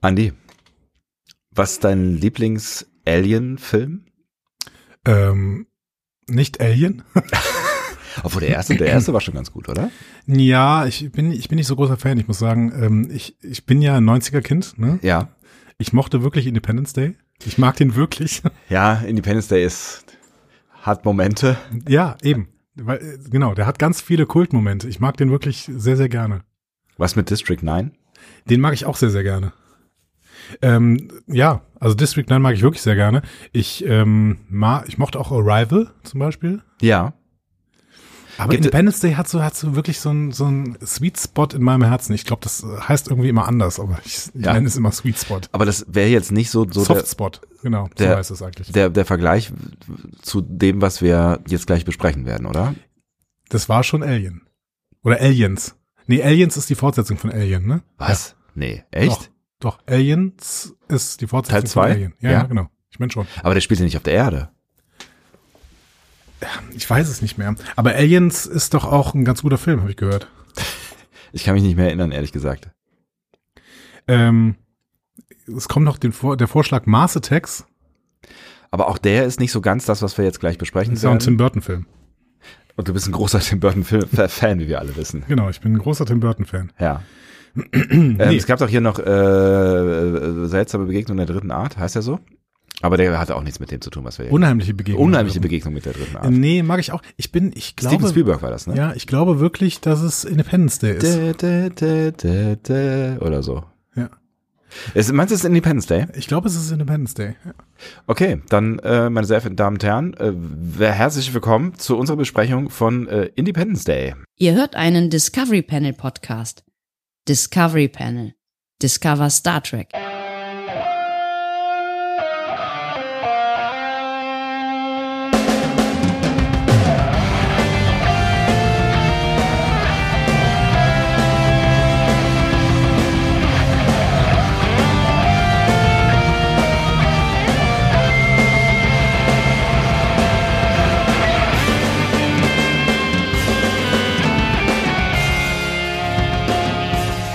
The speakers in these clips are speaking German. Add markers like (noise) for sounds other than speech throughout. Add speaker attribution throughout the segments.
Speaker 1: Andi, was ist dein Lieblings-Alien-Film?
Speaker 2: Ähm, nicht Alien? (laughs)
Speaker 1: Obwohl der erste, der erste war schon ganz gut, oder?
Speaker 2: Ja, ich bin, ich bin nicht so großer Fan. Ich muss sagen, ähm, ich, ich bin ja ein 90er-Kind. Ne?
Speaker 1: Ja.
Speaker 2: Ich mochte wirklich Independence Day. Ich mag den wirklich. (laughs)
Speaker 1: Ja, Independence Day ist, hat Momente.
Speaker 2: ja, eben. Weil, äh, genau, der hat ganz viele Kultmomente. Ich mag den wirklich sehr, sehr gerne.
Speaker 1: Was mit District 9?
Speaker 2: Den mag ich auch sehr, sehr gerne. Ähm, ja, also District 9 mag ich wirklich sehr gerne. Ich, ähm, ma ich mochte auch Arrival zum Beispiel.
Speaker 1: Ja.
Speaker 2: Aber
Speaker 1: Gibt-
Speaker 2: Independence Day hat so, hat so wirklich so ein, so ein Sweet Spot in meinem Herzen. Ich glaube, das äh, heißt irgendwie immer anders, aber ich
Speaker 1: Ja.
Speaker 2: nenne es immer Sweet Spot.
Speaker 1: Aber das wäre jetzt nicht so, so der,
Speaker 2: Soft Spot, genau,
Speaker 1: der-
Speaker 2: so heißt es eigentlich.
Speaker 1: der, der Vergleich zu dem, was wir jetzt gleich besprechen werden, oder?
Speaker 2: das war schon Alien. Oder Aliens. Nee, Aliens ist die Fortsetzung von Alien, ne?
Speaker 1: Was? Nee, echt?
Speaker 2: Doch, doch Aliens ist die Fortsetzung
Speaker 1: Teil zwei?
Speaker 2: von Alien. Ja,
Speaker 1: Ja.
Speaker 2: ja. genau. Ich meine schon.
Speaker 1: Aber der spielt ja nicht auf der Erde.
Speaker 2: Ich weiß es nicht mehr. Aber Aliens ist doch auch ein ganz guter Film, habe ich gehört.
Speaker 1: Ich kann mich nicht mehr erinnern, ehrlich gesagt.
Speaker 2: Ähm, es kommt noch den, Vor- der Vorschlag Mars Attacks.
Speaker 1: Aber auch der ist nicht so ganz das, was wir jetzt gleich besprechen
Speaker 2: Das ist ja auch ein Tim
Speaker 1: werden.
Speaker 2: Burton Film.
Speaker 1: Und du bist ein großer Tim (laughs) Burton-Fan, wie wir alle wissen.
Speaker 2: Genau, ich bin ein großer Tim Burton Fan.
Speaker 1: (clears throat) Ja. ähm, Es gab doch hier noch äh, äh, seltsame Begegnung der dritten Art, heißt er so? Aber der hatte auch nichts mit dem zu tun, was wir jetzt.
Speaker 2: Unheimliche Begegnung.
Speaker 1: Unheimliche Begegnung mit der dritten Art.
Speaker 2: Nee, mag ich auch. Ich bin, ich glaube.
Speaker 1: Steven Spielberg war das, ne?
Speaker 2: Ja, ich glaube wirklich, dass es Independence Day ist.
Speaker 1: Dä, dä, dä, dä, dä, oder so.
Speaker 2: Ja.
Speaker 1: Es, meinst du, es ist Independence Day?
Speaker 2: Ich glaube, es ist Independence Day. Ja.
Speaker 1: Okay, dann, äh, meine sehr verehrten Damen und Herren, äh, wer- herzlich willkommen zu unserer Besprechung von äh, Independence Day.
Speaker 3: Ihr hört einen Discovery Panel Podcast. Discovery Panel. Discover Star Trek.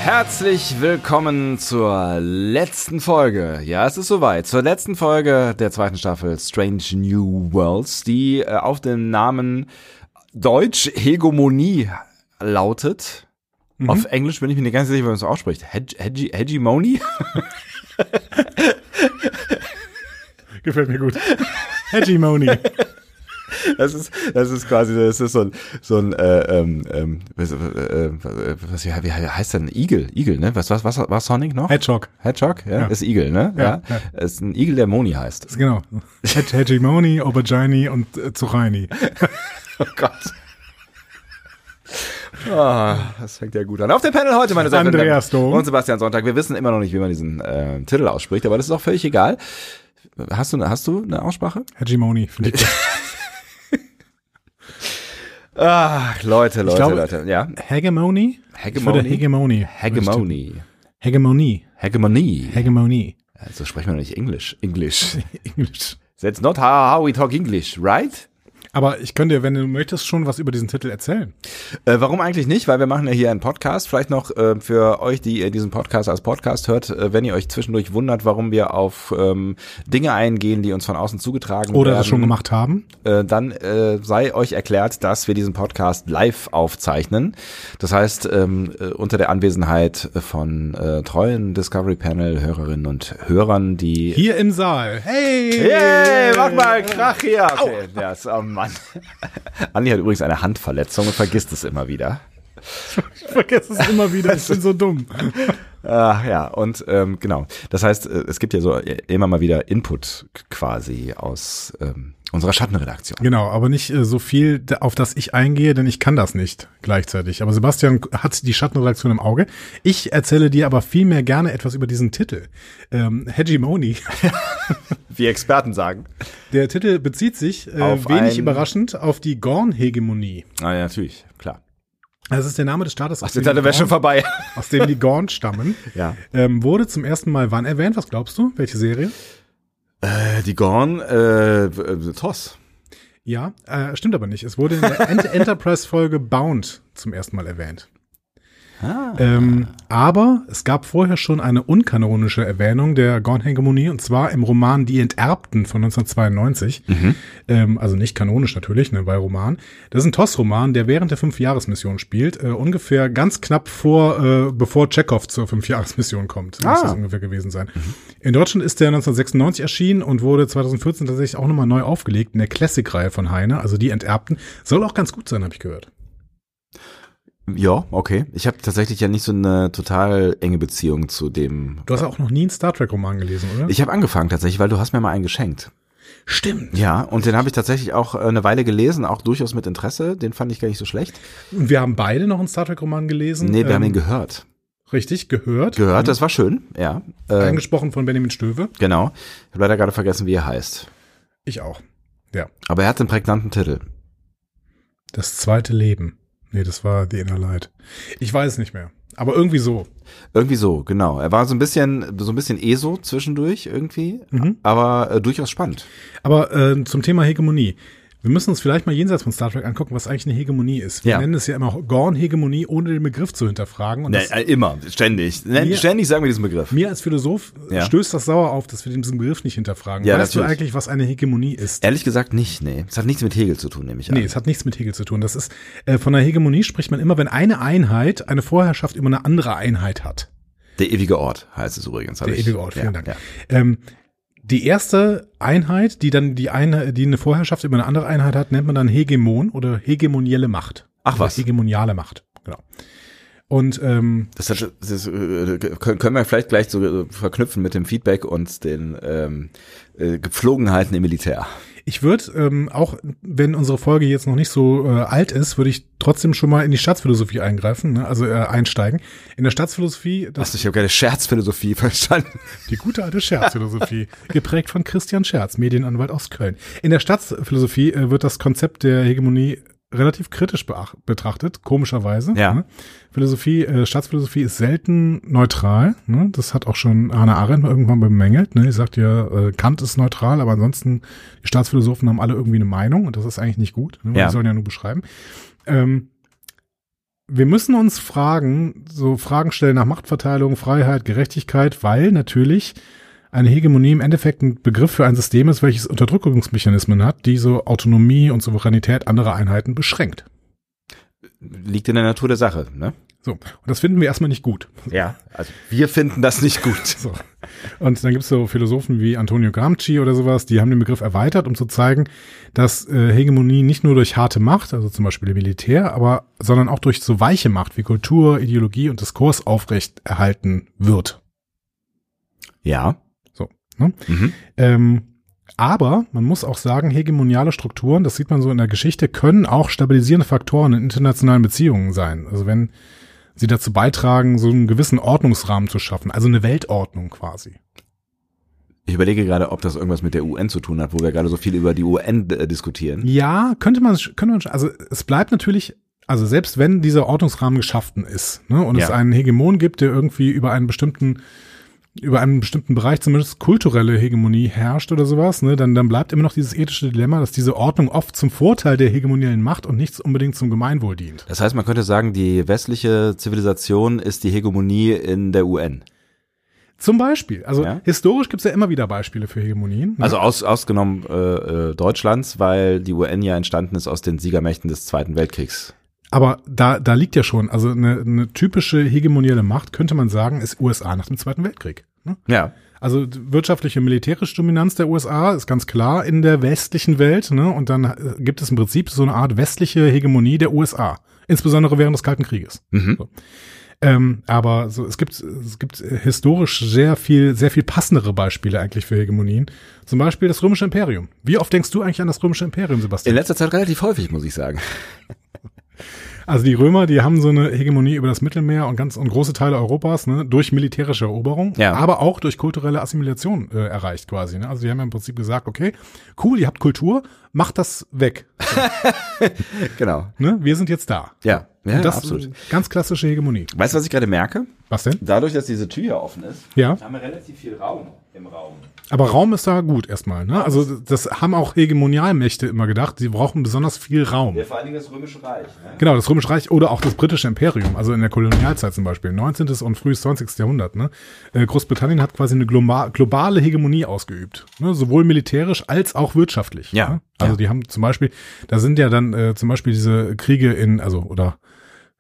Speaker 1: Herzlich willkommen zur letzten Folge. Ja, es ist soweit. Zur letzten Folge der zweiten Staffel Strange New Worlds, die äh, auf den Namen Deutsch Hegemonie lautet.
Speaker 2: Mhm.
Speaker 1: Auf Englisch bin ich mir nicht ganz sicher, wie man es ausspricht. Hege Hege Hegemony? (laughs)
Speaker 2: Gefällt mir gut. (laughs) Hegemony.
Speaker 1: Das ist, das ist quasi, das ist so ein, so ein äh, ähm, ähm, was, äh, äh, was, wie wie heißt denn? Igel, Igel, ne? Was, was, was war Sonic noch?
Speaker 2: Hedgehog.
Speaker 1: Hedgehog, ja,
Speaker 2: Ja.
Speaker 1: ist Igel, ne?
Speaker 2: Ja,
Speaker 1: Ist ein Igel, der Moni heißt.
Speaker 2: Genau. Heg- Hegemony, Aubergine und äh, Zucchini.
Speaker 1: Oh Gott. Ah, das fängt ja gut an. Auf dem Panel heute, meine sehr verehrten
Speaker 2: Andreas
Speaker 1: Damen
Speaker 2: Dom.
Speaker 1: und Sebastian Sonntag. Wir wissen immer noch nicht, wie man diesen äh, Titel ausspricht, aber das ist auch völlig egal. Hast du, hast du eine Aussprache?
Speaker 2: Hegemony. finde ich.
Speaker 1: Ach, Leute, Leute,
Speaker 2: Ah, glaube-
Speaker 1: Leute. Ja,
Speaker 2: (laughs) Hegemony? Ich
Speaker 1: Hegemony?
Speaker 2: würde Hegemony.
Speaker 1: Hegemony.
Speaker 2: Hegemony.
Speaker 1: Hegemony.
Speaker 2: Hegemony.
Speaker 1: Also sprechen wir doch nicht Englisch.
Speaker 2: (laughs)
Speaker 1: Englisch.
Speaker 2: Englisch.
Speaker 1: That's not how, how we talk English, right?
Speaker 2: Aber ich könnte, wenn du möchtest, schon was über diesen Titel erzählen.
Speaker 1: Äh, warum eigentlich nicht? Weil wir machen ja hier einen Podcast. Vielleicht noch äh, für euch, die ihr diesen Podcast als Podcast hört, äh, wenn ihr euch zwischendurch wundert, warum wir auf ähm, Dinge eingehen, die uns von außen zugetragen
Speaker 2: Oder
Speaker 1: werden.
Speaker 2: das schon gemacht haben.
Speaker 1: äh, dann äh, sei euch erklärt, dass wir diesen Podcast live aufzeichnen. Das heißt, ähm, äh, unter der Anwesenheit von äh, treuen Discovery Panel Hörerinnen und Hörern, die
Speaker 2: Hier im Saal. Hey!
Speaker 1: Yay, mach mal Krach hier. Okay, ja, ist, oh Mann. (laughs) Andi hat übrigens eine Handverletzung und vergisst es immer wieder.
Speaker 2: Ich vergesse es immer wieder. Ich bin so dumm.
Speaker 1: Ach ja, und ähm, genau. Das heißt, äh, es gibt ja so äh, immer mal wieder Input k- quasi aus ähm, unserer Schattenredaktion.
Speaker 2: Genau, aber nicht äh, so viel, da- auf das ich eingehe, denn ich kann das nicht gleichzeitig. Aber Sebastian hat die Schattenredaktion im Auge. Ich erzähle dir aber vielmehr gerne etwas über diesen Titel. Ähm, Hegemony.
Speaker 1: Wie Experten sagen.
Speaker 2: (laughs) Der Titel bezieht sich, äh,
Speaker 1: Auf
Speaker 2: wenig
Speaker 1: ein-
Speaker 2: überraschend, auf die Gorn-Hegemonie.
Speaker 1: Ah, ja, natürlich, klar.
Speaker 2: Das ist der Name des Staates, aus,
Speaker 1: Sind alle
Speaker 2: die
Speaker 1: Wäsche
Speaker 2: Gorn,
Speaker 1: vorbei.
Speaker 2: aus dem die Gorn stammen.
Speaker 1: Ja.
Speaker 2: Ähm, wurde zum ersten Mal wann erwähnt? Was glaubst du? Welche Serie?
Speaker 1: (laughs) Äh, die Gorn, äh, äh, Toss.
Speaker 2: Ja, äh, stimmt aber nicht. Es wurde in der Ent Enterprise-Folge Bound zum ersten Mal erwähnt. Ähm, aber es gab vorher schon eine unkanonische Erwähnung der Gorn-Hegemonie und zwar im Roman Die Enterbten von 1992.
Speaker 1: Mhm.
Speaker 2: Ähm, also nicht kanonisch natürlich, ne, weil Roman. Das ist ein TOS-Roman, der während der Fünfjahresmission spielt, äh, ungefähr ganz knapp vor, äh, bevor Tschechow zur Fünfjahresmission kommt. Muss
Speaker 1: Ah.
Speaker 2: das ungefähr gewesen sein. In Deutschland ist der 1996 erschienen und wurde 2014 tatsächlich auch nochmal neu aufgelegt in der Classic-Reihe von Heine, also Die Enterbten. Soll auch ganz gut sein, habe ich gehört.
Speaker 1: Ja, okay. Ich habe tatsächlich ja nicht so eine total enge Beziehung zu dem.
Speaker 2: Du hast auch noch nie einen Star Trek-Roman gelesen, oder?
Speaker 1: Ich habe angefangen tatsächlich, weil du hast mir mal einen geschenkt.
Speaker 2: Stimmt.
Speaker 1: Ja, und den habe ich tatsächlich auch äh, eine Weile gelesen, auch durchaus mit Interesse. Den fand ich gar nicht so schlecht.
Speaker 2: Und wir haben beide noch einen Star Trek-Roman gelesen.
Speaker 1: Nee, wir haben ihn
Speaker 2: gehört.
Speaker 1: gehört.
Speaker 2: Richtig, gehört.
Speaker 1: Gehört, das war schön, ja. Äh,
Speaker 2: Eingesprochen von Benjamin Stöwe.
Speaker 1: genau. Ich habe leider gerade vergessen, wie er heißt.
Speaker 2: Ich auch. Ja.
Speaker 1: Aber er hat einen prägnanten Titel.
Speaker 2: Das zweite Leben. Nee, das war The Inner Light. Ich weiß nicht mehr. Aber irgendwie so.
Speaker 1: Irgendwie so, genau. Er war so ein bisschen, so ein bisschen ESO zwischendurch irgendwie, aber äh, durchaus spannend.
Speaker 2: Aber äh, zum Thema Hegemonie. Wir müssen uns vielleicht mal jenseits von Star Trek angucken, was eigentlich eine Hegemonie ist. Wir
Speaker 1: Ja.
Speaker 2: nennen es ja immer Gorn-Hegemonie, ohne den Begriff zu hinterfragen. Und das,
Speaker 1: Ne, äh, immer, ständig. Ne,
Speaker 2: Mir-
Speaker 1: ständig sagen wir diesen Begriff.
Speaker 2: mir als Philosoph äh,
Speaker 1: Ja.
Speaker 2: stößt das sauer auf, dass wir diesen Begriff nicht hinterfragen.
Speaker 1: Ja,
Speaker 2: weißt
Speaker 1: natürlich.
Speaker 2: du eigentlich, was eine Hegemonie ist?
Speaker 1: Ehrlich gesagt nicht, nee. Es hat nichts mit Hegel zu tun, nehme ich an.
Speaker 2: Nee, es hat nichts mit Hegel zu tun. Das ist, äh, von der Hegemonie spricht man immer, wenn eine Einheit eine Vorherrschaft über eine andere Einheit hat.
Speaker 1: Der ewige Ort heißt es übrigens. hab
Speaker 2: Der
Speaker 1: ich-
Speaker 2: ewige Ort, vielen
Speaker 1: ja,
Speaker 2: Dank.
Speaker 1: Ja.
Speaker 2: Ähm, die erste Einheit, die dann die eine, die eine Vorherrschaft über eine andere Einheit hat, nennt man dann Hegemon oder hegemonielle Macht.
Speaker 1: Ach
Speaker 2: Oder
Speaker 1: was.
Speaker 2: Hegemoniale Macht, genau. Und ähm,
Speaker 1: Das, hat, das ist, äh, können können wir vielleicht gleich so äh, verknüpfen mit dem Feedback und den ähm, äh, Gepflogenheiten im Militär.
Speaker 2: ich würde, ähm, auch wenn unsere Folge jetzt noch nicht so äh, alt ist, würde ich trotzdem schon mal in die Staatsphilosophie eingreifen, ne? also äh, einsteigen. In der Staatsphilosophie, das
Speaker 1: Achso, ich habe gerade Scherzphilosophie (laughs) verstanden.
Speaker 2: Die gute alte Scherzphilosophie, geprägt von Christian Scherz, Medienanwalt aus Köln. In der Staatsphilosophie äh, wird das Konzept der Hegemonie relativ kritisch beach- betrachtet, komischerweise.
Speaker 1: Ja.
Speaker 2: Ne? Philosophie, äh, Staatsphilosophie ist selten neutral. Ne? Das hat auch schon Hannah Arendt irgendwann bemängelt. Ne? Die sagt ja, äh, Kant ist neutral, aber ansonsten, die Staatsphilosophen haben alle irgendwie eine Meinung und das ist eigentlich nicht gut. Ne? Weil
Speaker 1: Ja.
Speaker 2: Die sollen ja nur beschreiben. Ähm, wir müssen uns Fragen, so Fragen stellen nach Machtverteilung, Freiheit, Gerechtigkeit, weil natürlich eine Hegemonie im Endeffekt ein Begriff für ein System ist, welches Unterdrückungsmechanismen hat, die so Autonomie und Souveränität anderer Einheiten beschränkt.
Speaker 1: Liegt in der Natur der Sache, ne?
Speaker 2: So, und das finden wir erstmal nicht gut.
Speaker 1: Ja. Also wir finden das nicht gut.
Speaker 2: So. Und dann gibt's so Philosophen wie Antonio Gramsci oder sowas, die haben den Begriff erweitert, um zu zeigen, dass äh, Hegemonie nicht nur durch harte Macht, also zum Beispiel Militär, aber sondern auch durch so weiche Macht wie Kultur, Ideologie und Diskurs aufrecht erhalten wird.
Speaker 1: Ja.
Speaker 2: So. Ne?
Speaker 1: Mhm.
Speaker 2: Ähm, aber man muss auch sagen, hegemoniale Strukturen, das sieht man so in der Geschichte, können auch stabilisierende Faktoren in internationalen Beziehungen sein. Also wenn sie dazu beitragen, so einen gewissen Ordnungsrahmen zu schaffen, also eine Weltordnung quasi.
Speaker 1: Ich überlege gerade, ob das irgendwas mit der UN zu tun hat, wo wir gerade so viel über die UN äh, diskutieren.
Speaker 2: Ja, könnte man, könnte man, also es bleibt natürlich, also selbst wenn dieser Ordnungsrahmen geschaffen ist, ne, und es
Speaker 1: Ja.
Speaker 2: einen Hegemon gibt, der irgendwie über einen bestimmten, über einen bestimmten Bereich zumindest kulturelle Hegemonie herrscht oder sowas, ne, dann, dann bleibt immer noch dieses ethische Dilemma, dass diese Ordnung oft zum Vorteil der hegemoniellen Macht und nicht unbedingt zum Gemeinwohl dient.
Speaker 1: Das heißt, man könnte sagen, die westliche Zivilisation ist die Hegemonie in der UN.
Speaker 2: Zum Beispiel, also
Speaker 1: Ja.
Speaker 2: historisch gibt's ja immer wieder Beispiele für Hegemonien. ne?
Speaker 1: Also aus, ausgenommen äh, äh, Deutschlands, weil die UN ja entstanden ist aus den Siegermächten des Zweiten Weltkriegs.
Speaker 2: Aber da, da liegt ja schon, also eine, eine typische hegemonielle Macht, könnte man sagen, ist USA nach dem Zweiten Weltkrieg. Ne?
Speaker 1: Ja.
Speaker 2: Also d- wirtschaftliche, militärische Dominanz der USA ist ganz klar in der westlichen Welt. Ne? Und dann äh, gibt es im Prinzip so eine Art westliche Hegemonie der USA, insbesondere während des Kalten Krieges.
Speaker 1: Mhm.
Speaker 2: So. Ähm, aber so, es gibt es gibt äh, historisch sehr viel sehr viel passendere Beispiele eigentlich für Hegemonien. Zum Beispiel das römische Imperium. Wie oft denkst du eigentlich an das römische Imperium,
Speaker 1: In
Speaker 2: Sebastian?
Speaker 1: letzter Zeit relativ häufig, muss ich (laughs) sagen.
Speaker 2: Also die Römer, die haben so eine Hegemonie über das Mittelmeer und ganz und große Teile Europas ne, durch militärische Eroberung,
Speaker 1: Ja.
Speaker 2: aber auch durch kulturelle Assimilation äh, erreicht quasi. Ne? Also die haben ja im Prinzip gesagt, okay, cool, ihr habt Kultur, macht das weg.
Speaker 1: Genau.
Speaker 2: Ne? Wir sind jetzt da.
Speaker 1: Ja. Ja,
Speaker 2: Und das
Speaker 1: absolut. (laughs)
Speaker 2: ist eine ganz klassische Hegemonie.
Speaker 1: Weißt du, was ich gerade merke?
Speaker 2: Was denn?
Speaker 1: Dadurch, dass diese Tür hier offen ist,
Speaker 2: Ja.
Speaker 1: haben wir relativ viel Raum im Raum.
Speaker 2: Aber Raum ist da gut erstmal. Ne? Also das haben auch Hegemonialmächte immer gedacht. Sie brauchen besonders viel Raum.
Speaker 1: Ja, vor allen Dingen das Römische Reich. Ne?
Speaker 2: Genau, das Römische Reich oder auch das britische Imperium, also in der Kolonialzeit zum Beispiel, 19. und frühes 20. Jahrhundert. Ne? Äh, Großbritannien hat quasi eine gloma- globale Hegemonie ausgeübt, ne? sowohl militärisch als auch wirtschaftlich.
Speaker 1: Ja,
Speaker 2: Ne? Also
Speaker 1: ja.
Speaker 2: die haben zum Beispiel, da sind ja dann äh, zum Beispiel diese Kriege in, also oder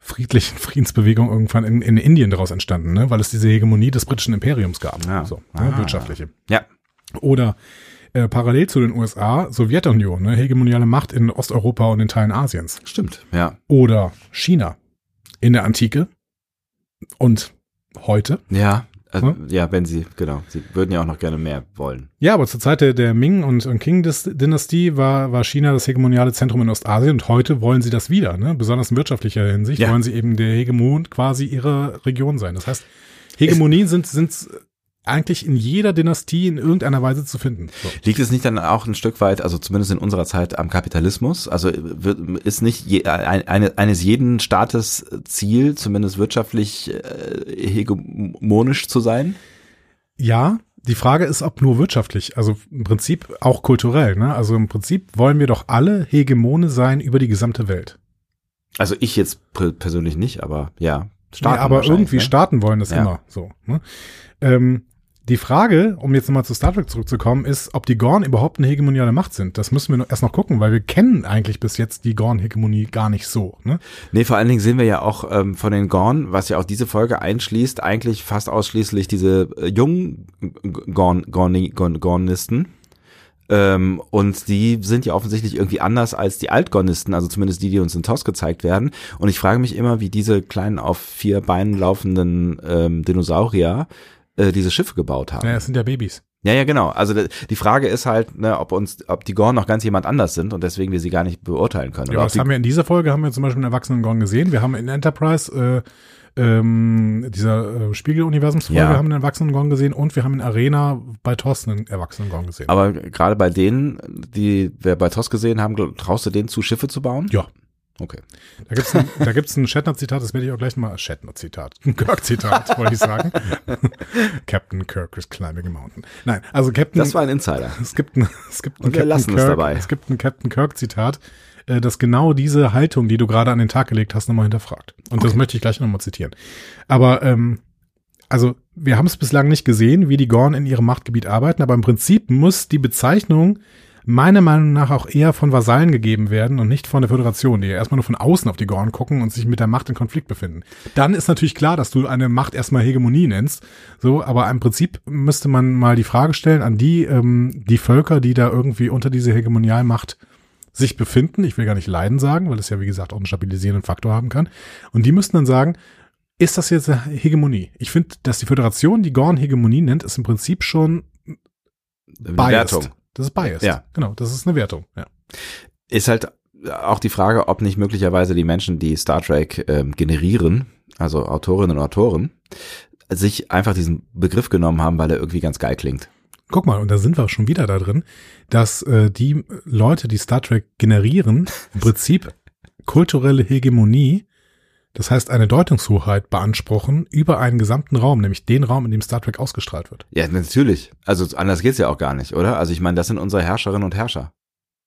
Speaker 2: friedlichen (laughs) Friedensbewegungen irgendwann in, in Indien daraus entstanden, ne? weil es diese Hegemonie des britischen Imperiums gab,
Speaker 1: Ja.
Speaker 2: so, ne?
Speaker 1: Ah.
Speaker 2: wirtschaftliche.
Speaker 1: Ja.
Speaker 2: Oder äh, parallel zu den USA, Sowjetunion, ne? hegemoniale Macht in Osteuropa und in Teilen Asiens
Speaker 1: Stimmt. Ja.
Speaker 2: oder China in der Antike und heute.
Speaker 1: Ja. Äh,
Speaker 2: Hm?
Speaker 1: Ja, wenn sie, genau. Sie würden ja auch noch gerne mehr wollen.
Speaker 2: Ja, aber zur Zeit der, der Ming- und, und Qing-Dynastie war, war China das hegemoniale Zentrum in Ostasien und heute wollen sie das wieder, ne? besonders in wirtschaftlicher Hinsicht,
Speaker 1: Ja.
Speaker 2: wollen sie eben der Hegemon quasi ihrer Region sein. Das heißt, Hegemonien sind, sind eigentlich in jeder Dynastie in irgendeiner Weise zu finden. So.
Speaker 1: Liegt es nicht dann auch ein Stück weit, also zumindest in unserer Zeit, am Kapitalismus? Also wird, ist nicht je, ein, eine, eines jeden Staates Ziel, zumindest wirtschaftlich äh, hegemonisch zu sein?
Speaker 2: Ja, die Frage ist, ob nur wirtschaftlich, also im Prinzip auch kulturell. Ne? Also im Prinzip wollen wir doch alle Hegemone sein über die gesamte Welt.
Speaker 1: Also ich jetzt pr- persönlich nicht, aber ja.
Speaker 2: ja, aber
Speaker 1: wahrscheinlich,
Speaker 2: irgendwie
Speaker 1: ne?
Speaker 2: starten wollen das
Speaker 1: Ja.
Speaker 2: immer so. Ne? Ähm, die Frage, um jetzt nochmal zu Star Trek zurückzukommen, ist, ob die Gorn überhaupt eine hegemoniale Macht sind. Das müssen wir noch, erst noch gucken, weil wir kennen eigentlich bis jetzt die Gorn-Hegemonie gar nicht so. Ne?
Speaker 1: Nee, vor allen Dingen sehen wir ja auch ähm, von den Gorn, was ja auch diese Folge einschließt, eigentlich fast ausschließlich diese äh, jungen Gorn, Gorni, Gorn, Gornisten. Ähm, und die sind ja offensichtlich irgendwie anders als die Altgornisten, also zumindest die, die uns in TOS gezeigt werden. Und ich frage mich immer, wie diese kleinen auf vier Beinen laufenden ähm, Dinosaurier äh, diese Schiffe gebaut haben.
Speaker 2: Naja, es sind ja Babys.
Speaker 1: Ja, ja, genau. Also d- die Frage ist halt, ne, ob uns, ob die Gorn noch ganz jemand anders sind und deswegen wir sie gar nicht beurteilen können.
Speaker 2: Ja,
Speaker 1: Oder ob
Speaker 2: das
Speaker 1: die,
Speaker 2: haben wir in dieser Folge, haben wir zum Beispiel einen erwachsenen Gorn gesehen. Wir haben in Enterprise, äh, ähm, dieser äh, Spiegeluniversumsfolge,
Speaker 1: Ja.
Speaker 2: haben wir einen erwachsenen Gorn gesehen und wir haben in Arena bei Thorsten einen erwachsenen Gorn gesehen.
Speaker 1: aber gerade bei denen, die wir bei TOS gesehen haben, gl- traust du denen zu, Schiffe zu bauen?
Speaker 2: Ja.
Speaker 1: Okay.
Speaker 2: Da gibt's ein, da gibt's ein Shatner-Zitat, das werde ich auch gleich mal. Shatner-Zitat. Ein Kirk-Zitat, wollte
Speaker 1: (laughs)
Speaker 2: ich sagen. Captain Kirk is climbing a mountain. Nein, also Captain.
Speaker 1: Das war ein Insider.
Speaker 2: es gibt ein, es gibt ein
Speaker 1: Und wir
Speaker 2: Captain
Speaker 1: lassen
Speaker 2: Kirk,
Speaker 1: es dabei.
Speaker 2: Es gibt ein Captain Kirk-Zitat, äh, das genau diese Haltung, die du gerade an den Tag gelegt hast, nochmal hinterfragt. Und das möchte ich gleich nochmal zitieren. Aber, ähm, also, wir haben es bislang nicht gesehen, wie die Gorn in ihrem Machtgebiet arbeiten, aber im Prinzip muss die Bezeichnung meiner Meinung nach auch eher von Vasallen gegeben werden und nicht von der Föderation, die ja erstmal nur von außen auf die Gorn gucken und sich mit der Macht in Konflikt befinden. Dann ist natürlich klar, dass du eine Macht erstmal Hegemonie nennst, so, aber im Prinzip müsste man mal die Frage stellen an die, ähm, die Völker, die da irgendwie unter dieser Hegemonialmacht sich befinden, ich will gar nicht leiden sagen, weil es ja wie gesagt auch einen stabilisierenden Faktor haben kann, und die müssten dann sagen, ist das jetzt eine Hegemonie? Ich finde, dass die Föderation die Gorn Hegemonie nennt, ist im Prinzip schon biased.
Speaker 1: Wertung.
Speaker 2: Das ist biased.
Speaker 1: Ja.
Speaker 2: Genau, das ist eine Wertung. Ja.
Speaker 1: Ist halt auch die Frage, ob nicht möglicherweise die Menschen, die Star Trek ähm, generieren, also Autorinnen und Autoren, sich einfach diesen Begriff genommen haben, weil er irgendwie ganz geil klingt.
Speaker 2: Guck mal, und da sind wir schon wieder da drin, dass äh, die Leute, die Star Trek generieren, im Prinzip kulturelle Hegemonie, das heißt eine Deutungshoheit beanspruchen über einen gesamten Raum, nämlich den Raum, in dem Star Trek ausgestrahlt wird.
Speaker 1: Ja, natürlich. Also anders geht's ja auch gar nicht, oder? Also ich meine, das sind unsere Herrscherinnen und Herrscher.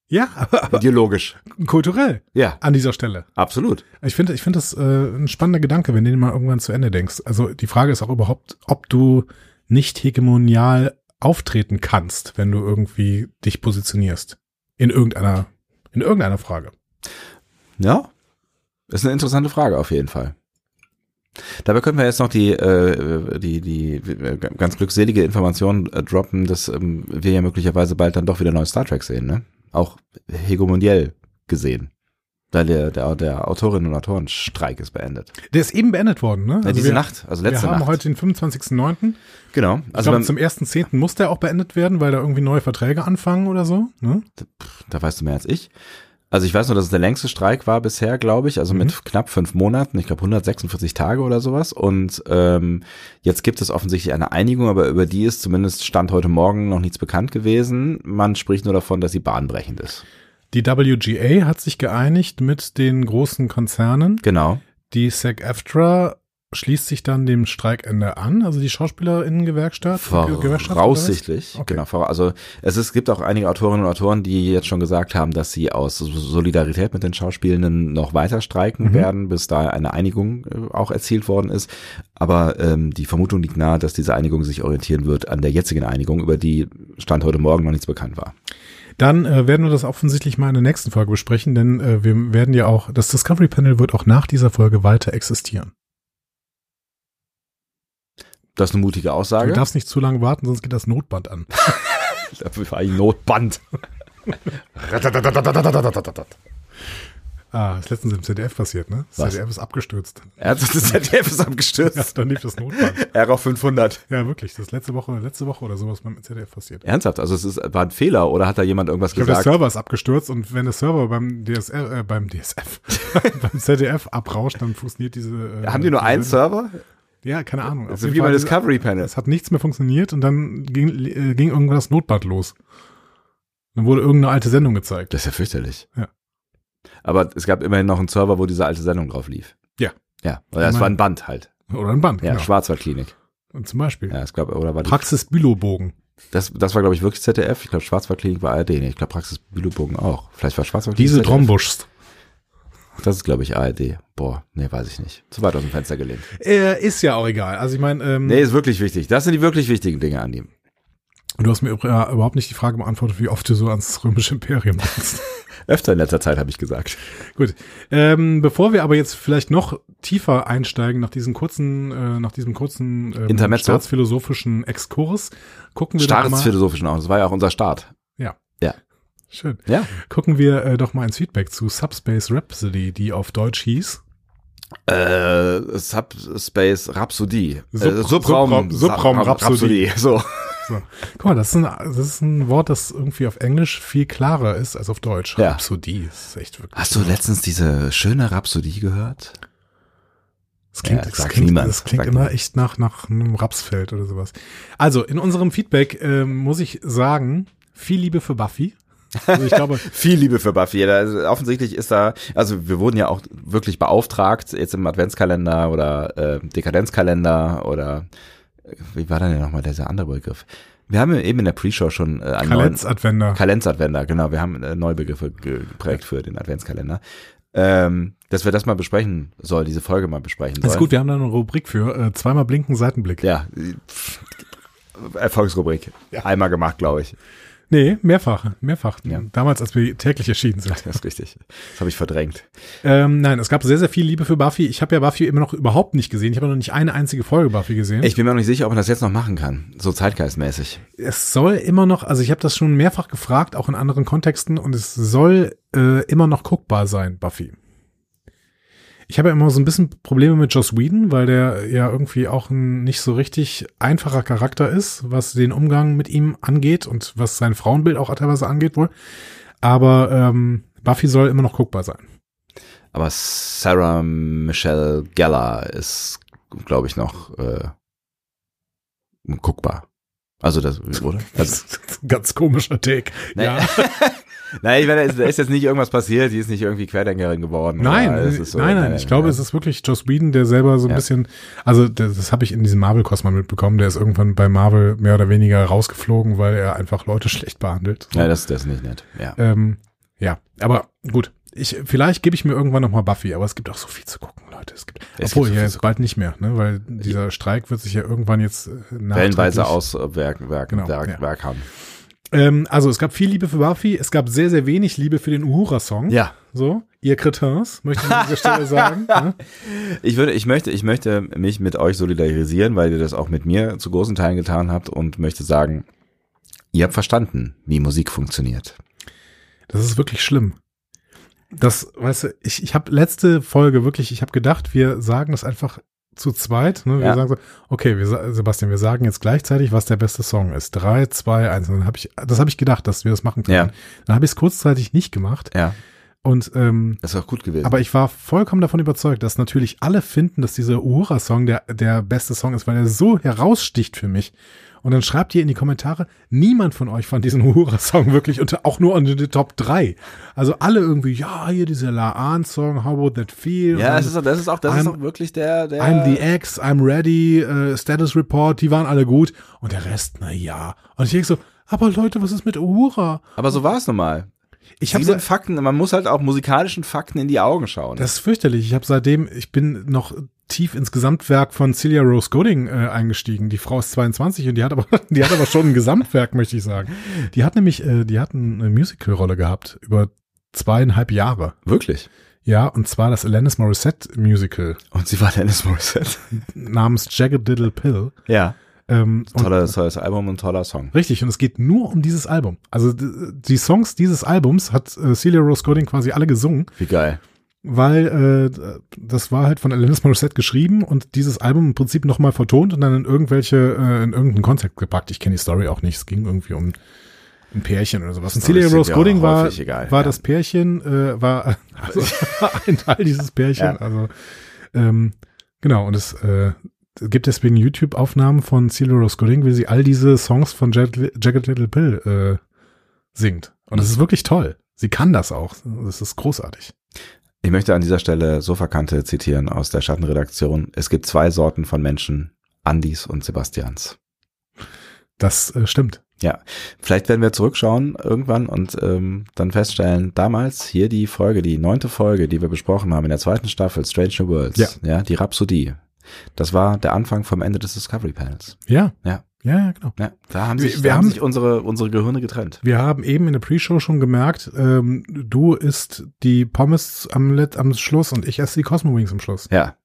Speaker 2: Ja, (laughs) aber, aber
Speaker 1: Ideologisch.
Speaker 2: kulturell
Speaker 1: Ja,
Speaker 2: an dieser Stelle.
Speaker 1: absolut.
Speaker 2: Ich finde, ich finde das äh, ein spannender Gedanke, wenn du den mal irgendwann zu Ende denkst. Also die Frage ist auch überhaupt, ob du nicht hegemonial auftreten kannst, wenn du irgendwie dich positionierst in irgendeiner in irgendeiner Frage.
Speaker 1: Ja, ist eine interessante Frage auf jeden Fall. Dabei können wir jetzt noch die, äh, die, die äh, ganz glückselige Information äh, droppen, dass ähm, wir ja möglicherweise bald dann doch wieder neue Star Trek sehen, ne? Auch hegemoniell gesehen. Da der, der, der Autorinnen und Autorenstreik ist beendet.
Speaker 2: Der ist eben beendet worden, ne?
Speaker 1: Ja, diese
Speaker 2: wir,
Speaker 1: Nacht, also
Speaker 2: wir
Speaker 1: letzte
Speaker 2: haben
Speaker 1: Nacht.
Speaker 2: heute den 25.09.
Speaker 1: genau.
Speaker 2: Ich
Speaker 1: Also
Speaker 2: glaube,
Speaker 1: beim,
Speaker 2: zum 1.10. muss der auch beendet werden, weil da irgendwie neue Verträge anfangen oder so. Ne?
Speaker 1: da weißt du mehr als ich. Also ich weiß nur, dass es der längste Streik war bisher, glaube ich, also mit knapp fünf Monaten, ich glaube 146 Tage oder sowas. Und ähm, jetzt gibt es offensichtlich eine Einigung, aber über die ist zumindest Stand heute Morgen noch nichts bekannt gewesen. Man spricht nur davon, dass sie bahnbrechend ist.
Speaker 2: Die WGA hat sich geeinigt mit den großen Konzernen,
Speaker 1: Genau.
Speaker 2: die SAG-AFTRA schließt sich dann dem Streikende an, also die SchauspielerInnen-Gewerkschaft? Gewerkschaft, oder was?
Speaker 1: Voraussichtlich,
Speaker 2: Okay.
Speaker 1: genau. Vor, also es ist, gibt auch einige Autorinnen und Autoren, die jetzt schon gesagt haben, dass sie aus Solidarität mit den Schauspielenden noch weiter streiken
Speaker 2: Mhm.
Speaker 1: werden, bis da eine Einigung äh, auch erzielt worden ist. Aber ähm, die Vermutung liegt nahe, dass diese Einigung sich orientieren wird an der jetzigen Einigung, über die Stand heute Morgen noch nichts bekannt war.
Speaker 2: Dann äh, werden wir das offensichtlich mal in der nächsten Folge besprechen, denn äh, wir werden ja auch, das Discovery Panel wird auch nach dieser Folge weiter existieren.
Speaker 1: Das ist eine mutige
Speaker 2: Du
Speaker 1: Aussage.
Speaker 2: darfst nicht zu lange warten, sonst geht das
Speaker 1: (laughs)
Speaker 2: Notband an.
Speaker 1: Dafür war ein Notband.
Speaker 2: Ah, ist letztens im ZDF passiert, ne? Das
Speaker 1: Was?
Speaker 2: ZDF ist abgestürzt.
Speaker 1: Er hat das ZDF ist
Speaker 2: (laughs) Ja,
Speaker 1: abgestürzt.
Speaker 2: dann lief das Notband.
Speaker 1: RAW 500.
Speaker 2: Ja, wirklich. Das ist letzte Woche, letzte Woche oder sowas beim ZDF passiert.
Speaker 1: Ernsthaft? Also es ist, war ein Fehler oder hat da jemand irgendwas
Speaker 2: Ich glaube, der
Speaker 1: gesagt?
Speaker 2: Server ist abgestürzt und wenn der Server beim DSR, äh, beim DSF, (laughs) beim ZDF abrauscht, dann funktioniert diese. Äh,
Speaker 1: Haben die nur
Speaker 2: diese-
Speaker 1: einen Server?
Speaker 2: Ja, keine Ahnung. Auf
Speaker 1: So
Speaker 2: jeden
Speaker 1: wie beim
Speaker 2: Fall-
Speaker 1: Discovery Panel.
Speaker 2: Es hat nichts mehr funktioniert und dann ging, äh, ging irgendwann das Notbad los. Dann wurde irgendeine alte Sendung gezeigt.
Speaker 1: Das ist ja fürchterlich.
Speaker 2: Ja.
Speaker 1: Aber es gab immerhin noch einen Server, wo diese alte Sendung drauf lief.
Speaker 2: Ja.
Speaker 1: Ja, oder es
Speaker 2: Mann.
Speaker 1: war ein Band halt.
Speaker 2: Oder ein Band,
Speaker 1: Ja,
Speaker 2: genau.
Speaker 1: Schwarzwaldklinik.
Speaker 2: Und zum Beispiel.
Speaker 1: Ja, es gab, oder war die,
Speaker 2: Praxis Bülowbogen.
Speaker 1: das, das war glaube ich wirklich ZDF. Ich glaube Schwarzwaldklinik war ARD. Nee, ich glaube Praxis Bülowbogen auch. Vielleicht war Schwarzwaldklinik
Speaker 2: Diese
Speaker 1: ZDF.
Speaker 2: Trombuschst.
Speaker 1: Das ist glaube ich ARD. Boah, nee, weiß ich nicht. Zu weit aus dem Fenster gelehnt.
Speaker 2: Äh, ist ja auch egal. Also ich meine, ähm,
Speaker 1: Nee, ist wirklich wichtig. Das sind die wirklich wichtigen Dinge an ihm.
Speaker 2: du hast mir übr- äh, überhaupt nicht die Frage beantwortet, wie oft du so ans römische Imperium denkst.
Speaker 1: Öfter in letzter Zeit habe ich gesagt.
Speaker 2: Gut. Ähm, bevor wir aber jetzt vielleicht noch tiefer einsteigen nach diesem kurzen, äh, nach diesem kurzen ähm,
Speaker 1: Intermezzo.
Speaker 2: staatsphilosophischen Exkurs, gucken wir doch
Speaker 1: Starres
Speaker 2: mal.
Speaker 1: philosophischen auch. Das war ja auch unser Start.
Speaker 2: Ja.
Speaker 1: Ja.
Speaker 2: Schön.
Speaker 1: Ja.
Speaker 2: Gucken wir äh, doch mal ins Feedback zu Subspace Rhapsody, die auf Deutsch hieß.
Speaker 1: Äh, Subspace Rhapsodie.
Speaker 2: Sub-
Speaker 1: äh, Subraum,
Speaker 2: Subraum- Subraum Rhapsodie.
Speaker 1: So.
Speaker 2: So. Guck mal, das ist, ein, das ist ein Wort, das irgendwie auf Englisch viel klarer ist als auf Deutsch.
Speaker 1: Ja.
Speaker 2: Rhapsodie ist echt wirklich.
Speaker 1: Hast du letztens diese schöne Rhapsodie gehört?
Speaker 2: Es klingt,
Speaker 1: Ja, das
Speaker 2: es
Speaker 1: sagt
Speaker 2: klingt,
Speaker 1: niemand.
Speaker 2: es klingt
Speaker 1: Sagt
Speaker 2: immer
Speaker 1: niemand.
Speaker 2: echt nach, nach einem Rapsfeld oder sowas. Also, in unserem Feedback ähm, muss ich sagen, viel Liebe für Buffy. Also
Speaker 1: (laughs)
Speaker 2: ich glaube,
Speaker 1: Viel Liebe für Buffy. Da, ist- offensichtlich ist da, also wir wurden ja auch wirklich beauftragt, jetzt im Adventskalender oder äh, Dekadenzkalender oder äh, wie war denn ja nochmal dieser andere Begriff? Wir haben ja eben in der Pre-Show schon äh, einen neuen
Speaker 2: Kalenzadvender.
Speaker 1: Kalenzadventer, genau, wir haben äh, Neubegriffe ge- geprägt für den Adventskalender. Ähm, dass wir das mal besprechen sollen, diese Folge mal besprechen sollen.
Speaker 2: Das ist gut, wir haben da eine Rubrik für. Äh, zweimal blinken, Seitenblick.
Speaker 1: Ja. äh, pff, Erfolgsrubrik. Einmal gemacht, glaube ich.
Speaker 2: Nee, mehrfach, mehrfach.
Speaker 1: Ja.
Speaker 2: Damals, als wir täglich erschienen sind.
Speaker 1: Das ist richtig. Das habe ich verdrängt.
Speaker 2: Ähm, nein, es gab sehr, sehr viel Liebe für Buffy. Ich habe ja Buffy immer noch überhaupt nicht gesehen. Ich habe noch nicht eine einzige Folge Buffy gesehen.
Speaker 1: Ich bin mir auch nicht sicher, ob man das jetzt noch machen kann. So zeitgeistmäßig.
Speaker 2: es soll immer noch, also ich habe das schon mehrfach gefragt, auch in anderen Kontexten, und es soll äh, immer noch guckbar sein, Buffy. Ich habe ja immer so ein bisschen Probleme mit Joss Whedon, weil der ja irgendwie auch ein nicht so richtig einfacher Charakter ist, was den Umgang mit ihm angeht und was sein Frauenbild auch teilweise angeht wohl. Aber ähm, Buffy soll immer noch guckbar sein.
Speaker 1: Aber Sarah Michelle Gellar ist, glaube ich, noch äh, guckbar. Also das,
Speaker 2: (laughs)
Speaker 1: oder? Also,
Speaker 2: ein ganz komischer Take.
Speaker 1: Nee. (laughs) nein, ich meine, da ist, da ist jetzt nicht irgendwas passiert, die ist nicht irgendwie Querdenkerin geworden.
Speaker 2: Nein,
Speaker 1: oder? Es
Speaker 2: nein,
Speaker 1: ist so-
Speaker 2: nein, ich glaube,
Speaker 1: ja.
Speaker 2: es ist wirklich Joss Whedon, der selber so ein
Speaker 1: Ja.
Speaker 2: bisschen, also das, das habe ich in diesem Marvel-Kosmos mitbekommen, der ist irgendwann bei Marvel mehr oder weniger rausgeflogen, weil er einfach Leute (laughs) schlecht behandelt.
Speaker 1: Ja, das, das ist nicht nett. Ja.
Speaker 2: ähm, ja, aber gut. Ich, vielleicht gebe ich mir irgendwann nochmal Buffy, aber es gibt auch so viel zu gucken, Leute. Es gibt,
Speaker 1: Es
Speaker 2: obwohl,
Speaker 1: gibt so
Speaker 2: ja,
Speaker 1: viel
Speaker 2: jetzt bald nicht mehr, ne? weil dieser Streik wird sich ja irgendwann jetzt äh, nachträglich-
Speaker 1: Wellenweise aus äh, Werk, Werk,
Speaker 2: Genau,
Speaker 1: Werk,
Speaker 2: ja.
Speaker 1: Werk haben.
Speaker 2: Ähm, also es gab viel Liebe für Buffy, es gab sehr, sehr wenig Liebe für den Uhura-Song.
Speaker 1: Ja.
Speaker 2: So, ihr Kretins, möchte ich an
Speaker 1: (laughs)
Speaker 2: dieser Stelle sagen. Ne?
Speaker 1: Ich würde, ich möchte, ich möchte mich mit euch solidarisieren, weil ihr das auch mit mir zu großen Teilen getan habt und möchte sagen, ihr habt verstanden, wie Musik funktioniert.
Speaker 2: Das ist wirklich schlimm. Das, weißt du, ich, ich habe letzte Folge wirklich, ich habe gedacht, wir sagen das einfach zu zweit. Ne? Wir
Speaker 1: Ja.
Speaker 2: sagen so, okay, wir, sa- Sebastian, wir sagen jetzt gleichzeitig, was der beste Song ist. Drei, zwei, eins. Und Dann hab ich, das habe ich gedacht, dass wir das machen können.
Speaker 1: Ja.
Speaker 2: Dann habe ich es kurzzeitig nicht gemacht.
Speaker 1: Ja,
Speaker 2: Und ähm,
Speaker 1: das ist auch gut gewesen.
Speaker 2: aber ich war vollkommen davon überzeugt, dass natürlich alle finden, dass dieser Uhura-Song der, der beste Song ist, weil er so heraussticht für mich. Und dann schreibt ihr in die Kommentare, niemand von euch fand diesen (laughs) Uhura-Song wirklich unter, auch nur unter die Top 3. Also alle irgendwie, ja, hier dieser Laan-Song, How Would That Feel?
Speaker 1: Ja,
Speaker 2: Und
Speaker 1: das ist, das ist auch, das ist
Speaker 2: I'm-
Speaker 1: auch wirklich der, der.
Speaker 2: I'm the Ex, I'm ready, äh, Status Report, die waren alle gut. Und der Rest, na ja. Und ich denke so, aber Leute, was ist mit Uhura?
Speaker 1: aber so war es nun mal.
Speaker 2: Ich
Speaker 1: Sie
Speaker 2: habe
Speaker 1: sind Fakten, man muss halt auch musikalischen Fakten in die Augen schauen.
Speaker 2: Das ist fürchterlich. Ich habe seitdem, ich bin noch tief ins Gesamtwerk von Celia Rose Gooding äh, eingestiegen. Die Frau ist 22 und die hat aber, (laughs) die hat aber schon ein Gesamtwerk, möchte ich sagen. Die hat nämlich, äh, die hat eine Musical-Rolle gehabt über zweieinhalb Jahre.
Speaker 1: Wirklich.
Speaker 2: Ja, und zwar das Alanis Morissette Musical
Speaker 1: Und sie war Dennis Morissette.
Speaker 2: namens Jagged Little Pill.
Speaker 1: Ja.
Speaker 2: Ähm, und,
Speaker 1: Tolles, tolles Album und toller Song.
Speaker 2: richtig, und es geht nur um dieses Album. Also d- die Songs dieses Albums hat äh, Celia Rose Gooding quasi alle gesungen.
Speaker 1: Wie geil.
Speaker 2: weil äh, das war halt von Alanis Morissette geschrieben und dieses Album im Prinzip nochmal vertont und dann in irgendwelche, äh, in irgendein Konzept gepackt. Ich kenne die Story auch nicht. Es ging irgendwie um ein Pärchen oder sowas. Und
Speaker 1: Storys
Speaker 2: Celia
Speaker 1: sind
Speaker 2: Rose
Speaker 1: ja
Speaker 2: Gooding war,
Speaker 1: häufig egal,
Speaker 2: war
Speaker 1: ja.
Speaker 2: das Pärchen,
Speaker 1: (laughs)
Speaker 2: äh, war also, (laughs) ein Teil dieses Pärchen.
Speaker 1: Ja.
Speaker 2: Also ähm, genau, und es äh, gibt deswegen YouTube-Aufnahmen von Celia Rose Gooding, wie sie all diese Songs von Jagged, Jagged Little Pill äh, singt. Und es ist wirklich toll. Sie kann das auch. Das ist großartig.
Speaker 1: Ich möchte an dieser Stelle Sofakante zitieren aus der Schattenredaktion. Es gibt zwei Sorten von Menschen, Andis und Sebastians.
Speaker 2: Das äh, stimmt.
Speaker 1: Vielleicht werden wir zurückschauen irgendwann und ähm, dann feststellen, damals hier die Folge, die neunte Folge, die wir besprochen haben in der zweiten Staffel, Strange New Worlds,
Speaker 2: Ja.
Speaker 1: ja die Rhapsodie. Das war der Anfang vom Ende des Discovery Panels.
Speaker 2: Ja.
Speaker 1: Ja.
Speaker 2: Ja, ja, genau.
Speaker 1: Ja, da haben
Speaker 2: Wir-
Speaker 1: sich,
Speaker 2: wir
Speaker 1: da haben
Speaker 2: haben-
Speaker 1: sich unsere, unsere Gehirne getrennt.
Speaker 2: Wir haben eben in der Pre-Show schon gemerkt, ähm, du isst die Pommes am, Let am Schluss und ich esse die Cosmo Wings am Schluss.
Speaker 1: Ja.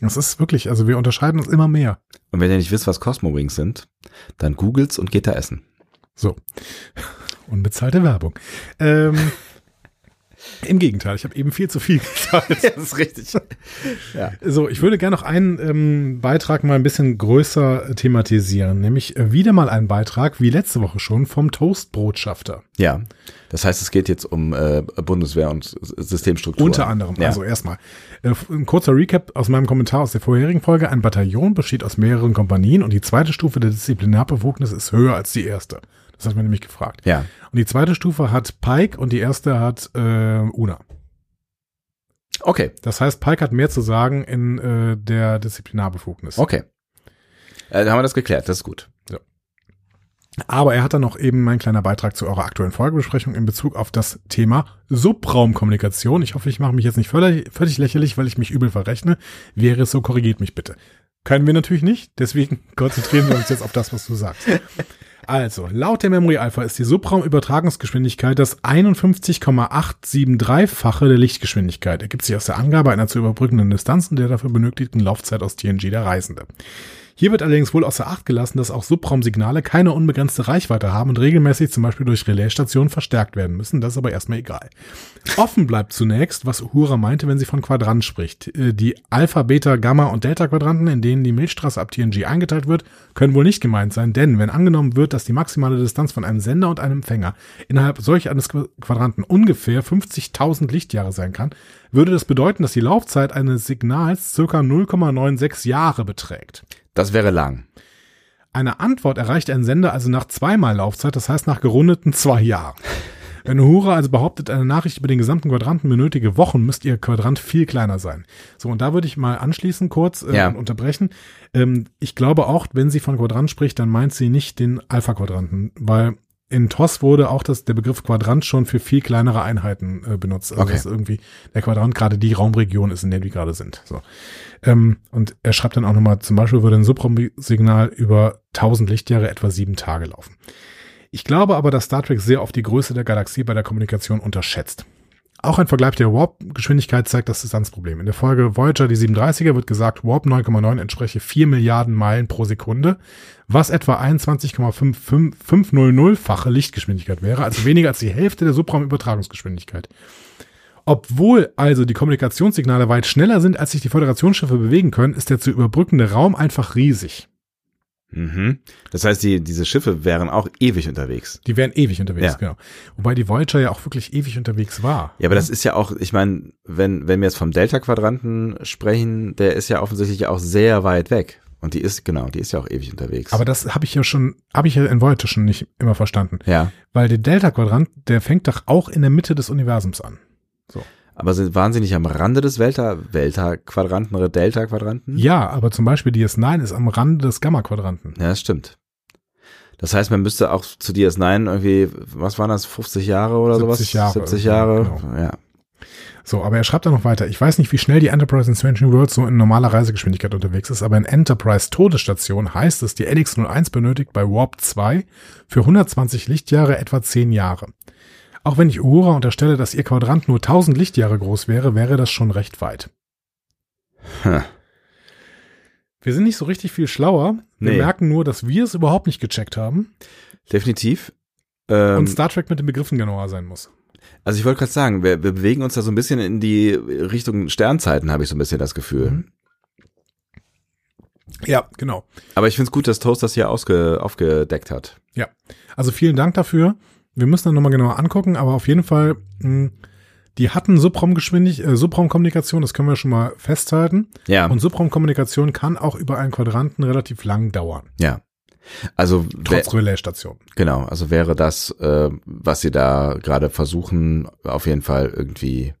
Speaker 2: Das ist wirklich, also wir unterscheiden uns immer mehr.
Speaker 1: Und wenn ihr nicht wisst, was Cosmo Wings sind, dann googelt's und geht da
Speaker 2: (laughs)
Speaker 1: essen.
Speaker 2: Unbezahlte Werbung. Ähm, Im Gegenteil, ich habe eben viel zu viel gezahlt.
Speaker 1: (laughs) Das ist richtig. Ja.
Speaker 2: So, ich würde gerne noch einen ähm, Beitrag mal ein bisschen größer thematisieren, nämlich äh, wieder mal einen Beitrag, wie letzte Woche schon, vom Toastbotschafter.
Speaker 1: Ja, das heißt, es geht jetzt um äh, Bundeswehr und S- Systemstruktur.
Speaker 2: Unter anderem.
Speaker 1: Ja.
Speaker 2: Also erstmal. äh, Ein kurzer Recap aus meinem Kommentar aus der vorherigen Folge. Ein Bataillon besteht aus mehreren Kompanien und die zweite Stufe der Disziplinarbefugnisse ist höher als die erste. Das hat man nämlich gefragt.
Speaker 1: ja,
Speaker 2: Und die zweite Stufe hat Pike und die erste hat äh, Una.
Speaker 1: okay,
Speaker 2: Das heißt, Pike hat mehr zu sagen in äh, der Disziplinarbefugnis.
Speaker 1: okay. Äh, dann haben wir das geklärt, das ist gut.
Speaker 2: Aber er hat dann noch eben mein kleiner Beitrag zu eurer aktuellen Folgebesprechung in Bezug auf das Thema Subraumkommunikation. Ich hoffe, ich mache mich jetzt nicht völlig, völlig lächerlich, weil ich mich übel verrechne. Wäre es so, korrigiert mich bitte. Können wir natürlich nicht, deswegen (laughs) konzentrieren wir uns jetzt auf das, was du sagst. Also, laut der Memory Alpha ist die Subraumübertragungsgeschwindigkeit das 51,873-fache der Lichtgeschwindigkeit. Ergibt sich aus der Angabe einer zu überbrückenden Distanz und der dafür benötigten Laufzeit aus TNG der Reisende. Hier wird allerdings wohl außer Acht gelassen, dass auch Subraumsignale keine unbegrenzte Reichweite haben und regelmäßig zum Beispiel durch Relaisstationen verstärkt werden müssen. Das ist aber erstmal egal. Offen bleibt zunächst, was Uhura meinte, wenn sie von Quadranten spricht. Äh, Die Alpha, Beta, Gamma und Delta Quadranten, in denen die Milchstraße ab TNG eingeteilt wird, können wohl nicht gemeint sein, denn wenn angenommen wird, dass die maximale Distanz von einem Sender und einem Empfänger innerhalb solch eines Qu- Quadranten ungefähr 50.000 Lichtjahre sein kann, würde das bedeuten, dass die Laufzeit eines Signals circa 0,96 Jahre beträgt.
Speaker 1: Das wäre lang.
Speaker 2: Eine Antwort erreicht ein Sender also nach zweimal Laufzeit, das heißt nach gerundeten zwei Jahren. Wenn Uhura also behauptet, eine Nachricht über den gesamten Quadranten benötige Wochen, müsste ihr Quadrant viel kleiner sein. So, und da würde ich mal anschließen kurz äh,
Speaker 1: Ja.
Speaker 2: und unterbrechen. Ähm, ich glaube auch, wenn sie von Quadrant spricht, dann meint sie nicht den Alpha-Quadranten, weil in TOS wurde auch das, der Begriff Quadrant schon für viel kleinere Einheiten äh, benutzt. Also
Speaker 1: Okay.
Speaker 2: dass irgendwie der Quadrant gerade die Raumregion ist, in der wir gerade sind. So. Ähm, und er schreibt dann auch nochmal, zum Beispiel würde ein Subraumsignal über 1000 Lichtjahre etwa sieben Tage laufen. Ich glaube aber, dass Star Trek sehr oft die Größe der Galaxie bei der Kommunikation unterschätzt. Auch ein Vergleich der Warp-Geschwindigkeit zeigt das Distanzproblem. In der Folge Voyager, die 37er, wird gesagt, Warp 9,9 entspreche 4 Milliarden Meilen pro Sekunde, was etwa 21,500-fache Lichtgeschwindigkeit wäre, also weniger als die Hälfte der Subraumübertragungsgeschwindigkeit. Obwohl also die Kommunikationssignale weit schneller sind, als sich die Föderationsschiffe bewegen können, ist der zu überbrückende Raum einfach riesig.
Speaker 1: Mhm. Das heißt, die, diese Schiffe wären auch ewig unterwegs.
Speaker 2: Die wären ewig unterwegs,
Speaker 1: Ja.
Speaker 2: genau. Wobei die Voyager ja auch wirklich ewig unterwegs war.
Speaker 1: Ja, aber das ist ja auch, ich meine, wenn, wenn wir jetzt vom Delta-Quadranten sprechen, der ist ja offensichtlich auch sehr weit weg. Und die ist, genau, die ist ja auch ewig unterwegs.
Speaker 2: Aber das habe ich ja schon, habe ich ja in Voyager schon nicht immer verstanden.
Speaker 1: ja.
Speaker 2: Weil der Delta-Quadrant, der fängt doch auch in der Mitte des Universums an.
Speaker 1: Aber sind, waren sie nicht am Rande des Welta, Welta-Quadranten oder Delta-Quadranten?
Speaker 2: Ja, aber zum Beispiel DS9 ist am Rande des Gamma-Quadranten.
Speaker 1: Ja, das stimmt. Das heißt, man müsste auch zu DS9 irgendwie, was waren das, 50 Jahre oder
Speaker 2: 70
Speaker 1: sowas?
Speaker 2: Jahre.
Speaker 1: 70 Jahre.
Speaker 2: Genau.
Speaker 1: Ja.
Speaker 2: So, aber er schreibt da noch weiter. Ich weiß nicht, wie schnell die Enterprise in Strange World so in normaler Reisegeschwindigkeit unterwegs ist, aber in Enterprise Todesstation heißt es, die LX-01 benötigt bei Warp 2 für 120 Lichtjahre etwa 10 Jahre. Auch wenn ich Uhura unterstelle, dass ihr Quadrant nur 1000 Lichtjahre groß wäre, wäre das schon recht weit. genau.
Speaker 1: Hm.
Speaker 2: Wir sind nicht so richtig viel schlauer. Wir
Speaker 1: Nee.
Speaker 2: merken nur, dass wir es überhaupt nicht gecheckt haben
Speaker 1: (laughs) Definitiv. Ähm,
Speaker 2: und Star Trek mit den Begriffen genauer sein muss.
Speaker 1: Also ich wollte gerade sagen, wir, wir bewegen uns da so ein bisschen in die Richtung Sternzeiten, habe ich so ein bisschen das Gefühl.
Speaker 2: Mhm. Ja, genau.
Speaker 1: Aber ich finde es gut, dass Toast das hier ausge, aufgedeckt hat.
Speaker 2: Ja, also vielen Dank dafür. Wir müssen dann nochmal genauer angucken, aber auf jeden Fall, mh, die hatten Subraumgeschwindig, äh, Subraumkommunikation, das können wir schon mal festhalten.
Speaker 1: Ja,
Speaker 2: Und Subraumkommunikation kann auch über einen Quadranten relativ lang dauern,
Speaker 1: ja. Also wär,
Speaker 2: trotz Relaisstation.
Speaker 1: genau, also wäre das, äh, was sie da gerade versuchen, auf jeden Fall irgendwie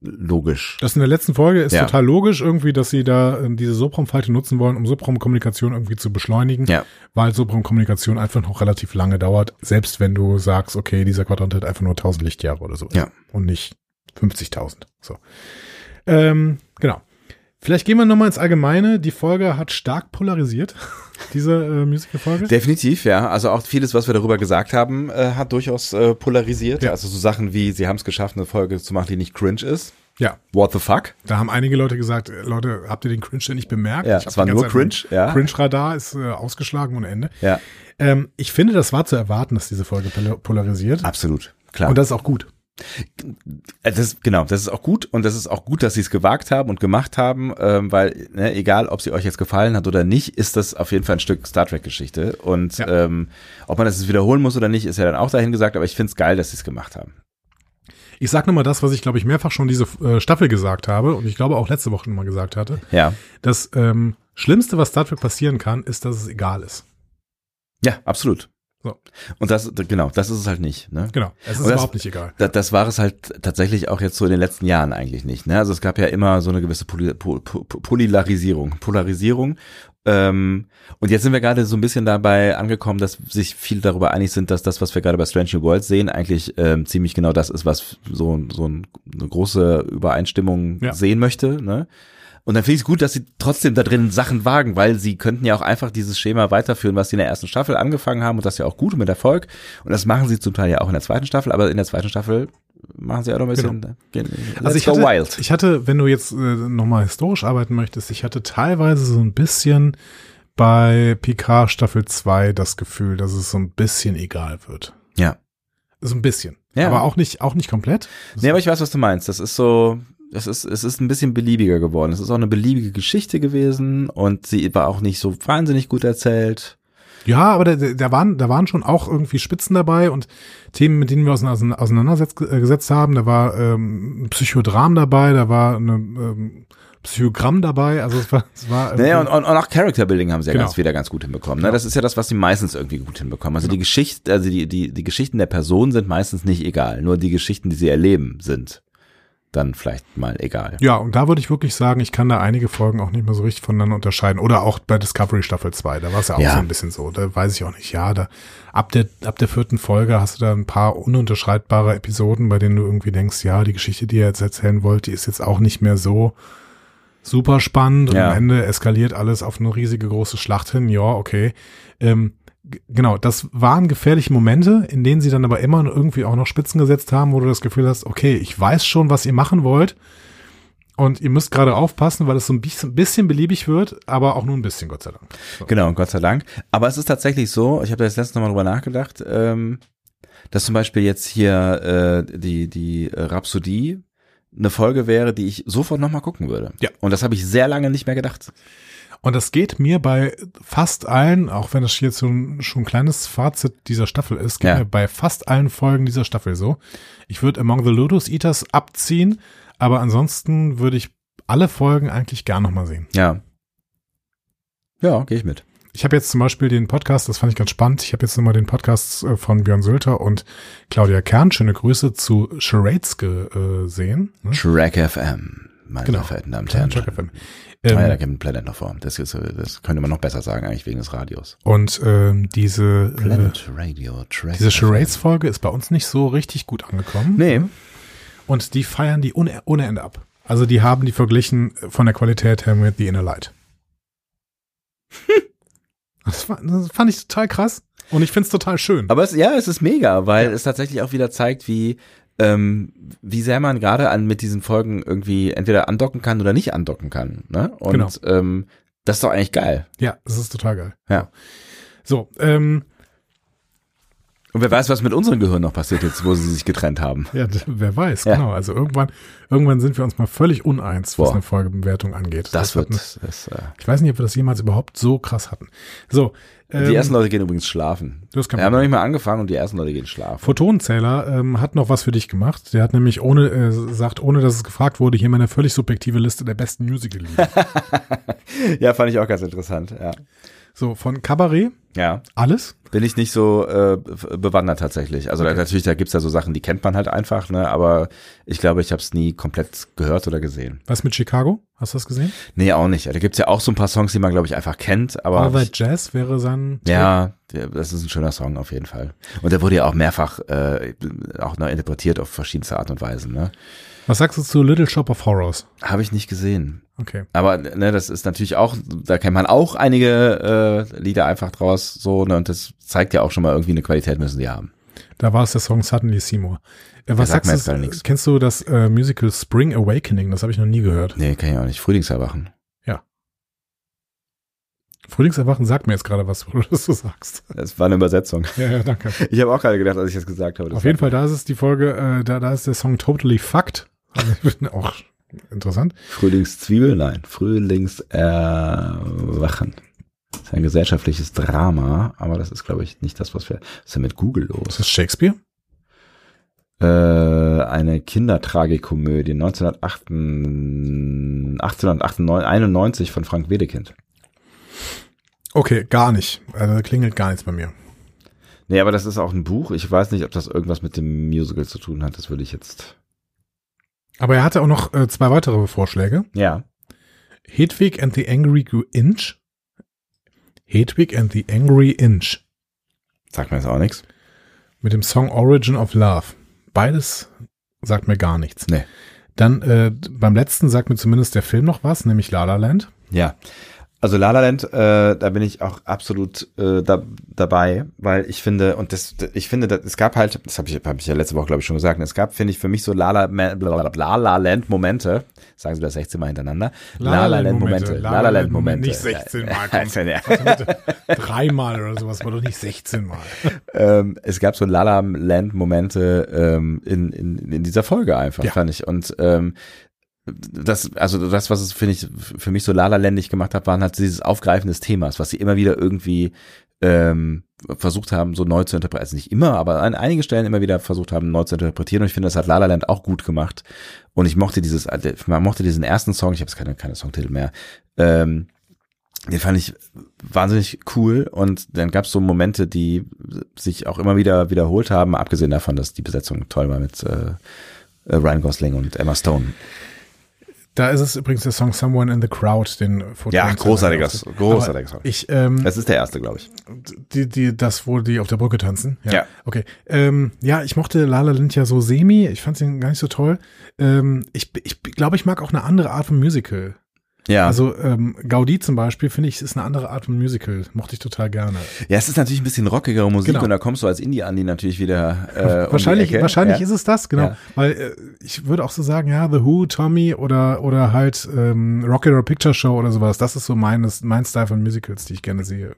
Speaker 1: logisch.
Speaker 2: Das in der letzten Folge ist
Speaker 1: Ja.
Speaker 2: total logisch irgendwie, dass sie da äh, diese Subraumfalte nutzen wollen, um Subraumkommunikation irgendwie zu beschleunigen,
Speaker 1: Ja.
Speaker 2: weil Subraumkommunikation einfach noch relativ lange dauert, selbst wenn du sagst, okay, dieser Quadrant hat einfach nur 1000 Lichtjahre oder so.
Speaker 1: Ja.
Speaker 2: Und nicht 50.000. So. Ähm, genau. Vielleicht gehen wir nochmal ins Allgemeine. Die Folge hat stark polarisiert, (laughs) diese äh, Musical-Folge.
Speaker 1: Definitiv, ja. Also auch vieles, was wir darüber gesagt haben, äh, hat durchaus äh, polarisiert.
Speaker 2: Ja.
Speaker 1: Also so Sachen wie, sie haben es geschafft, eine Folge zu machen, die nicht cringe ist.
Speaker 2: Ja,
Speaker 1: What the fuck?
Speaker 2: da haben einige Leute gesagt, äh, Leute, habt ihr den Cringe denn nicht bemerkt?
Speaker 1: Ja,
Speaker 2: Ich hab
Speaker 1: es war
Speaker 2: die
Speaker 1: nur
Speaker 2: ganze Zeit-
Speaker 1: cringe, ja.
Speaker 2: Cringe-Radar ist äh, ausgeschlagen ohne Ende.
Speaker 1: Ja,
Speaker 2: Ähm, ich finde, das war zu erwarten, dass diese Folge pol- polarisiert.
Speaker 1: absolut. Ah, Klar.
Speaker 2: Und das ist auch gut.
Speaker 1: Also Das, genau, das ist auch gut und das ist auch gut, dass sie es gewagt haben und gemacht haben, ähm, weil ne, egal, ob sie euch jetzt gefallen hat oder nicht, ist das auf jeden Fall ein Stück Star Trek-Geschichte und
Speaker 2: Ja.
Speaker 1: ähm, ob man das jetzt wiederholen muss oder nicht, ist ja dann auch dahin gesagt, aber ich finde es geil, dass sie es gemacht haben.
Speaker 2: Ich sage nochmal das, was ich, glaube ich, mehrfach schon diese äh, Staffel gesagt habe und ich glaube auch letzte Woche schon mal gesagt hatte.
Speaker 1: Ja,
Speaker 2: Das ähm, Schlimmste, was Star Trek passieren kann, ist, dass es egal ist.
Speaker 1: ja, absolut.
Speaker 2: So.
Speaker 1: Und das, genau, das ist es halt nicht. Ne?
Speaker 2: Genau. Es ist
Speaker 1: Und das-
Speaker 2: überhaupt nicht egal.
Speaker 1: Das, das war es halt tatsächlich auch jetzt so in den letzten Jahren eigentlich nicht. Ne? Also es gab ja immer so eine gewisse Poli Po- Po- Polarisierung, Polarisierung. Ähm, und jetzt sind wir gerade so ein bisschen dabei angekommen, dass sich viele darüber einig sind, dass das, was wir gerade bei Strange New Worlds sehen, eigentlich ähm, ziemlich genau das ist, was so, so ein, eine große Übereinstimmung
Speaker 2: Ja.
Speaker 1: sehen möchte. Ne? Und dann finde ich es gut, dass sie trotzdem da drin Sachen wagen, weil sie könnten ja auch einfach dieses Schema weiterführen, was sie in der ersten Staffel angefangen haben und das ist ja auch gut und mit Erfolg. Und das machen sie zum Teil ja auch in der zweiten Staffel, aber in der zweiten Staffel machen sie auch noch ein bisschen gehen,
Speaker 2: Also
Speaker 1: let's
Speaker 2: ich
Speaker 1: go
Speaker 2: hatte,
Speaker 1: wild.
Speaker 2: ich hatte, wenn du jetzt äh, nochmal historisch arbeiten möchtest, ich hatte teilweise so ein bisschen bei Picard Staffel 2 das Gefühl, dass es so ein bisschen egal wird.
Speaker 1: ja.
Speaker 2: So ein bisschen.
Speaker 1: Ja.
Speaker 2: Aber auch nicht, auch nicht komplett.
Speaker 1: Nee, aber ich weiß, was du meinst. Das ist so, das ist, es ist ein bisschen beliebiger geworden. Es ist auch eine beliebige Geschichte gewesen und sie war auch nicht so wahnsinnig gut erzählt.
Speaker 2: Ja, aber da, da, da waren, da waren schon auch irgendwie Spitzen dabei und Themen, mit denen wir uns ause- auseinandergesetzt haben. Da war ähm, ein Psychodram dabei, da war eine, ähm, Psychogramm dabei. Also es war, es war
Speaker 1: (laughs)
Speaker 2: irgendwie-
Speaker 1: Naja, und, und, und auch Character Building haben sie ja
Speaker 2: Genau. Genau.
Speaker 1: ganz wieder ganz gut hinbekommen. Ne? Das ist ja das, was sie meistens irgendwie gut hinbekommen. Also die Geschichte, also die, die, die Geschichten der Personen sind meistens nicht egal. Nur die Geschichten, die sie erleben, sind dann vielleicht mal egal.
Speaker 2: ja, und da würde ich wirklich sagen, ich kann da einige Folgen auch nicht mehr so richtig voneinander unterscheiden. Oder auch bei Discovery Staffel 2, da war es ja auch
Speaker 1: Ja.
Speaker 2: so ein bisschen so. Da weiß ich auch nicht. Ja, da ab der, ab der vierten Folge hast du da ein paar ununterscheidbare Episoden, bei denen du irgendwie denkst, ja, die Geschichte, die ihr jetzt erzählen wollt, die ist jetzt auch nicht mehr so super spannend und
Speaker 1: Ja.
Speaker 2: am Ende eskaliert alles auf eine riesige große Schlacht hin. Ja, okay. Ähm, g- genau, das waren gefährliche Momente, in denen sie dann aber immer irgendwie auch noch Spitzen gesetzt haben, wo du das Gefühl hast, okay, ich weiß schon, was ihr machen wollt. Und ihr müsst gerade aufpassen, weil es so ein bisschen, bisschen beliebig wird, aber auch nur ein bisschen, Gott sei Dank.
Speaker 1: Genau, Gott sei Dank. Aber es ist tatsächlich so, ich habe da jetzt letztes Mal drüber nachgedacht, ähm, dass zum Beispiel jetzt hier äh, die, die äh, Rhapsodie eine Folge wäre, die ich sofort nochmal gucken würde.
Speaker 2: Ja.
Speaker 1: Und das habe ich sehr lange nicht mehr gedacht.
Speaker 2: Und das geht mir bei fast allen, auch wenn das jetzt so ein, schon ein kleines Fazit dieser Staffel ist, geht
Speaker 1: Ja.
Speaker 2: mir bei fast allen Folgen dieser Staffel so. Ich würde Among the Lotus Eaters abziehen, aber ansonsten würde ich alle Folgen eigentlich gern nochmal sehen.
Speaker 1: Ja. Ja, gehe ich mit.
Speaker 2: Ich habe jetzt zum Beispiel den Podcast, das fand ich ganz spannend, ich habe jetzt nochmal den Podcast äh, von Björn Sülter und Claudia Kern, schöne Grüße zu Charades gesehen. Ne?
Speaker 1: Shrek FM, meine
Speaker 2: Genau.
Speaker 1: sehr verehrten Damen und
Speaker 2: Kern,
Speaker 1: Herren.
Speaker 2: Chuck FM.
Speaker 1: Ah ja, da
Speaker 2: Ähm,
Speaker 1: kommt Planet noch vor. Das, ist, äh, das könnte man noch besser sagen, eigentlich wegen des Radios.
Speaker 2: und ähm, diese, äh,
Speaker 1: Planet Radio Track.
Speaker 2: diese Charades-Folge ist bei uns nicht so richtig gut angekommen.
Speaker 1: Nee.
Speaker 2: Und die feiern die ohne, ohne Ende ab. Also die haben die verglichen äh, von der Qualität her mit The
Speaker 1: (laughs)
Speaker 2: Inner Light. das, war, das fand ich total krass. Und ich find's total schön.
Speaker 1: Aber es, ja, es ist mega, weil es tatsächlich auch wieder zeigt, wie, ähm, wie sehr man gerade an mit diesen Folgen irgendwie entweder andocken kann oder nicht andocken kann. Ne? Und
Speaker 2: Genau.
Speaker 1: ähm, das ist doch eigentlich geil.
Speaker 2: ja, es ist total geil.
Speaker 1: Ja.
Speaker 2: So, ähm,
Speaker 1: Und wer weiß, was mit unserem Gehirn noch passiert jetzt, wo sie sich getrennt haben.
Speaker 2: ja, d- wer weiß,
Speaker 1: Ja.
Speaker 2: genau. Also irgendwann, irgendwann sind wir uns mal völlig uneins, was
Speaker 1: Boah.
Speaker 2: eine Folgebewertung angeht.
Speaker 1: Das wird.
Speaker 2: hatten-
Speaker 1: Das, äh,
Speaker 2: Ich weiß nicht, ob wir das jemals überhaupt so krass hatten. So, ähm,
Speaker 1: die ersten Leute gehen übrigens schlafen.
Speaker 2: Das kann
Speaker 1: wir
Speaker 2: man
Speaker 1: haben noch nicht mal angefangen und die ersten Leute gehen schlafen.
Speaker 2: Photonenzähler ähm, hat noch was für dich gemacht. Der hat nämlich ohne, äh, sagt, ohne dass es gefragt wurde, hier meine völlig subjektive Liste der besten
Speaker 1: (laughs)
Speaker 2: Musical-Lieder.
Speaker 1: (laughs) Ja, fand ich auch ganz interessant. Ja.
Speaker 2: so, von Cabaret,
Speaker 1: ja.
Speaker 2: alles.
Speaker 1: bin ich nicht so äh, f- bewandert tatsächlich. Also da, natürlich, da gibt's da so Sachen, die kennt man halt einfach, ne? aber ich glaube, ich habe es nie komplett gehört oder gesehen.
Speaker 2: Was mit Chicago? Hast du das gesehen?
Speaker 1: Nee, auch nicht. Da gibt's ja auch so ein paar Songs, die man, glaube ich, einfach kennt, aber
Speaker 2: Aber Jazz wäre sein.
Speaker 1: ja, der- das ist ein schöner Song auf jeden Fall. Und der wurde ja auch mehrfach äh, auch noch interpretiert auf verschiedenste Art und Weisen. Ne?
Speaker 2: Was sagst du zu Little Shop of Horrors?
Speaker 1: Habe ich nicht gesehen.
Speaker 2: Okay.
Speaker 1: Aber ne, das ist natürlich auch, da kennt man auch einige äh, Lieder einfach draus so, ne? Und das zeigt ja auch schon mal irgendwie eine Qualität müssen die haben.
Speaker 2: Da war es der Song Suddenly Seymour. Äh, was
Speaker 1: sagt mir jetzt
Speaker 2: sagst
Speaker 1: gerade
Speaker 2: du?
Speaker 1: nichts.
Speaker 2: Kennst du das äh, Musical Spring Awakening? Das habe ich noch nie gehört.
Speaker 1: Nee, kann ich auch nicht. Frühlingserwachen.
Speaker 2: Frühlingserwachen sagt mir jetzt gerade was, (laughs) was du
Speaker 1: (laughs)
Speaker 2: sagst.
Speaker 1: Das war eine Übersetzung.
Speaker 2: Ja, ja, danke.
Speaker 1: Ich habe auch gerade gedacht, als ich das gesagt habe. das
Speaker 2: Auf jeden Fall,
Speaker 1: war
Speaker 2: da ist es die Folge, äh, da, da ist der Song Totally Fucked. (laughs) Also, auch interessant.
Speaker 1: Frühlingszwiebel, nein, Frühlingserwachen. Das ist ein gesellschaftliches Drama, aber das ist, glaube ich, nicht das, was wir. Was ist denn mit Google
Speaker 2: Ist
Speaker 1: los?
Speaker 2: das Shakespeare?
Speaker 1: Äh, eine Kindertragikomödie 1908 1891 von Frank Wedekind.
Speaker 2: Okay, gar nicht. Also da klingelt gar nichts bei mir.
Speaker 1: Nee, aber das ist auch ein Buch. Ich weiß nicht, ob das irgendwas mit dem Musical zu tun hat. Das würde ich jetzt.
Speaker 2: Aber er hatte auch noch äh, zwei weitere Vorschläge.
Speaker 1: Ja.
Speaker 2: Hedwig and the Angry Gr- Inch. Hedwig and the Angry Inch.
Speaker 1: Sagt mir jetzt auch nichts.
Speaker 2: Mit dem Song Origin of Love. Beides sagt mir gar nichts.
Speaker 1: Nee.
Speaker 2: Dann äh, d- beim letzten sagt mir zumindest der Film noch was, nämlich La La Land.
Speaker 1: Ja. Also La La Land, äh, da bin ich auch absolut äh, da, dabei, weil ich finde, und das, ich finde, das, es gab halt, das habe ich, hab ich ja letzte Woche, glaube ich, schon gesagt, und es gab, finde ich, für mich so La La, Ma- La La Land Momente, sagen Sie das 16 Mal hintereinander, La La Land Momente.
Speaker 2: Nicht
Speaker 1: (laughs)
Speaker 2: 16 Mal.
Speaker 1: Ja,
Speaker 2: komm.
Speaker 1: also, ja.
Speaker 2: Dreimal oder sowas, aber doch nicht 16 Mal.
Speaker 1: ähm, es gab so La La Land Momente ähm, in, in, in dieser Folge einfach,
Speaker 2: Ja.
Speaker 1: fand ich, und ähm, das, also das, was es, finde ich, für mich so lalalendig gemacht hat, waren halt dieses Aufgreifen des Themas, was sie immer wieder irgendwie ähm, versucht haben, so neu zu interpretieren. Also nicht immer, aber an einigen Stellen immer wieder versucht haben, neu zu interpretieren. Und ich finde, das hat Lalaland auch gut gemacht. Und ich mochte dieses, man mochte diesen ersten Song, ich habe jetzt keine, keine Songtitel mehr, ähm, den fand ich wahnsinnig cool und dann gab es so Momente, die sich auch immer wieder wiederholt haben, abgesehen davon, dass die Besetzung toll war mit äh, äh, Ryan Gosling und Emma Stone.
Speaker 2: Da ist es übrigens der Song Someone in the Crowd, den Foto
Speaker 1: Ja, großartiger, großartiger Song.
Speaker 2: Ich, ähm,
Speaker 1: Das ist der erste, glaube ich.
Speaker 2: die, die, das, wo die auf der Brücke tanzen.
Speaker 1: Ja.
Speaker 2: Okay. Ähm, ja, ich mochte Lala Lind ja so semi. Ich fand ihn gar nicht so toll. Ähm, ich ich glaube, ich mag auch eine andere Art von Musical.
Speaker 1: Ja. Also,
Speaker 2: Also ähm, Gaudi zum Beispiel, finde ich, ist eine andere Art von Musical. Mochte ich total gerne.
Speaker 1: ja, es ist natürlich ein bisschen rockigere Musik
Speaker 2: Genau.
Speaker 1: und da kommst du als Indie-Andi natürlich wieder. Äh,
Speaker 2: wahrscheinlich
Speaker 1: um die Ecke.
Speaker 2: wahrscheinlich
Speaker 1: ja.
Speaker 2: ist es das, genau.
Speaker 1: Ja.
Speaker 2: Weil äh, ich würde auch so sagen, ja, The Who, Tommy oder, oder halt ähm, Rocket or Picture Show oder sowas. Das ist so mein, mein Style von Musicals, die ich gerne sehe.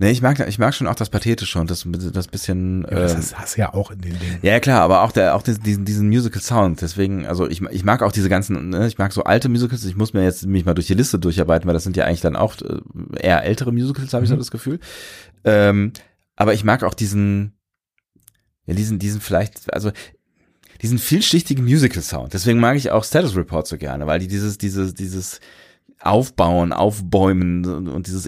Speaker 1: Nee, ich mag, ich mag schon auch das Pathetische und das, das bisschen.
Speaker 2: Ja, das
Speaker 1: ähm,
Speaker 2: hast- hast du ja auch in den Dingen.
Speaker 1: Ja, ja, klar, aber auch der, auch diesen- diesen, diesen Musical Sound. Deswegen, also ich, ich mag auch diese ganzen, ne, ich mag so alte Musicals. Ich muss mir jetzt mich mal durch die Liste durcharbeiten, weil das sind ja eigentlich dann auch äh, eher ältere Musicals, habe ich so das Gefühl. Ähm, aber ich mag auch diesen, ja, diesen, diesen vielleicht, also diesen vielschichtigen Musical Sound. Deswegen mag ich auch Status Report so gerne, weil die dieses, dieses, dieses Aufbauen, Aufbäumen und dieses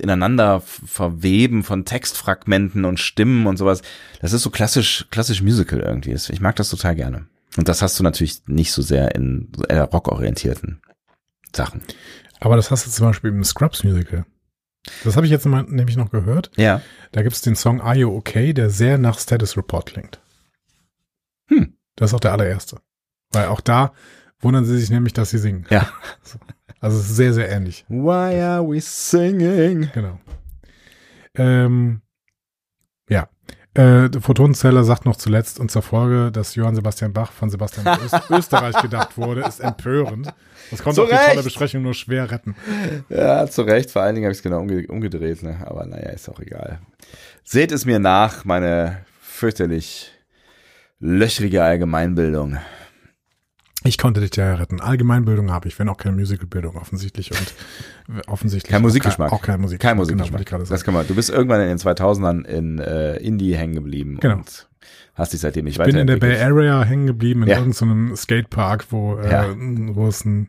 Speaker 1: Ineinanderverweben von Textfragmenten und Stimmen und sowas. Das ist so klassisch, klassisch Musical irgendwie. Ich mag das total gerne. Und das hast du natürlich nicht so sehr in eher rockorientierten Sachen.
Speaker 2: Aber das hast du zum Beispiel im Scrubs Musical. Das habe ich jetzt mal, nämlich noch gehört.
Speaker 1: Ja.
Speaker 2: Da gibt es den Song Are You Okay, der sehr nach Status Report klingt.
Speaker 1: Hm.
Speaker 2: Das ist auch der allererste. Weil auch da wundern sie sich nämlich, dass sie singen. (laughs)
Speaker 1: Ja.
Speaker 2: Also es ist sehr, sehr ähnlich.
Speaker 1: Why are we singing?
Speaker 2: Genau. Ähm, ja. Äh, der Photonenzeller sagt noch zuletzt und zur Folge, dass Johann Sebastian Bach von Sebastian Bach Öst (laughs) Österreich gedacht wurde, ist empörend. Das konnte
Speaker 1: Zu
Speaker 2: auch die tolle
Speaker 1: Recht.
Speaker 2: Besprechung nur schwer retten.
Speaker 1: Ja, zu Recht. Vor allen Dingen habe ich es genau umge umgedreht. Ne? Aber naja, ist auch egal. Seht es mir nach, meine fürchterlich löchrige Allgemeinbildung.
Speaker 2: Ich konnte dich ja retten. Allgemeinbildung habe ich, wenn auch keine Musicalbildung offensichtlich und äh, offensichtlich
Speaker 1: Kein
Speaker 2: auch
Speaker 1: Musikgeschmack.
Speaker 2: Auch kein Musikgeschmack.
Speaker 1: Kein
Speaker 2: Genau, wollte
Speaker 1: Musikgeschmack.
Speaker 2: ich gerade
Speaker 1: das
Speaker 2: sagen.
Speaker 1: kann man. Du bist irgendwann in den 2000ern in äh, Indie hängen geblieben
Speaker 2: Genau.
Speaker 1: und hast dich seitdem nicht
Speaker 2: Ich bin in der Bay
Speaker 1: weiterentwickelt.
Speaker 2: Area hängen geblieben in
Speaker 1: Ja.
Speaker 2: irgendeinem Skatepark, wo, äh,
Speaker 1: Ja.
Speaker 2: wo es ein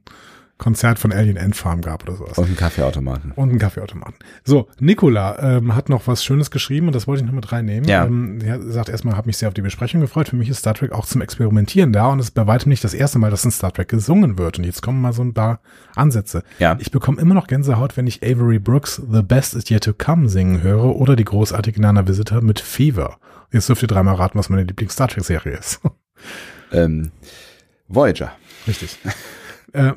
Speaker 2: Konzert von Alien Ant Farm gab oder sowas.
Speaker 1: Und einen Kaffeeautomaten.
Speaker 2: Und einen Kaffeeautomaten. So, Nicola ähm, hat noch was Schönes geschrieben und das wollte ich noch mit reinnehmen.
Speaker 1: Ja.
Speaker 2: Ähm, er sagt erstmal, habe mich sehr auf die Besprechung gefreut. Für mich ist Star Trek auch zum Experimentieren da und es ist bei weitem nicht das erste Mal, dass in Star Trek gesungen wird. Und jetzt kommen mal so ein paar Ansätze.
Speaker 1: Ja.
Speaker 2: Ich bekomme immer noch Gänsehaut, wenn ich Avery Brooks The Best Is Yet to Come singen höre oder die großartige Nana Visitor mit Fever. Jetzt dürft ihr dreimal raten, was meine Lieblings-Star Trek-Serie ist. (laughs)
Speaker 1: Ähm, Voyager.
Speaker 2: Richtig. äh,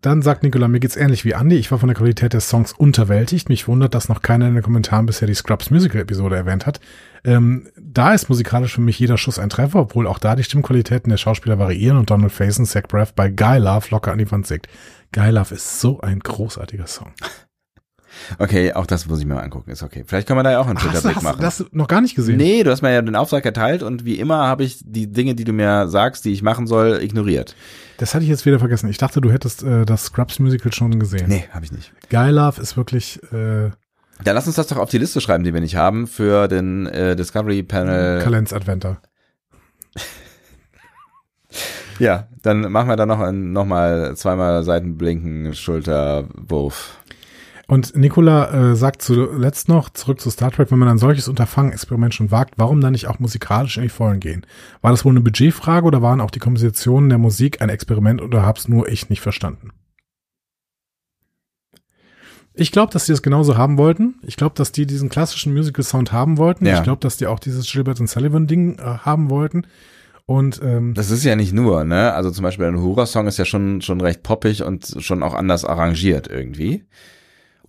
Speaker 2: dann sagt Nicola, mir geht's ähnlich wie Andy. Ich war von der Qualität des Songs unterwältigt. Mich wundert, dass noch keiner in den Kommentaren bisher die Scrubs Musical Episode erwähnt hat. Ähm, da ist musikalisch für mich jeder Schuss ein Treffer, obwohl auch da die Stimmqualitäten der Schauspieler variieren und Donald Faison Zach Braff bei Guy Love locker an die Wand sägt. Guy Love ist so ein großartiger Song.
Speaker 1: Okay, auch das muss ich mir mal angucken. Ist okay. Vielleicht können wir da ja auch einen
Speaker 2: hast, du-
Speaker 1: Twitter-Blick
Speaker 2: hast du
Speaker 1: machen.
Speaker 2: das noch gar nicht gesehen?
Speaker 1: Nee, du hast mir ja den Auftrag erteilt und wie immer habe ich die Dinge, die du mir sagst, die ich machen soll, ignoriert.
Speaker 2: Das hatte ich jetzt wieder vergessen. Ich dachte, du hättest äh, das Scrubs Musical schon gesehen.
Speaker 1: Nee, habe ich nicht.
Speaker 2: Guy Love ist wirklich äh,
Speaker 1: Dann lass uns das doch auf die Liste schreiben, die wir nicht haben, für den äh, Discovery Panel.
Speaker 2: Kalenz Adventer.
Speaker 1: ja, dann machen wir da noch, ein- noch mal zweimal Seitenblinken, Schulterwurf.
Speaker 2: Und Nicola äh, sagt zuletzt noch, zurück zu Star Trek, wenn man ein solches Unterfangen, Experiment schon wagt, warum dann nicht auch musikalisch in die Vollen gehen? War das wohl eine Budgetfrage oder waren auch die Kompositionen der Musik ein Experiment oder hab's nur ich nicht verstanden? Ich glaube, dass die das genauso haben wollten. Ich glaube, dass die diesen klassischen Musical-Sound haben wollten.
Speaker 1: Ja.
Speaker 2: Ich glaube, dass die auch dieses Gilbert und Sullivan-Ding äh, haben wollten. Und ähm,
Speaker 1: Das ist ja nicht nur, ne? Also zum Beispiel ein Hurra-Song ist ja schon, schon recht poppig und schon auch anders arrangiert irgendwie.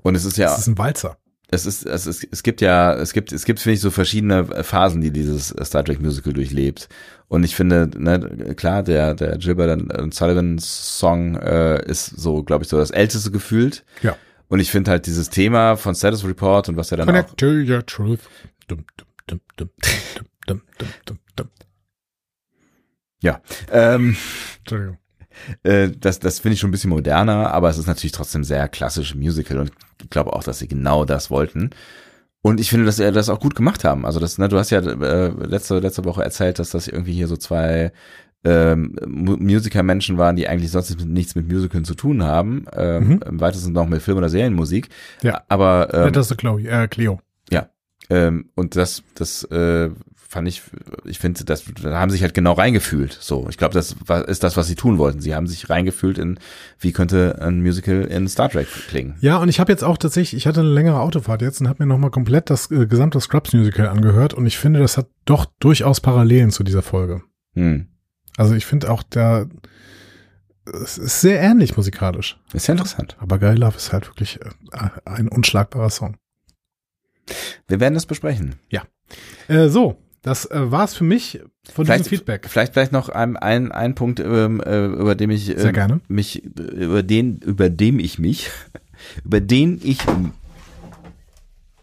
Speaker 1: Und es ist ja,
Speaker 2: das ist ein Walzer.
Speaker 1: es ist, es ist, es gibt ja, es gibt, es gibt, finde ich, so verschiedene Phasen, die dieses Star Trek Musical durchlebt. Und ich finde, ne, klar, der, der Gilbert und Sullivan Song äh, ist so, glaube ich, so das älteste gefühlt.
Speaker 2: Ja.
Speaker 1: Und ich finde halt dieses Thema von Status Report und was er dann auch,
Speaker 2: Connect to your truth. Genau. Dum, dum, dum, dum, dum, dum, dum, dum, dum.
Speaker 1: ja, ähm,
Speaker 2: Entschuldigung.
Speaker 1: äh, das, das finde ich schon ein bisschen moderner, aber es ist natürlich trotzdem sehr klassisch Musical und ich glaube auch, dass sie genau das wollten. Und ich finde, dass sie das auch gut gemacht haben. Also das, ne, du hast ja äh, letzte, letzte Woche erzählt, dass das irgendwie hier so zwei ähm, Mu- Musiker-Menschen waren, die eigentlich sonst nichts mit Musicals zu tun haben. Ähm,
Speaker 2: Mhm.
Speaker 1: Im weitesten noch mit Film- oder Serienmusik.
Speaker 2: Ja.
Speaker 1: Aber ähm,
Speaker 2: das ist Chloe, äh, Cleo.
Speaker 1: ähm, und das, das äh, fand ich, ich finde, das, da haben sich halt genau reingefühlt. So, ich glaube, das war, ist das, was sie tun wollten. Sie haben sich reingefühlt in, wie könnte ein Musical in Star Trek klingen.
Speaker 2: Ja, und ich habe jetzt auch tatsächlich, ich hatte eine längere Autofahrt jetzt und habe mir nochmal komplett das äh, gesamte Scrubs Musical angehört und ich finde, das hat doch durchaus Parallelen zu dieser Folge.
Speaker 1: Hm.
Speaker 2: Also ich finde auch da, es ist sehr ähnlich musikalisch.
Speaker 1: Ist ja interessant.
Speaker 2: Aber Guy Love ist halt wirklich äh, ein unschlagbarer Song.
Speaker 1: Wir werden das besprechen.
Speaker 2: Äh, so, das äh, war's für mich von
Speaker 1: Vielleicht-
Speaker 2: diesem Feedback.
Speaker 1: Vielleicht vielleicht noch ein, ein, ein Punkt, ähm, äh, über den ich
Speaker 2: Sehr
Speaker 1: äh,
Speaker 2: gerne.
Speaker 1: mich über den über dem ich mich (laughs) über den ich m-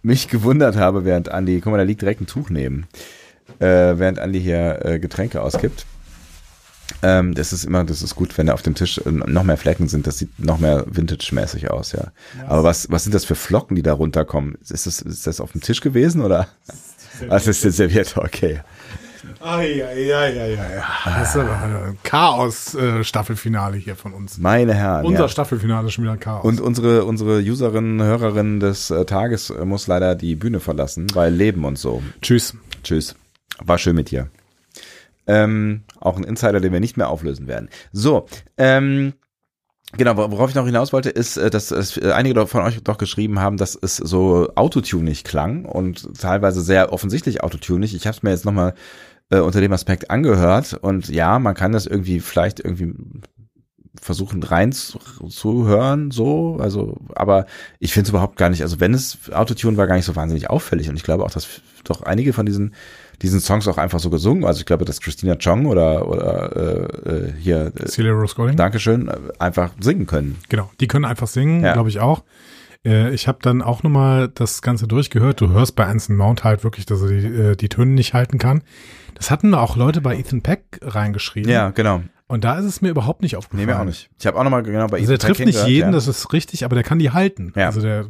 Speaker 1: mich gewundert habe, während Andi, guck mal, da liegt direkt ein Tuch neben, äh, während Andi hier äh, Getränke auskippt. Ähm, das ist immer, das ist gut, wenn da auf dem Tisch ähm, noch mehr Flecken sind. Das sieht noch mehr Vintage-mäßig aus, ja. Aber was, was sind das für Flocken, die da Also, runterkommen? Ist das, ist das auf dem Tisch gewesen oder? Was ist der Serviette? Okay.
Speaker 2: Eieieiei. Das ist aber ein Chaos-Staffelfinale hier von uns.
Speaker 1: Meine Herren.
Speaker 2: Unser
Speaker 1: ja.
Speaker 2: Staffelfinale ist schon wieder ein Chaos.
Speaker 1: Und unsere, unsere Userin, Hörerin des äh, Tages äh, muss leider die Bühne verlassen, weil Leben und so.
Speaker 2: Tschüss.
Speaker 1: Tschüss. War schön mit dir. Ähm, auch ein Insider, den wir nicht mehr auflösen werden. So, ähm, genau, wor- worauf ich noch hinaus wollte, ist, äh, dass es äh, einige doch- von euch doch geschrieben haben, dass es so autotunig klang und teilweise sehr offensichtlich autotunig. Ich habe es mir jetzt nochmal äh, unter dem Aspekt angehört und ja, man kann das irgendwie vielleicht irgendwie versuchen rein zu, zu hören, so, also, aber ich finde es überhaupt gar nicht, also wenn es Autotune war, gar nicht so wahnsinnig auffällig und ich glaube auch, dass f- doch einige von diesen, diesen Songs auch einfach so gesungen, also ich glaube, dass Christina Chong oder, oder äh, äh, hier, äh,
Speaker 2: Celia Rose Golding.
Speaker 1: Dankeschön, äh, einfach singen können.
Speaker 2: Genau, die können einfach singen,
Speaker 1: Ja.
Speaker 2: glaube ich auch. Äh, Ich habe dann auch nochmal das Ganze durchgehört. Du hörst bei Anson Mount halt wirklich, dass er die, äh, die Töne nicht halten kann. Das hatten auch Leute bei Ethan Peck reingeschrieben.
Speaker 1: Ja, genau.
Speaker 2: Und da ist es mir überhaupt nicht
Speaker 1: Nee,
Speaker 2: aufgefallen.
Speaker 1: mir auch nicht. Ich habe auch nochmal genau bei
Speaker 2: Also der
Speaker 1: Ethan
Speaker 2: trifft
Speaker 1: Peck
Speaker 2: nicht
Speaker 1: hingehört,
Speaker 2: jeden,
Speaker 1: ja.
Speaker 2: das ist richtig, aber der kann die halten.
Speaker 1: Ja.
Speaker 2: Also der,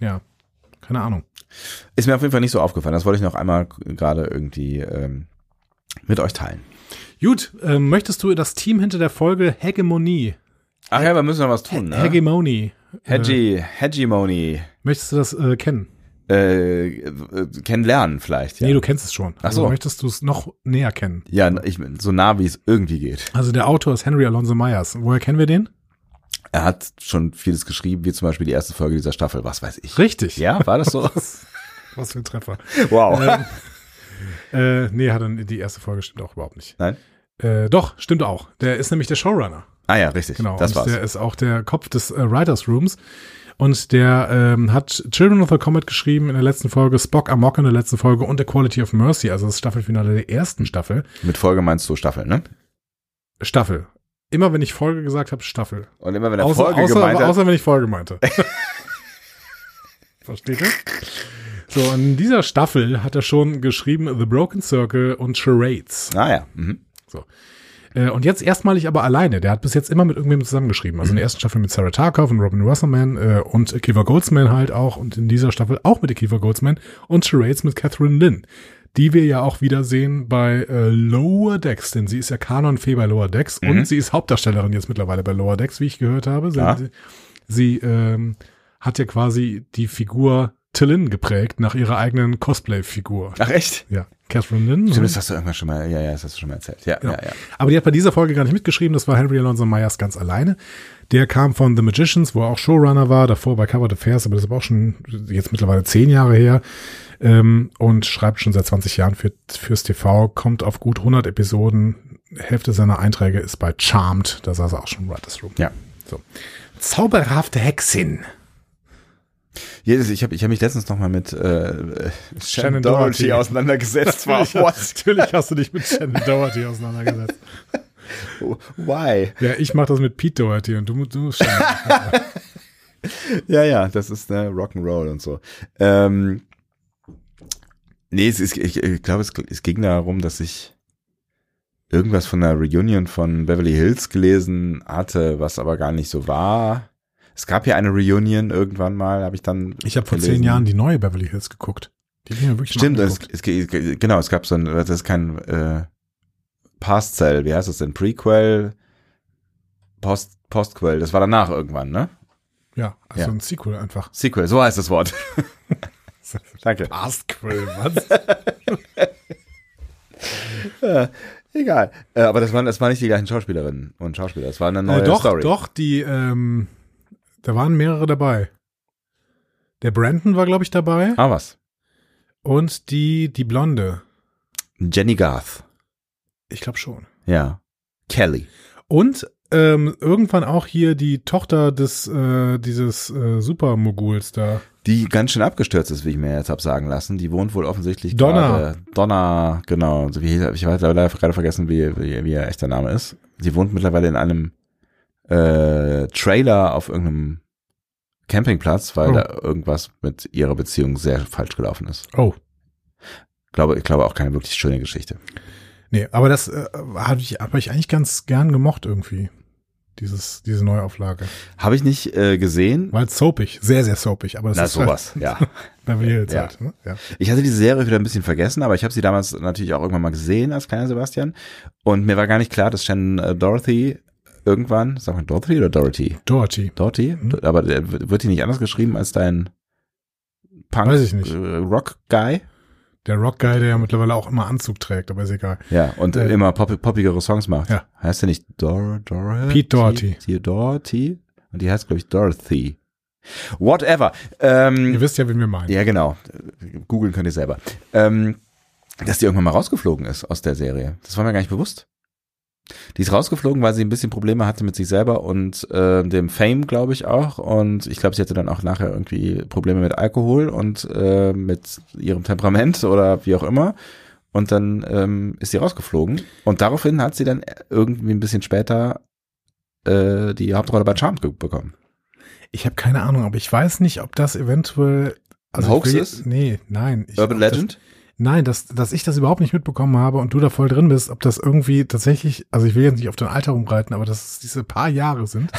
Speaker 2: ja, keine Ahnung.
Speaker 1: Ist mir auf jeden Fall nicht so aufgefallen. Das wollte ich noch einmal gerade irgendwie ähm, mit euch teilen.
Speaker 2: Gut, ähm, möchtest du das Team hinter der Folge Hegemonie,
Speaker 1: Ach ja, wir müssen noch was tun, ne?
Speaker 2: Hegemony,
Speaker 1: Hegi, Hegemony.
Speaker 2: möchtest du das äh, kennen?
Speaker 1: äh, äh, kennenlernen vielleicht. Ja,
Speaker 2: Nee, du kennst es schon.
Speaker 1: so.
Speaker 2: Also möchtest du es noch näher kennen?
Speaker 1: ja ich, so nah wie es irgendwie geht.
Speaker 2: Also der Autor ist Henry Alonso Myers. Woher kennen wir den?
Speaker 1: Er hat schon vieles geschrieben, wie zum Beispiel die erste Folge dieser Staffel, was weiß ich.
Speaker 2: Richtig.
Speaker 1: Ja, war das so?
Speaker 2: (laughs) Was für ein Treffer.
Speaker 1: wow.
Speaker 2: äh, nee, hat dann die erste Folge stimmt auch überhaupt nicht.
Speaker 1: Nein?
Speaker 2: Äh, doch, stimmt auch. Der ist nämlich der Showrunner.
Speaker 1: Ah ja, richtig.
Speaker 2: Genau.
Speaker 1: das
Speaker 2: und
Speaker 1: war's.
Speaker 2: Der ist auch der Kopf des äh, Writers Rooms. Und der ähm, hat Children of the Comet geschrieben in der letzten Folge, Spock Amok in der letzten Folge und Equality of Mercy, also das Staffelfinale der ersten Staffel.
Speaker 1: Mit Folge meinst du Staffel, ne?
Speaker 2: Staffel. Immer wenn ich Folge gesagt habe, Staffel.
Speaker 1: Und immer wenn er
Speaker 2: Außer,
Speaker 1: Folge
Speaker 2: außer,
Speaker 1: gemeint hat,
Speaker 2: außer wenn ich
Speaker 1: (laughs)
Speaker 2: Folge meinte. Versteht ihr? So, und in dieser Staffel hat er schon geschrieben The Broken Circle und Charades.
Speaker 1: Ah ja. Mhm.
Speaker 2: Äh, und jetzt erstmalig aber alleine. Der hat bis jetzt immer mit irgendwem zusammengeschrieben. Also in der ersten Staffel mit Sarah Tarkov und Robin Wasserman äh, und Kiva Goldsman halt auch. Und in dieser Staffel auch mit Kiva Goldsman und Charades mit Catherine Lynn. Die wir ja auch wiedersehen bei äh, Lower Decks, denn sie ist ja Kanon-Fee bei Lower Decks und sie ist Hauptdarstellerin jetzt mittlerweile bei Lower Decks, wie ich gehört habe. Sie,
Speaker 1: Ja.
Speaker 2: sie ähm, hat ja quasi die Figur Tillin geprägt nach ihrer eigenen Cosplay-Figur.
Speaker 1: Ach echt?
Speaker 2: Ja, Catherine Lynn.
Speaker 1: Stimmt, das hast du irgendwann schon mal, ja, ja, das hast du schon mal erzählt. Ja, ja, ja.
Speaker 2: Aber die hat bei dieser Folge gar nicht mitgeschrieben, das war Henry Alonso Myers ganz alleine. Der kam von The Magicians, wo er auch Showrunner war, davor bei Covered Affairs, aber das ist auch schon jetzt mittlerweile zehn Jahre her ähm, und schreibt schon seit 20 Jahren für, fürs TV, kommt auf gut 100 Episoden, Hälfte seiner Einträge ist bei Charmed, da saß er auch schon im Writers Room.
Speaker 1: Ja.
Speaker 2: So. Zauberhafte Hexin.
Speaker 1: Jedes, ich habe ich hab mich letztens noch mal mit äh, Shannon
Speaker 2: Shannon
Speaker 1: Doherty, (laughs)
Speaker 2: Doherty.
Speaker 1: auseinandergesetzt. War, what?
Speaker 2: Natürlich hast du dich mit Shannon Doherty auseinandergesetzt.
Speaker 1: Why?
Speaker 2: Ja, ich mache das mit Pete Doherty und du, du Shannon.
Speaker 1: Ja, ja, das ist ne, Rock'n'Roll und so. Ähm, nee, es ist, ich, ich glaube, es, es ging darum, dass ich irgendwas von der Reunion von Beverly Hills gelesen hatte, was aber gar nicht so war. Es gab ja eine Reunion irgendwann mal, habe ich dann.
Speaker 2: Ich habe vor
Speaker 1: gelesen.
Speaker 2: zehn Jahren die neue Beverly Hills geguckt. Die hab ich mir wirklich mal
Speaker 1: Stimmt, es,
Speaker 2: angeguckt.
Speaker 1: es, genau, es gab so ein, das ist kein äh, Pastel, wie heißt das denn? Prequel, Post, Postquel, das war danach irgendwann, ne?
Speaker 2: Ja, also
Speaker 1: ja.
Speaker 2: ein Sequel einfach.
Speaker 1: Sequel, so heißt das Wort. (laughs) Danke.
Speaker 2: Pastquel, (laughs) was?
Speaker 1: Egal. Äh, aber das waren, das waren nicht die gleichen Schauspielerinnen und Schauspieler. Das war eine neue
Speaker 2: äh, doch,
Speaker 1: Story.
Speaker 2: doch, die, ähm, da waren mehrere dabei. Der Brandon war, glaube ich, dabei.
Speaker 1: Ah, was?
Speaker 2: Und die, die Blonde.
Speaker 1: Jenny Garth.
Speaker 2: Ich glaube schon.
Speaker 1: Ja. Kelly.
Speaker 2: Und ähm, irgendwann auch hier die Tochter des, äh, dieses äh, Supermoguls da.
Speaker 1: Die ganz schön abgestürzt ist, wie ich mir jetzt hab sagen lassen. Die wohnt wohl offensichtlich
Speaker 2: Donna.
Speaker 1: gerade. Donna, genau. So Wie, hieß- ich weiß leider gerade vergessen, wie, wie, wie ihr echter Name ist. Sie wohnt mittlerweile in einem äh, Trailer auf irgendeinem Campingplatz, weil
Speaker 2: Oh.
Speaker 1: da irgendwas mit ihrer Beziehung sehr falsch gelaufen ist.
Speaker 2: Oh.
Speaker 1: Glaube, ich glaube auch keine wirklich schöne Geschichte.
Speaker 2: Nee, aber das äh, habe ich, hab ich eigentlich ganz gern gemocht irgendwie. dieses, diese Neuauflage.
Speaker 1: Habe ich nicht äh, gesehen.
Speaker 2: Weil soapig, sehr, sehr soapig. Aber das
Speaker 1: Na
Speaker 2: ist
Speaker 1: sowas,
Speaker 2: Halt,
Speaker 1: ja.
Speaker 2: Beverly Hills
Speaker 1: Ja.
Speaker 2: halt. Ne? Ja.
Speaker 1: Ich hatte diese Serie wieder ein bisschen vergessen, aber ich habe sie damals natürlich auch irgendwann mal gesehen als kleiner Sebastian. Und mir war gar nicht klar, dass Shannon äh, Dorothy irgendwann, sag mal Dorothy oder Dorothy?
Speaker 2: Dorothy.
Speaker 1: Dorothy?
Speaker 2: Mhm.
Speaker 1: Aber der- wird die nicht anders geschrieben als dein Punk
Speaker 2: Weiß ich nicht.
Speaker 1: äh, Rock Guy?
Speaker 2: Der Rock-Guy, der ja mittlerweile auch immer Anzug trägt, aber ist egal.
Speaker 1: Ja, und
Speaker 2: Äh,
Speaker 1: immer pop poppigere Songs macht.
Speaker 2: ja.
Speaker 1: Heißt der nicht Dor Dorothy?
Speaker 2: Pete Doherty.
Speaker 1: Die Dorothy? Und die heißt, glaube ich, Dorothy. Whatever. Ähm,
Speaker 2: Ihr wisst ja, wen wir meinen.
Speaker 1: Ja, genau. Googeln könnt ihr selber. Ähm, dass die irgendwann mal rausgeflogen ist aus der Serie. Das war mir gar nicht bewusst. Die ist rausgeflogen, weil sie ein bisschen Probleme hatte mit sich selber und äh, dem Fame, glaube ich, auch. Und ich glaube, sie hatte dann auch nachher irgendwie Probleme mit Alkohol und äh, mit ihrem Temperament oder wie auch immer. Und dann ähm, ist sie rausgeflogen. Und daraufhin hat sie dann irgendwie ein bisschen später äh, die Hauptrolle bei Charmed ge- bekommen.
Speaker 2: Ich habe keine Ahnung, aber ich weiß nicht, ob das eventuell. also
Speaker 1: Ein
Speaker 2: ich
Speaker 1: Hoax
Speaker 2: will-
Speaker 1: ist?
Speaker 2: Nee, nein. Ich,
Speaker 1: Urban
Speaker 2: ob das-
Speaker 1: Legend?
Speaker 2: Nein, dass, dass ich das überhaupt nicht mitbekommen habe und du da voll drin bist, ob das irgendwie tatsächlich, also ich will jetzt nicht auf dein Alter rumreiten, aber dass es diese paar
Speaker 1: (laughs)
Speaker 2: Jahre sind.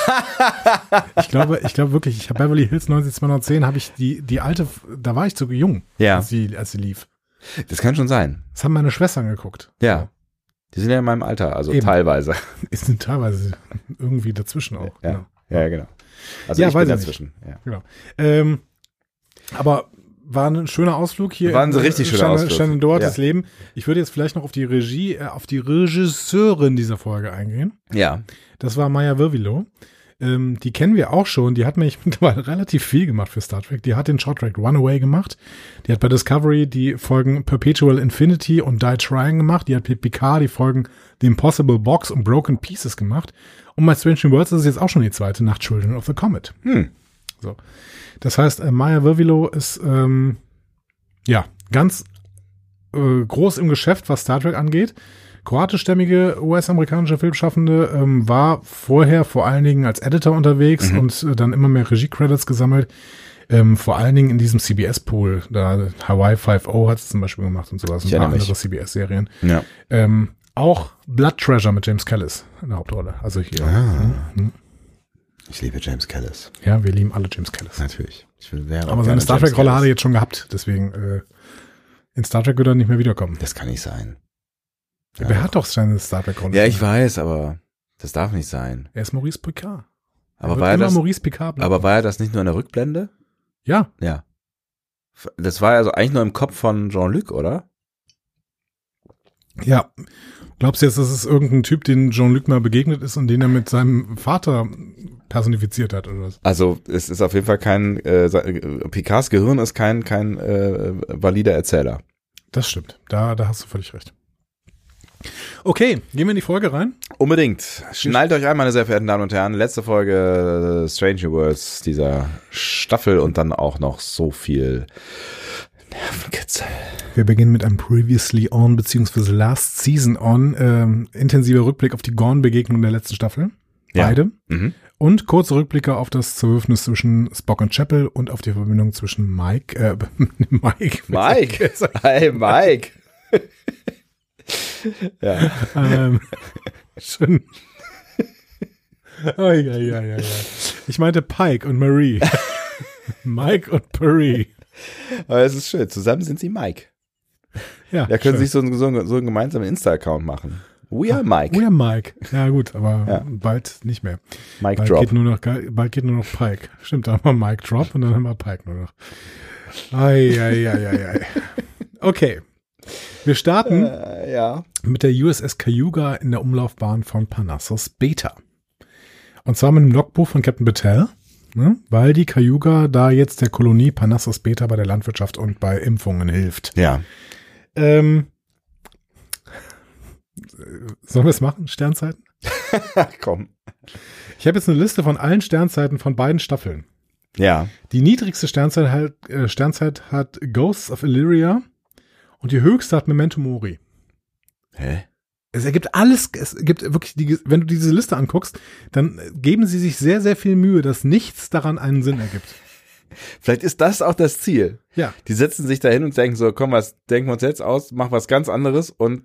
Speaker 2: ich glaube, ich glaube wirklich, ich habe Beverly Hills 90210, habe ich die, die alte, da war ich zu jung,
Speaker 1: Ja,
Speaker 2: als, sie, als sie lief.
Speaker 1: das kann schon sein.
Speaker 2: Das haben meine Schwestern geguckt.
Speaker 1: Ja. Die sind ja in meinem Alter, also
Speaker 2: Eben.
Speaker 1: teilweise.
Speaker 2: Ist sind teilweise irgendwie dazwischen auch.
Speaker 1: Ja,
Speaker 2: genau.
Speaker 1: (laughs) ja, genau. Also
Speaker 2: Ja,
Speaker 1: ich
Speaker 2: weiß
Speaker 1: bin
Speaker 2: ich nicht.
Speaker 1: dazwischen. Ja.
Speaker 2: Genau. Ähm, aber war ein schöner Ausflug hier.
Speaker 1: War ein
Speaker 2: in,
Speaker 1: richtig
Speaker 2: äh,
Speaker 1: schöner
Speaker 2: Shannon-
Speaker 1: Ausflug.
Speaker 2: Shannon Dohertys
Speaker 1: Ja.
Speaker 2: Leben. Ich würde jetzt vielleicht noch auf die Regie, äh, auf die Regisseurin dieser Folge eingehen.
Speaker 1: ja.
Speaker 2: Das war Maya Wirvilo. Ähm, die kennen wir auch schon. Die hat nämlich (laughs) mittlerweile relativ viel gemacht für Star Trek. Die hat den Short Track Runaway gemacht. Die hat bei Discovery die Folgen Perpetual Infinity und Die Trying gemacht. Die hat bei Picard die Folgen The Impossible Box und Broken Pieces gemacht. Und bei Strange New Worlds ist es jetzt auch schon die zweite nach Children of the Comet.
Speaker 1: Hm.
Speaker 2: So. Das heißt, äh, Maya Wirvilo ist ähm, ja ganz äh, groß im Geschäft, was Star Trek angeht. Kroatischstämmige US-amerikanische Filmschaffende ähm, war vorher vor allen Dingen als Editor
Speaker 1: Mhm.
Speaker 2: unterwegs und äh, dann immer mehr Regie-Credits gesammelt. Ähm, vor allen Dingen in diesem CBS-Pool. Da Hawaii 5.0 hat es zum Beispiel gemacht und sowas.
Speaker 1: Ich
Speaker 2: ein paar
Speaker 1: erinnere mich.
Speaker 2: andere CBS-Serien.
Speaker 1: Ja.
Speaker 2: Ähm, auch Blood Treasure mit James Callis in der Hauptrolle. Also hier.
Speaker 1: Ah. Ich liebe James Callis.
Speaker 2: Ja, wir lieben alle James Callis.
Speaker 1: Natürlich. Ich will wäre auch
Speaker 2: Aber
Speaker 1: gerne
Speaker 2: seine Star
Speaker 1: James
Speaker 2: Trek-Rolle
Speaker 1: Callis.
Speaker 2: hat er jetzt schon gehabt, deswegen äh, in Star Trek wird er nicht mehr wiederkommen.
Speaker 1: Das kann nicht sein. Ja.
Speaker 2: Wer hat doch seine Star Trek-Rolle?
Speaker 1: Ja, ich weiß, aber das darf nicht sein.
Speaker 2: Er ist Maurice Picard.
Speaker 1: Aber
Speaker 2: er
Speaker 1: war, er
Speaker 2: immer
Speaker 1: das,
Speaker 2: Maurice Picard bleiben.
Speaker 1: aber war er das nicht nur in der Rückblende?
Speaker 2: ja,
Speaker 1: Ja. Das war also eigentlich nur im Kopf von Jean-Luc, oder?
Speaker 2: ja. Glaubst du jetzt, dass es irgendein Typ, den Jean-Luc mal begegnet ist und den er mit seinem Vater personifiziert hat oder was?
Speaker 1: Also es ist auf jeden Fall kein, äh, se- äh, Picards Gehirn ist kein, kein äh, valider Erzähler.
Speaker 2: Das stimmt. Da, da hast du völlig recht. Okay, gehen wir in die Folge rein.
Speaker 1: Unbedingt. Schnallt euch ein, meine sehr verehrten Damen und Herren. Letzte Folge äh, Strange New Worlds dieser Staffel und dann auch noch so viel Nervenkitzel.
Speaker 2: Wir beginnen mit einem Previously On beziehungsweise Last Season On. Ähm, intensiver Rückblick auf die Gorn-Begegnung der letzten Staffel.
Speaker 1: Ja.
Speaker 2: Beide.
Speaker 1: Mhm.
Speaker 2: Und kurze Rückblicke auf das Zerwürfnis zwischen Spock und Chapel und auf die Verbindung zwischen Mike, äh, (laughs) Mike,
Speaker 1: Mike! Hi, Mike! (laughs) ja.
Speaker 2: ähm, (laughs) schön. Oh, ja, ja, ja, ja. Ich meinte Pike und Marie. (laughs) Mike und Perry.
Speaker 1: Aber es ist schön. Zusammen sind sie Mike.
Speaker 2: Ja,
Speaker 1: Da können sie
Speaker 2: schön.
Speaker 1: sich so, einen- so, einen- so einen gemeinsamen Insta-Account machen. Ah. We are Mike.
Speaker 2: Oh ja, Mike. Ja, gut, aber
Speaker 1: Ja.
Speaker 2: bald nicht mehr.
Speaker 1: Mike
Speaker 2: Bald
Speaker 1: Drop.
Speaker 2: geht, nur noch, bald geht nur noch Pike. Stimmt, da haben wir Mike Drop und dann haben wir Pike nur noch. Ei, ei, ei, ei, ei. Okay. Wir starten
Speaker 1: Äh, ja.
Speaker 2: mit der USS Cayuga in der Umlaufbahn von Parnassus Beta. Und zwar mit dem Logbuch von Captain Battelle, ne? weil die Cayuga da jetzt der Kolonie Parnassus Beta bei der Landwirtschaft und bei Impfungen hilft.
Speaker 1: Ja.
Speaker 2: Ähm, sollen wir es machen? Sternzeiten?
Speaker 1: Ach, (laughs) komm.
Speaker 2: Ich habe jetzt eine Liste von allen Sternzeiten von beiden Staffeln.
Speaker 1: Ja.
Speaker 2: Die niedrigste Sternzeit hat, äh, Sternzeit hat Ghosts of Illyria und die höchste hat Memento Mori.
Speaker 1: Hä?
Speaker 2: Es ergibt alles, es gibt wirklich, die, wenn du diese Liste anguckst, dann geben sie sich sehr, sehr viel Mühe, dass nichts daran einen Sinn ergibt.
Speaker 1: Vielleicht ist das auch das Ziel.
Speaker 2: Ja,
Speaker 1: (laughs) Die setzen sich dahin und denken so, komm, was denken wir uns jetzt aus, mach was ganz anderes und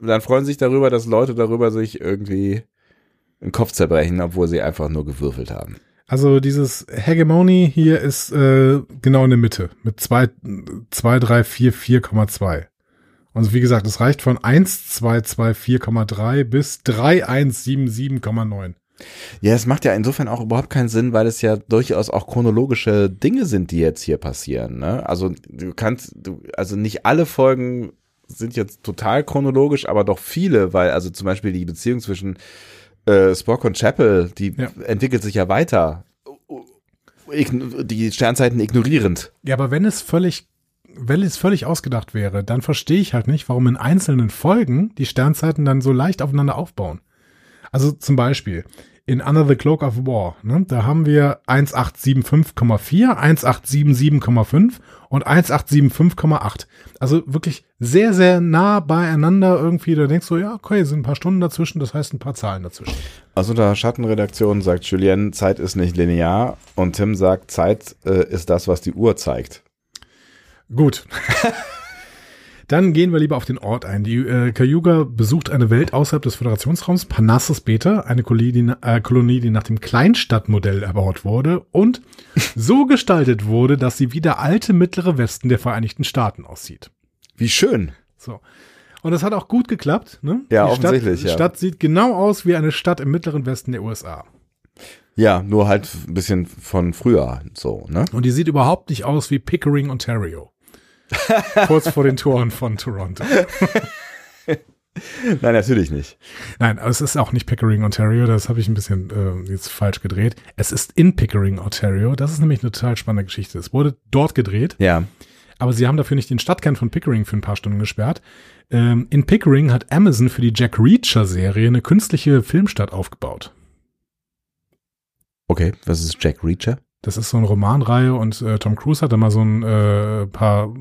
Speaker 1: dann freuen sich darüber, dass Leute darüber sich irgendwie den Kopf zerbrechen, obwohl sie einfach nur gewürfelt haben.
Speaker 2: Also dieses Hegemony hier ist äh, genau in der Mitte mit zwei, zwei, drei, vier, 4,2. Also wie gesagt, es reicht von 1, 2, 2, 4,3 bis 3, 1, 7, 7,9.
Speaker 1: Ja, es macht ja insofern auch überhaupt keinen Sinn, weil es ja durchaus auch chronologische Dinge sind, die jetzt hier passieren. Ne? Also du kannst, du, also nicht alle Folgen sind jetzt total chronologisch, aber doch viele, weil also zum Beispiel die Beziehung zwischen äh, Spock und Chapel, die
Speaker 2: Ja.
Speaker 1: entwickelt sich ja weiter. Ign die Sternzeiten ignorierend.
Speaker 2: Ja, aber wenn es völlig, wenn es völlig ausgedacht wäre, dann verstehe ich halt nicht, warum in einzelnen Folgen die Sternzeiten dann so leicht aufeinander aufbauen. Also zum Beispiel in Under the Cloak of War, ne, da haben wir 1875,4, 1877,5 und 1875,8. Also wirklich sehr, sehr nah beieinander irgendwie. Da denkst du, ja, okay, sind ein paar Stunden dazwischen, das heißt ein paar Zahlen dazwischen.
Speaker 1: Also unter Schattenredaktion sagt Julien, Zeit ist nicht linear und Tim sagt, Zeit äh, ist das, was die Uhr zeigt.
Speaker 2: Gut. (laughs) Dann gehen wir lieber auf den Ort ein. Die äh, Cayuga besucht eine Welt außerhalb des Föderationsraums, Panassus Beta, eine Kolonie die, na- äh, Kolonie, die nach dem Kleinstadtmodell erbaut wurde
Speaker 1: (laughs)
Speaker 2: und so gestaltet wurde, dass sie wie der alte mittlere Westen der Vereinigten Staaten aussieht.
Speaker 1: Wie schön.
Speaker 2: So. Und das hat auch gut geklappt. Ne?
Speaker 1: Ja,
Speaker 2: die
Speaker 1: offensichtlich,
Speaker 2: Stadt,
Speaker 1: ja.
Speaker 2: Stadt sieht genau aus wie eine Stadt im mittleren Westen der USA.
Speaker 1: Ja, nur halt ein bisschen von früher so, ne?
Speaker 2: Und die sieht überhaupt nicht aus wie
Speaker 1: (laughs)
Speaker 2: Pickering, Ontario. Kurz vor den Toren von Toronto.
Speaker 1: Nein, natürlich nicht.
Speaker 2: Nein, aber es ist auch nicht Pickering, Ontario. Das habe ich ein bisschen äh, jetzt falsch gedreht. Es ist in Pickering, Ontario. Das ist nämlich eine total spannende Geschichte. Es wurde dort gedreht,
Speaker 1: Ja.
Speaker 2: aber sie haben dafür nicht den Stadtkern von Pickering für ein paar Stunden gesperrt. Ähm, in Pickering hat Amazon für die Jack Reacher-Serie eine künstliche Filmstadt aufgebaut.
Speaker 1: Okay, was ist Jack Reacher?
Speaker 2: Das ist so eine Romanreihe und äh, Tom Cruise hat da mal so ein äh, paar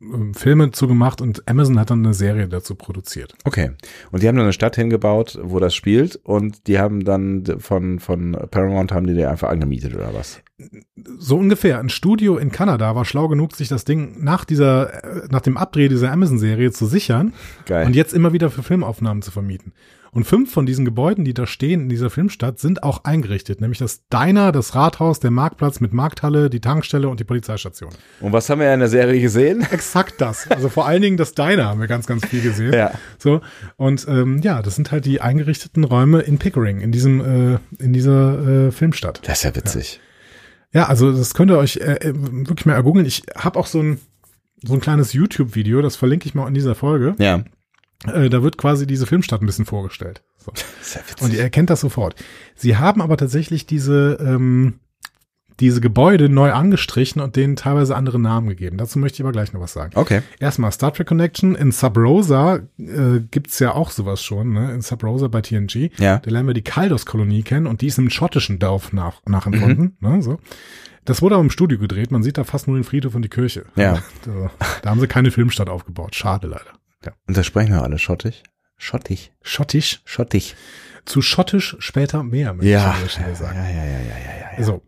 Speaker 2: äh, Filme zugemacht und Amazon hat dann eine Serie dazu produziert.
Speaker 1: Okay. Und die haben dann eine Stadt hingebaut, wo das spielt und die haben dann d- von, von Paramount haben die die einfach angemietet oder was?
Speaker 2: so ungefähr ein Studio in Kanada war schlau genug, sich das Ding nach dieser, äh, nach dem Abdreh dieser Amazon-Serie zu sichern
Speaker 1: Geil.
Speaker 2: und jetzt immer wieder für Filmaufnahmen zu vermieten. Und fünf von diesen Gebäuden, die da stehen in dieser Filmstadt, sind auch eingerichtet, nämlich das Diner, das Rathaus, der Marktplatz mit Markthalle, die Tankstelle und die Polizeistation.
Speaker 1: und was haben wir in der Serie gesehen?
Speaker 2: Exakt das. Also vor allen Dingen das Diner haben wir ganz, ganz viel
Speaker 1: (laughs)
Speaker 2: gesehen.
Speaker 1: Ja.
Speaker 2: So und ähm, ja, das sind halt die eingerichteten Räume in Pickering, in diesem, äh, in dieser äh, Filmstadt.
Speaker 1: Das ist ja witzig.
Speaker 2: Ja, also das könnt ihr euch äh, äh, wirklich mal ergoogeln. Ich habe auch so ein so ein kleines YouTube-Video, das verlinke ich mal in dieser Folge.
Speaker 1: Ja.
Speaker 2: Äh, da wird quasi diese Filmstadt ein bisschen vorgestellt. So.
Speaker 1: Das ist ja witzig.
Speaker 2: Und ihr erkennt das sofort. Sie haben aber tatsächlich diese ähm, diese Gebäude neu angestrichen und denen teilweise andere Namen gegeben. Dazu möchte ich aber gleich noch was sagen.
Speaker 1: okay.
Speaker 2: Erstmal Star Trek Connection. In Sub Rosa äh, gibt's ja auch sowas schon, ne? In Sub Rosa bei TNG.
Speaker 1: Ja.
Speaker 2: Da lernen wir die Kaldos-Kolonie kennen und die ist im schottischen Dorf nach, nachempfunden.
Speaker 1: Mhm.
Speaker 2: Ne? So. Das wurde aber im Studio gedreht. Man sieht da fast nur den Friedhof und die Kirche. (laughs)
Speaker 1: Ja.
Speaker 2: Da, da haben sie keine Filmstadt aufgebaut. Schade leider.
Speaker 1: Und da sprechen wir alle schottisch. Schottig.
Speaker 2: Schottisch.
Speaker 1: Schottig.
Speaker 2: Zu schottisch später mehr, möchte ich
Speaker 1: Ja.
Speaker 2: an dieser Stelle sagen.
Speaker 1: ja, ja, ja, ja, ja, ja.
Speaker 2: So.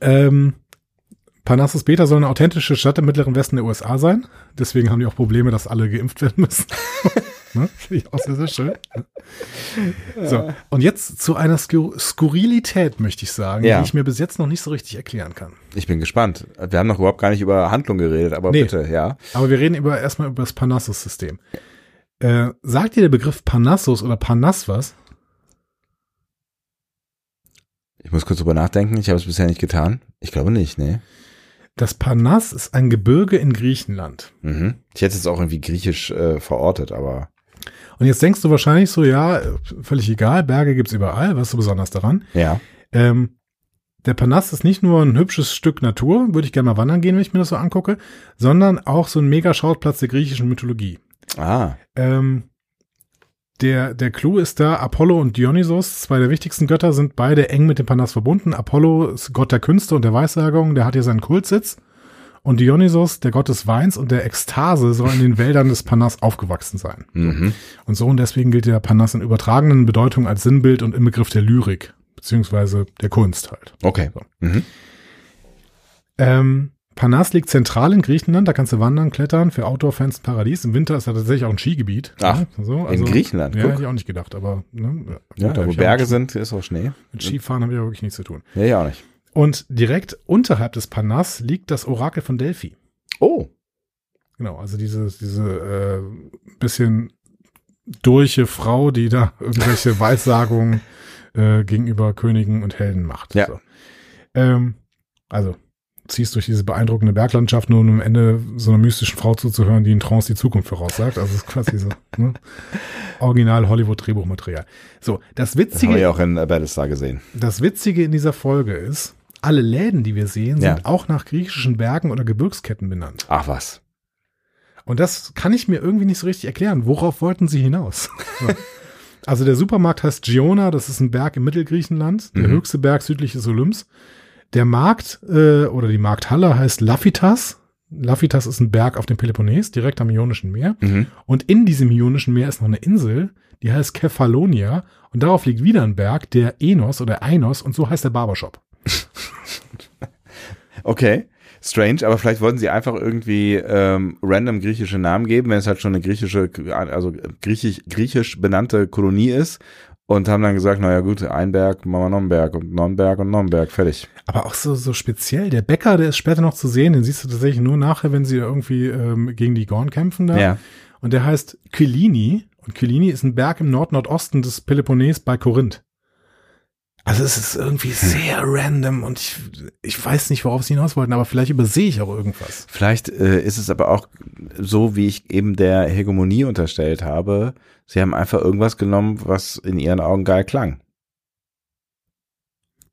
Speaker 2: Ähm, Parnassus Beta soll eine authentische Stadt im mittleren Westen der USA sein. Deswegen haben die auch Probleme, dass alle geimpft werden müssen. (laughs) ne? Finde ich auch sehr, sehr schön. ne? So, und jetzt zu einer Skur Skurrilität, möchte ich sagen,
Speaker 1: Ja.
Speaker 2: die ich mir bis jetzt noch nicht so richtig erklären kann.
Speaker 1: Ich bin gespannt. Wir haben noch überhaupt gar nicht über Handlung geredet, aber
Speaker 2: Nee.
Speaker 1: bitte, ja.
Speaker 2: Aber wir reden über, erstmal über das Parnassus-System. Äh, sagt dir der Begriff Parnassus oder Parnass was?
Speaker 1: Ich muss kurz drüber nachdenken. Ich habe es bisher nicht getan. Ich glaube nicht, ne?
Speaker 2: Das Parnass ist ein Gebirge in Griechenland.
Speaker 1: Mhm. Ich hätte es auch irgendwie griechisch äh, verortet, aber
Speaker 2: Und jetzt denkst du wahrscheinlich so, ja, völlig egal, Berge gibt's überall, was ist so besonders daran?
Speaker 1: ja.
Speaker 2: Ähm, der Panas ist nicht nur ein hübsches Stück Natur, würde ich gerne mal wandern gehen, wenn ich mir das so angucke, sondern auch so ein Mega-Schautplatz der griechischen Mythologie.
Speaker 1: Ah,
Speaker 2: Ähm, der, der Clou ist da, Apollo und Dionysos, zwei der wichtigsten Götter, sind beide eng mit dem Panas verbunden. Apollo ist Gott der Künste und der Weissagung, der hat hier seinen Kultsitz. Und Dionysos, der Gott des Weins und der Ekstase, soll in den Wäldern des Panas aufgewachsen sein.
Speaker 1: mhm.
Speaker 2: Und so und deswegen gilt der Parnass in übertragenen Bedeutung als Sinnbild und im Begriff der Lyrik, beziehungsweise der Kunst halt.
Speaker 1: okay. Mhm.
Speaker 2: Ähm, Panas liegt zentral in Griechenland, da kannst du wandern, klettern, für Outdoor-Fans ein Paradies. Im Winter ist da tatsächlich auch ein Skigebiet.
Speaker 1: Ach,
Speaker 2: Ja, so,
Speaker 1: in Griechenland,
Speaker 2: Also, Ja,
Speaker 1: guck.
Speaker 2: hätte ich auch nicht gedacht, aber ne,
Speaker 1: Ja,
Speaker 2: gut,
Speaker 1: da
Speaker 2: hab
Speaker 1: wo
Speaker 2: ich
Speaker 1: Berge
Speaker 2: auch,
Speaker 1: sind, ist auch Schnee.
Speaker 2: Mit Skifahren habe ich ja wirklich nichts zu tun.
Speaker 1: Ja, ja auch nicht.
Speaker 2: Und direkt unterhalb des Panas liegt das Orakel von Delphi.
Speaker 1: Oh,
Speaker 2: Genau, also diese, diese äh, bisschen durche Frau, die da (laughs) irgendwelche Weissagungen äh, gegenüber Königen und Helden macht.
Speaker 1: Ja.
Speaker 2: So. Ähm, also ziehst durch diese beeindruckende Berglandschaft, nur um am Ende so einer mystischen Frau zuzuhören, die in Trance die Zukunft voraussagt. Also es ist quasi so
Speaker 1: (laughs)
Speaker 2: ne? original Hollywood-Drehbuchmaterial. So,
Speaker 1: das
Speaker 2: das
Speaker 1: haben wir
Speaker 2: Witzige,
Speaker 1: ja auch in äh, Battlestar gesehen.
Speaker 2: das Witzige in dieser Folge ist, alle Läden, die wir sehen,
Speaker 1: Ja.
Speaker 2: sind auch nach griechischen Bergen oder Gebirgsketten benannt.
Speaker 1: Ach was.
Speaker 2: Und das kann ich mir irgendwie nicht so richtig erklären. Worauf wollten sie hinaus? So. (laughs) also der Supermarkt heißt Giona, das ist ein Berg im Mittelgriechenland, der
Speaker 1: Mhm.
Speaker 2: höchste Berg südlich des Olymps. Der Markt äh, oder die Markthalle heißt Lafitas. Lafitas ist ein Berg auf dem Peloponnes, direkt am Ionischen Meer.
Speaker 1: Mhm.
Speaker 2: Und in diesem Ionischen Meer ist noch eine Insel, die heißt Kefalonia. Und darauf liegt wieder ein Berg, der Enos oder Einos. Und so heißt der Barbershop.
Speaker 1: Okay. Strange, aber vielleicht wollten sie einfach irgendwie ähm, random griechische Namen geben, wenn es halt schon eine griechische, also griechisch, griechisch benannte Kolonie ist und haben dann gesagt, naja gut, ein Berg, machen wir noch einen Berg und noch einen Berg und noch einen Berg, fertig.
Speaker 2: Aber auch so, so speziell. Der Bäcker, der ist später noch zu sehen. Den siehst du tatsächlich nur nachher, wenn sie irgendwie ähm, gegen die Gorn kämpfen da. Und der heißt Kyllini. Und Kyllini ist ein Berg im Nordnordosten des Peloponnes bei Korinth. Also es ist irgendwie sehr random und ich, ich weiß nicht, worauf sie hinaus wollten, aber vielleicht übersehe ich auch irgendwas.
Speaker 1: Vielleicht äh, ist es aber auch so, wie ich eben der Hegemonie unterstellt habe. Sie haben einfach irgendwas genommen, was in ihren Augen geil klang.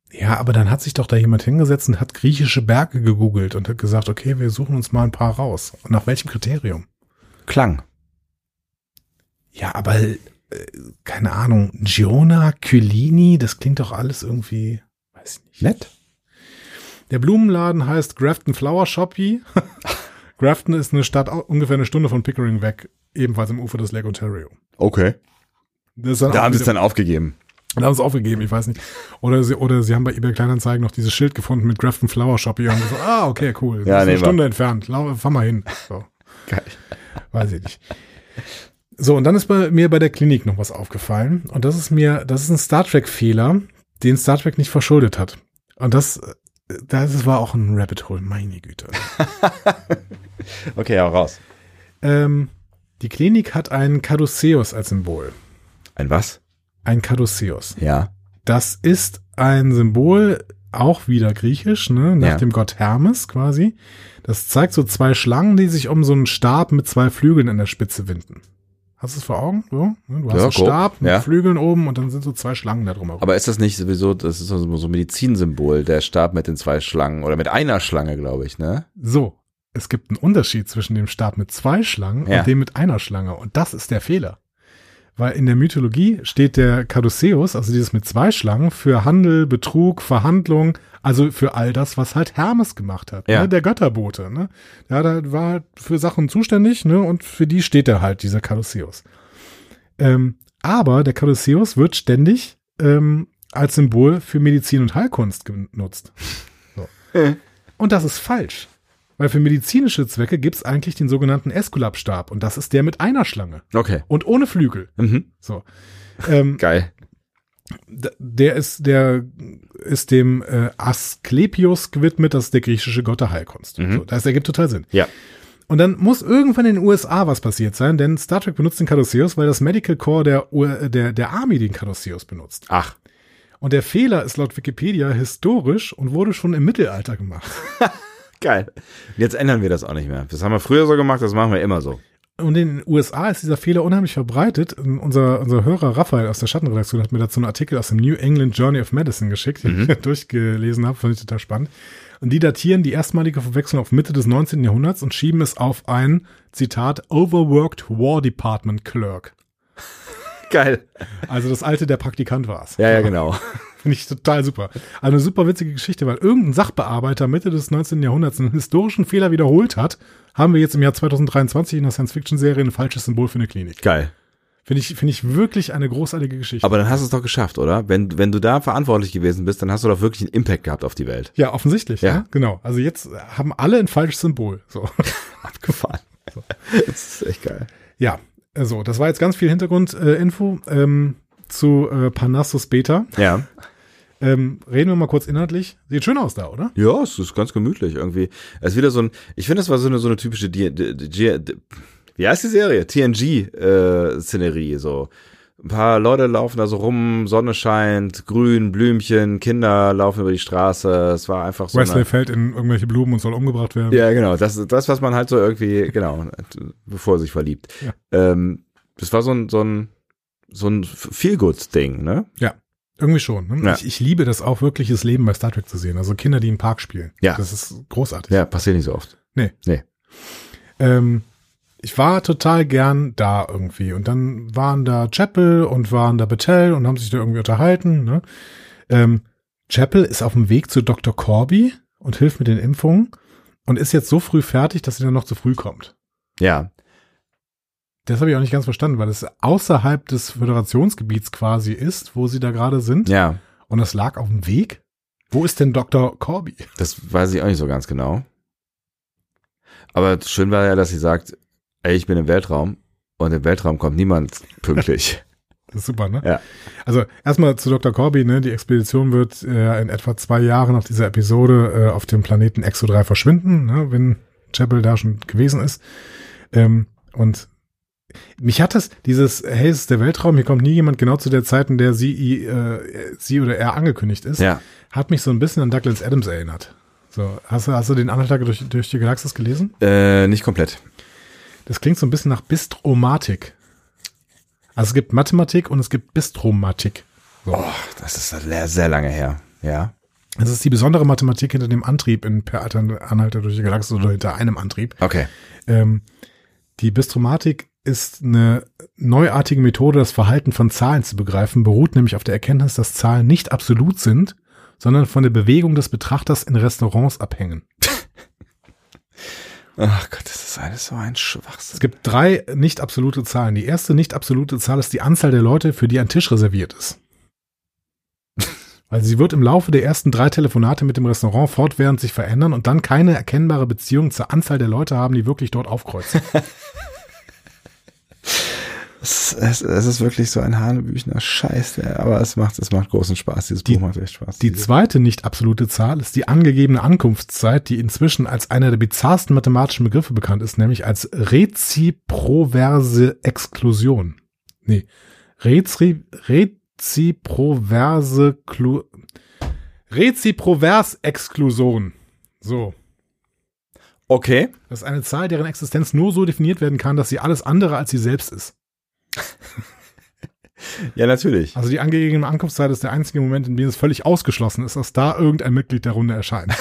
Speaker 2: Ja, aber dann hat sich doch da jemand hingesetzt und hat griechische Berge gegoogelt und hat gesagt, okay, wir suchen uns mal ein paar raus. Und nach welchem Kriterium?
Speaker 1: Klang.
Speaker 2: Ja, aber äh, keine Ahnung, Giona, Kyllini, das klingt doch alles irgendwie, weiß ich nicht. Nett. Der Blumenladen heißt Grafton
Speaker 1: (laughs)
Speaker 2: Flower Shoppy. Grafton ist eine Stadt au- ungefähr eine Stunde von Pickering weg, ebenfalls am Ufer des Lake Ontario.
Speaker 1: Okay.
Speaker 2: Das ist dann
Speaker 1: Da
Speaker 2: auch
Speaker 1: haben sie es
Speaker 2: wieder-
Speaker 1: dann aufgegeben.
Speaker 2: da haben sie es aufgegeben, ich weiß nicht. Oder sie, oder sie haben bei eBay Kleinanzeigen noch dieses Schild gefunden mit Grafton Flower Shoppy und haben gesagt, ah, okay, cool. Das
Speaker 1: Ja,
Speaker 2: ist eine
Speaker 1: nehmen wir.
Speaker 2: Stunde entfernt. Lau, fahr mal hin. So.
Speaker 1: Geil.
Speaker 2: Weiß ich nicht. So, und dann ist bei mir bei der Klinik noch was aufgefallen. Und das ist mir, das ist ein Star Trek-Fehler, den Star Trek nicht verschuldet hat. Und das, äh, das war auch ein Rabbit Hole, meine Güte.
Speaker 1: Okay, auch raus.
Speaker 2: ähm, die Klinik hat einen Caduceus als Symbol.
Speaker 1: Ein was?
Speaker 2: Ein Caduceus.
Speaker 1: Ja.
Speaker 2: Das ist ein Symbol, auch wieder griechisch, ne? nach
Speaker 1: Ja.
Speaker 2: dem Gott Hermes quasi. Das zeigt so zwei Schlangen, die sich um so einen Stab mit zwei Flügeln an der Spitze winden. Hast du es vor Augen? So, ne? Du hast
Speaker 1: Ja,
Speaker 2: einen
Speaker 1: grob,
Speaker 2: Stab mit
Speaker 1: ja.
Speaker 2: Flügeln oben und dann sind so zwei Schlangen da drumherum.
Speaker 1: Aber ist das nicht sowieso, das ist so so ein Medizinsymbol, der Stab mit den zwei Schlangen oder mit einer Schlange, glaube ich, ne?
Speaker 2: so, es gibt einen Unterschied zwischen dem Stab mit zwei Schlangen
Speaker 1: Ja.
Speaker 2: und dem mit einer Schlange. Und das ist der Fehler. Weil in der Mythologie steht der Caduceus, also dieses mit zwei Schlangen, für Handel, Betrug, Verhandlung, also für all das, was halt Hermes gemacht hat,
Speaker 1: Ja.
Speaker 2: ne? der Götterbote. Ne? Ja, da war halt für Sachen zuständig ne? und für die steht er halt, dieser Caduceus. Ähm, aber der Caduceus wird ständig ähm, als Symbol für Medizin und Heilkunst genutzt. So. und das ist falsch. Weil für medizinische Zwecke gibt's eigentlich den sogenannten Esculap-Stab und das ist der mit einer Schlange
Speaker 1: Okay.
Speaker 2: und ohne Flügel.
Speaker 1: Mhm.
Speaker 2: So. Ähm,
Speaker 1: Geil.
Speaker 2: d- der ist, der ist dem äh, Asklepios gewidmet, das ist der griechische Gott der Heilkunst.
Speaker 1: Mhm.
Speaker 2: So, das ergibt total Sinn.
Speaker 1: Ja.
Speaker 2: Und dann muss irgendwann in den USA was passiert sein, denn Star Trek benutzt den Caduceus, weil das Medical Corps der, U- äh, der, der Army den Caduceus benutzt.
Speaker 1: Ach.
Speaker 2: Und der Fehler ist laut Wikipedia historisch und wurde schon im Mittelalter gemacht.
Speaker 1: Geil. Jetzt ändern wir das auch nicht mehr. Das haben wir früher so gemacht, das machen wir immer so.
Speaker 2: Und in den USA ist dieser Fehler unheimlich verbreitet. Ähm, Unser, unser Hörer Raphael aus der Schattenredaktion hat mir dazu einen Artikel aus dem New England Journey of Medicine geschickt, den
Speaker 1: Mhm.
Speaker 2: ich (laughs) durchgelesen habe, fand ich total spannend. Und die datieren die erstmalige Verwechslung auf Mitte des 19. Jahrhunderts und schieben es auf einen, Zitat, overworked War Department Clerk.
Speaker 1: Geil.
Speaker 2: Also das alte, der Praktikant war's.
Speaker 1: Ja, ja, genau.
Speaker 2: (laughs) Finde ich total super. Also eine super witzige Geschichte, weil irgendein Sachbearbeiter Mitte des 19. Jahrhunderts einen historischen Fehler wiederholt hat, haben wir jetzt im Jahr 2023 in der Science-Fiction-Serie ein falsches Symbol für eine Klinik.
Speaker 1: Geil.
Speaker 2: Finde ich, finde ich wirklich eine großartige Geschichte.
Speaker 1: Aber dann hast du es doch geschafft, oder? Wenn, wenn du da verantwortlich gewesen bist, dann hast du doch wirklich einen Impact gehabt auf die Welt.
Speaker 2: ja, offensichtlich.
Speaker 1: Ja.
Speaker 2: Ja. Ne? Genau. Also jetzt haben alle ein falsches Symbol. So.
Speaker 1: (laughs) Abgefahren. Das ist echt geil.
Speaker 2: Ja, also das war jetzt ganz viel Hintergrundinfo äh, Info, ähm, zu äh, Parnassus Beta.
Speaker 1: Ja.
Speaker 2: Ähm, reden wir mal kurz inhaltlich. Sieht schön aus da, oder?
Speaker 1: Ja, es ist ganz gemütlich irgendwie. Es ist wieder so ein, ich finde, es war so eine, so eine typische, D D D D wie heißt die Serie? TNG-Szenerie, äh, so. Ein paar Leute laufen da so rum, Sonne scheint, grün, Blümchen, Kinder laufen über die Straße. Es war einfach so.
Speaker 2: Wesley
Speaker 1: Eine,
Speaker 2: fällt in irgendwelche Blumen und soll umgebracht werden.
Speaker 1: ja, genau. Das, das, was man halt so irgendwie, genau, bevor er sich verliebt.
Speaker 2: Ja.
Speaker 1: Ähm, das war so ein, so ein, so ein Feel-Good-Ding, ne?
Speaker 2: Irgendwie schon. Ne?
Speaker 1: Ja.
Speaker 2: Ich, ich liebe das auch, wirkliches Leben bei Star Trek zu sehen. Also Kinder, die im Park spielen.
Speaker 1: Ja.
Speaker 2: Das ist großartig.
Speaker 1: Ja, passiert nicht so oft.
Speaker 2: Ähm, ich war total gern da irgendwie. Und dann waren da Chapel und waren da Battelle und haben sich da irgendwie unterhalten. Ne? Ähm, Chapel ist auf dem Weg zu Dr. Corby und hilft mit den Impfungen und ist jetzt so früh fertig, dass sie dann noch zu früh kommt.
Speaker 1: Ja.
Speaker 2: Das habe ich auch nicht ganz verstanden, weil es außerhalb des Föderationsgebiets quasi ist, wo sie da gerade sind.
Speaker 1: Ja.
Speaker 2: Und das lag auf dem Weg. Wo ist denn Dr. Corby?
Speaker 1: Das weiß ich auch nicht so ganz genau. Aber schön war ja, dass sie sagt, ey, ich bin im Weltraum und im Weltraum kommt niemand (laughs) pünktlich.
Speaker 2: Das ist super, ne?
Speaker 1: Ja.
Speaker 2: Also erstmal zu Dr. Corby, ne? Die Expedition wird äh, in etwa zwei Jahren nach dieser Episode äh, auf dem Planeten Exo 3 verschwinden, ne? wenn Chapel da schon gewesen ist. Ähm, und mich hat das, dieses, hey, es ist der Weltraum, hier kommt nie jemand genau zu der Zeit, in der sie, äh, sie oder er angekündigt ist,
Speaker 1: ja.
Speaker 2: hat mich so ein bisschen an Douglas Adams erinnert. So, hast du, hast du den Anhalter durch, durch die Galaxis gelesen?
Speaker 1: Äh, nicht komplett.
Speaker 2: Das klingt so ein bisschen nach Bistromatik. Also es gibt Mathematik und es gibt Bistromatik.
Speaker 1: Oh, das ist sehr, sehr lange her. Ja.
Speaker 2: Das ist die besondere Mathematik hinter dem Antrieb in Per Altern- Anhalter durch die Galaxis oder hinter einem Antrieb.
Speaker 1: Okay.
Speaker 2: Ähm, die Bistromatik ist eine neuartige Methode, das Verhalten von Zahlen zu begreifen, beruht nämlich auf der Erkenntnis, dass Zahlen nicht absolut sind, sondern von der Bewegung des Betrachters in Restaurants abhängen.
Speaker 1: Ach Gott, das ist alles so ein
Speaker 2: Es
Speaker 1: Schwachsinn.
Speaker 2: gibt drei nicht absolute Zahlen. Die erste nicht absolute Zahl ist die Anzahl der Leute, für die ein Tisch reserviert ist. Weil sie wird im Laufe der ersten drei Telefonate mit dem Restaurant fortwährend sich verändern und dann keine erkennbare Beziehung zur Anzahl der Leute haben, die wirklich dort aufkreuzen.
Speaker 1: Es, es, es ist wirklich so ein hanebüchner Scheiß, ey. aber es macht, es macht großen Spaß. Dieses Buch macht echt Spaß.
Speaker 2: Die zweite nicht absolute Zahl ist die angegebene Ankunftszeit, die inzwischen als einer der bizarrsten mathematischen Begriffe bekannt ist, nämlich als reziproverse Exklusion. Nee, Rezri, reziproverse Klu, reziprovers Exklusion. So.
Speaker 1: okay.
Speaker 2: Das ist eine Zahl, deren Existenz nur so definiert werden kann, dass sie alles andere als sie selbst ist.
Speaker 1: Ja, natürlich.
Speaker 2: Also die angegebene Ankunftszeit ist der einzige Moment, in dem es völlig ausgeschlossen ist, dass da irgendein Mitglied der Runde erscheint.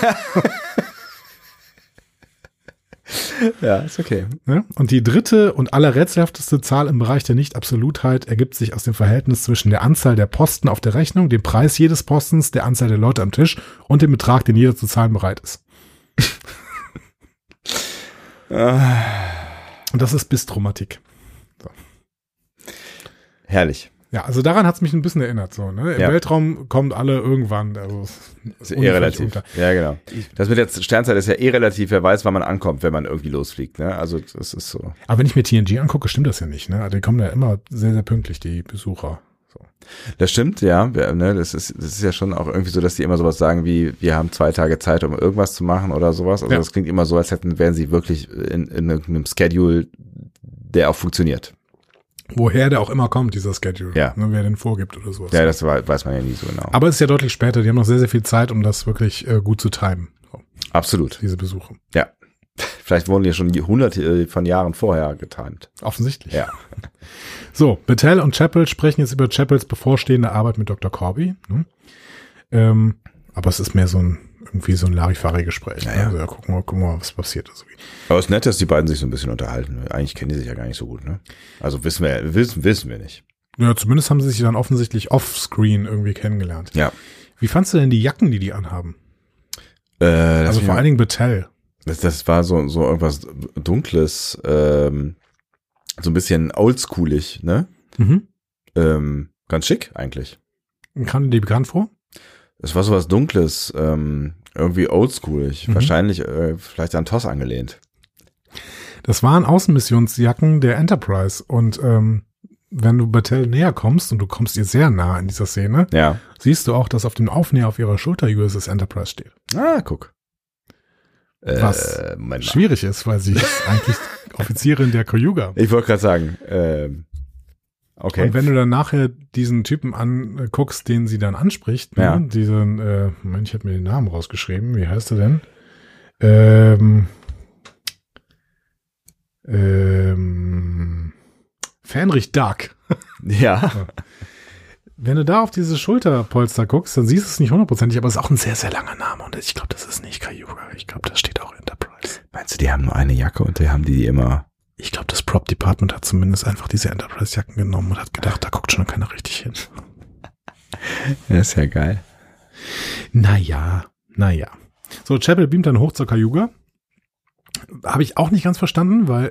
Speaker 1: Ja, ist okay.
Speaker 2: Ne? Und die dritte und allerrätselhafteste Zahl im Bereich der Nicht-Absolutheit ergibt sich aus dem Verhältnis zwischen der Anzahl der Posten auf der Rechnung, dem Preis jedes Postens, der Anzahl der Leute am Tisch und dem Betrag, den jeder zu zahlen bereit ist.
Speaker 1: Ah.
Speaker 2: und das ist Bistromatik.
Speaker 1: Herrlich.
Speaker 2: Ja, also daran hat's mich ein bisschen erinnert. So, ne? Im
Speaker 1: Ja.
Speaker 2: Weltraum kommen alle irgendwann. Also,
Speaker 1: Ist eh relativ. Ja, genau. Das mit der Sternzeit ist ja eh relativ, wer weiß, wann man ankommt, wenn man irgendwie losfliegt. Ne? Also das ist so.
Speaker 2: Aber wenn ich mir TNG angucke, stimmt das ja nicht. Ne? Die kommen ja immer sehr, sehr pünktlich, die Besucher. So.
Speaker 1: Das stimmt, ja. Wir, ne, das, ist, das ist ja schon auch irgendwie so, dass die immer sowas sagen wie, wir haben zwei Tage Zeit, um irgendwas zu machen oder sowas. Also
Speaker 2: Ja.
Speaker 1: das klingt immer so, als hätten, wären sie wirklich in, in irgendeinem Schedule, der auch funktioniert.
Speaker 2: Woher der auch immer kommt, dieser Schedule.
Speaker 1: Ja.
Speaker 2: Ne, wer den vorgibt oder sowas.
Speaker 1: Ja, das wei- weiß man ja nie so genau.
Speaker 2: Aber es ist ja deutlich später. Die haben noch sehr, sehr viel Zeit, um das wirklich äh, gut zu timen. So,
Speaker 1: Absolut.
Speaker 2: diese Besuche.
Speaker 1: Ja. (laughs) Vielleicht wurden die schon je- hunderte äh, von Jahren vorher getimt.
Speaker 2: Offensichtlich.
Speaker 1: Ja.
Speaker 2: So, Battelle und Chapel sprechen jetzt über Chapels bevorstehende Arbeit mit Dr. Corby. Ne? Ähm, aber es ist mehr so ein irgendwie so ein Larifari-Gespräch. Ne?
Speaker 1: Ja, ja.
Speaker 2: Also, ja, gucken wir, gucken wir, mal, was passiert. Also,
Speaker 1: Aber es ist nett, dass die beiden sich so ein bisschen unterhalten. Eigentlich kennen die sich ja gar nicht so gut, ne? Also wissen wir, wissen, wissen wir nicht.
Speaker 2: ja, zumindest haben sie sich dann offensichtlich offscreen irgendwie kennengelernt.
Speaker 1: Ja.
Speaker 2: Wie fandst du denn die Jacken, die die anhaben?
Speaker 1: Äh, lass
Speaker 2: Also
Speaker 1: mich mal-
Speaker 2: vor allen Dingen Battelle.
Speaker 1: Das, das war so, so irgendwas Dunkles, ähm, so ein bisschen oldschoolig, ne?
Speaker 2: Mhm.
Speaker 1: Ähm, ganz schick eigentlich.
Speaker 2: Kam dir bekannt vor?
Speaker 1: Es war sowas Dunkles, ähm, irgendwie oldschoolig.
Speaker 2: Mhm.
Speaker 1: Wahrscheinlich äh, vielleicht an Toss angelehnt.
Speaker 2: Das waren Außenmissionsjacken der Enterprise. Und ähm, wenn du Battelle näher kommst, und du kommst ihr sehr nah in dieser Szene,
Speaker 1: Ja.
Speaker 2: siehst du auch, dass auf dem Aufnäher auf ihrer Schulter USS Enterprise steht.
Speaker 1: Ah, guck. Äh,
Speaker 2: Was?
Speaker 1: Moment mal.
Speaker 2: Schwierig ist, weil sie
Speaker 1: (laughs)
Speaker 2: ist eigentlich Offizierin der Koyuga.
Speaker 1: Ich wollte gerade sagen, ähm, okay.
Speaker 2: Und wenn du dann nachher diesen Typen anguckst, den sie dann anspricht,
Speaker 1: Ja.
Speaker 2: ne? diesen, äh, Moment, ich habe mir den Namen rausgeschrieben, wie heißt er denn? Ähm, ähm, Fenrich Dark.
Speaker 1: ja.
Speaker 2: Wenn du da auf diese Schulterpolster guckst, dann siehst du es nicht hundertprozentig, aber es ist auch ein sehr, sehr langer Name und ich glaube, das ist nicht Cayuga. Ich glaube, das steht auch Enterprise.
Speaker 1: Meinst du, die haben nur eine Jacke und die haben die immer.
Speaker 2: Ich glaube, das Prop Department hat zumindest einfach diese Enterprise-Jacken genommen und hat gedacht, da guckt schon keiner richtig hin.
Speaker 1: Ja, ist ja geil.
Speaker 2: Naja, naja. So, Chapel beamt dann hoch zur Cayuga. Habe ich auch nicht ganz verstanden, weil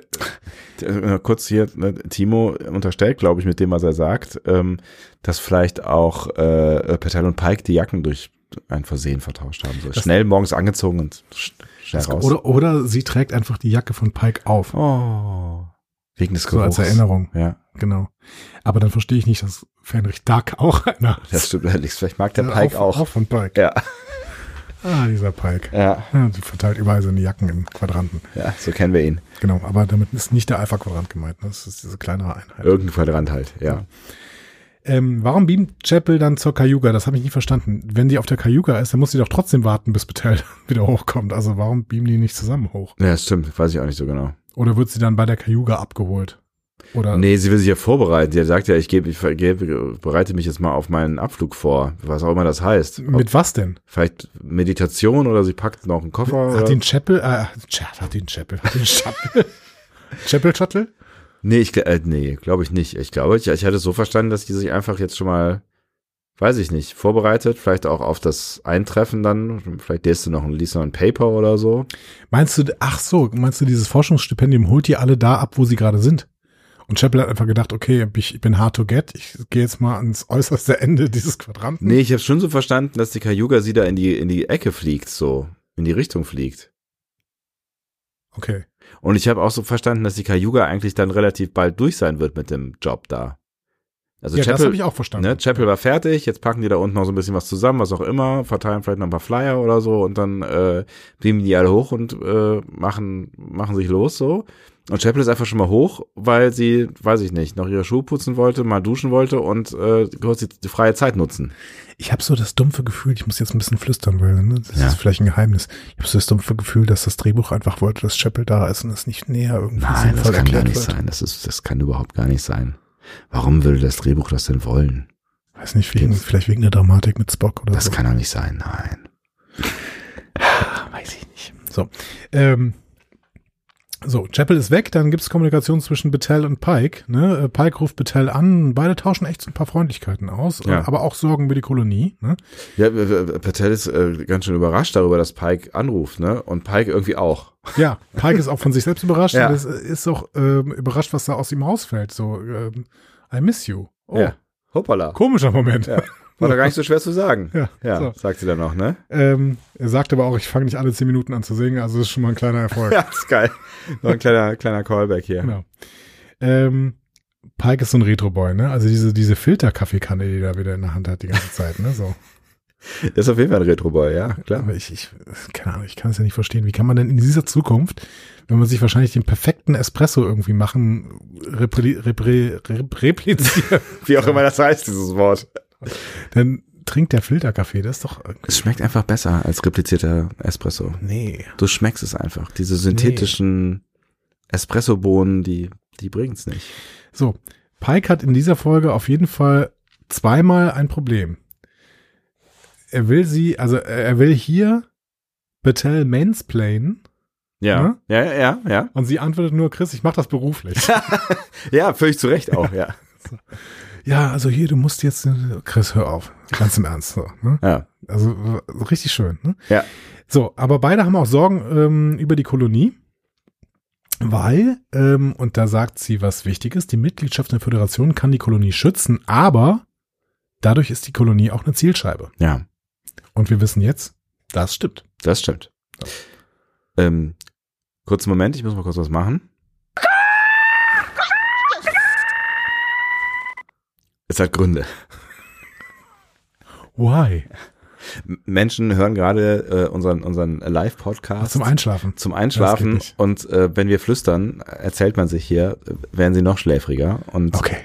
Speaker 1: Äh, Kurz hier, ne, Timo unterstellt, glaube ich, mit dem, was er sagt, ähm, dass vielleicht auch äh, Patel und Pike die Jacken durch ein Versehen vertauscht haben. So
Speaker 2: Das-
Speaker 1: schnell morgens angezogen und sch schnell raus.
Speaker 2: oder, oder sie trägt einfach die Jacke von Pike auf.
Speaker 1: oh. Wegen des
Speaker 2: so als
Speaker 1: Geruchs.
Speaker 2: Erinnerung,
Speaker 1: ja,
Speaker 2: genau. Aber dann verstehe ich nicht, dass Fenrich Dark auch einer
Speaker 1: das stimmt allerdings. Vielleicht mag der
Speaker 2: Ja,
Speaker 1: Pike
Speaker 2: auf,
Speaker 1: auch.
Speaker 2: Auch von Pike.
Speaker 1: Ja,
Speaker 2: Ah, dieser Pike.
Speaker 1: ja,
Speaker 2: Ja, die verteilt überall seine Jacken im Quadranten.
Speaker 1: ja, so kennen wir ihn.
Speaker 2: Genau, aber damit ist nicht der Alpha-Quadrant gemeint. ne? Das ist diese kleinere Einheit.
Speaker 1: Irgendein Quadrant halt, ja.
Speaker 2: Ähm, warum beamt Chapel dann zur Cayuga? Das habe ich nicht verstanden. Wenn die auf der Cayuga ist, dann muss sie doch trotzdem warten, bis Betel (laughs) wieder hochkommt. Also warum beamen die nicht zusammen hoch?
Speaker 1: Ja, stimmt, weiß ich auch nicht so genau.
Speaker 2: Oder wird sie dann bei der Cayuga abgeholt? Oder
Speaker 1: Nee, sie will sich ja vorbereiten. Sie sagt ja, ich, gebe, ich gebe, bereite mich jetzt mal auf meinen Abflug vor, was auch immer das heißt. Ob
Speaker 2: mit was denn?
Speaker 1: vielleicht Meditation oder sie packt noch einen Koffer.
Speaker 2: Hat
Speaker 1: Oder?
Speaker 2: den Chapel, äh, Cha- hat den Chapel, hat den Shuttle. Chapel Shuttle?
Speaker 1: Nee, ich, gl- äh, nee, glaube ich nicht. Ich glaube, ich, ich hatte es so verstanden, dass die sich einfach jetzt schon mal, weiß ich nicht, vorbereitet, vielleicht auch auf das Eintreffen dann. Vielleicht liest du noch, ein- liest noch ein Paper oder so.
Speaker 2: Meinst du, ach so, meinst du, dieses Forschungsstipendium holt die alle da ab, wo sie gerade sind? Und Chapel hat einfach gedacht, okay, ich, ich bin hard to get, ich gehe jetzt mal ans äußerste Ende dieses Quadranten.
Speaker 1: Nee, ich habe schon so verstanden, dass die Cayuga sie da in die, in die Ecke fliegt, so, in die Richtung fliegt.
Speaker 2: Okay.
Speaker 1: Und ich habe auch so verstanden, dass die Cayuga eigentlich dann relativ bald durch sein wird mit dem Job da. Also
Speaker 2: ja, das
Speaker 1: Chapel,
Speaker 2: habe ich auch verstanden.
Speaker 1: ne, Chapel war fertig, jetzt packen die da unten noch so ein bisschen was zusammen, was auch immer, verteilen vielleicht noch ein paar Flyer oder so und dann äh, beamen die alle hoch und äh, machen, machen sich los so. Und Chapel ist einfach schon mal hoch, weil sie, weiß ich nicht, noch ihre Schuhe putzen wollte, mal duschen wollte und äh, kurz die, die freie Zeit nutzen.
Speaker 2: Ich habe so das dumpfe Gefühl, ich muss jetzt ein bisschen flüstern, weil ne, das
Speaker 1: Ja.
Speaker 2: ist vielleicht ein Geheimnis. Ich habe so das dumpfe Gefühl, dass das Drehbuch einfach wollte, dass Chapel da ist und es nicht näher irgendwie sinnvoll erklärt wird.
Speaker 1: Das, ist, das kann überhaupt gar nicht sein. Warum würde das Drehbuch das denn wollen?
Speaker 2: Weiß nicht, wegen,
Speaker 1: Jetzt.
Speaker 2: vielleicht wegen der Dramatik mit Spock oder so.
Speaker 1: kann doch nicht sein, nein.
Speaker 2: weiß ich nicht. So, ähm, so Chapel ist weg, dann gibt's Kommunikation zwischen Battelle und Pike. Ne? Äh, Pike ruft Battelle an, beide tauschen echt so ein paar Freundlichkeiten aus,
Speaker 1: Ja.
Speaker 2: äh, aber auch Sorgen über die Kolonie. Ne?
Speaker 1: Ja, äh, äh, Patel ist äh, ganz schön überrascht darüber, dass Pike anruft, ne? Und Pike irgendwie auch.
Speaker 2: Ja, Pike ist auch von sich selbst überrascht
Speaker 1: Ja.
Speaker 2: und ist, ist auch ähm, überrascht, was da aus ihm rausfällt. So, ähm, I miss you. Oh,
Speaker 1: Ja. Hoppala.
Speaker 2: komischer Moment.
Speaker 1: Ja. War doch gar nicht so schwer zu sagen.
Speaker 2: (laughs) Ja,
Speaker 1: Ja,
Speaker 2: so.
Speaker 1: sagt sie dann noch, ne?
Speaker 2: Ähm, er sagt aber auch, ich fange nicht alle zehn Minuten an zu singen, also das ist schon mal ein kleiner
Speaker 1: (laughs)
Speaker 2: Erfolg.
Speaker 1: Ja, ist geil. Noch ein kleiner, kleiner Callback hier.
Speaker 2: Genau. Ähm, Pike ist so ein Retro-Boy, ne? Also diese, diese Filterkaffeekanne, die er da wieder in der Hand hat die ganze Zeit, ne? So.
Speaker 1: Das ist auf jeden Fall ein Retro-Boy, ja, klar.
Speaker 2: Aber ich, ich, keine Ahnung, ich kann es ja nicht verstehen. Wie kann man denn in dieser Zukunft, wenn man sich wahrscheinlich den perfekten Espresso irgendwie machen, repli, repli, rep- replizieren,
Speaker 1: (laughs) Wie auch immer das heißt, dieses Wort.
Speaker 2: dann trinkt der Filterkaffee, das ist doch,
Speaker 1: Es schmeckt einfach besser als replizierter Espresso.
Speaker 2: nee.
Speaker 1: Du schmeckst es einfach. Diese synthetischen Espresso-Bohnen, die, die bringen's nicht.
Speaker 2: So, Pike hat in dieser Folge auf jeden Fall zweimal ein Problem. Er will sie, also äh, er will hier Battelle mansplainen
Speaker 1: Ja. Ja, ja, ja, ja.
Speaker 2: und sie antwortet nur, Chris, ich mache das beruflich.
Speaker 1: (laughs) Ja, völlig zu Recht auch, ja.
Speaker 2: ja, also hier, du musst jetzt, äh, Chris, hör auf. Ganz im Ernst. So, ne?
Speaker 1: Ja.
Speaker 2: Also äh, richtig schön. Ne?
Speaker 1: Ja.
Speaker 2: So, aber beide haben auch Sorgen ähm, über die Kolonie. Weil, ähm, und da sagt sie was Wichtiges, die Mitgliedschaft in der Föderation kann die Kolonie schützen, aber dadurch ist die Kolonie auch eine Zielscheibe.
Speaker 1: Ja,
Speaker 2: Und wir wissen jetzt, das stimmt.
Speaker 1: das stimmt. Ähm, kurzen Moment, ich muss mal kurz was machen. Es hat Gründe.
Speaker 2: Why?
Speaker 1: M- Menschen hören gerade äh, unseren, unseren Live-Podcast
Speaker 2: Zum Einschlafen.
Speaker 1: zum
Speaker 2: Das geht
Speaker 1: Einschlafen
Speaker 2: nicht.
Speaker 1: und äh, wenn wir flüstern, erzählt man sich hier, äh, werden sie noch schläfriger und
Speaker 2: Okay,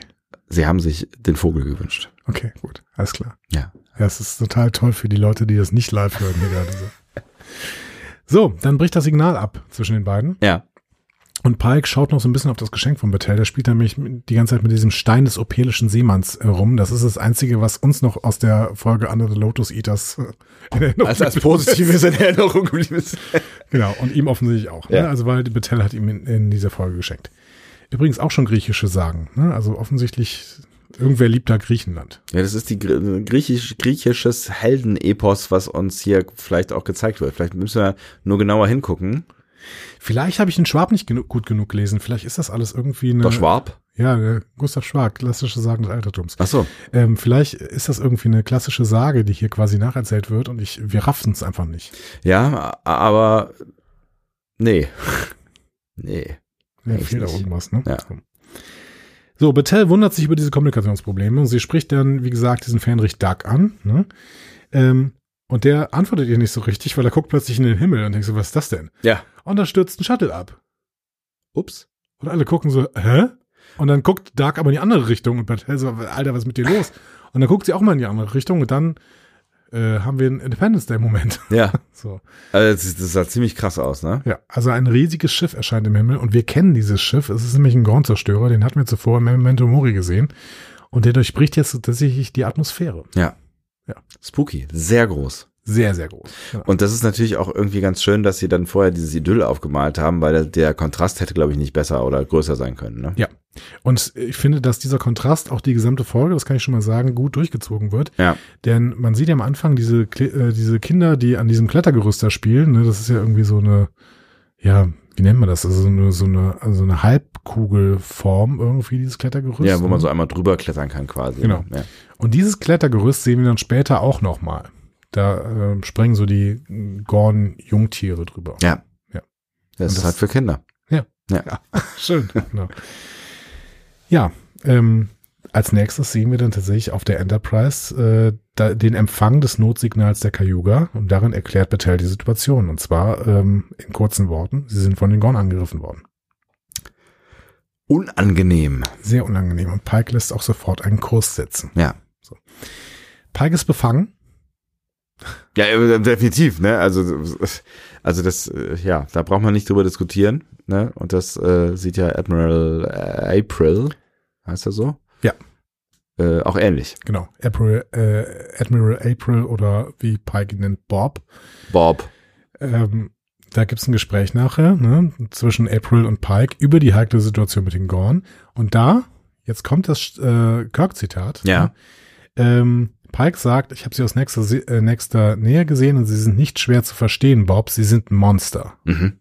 Speaker 1: sie haben sich den Vogel gewünscht.
Speaker 2: okay, gut, alles klar.
Speaker 1: Ja.
Speaker 2: Ja, es ist total toll für die Leute, die das nicht live hören hier gerade so. (laughs) So, dann bricht das Signal ab zwischen den beiden.
Speaker 1: Ja.
Speaker 2: Und Pike schaut noch so ein bisschen auf das Geschenk von Battelle. Der spielt nämlich die ganze Zeit mit diesem Stein des opelischen Seemanns äh, rum. Das ist das Einzige, was uns noch aus der Folge Under the Lotus Eaters äh, in Erinnerung
Speaker 1: Als, als
Speaker 2: geblieben ist. (laughs)
Speaker 1: Positives in Erinnerung geblieben ist.
Speaker 2: Genau, und ihm offensichtlich auch.
Speaker 1: Ja.
Speaker 2: Ne? Also, weil Battelle hat ihm in, in dieser Folge geschenkt. Übrigens auch schon griechische Sagen. Ne? Also offensichtlich, irgendwer liebt da Griechenland.
Speaker 1: Ja, das ist die Gr- griechisch, griechisches Heldenepos, was uns hier vielleicht auch gezeigt wird. Vielleicht müssen wir nur genauer hingucken.
Speaker 2: Vielleicht habe ich den Schwab nicht genu gut genug gelesen. Vielleicht ist das alles irgendwie eine...
Speaker 1: Der Schwab.
Speaker 2: Ja, der Gustav Schwab, klassische Sagen des Altertums.
Speaker 1: Ach so.
Speaker 2: Ähm, vielleicht ist das irgendwie eine klassische Sage, die hier quasi nacherzählt wird und ich, wir raffen es einfach nicht.
Speaker 1: Ja, a- aber nee. (laughs) Nee.
Speaker 2: Mir
Speaker 1: Echt
Speaker 2: fehlt da
Speaker 1: nicht.
Speaker 2: irgendwas, ne?
Speaker 1: Ja.
Speaker 2: So, Battelle wundert sich über diese Kommunikationsprobleme und sie spricht dann, wie gesagt, diesen Fähnrich Duck an, ne? Ähm, und der antwortet ihr nicht so richtig, weil er guckt plötzlich in den Himmel und denkt so, was ist das denn?
Speaker 1: Ja.
Speaker 2: Und da stürzt ein Shuttle ab.
Speaker 1: Ups.
Speaker 2: Und alle gucken so, hä? Und dann guckt Dark aber in die andere Richtung und Battelle so, Alter, was ist mit dir los? Und dann guckt sie auch mal in die andere Richtung und dann äh, haben wir einen Independence Day-Moment.
Speaker 1: Ja.
Speaker 2: (laughs) So.
Speaker 1: Also das, das sah ziemlich krass aus, ne?
Speaker 2: Ja, also ein riesiges Schiff erscheint im Himmel und wir kennen dieses Schiff. Es ist nämlich ein Gornzerstörer, den hatten wir zuvor im Memento Mori gesehen. Und der durchbricht jetzt tatsächlich die Atmosphäre.
Speaker 1: Ja.
Speaker 2: Ja.
Speaker 1: Spooky. Sehr groß.
Speaker 2: Sehr, sehr groß. Ja.
Speaker 1: Und das ist natürlich auch irgendwie ganz schön, dass sie dann vorher dieses Idyll aufgemalt haben, weil der, der Kontrast hätte, glaube ich, nicht besser oder größer sein können, ne?
Speaker 2: Ja. Und ich finde, dass dieser Kontrast auch die gesamte Folge, das kann ich schon mal sagen, gut durchgezogen wird.
Speaker 1: Ja.
Speaker 2: Denn man sieht ja am Anfang diese, Kle- äh, diese Kinder, die an diesem Klettergerüst da spielen. Ne? Das ist ja irgendwie so eine, ja, wie nennt man das? Also so eine, so eine, also so eine Halbkugelform irgendwie, dieses Klettergerüst.
Speaker 1: Ja, wo man
Speaker 2: ne?
Speaker 1: so einmal drüber klettern kann quasi.
Speaker 2: Genau.
Speaker 1: ne?
Speaker 2: Und dieses Klettergerüst sehen wir dann später auch nochmal. Da äh, springen so die äh, Gorn-Jungtiere drüber.
Speaker 1: Ja. ja.
Speaker 2: Ja.
Speaker 1: Das,
Speaker 2: Und
Speaker 1: ist
Speaker 2: das-
Speaker 1: halt für Kinder.
Speaker 2: (laughs) Schön. Genau. Ja, ähm, als nächstes sehen wir dann tatsächlich auf der Enterprise äh, da, den Empfang des Notsignals der Cayuga und darin erklärt Battelle die Situation. Und zwar ähm, in kurzen Worten, sie sind von den Gorn angegriffen worden.
Speaker 1: Unangenehm.
Speaker 2: Sehr unangenehm und Pike lässt auch sofort einen Kurs setzen.
Speaker 1: Ja.
Speaker 2: Pike ist befangen.
Speaker 1: Ja, äh, definitiv, ne? Also, also das, äh, ja, da braucht man nicht drüber diskutieren, ne? Und das äh, sieht ja Admiral äh, April, heißt er so?
Speaker 2: Ja.
Speaker 1: Äh, auch ähnlich.
Speaker 2: Genau, April, äh, Admiral April oder wie Pike ihn nennt, Bob.
Speaker 1: Bob.
Speaker 2: Ähm, da gibt's ein Gespräch nachher ne, zwischen April und Pike über die heikle Situation mit den Gorn. Und da, jetzt kommt das äh, Kirk-Zitat. ne,
Speaker 1: Ja.
Speaker 2: Ähm, Pike sagt, ich habe sie aus nächster, Se- äh, nächster Nähe gesehen und sie sind nicht schwer zu verstehen, Bob, sie sind ein Monster.
Speaker 1: Mhm.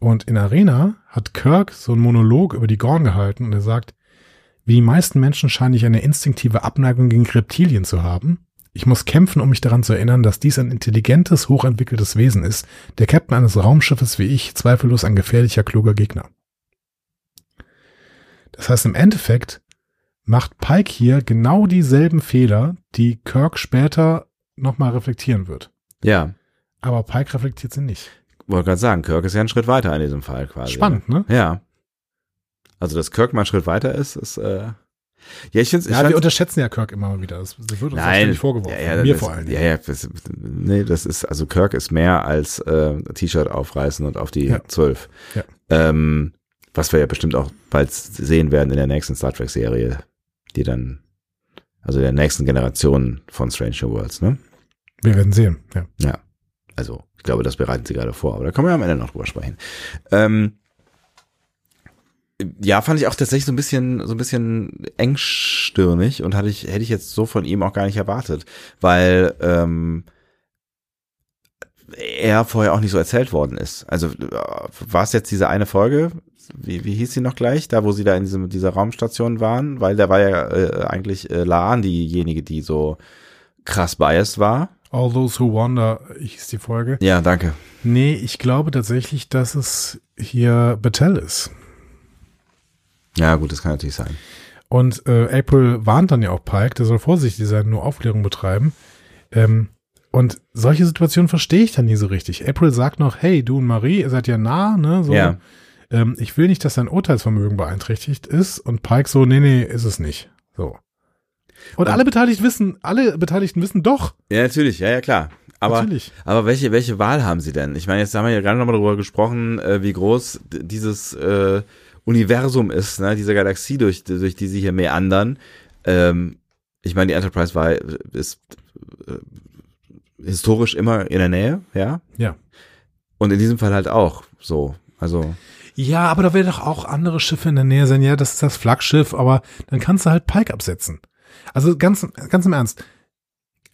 Speaker 2: Und in Arena hat Kirk so einen Monolog über die Gorn gehalten und er sagt, wie die meisten Menschen scheine ich eine instinktive Abneigung gegen Reptilien zu haben. Ich muss kämpfen, um mich daran zu erinnern, dass dies ein intelligentes, hochentwickeltes Wesen ist, der Captain eines Raumschiffes wie ich, zweifellos ein gefährlicher, kluger Gegner. Das heißt, im Endeffekt macht Pike hier genau dieselben Fehler, die Kirk später nochmal reflektieren wird.
Speaker 1: Ja.
Speaker 2: Aber Pike reflektiert sie nicht.
Speaker 1: Wollte gerade sagen, Kirk ist ja einen Schritt weiter in diesem Fall quasi.
Speaker 2: Spannend, ne?
Speaker 1: Ne? Ja. Also, dass Kirk mal einen Schritt weiter ist, ist, äh, ja, ich finde ich
Speaker 2: Ja, wir
Speaker 1: find's-
Speaker 2: unterschätzen ja Kirk immer mal wieder. Das, das wird uns auch
Speaker 1: Nein,
Speaker 2: ständig vorgeworfen.
Speaker 1: Ja, ja,
Speaker 2: Mir
Speaker 1: das,
Speaker 2: vor allen Dingen.
Speaker 1: Ja, ja, das, nee, das ist, also Kirk ist mehr als äh, T-Shirt aufreißen und auf die
Speaker 2: Ja.
Speaker 1: zwölf.
Speaker 2: Ja.
Speaker 1: Ähm, was wir ja bestimmt auch bald sehen werden in der nächsten Star Trek-Serie, die dann, also der nächsten Generation von Strange New Worlds, ne?
Speaker 2: Wir werden sehen. Ja.
Speaker 1: Also, ich glaube, das bereiten sie gerade vor, aber da können wir am Ende noch drüber sprechen. Ähm, ja, fand ich auch tatsächlich so ein bisschen, so ein bisschen engstirnig und hatte ich, hätte ich jetzt so von ihm auch gar nicht erwartet, weil ähm, er vorher auch nicht so erzählt worden ist. Also äh, war es jetzt diese eine Folge, wie, wie hieß sie noch gleich, da wo sie da in diesem, dieser Raumstation waren, weil da war ja äh, eigentlich äh, Laan diejenige, die so krass biased war.
Speaker 2: All Those Who Wander hieß die Folge.
Speaker 1: Ja, danke.
Speaker 2: Nee, ich glaube tatsächlich, dass es hier Battelle ist.
Speaker 1: Ja, gut, das kann natürlich sein.
Speaker 2: Und äh, April warnt dann ja auch Pike, der soll vorsichtig sein, nur Aufklärung betreiben. Ähm, und solche Situationen verstehe ich dann nie so richtig. April sagt noch, hey, du und Marie, ihr seid ja nah, ne? So,
Speaker 1: Ja.
Speaker 2: ähm, ich will nicht, dass dein Urteilsvermögen beeinträchtigt ist. Und Pike so, nee, nee, ist es nicht. So. Und, alle Beteiligten wissen, alle Beteiligten wissen doch.
Speaker 1: Ja, natürlich, ja, ja, klar. Aber,
Speaker 2: Natürlich.
Speaker 1: aber welche, welche Wahl haben sie denn? Ich meine, jetzt haben wir ja gerade nochmal darüber gesprochen, äh, wie groß d- dieses äh, Universum ist, ne? diese Galaxie, durch, durch die sie hier meandern. Ähm, ich meine, die Enterprise war, ist äh, historisch immer in der Nähe, ja.
Speaker 2: Ja.
Speaker 1: Und in diesem Fall halt auch so. Also,
Speaker 2: Ja, aber da werden doch auch andere Schiffe in der Nähe sein. Ja, das ist das Flaggschiff, aber dann kannst du halt Pike absetzen. Also ganz, ganz im Ernst.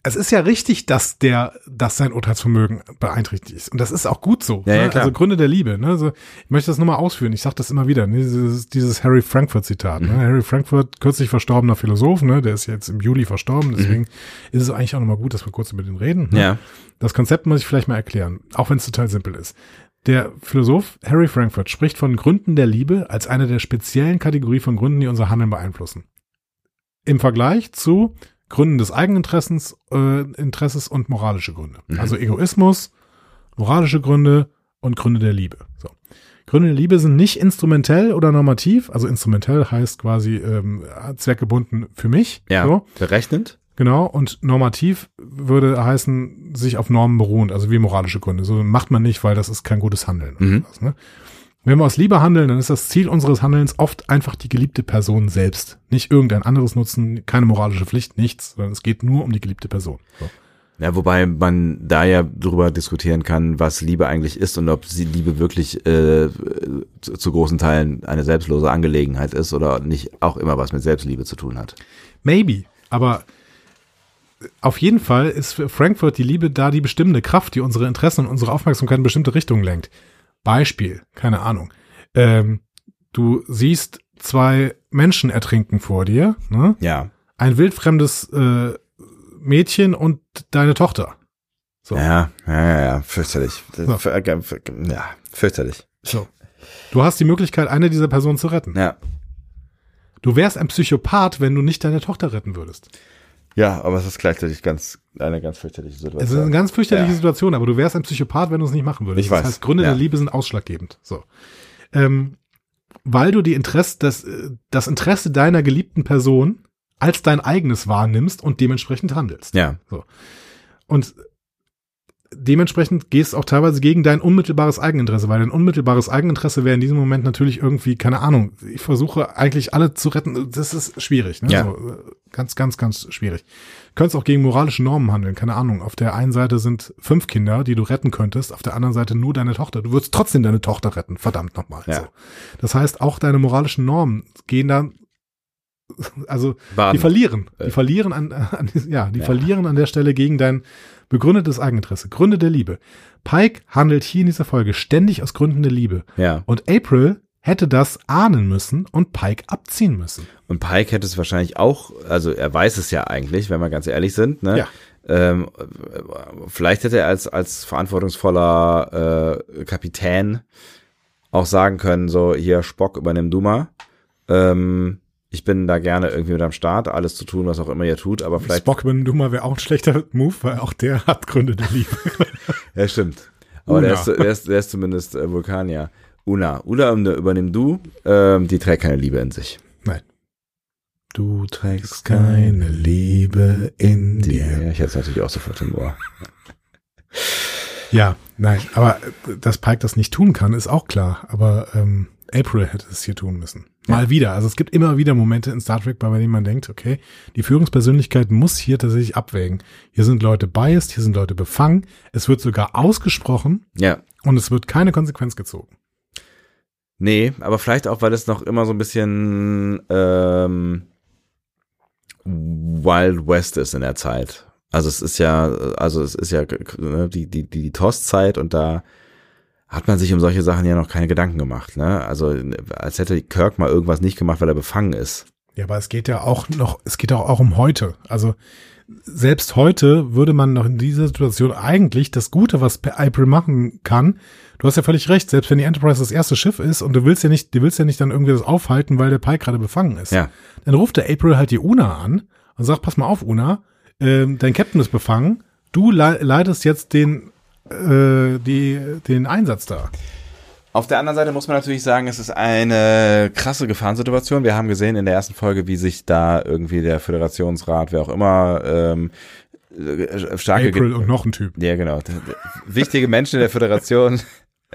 Speaker 2: Es ist ja richtig, dass der, dass sein Urteilsvermögen beeinträchtigt ist. Und das ist auch gut so.
Speaker 1: Ja, ja,
Speaker 2: ne?
Speaker 1: klar.
Speaker 2: Also Gründe der Liebe. Ne? Also ich möchte das nur mal ausführen. Ich sage das immer wieder. Ne? Dieses, dieses Harry Frankfurt-Zitat.
Speaker 1: Mhm.
Speaker 2: Ne? Harry Frankfurt, kürzlich verstorbener Philosoph, ne? der ist jetzt im Juli verstorben. Deswegen ist es eigentlich auch nochmal gut, dass wir kurz über den reden. Ne?
Speaker 1: Mhm. ja.
Speaker 2: Das Konzept muss ich vielleicht mal erklären, auch wenn es total simpel ist. Der Philosoph Harry Frankfurt spricht von Gründen der Liebe als einer der speziellen Kategorie von Gründen, die unser Handeln beeinflussen. Im Vergleich zu Gründen des Eigeninteressens äh, Interesses und moralische Gründe. Also Egoismus, moralische Gründe und Gründe der Liebe. So. Gründe der Liebe sind nicht instrumentell oder normativ. Also instrumentell heißt quasi ähm, zweckgebunden für mich.
Speaker 1: Ja.
Speaker 2: So.
Speaker 1: Berechnend?
Speaker 2: Genau, und normativ würde heißen, sich auf Normen beruhen, also wie moralische Gründe. So macht man nicht, weil das ist kein gutes Handeln. oder
Speaker 1: Mhm.
Speaker 2: sowas, ne? Wenn wir aus Liebe handeln, dann ist das Ziel unseres Handelns oft einfach die geliebte Person selbst. Nicht irgendein anderes Nutzen, keine moralische Pflicht, nichts, sondern es geht nur um die geliebte Person. So.
Speaker 1: Ja, wobei man da ja drüber diskutieren kann, was Liebe eigentlich ist und ob sie Liebe wirklich äh, zu, zu großen Teilen eine selbstlose Angelegenheit ist oder nicht auch immer was mit Selbstliebe zu tun hat.
Speaker 2: Maybe, aber äh, auf jeden Fall ist für Frankfurt die Liebe da die bestimmende Kraft, die unsere Interessen und unsere Aufmerksamkeit in bestimmte Richtungen lenkt. Beispiel, keine Ahnung. Ähm, du siehst zwei Menschen ertrinken vor dir, ne?
Speaker 1: Ja.
Speaker 2: ein wildfremdes äh, Mädchen und deine Tochter. So.
Speaker 1: Ja, ja, ja, ja fürchterlich.
Speaker 2: So.
Speaker 1: Für- äh, für- Ja, fürchterlich.
Speaker 2: So. Du hast die Möglichkeit, eine dieser Personen zu retten.
Speaker 1: Ja.
Speaker 2: Du wärst ein Psychopath, wenn du nicht deine Tochter retten würdest.
Speaker 1: Ja, aber es ist gleichzeitig ganz eine ganz fürchterliche
Speaker 2: Es ist eine
Speaker 1: Situation.
Speaker 2: ganz fürchterliche
Speaker 1: Ja.
Speaker 2: Situation, aber du wärst ein Psychopath, wenn du es nicht machen würdest.
Speaker 1: Ich
Speaker 2: das
Speaker 1: weiß,
Speaker 2: heißt, Gründe
Speaker 1: ja.
Speaker 2: der Liebe sind ausschlaggebend. So. Ähm, weil du die Interesse, das, äh, das Interesse deiner geliebten Person als dein eigenes wahrnimmst und dementsprechend handelst.
Speaker 1: Ja,
Speaker 2: Und dementsprechend gehst auch teilweise gegen dein unmittelbares Eigeninteresse, weil dein unmittelbares Eigeninteresse wäre in diesem Moment natürlich irgendwie, keine Ahnung, ich versuche eigentlich alle zu retten, das ist schwierig, ne?
Speaker 1: Ja.
Speaker 2: So, äh, ganz, ganz, ganz schwierig. Du könntest auch gegen moralische Normen handeln, keine Ahnung. Auf der einen Seite sind fünf Kinder, die du retten könntest, auf der anderen Seite nur deine Tochter. Du würdest trotzdem deine Tochter retten, verdammt nochmal.
Speaker 1: Ja.
Speaker 2: So. Das heißt, auch deine moralischen Normen gehen dann, also die
Speaker 1: Baden.
Speaker 2: verlieren.
Speaker 1: Äh.
Speaker 2: Die verlieren an, (laughs) an ja, die
Speaker 1: Ja.
Speaker 2: verlieren an der Stelle gegen dein begründetes Eigeninteresse, Gründe der Liebe. Pike handelt hier in dieser Folge ständig aus Gründen der Liebe.
Speaker 1: ja.
Speaker 2: Und April hätte das ahnen müssen und Pike abziehen müssen.
Speaker 1: Und Pike hätte es wahrscheinlich auch, also er weiß es ja eigentlich, wenn wir ganz ehrlich sind, ne?
Speaker 2: Ja.
Speaker 1: Ähm, vielleicht hätte er als, als verantwortungsvoller äh, Kapitän auch sagen können, so hier Spock übernimm du mal. Ähm, ich bin da gerne irgendwie mit am Start, alles zu tun, was auch immer ihr tut, aber vielleicht.
Speaker 2: Spock, wenn du mal wäre auch ein schlechter Move, weil auch der (laughs) hat Gründe der Liebe.
Speaker 1: Ja, stimmt. Aber der
Speaker 2: Una.
Speaker 1: ist, der, ist, der ist zumindest äh, Vulkanier. Una, Una um, übernimm du, ähm, die trägt keine Liebe in sich.
Speaker 2: Nein. Du trägst keine Liebe in dir.
Speaker 1: Ja, ich hätte es natürlich auch sofort im Ohr.
Speaker 2: Ja, nein, aber äh, dass Pike das nicht tun kann, ist auch klar. Aber ähm, April hätte es hier tun müssen. Mal wieder. Also es gibt immer wieder Momente in Star Trek, bei denen man denkt, okay, die Führungspersönlichkeit muss hier tatsächlich abwägen. Hier sind Leute biased, hier sind Leute befangen. Es wird sogar ausgesprochen
Speaker 1: Ja,
Speaker 2: und es wird keine Konsequenz gezogen.
Speaker 1: Nee, aber vielleicht auch, weil es noch immer so ein bisschen ähm, Wild West ist in der Zeit. Also es ist ja, also es ist ja ne, die, die, die, die Toss-Zeit und da hat man sich um solche Sachen ja noch keine Gedanken gemacht, ne? Also als hätte Kirk mal irgendwas nicht gemacht, weil er befangen ist.
Speaker 2: Ja, aber es geht ja auch noch, es geht auch, auch um heute. Also selbst heute würde man noch in dieser Situation eigentlich das Gute, was April machen kann. Du hast ja völlig recht, selbst wenn die Enterprise das erste Schiff ist und du willst ja nicht, du willst ja nicht dann irgendwie das aufhalten, weil der Pike gerade befangen ist.
Speaker 1: Ja.
Speaker 2: Dann ruft der April halt die Una an und sagt, pass mal auf, Una, ähm, dein Captain ist befangen, du le leitest jetzt den, äh, die, den Einsatz da.
Speaker 1: Auf der anderen Seite muss man natürlich sagen, es ist eine krasse Gefahrensituation. Wir haben gesehen in der ersten Folge, wie sich da irgendwie der Föderationsrat, wer auch immer, ähm, äh, starke
Speaker 2: April und noch ein Typ.
Speaker 1: ja, genau. D- d- Wichtige Menschen in der Föderation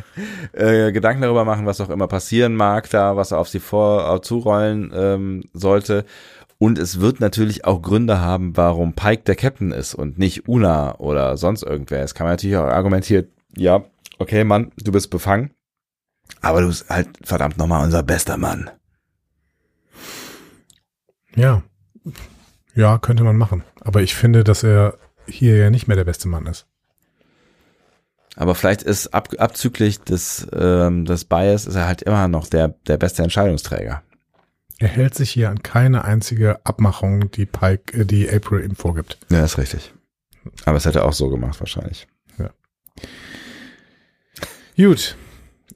Speaker 1: (laughs) äh, Gedanken darüber machen, was auch immer passieren mag, da was auf sie vor äh, zurollen ähm, sollte. Und es wird natürlich auch Gründe haben, warum Pike der Captain ist und nicht Una oder sonst irgendwer. Es kann man natürlich auch argumentiert, ja, okay, Mann, du bist befangen. Aber du bist halt verdammt nochmal unser bester Mann.
Speaker 2: Ja. Ja, könnte man machen. Aber ich finde, dass er hier ja nicht mehr der beste Mann ist.
Speaker 1: Aber vielleicht ist ab, abzüglich des, ähm, des Bias ist er halt immer noch der, der beste Entscheidungsträger.
Speaker 2: Er hält sich hier an keine einzige Abmachung, die Pike, äh, die April ihm vorgibt.
Speaker 1: Ja, ist richtig. Aber es hätte er auch so gemacht wahrscheinlich.
Speaker 2: Gut.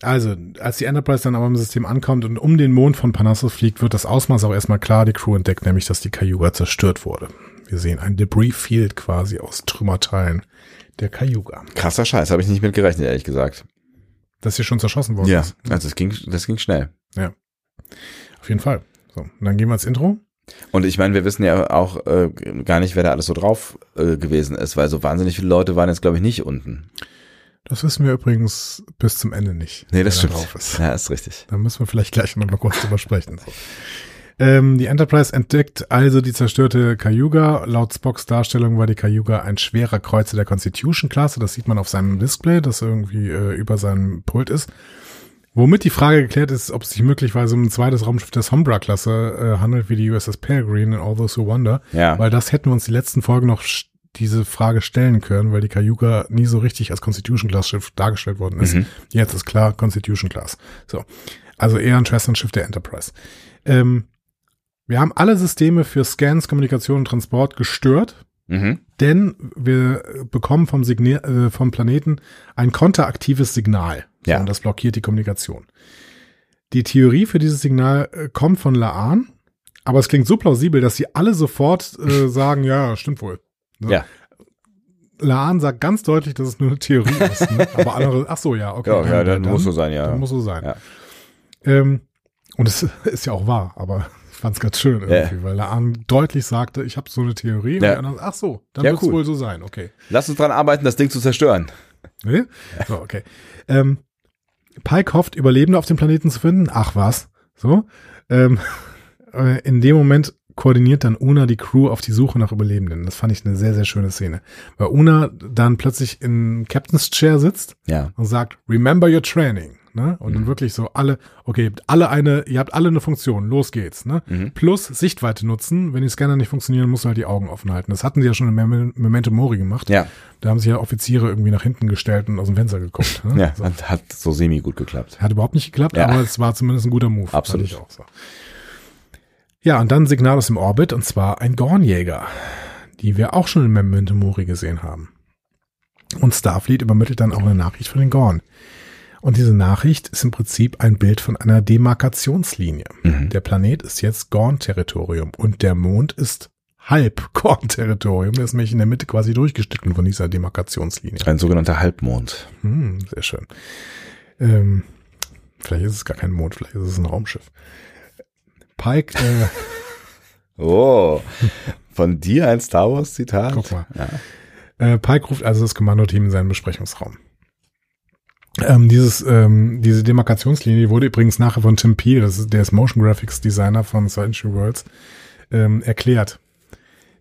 Speaker 2: Also, als die Enterprise dann aber im System ankommt und um den Mond von Panassus fliegt, wird das Ausmaß auch erstmal klar. Die Crew entdeckt nämlich, dass die Cayuga zerstört wurde. Wir sehen ein Debris-Field quasi aus Trümmerteilen der Cayuga.
Speaker 1: Krasser Scheiß, habe ich nicht mit gerechnet, ehrlich gesagt.
Speaker 2: Das hier schon zerschossen worden ist.
Speaker 1: Also es ging, das ging schnell.
Speaker 2: Auf jeden Fall. So, und dann gehen wir ins Intro.
Speaker 1: Und ich meine, wir wissen ja auch äh, gar nicht, wer da alles so drauf äh, gewesen ist, weil so wahnsinnig viele Leute waren jetzt, glaube ich, nicht unten.
Speaker 2: Das wissen wir übrigens bis zum Ende nicht.
Speaker 1: Nee, das
Speaker 2: wer
Speaker 1: stimmt.
Speaker 2: da Drauf ist.
Speaker 1: Ja, ist richtig.
Speaker 2: Da müssen wir vielleicht gleich noch mal kurz drüber sprechen. So. Ähm, die Enterprise entdeckt also die zerstörte Cayuga. Laut Spocks Darstellung war die Cayuga ein schwerer Kreuzer der Constitution-Klasse. Das sieht man auf seinem Display, das irgendwie äh, über seinem Pult ist. Womit die Frage geklärt ist, ob es sich möglicherweise um ein zweites Raumschiff der Sombra-Klasse äh, handelt, wie die USS Peregrine in All Those Who Wonder.
Speaker 1: Ja.
Speaker 2: Weil das hätten wir uns die letzten Folgen noch sch- diese Frage stellen können, weil die Cayuga nie so richtig als Constitution-Class-Schiff dargestellt worden ist. Jetzt ist klar, Constitution-Class. So. Also eher ein Schwesternschiff der Enterprise. Ähm, wir haben alle Systeme für Scans, Kommunikation und Transport gestört,
Speaker 1: Mhm.
Speaker 2: denn wir bekommen vom, Signi- äh, vom Planeten ein konteraktives Signal.
Speaker 1: Ja.
Speaker 2: Und das blockiert die Kommunikation. Die Theorie für dieses Signal äh, kommt von Laan, aber es klingt so plausibel, dass sie alle sofort
Speaker 1: (laughs)
Speaker 2: äh, sagen, ja, stimmt wohl. So.
Speaker 1: Ja.
Speaker 2: Laan sagt ganz deutlich, dass es nur eine Theorie
Speaker 1: (laughs)
Speaker 2: ist. Ne? Aber andere, ach so, ja, okay.
Speaker 1: Ja, ja, dann muss so sein, ja.
Speaker 2: Dann muss so sein.
Speaker 1: Ja.
Speaker 2: Ähm, und es (laughs) ist ja auch wahr, aber ich fand's ganz schön irgendwie, weil Laan deutlich sagte, ich habe so eine
Speaker 1: Ja.
Speaker 2: Theorie. Und die anderen, ach so, dann
Speaker 1: Ja,
Speaker 2: wird's
Speaker 1: cool.
Speaker 2: wohl so sein, okay.
Speaker 1: Lass uns dran arbeiten, das Ding zu zerstören.
Speaker 2: Ne? So, okay. Ähm, Pike hofft, Überlebende auf dem Planeten zu finden. Ach was. So. Ähm, (laughs) äh, in dem Moment koordiniert dann Una die Crew auf die Suche nach Überlebenden. Das fand ich eine sehr, sehr schöne Szene. Weil Una dann plötzlich in Captain's Chair sitzt
Speaker 1: Ja.
Speaker 2: und sagt, remember your training. Ne? Und
Speaker 1: Mhm.
Speaker 2: dann wirklich so alle, okay, ihr habt alle eine, ihr habt alle eine Funktion, los geht's. Ne?
Speaker 1: Mhm.
Speaker 2: Plus Sichtweite nutzen. Wenn die Scanner nicht funktionieren, muss halt die Augen offen halten. Das hatten sie ja schon in Mem- Memento Mori gemacht.
Speaker 1: Ja.
Speaker 2: Da haben sich ja Offiziere irgendwie nach hinten gestellt und aus dem Fenster geguckt. Ne?
Speaker 1: Ja, hat, hat so semi gut geklappt.
Speaker 2: Hat überhaupt nicht geklappt,
Speaker 1: Ja.
Speaker 2: aber es war zumindest ein guter Move. Fand
Speaker 1: Absolut.
Speaker 2: Ich auch so. Ja, und dann ein Signal aus dem Orbit, und zwar ein Gornjäger, die wir auch schon in Memento Mori gesehen haben. Und Starfleet übermittelt dann auch eine Nachricht von den Gorn. Und diese Nachricht ist im Prinzip ein Bild von einer Demarkationslinie.
Speaker 1: Mhm.
Speaker 2: Der Planet ist jetzt Gorn-Territorium und der Mond ist halb Gorn-Territorium. Der ist nämlich in der Mitte quasi durchgeschnitten von dieser Demarkationslinie.
Speaker 1: Ein sogenannter Halbmond.
Speaker 2: Hm, sehr schön. Ähm, vielleicht ist es gar kein Mond, vielleicht ist es ein Raumschiff. Pike, äh,
Speaker 1: Oh. Von dir ein Star Wars Zitat?
Speaker 2: guck mal.
Speaker 1: Ja.
Speaker 2: Äh, Pike ruft also das Kommandoteam in seinen Besprechungsraum. Ähm, dieses, ähm, diese Demarkationslinie wurde übrigens nachher von Tim Peel, das ist, der ist Motion Graphics Designer von Century Worlds, ähm, erklärt.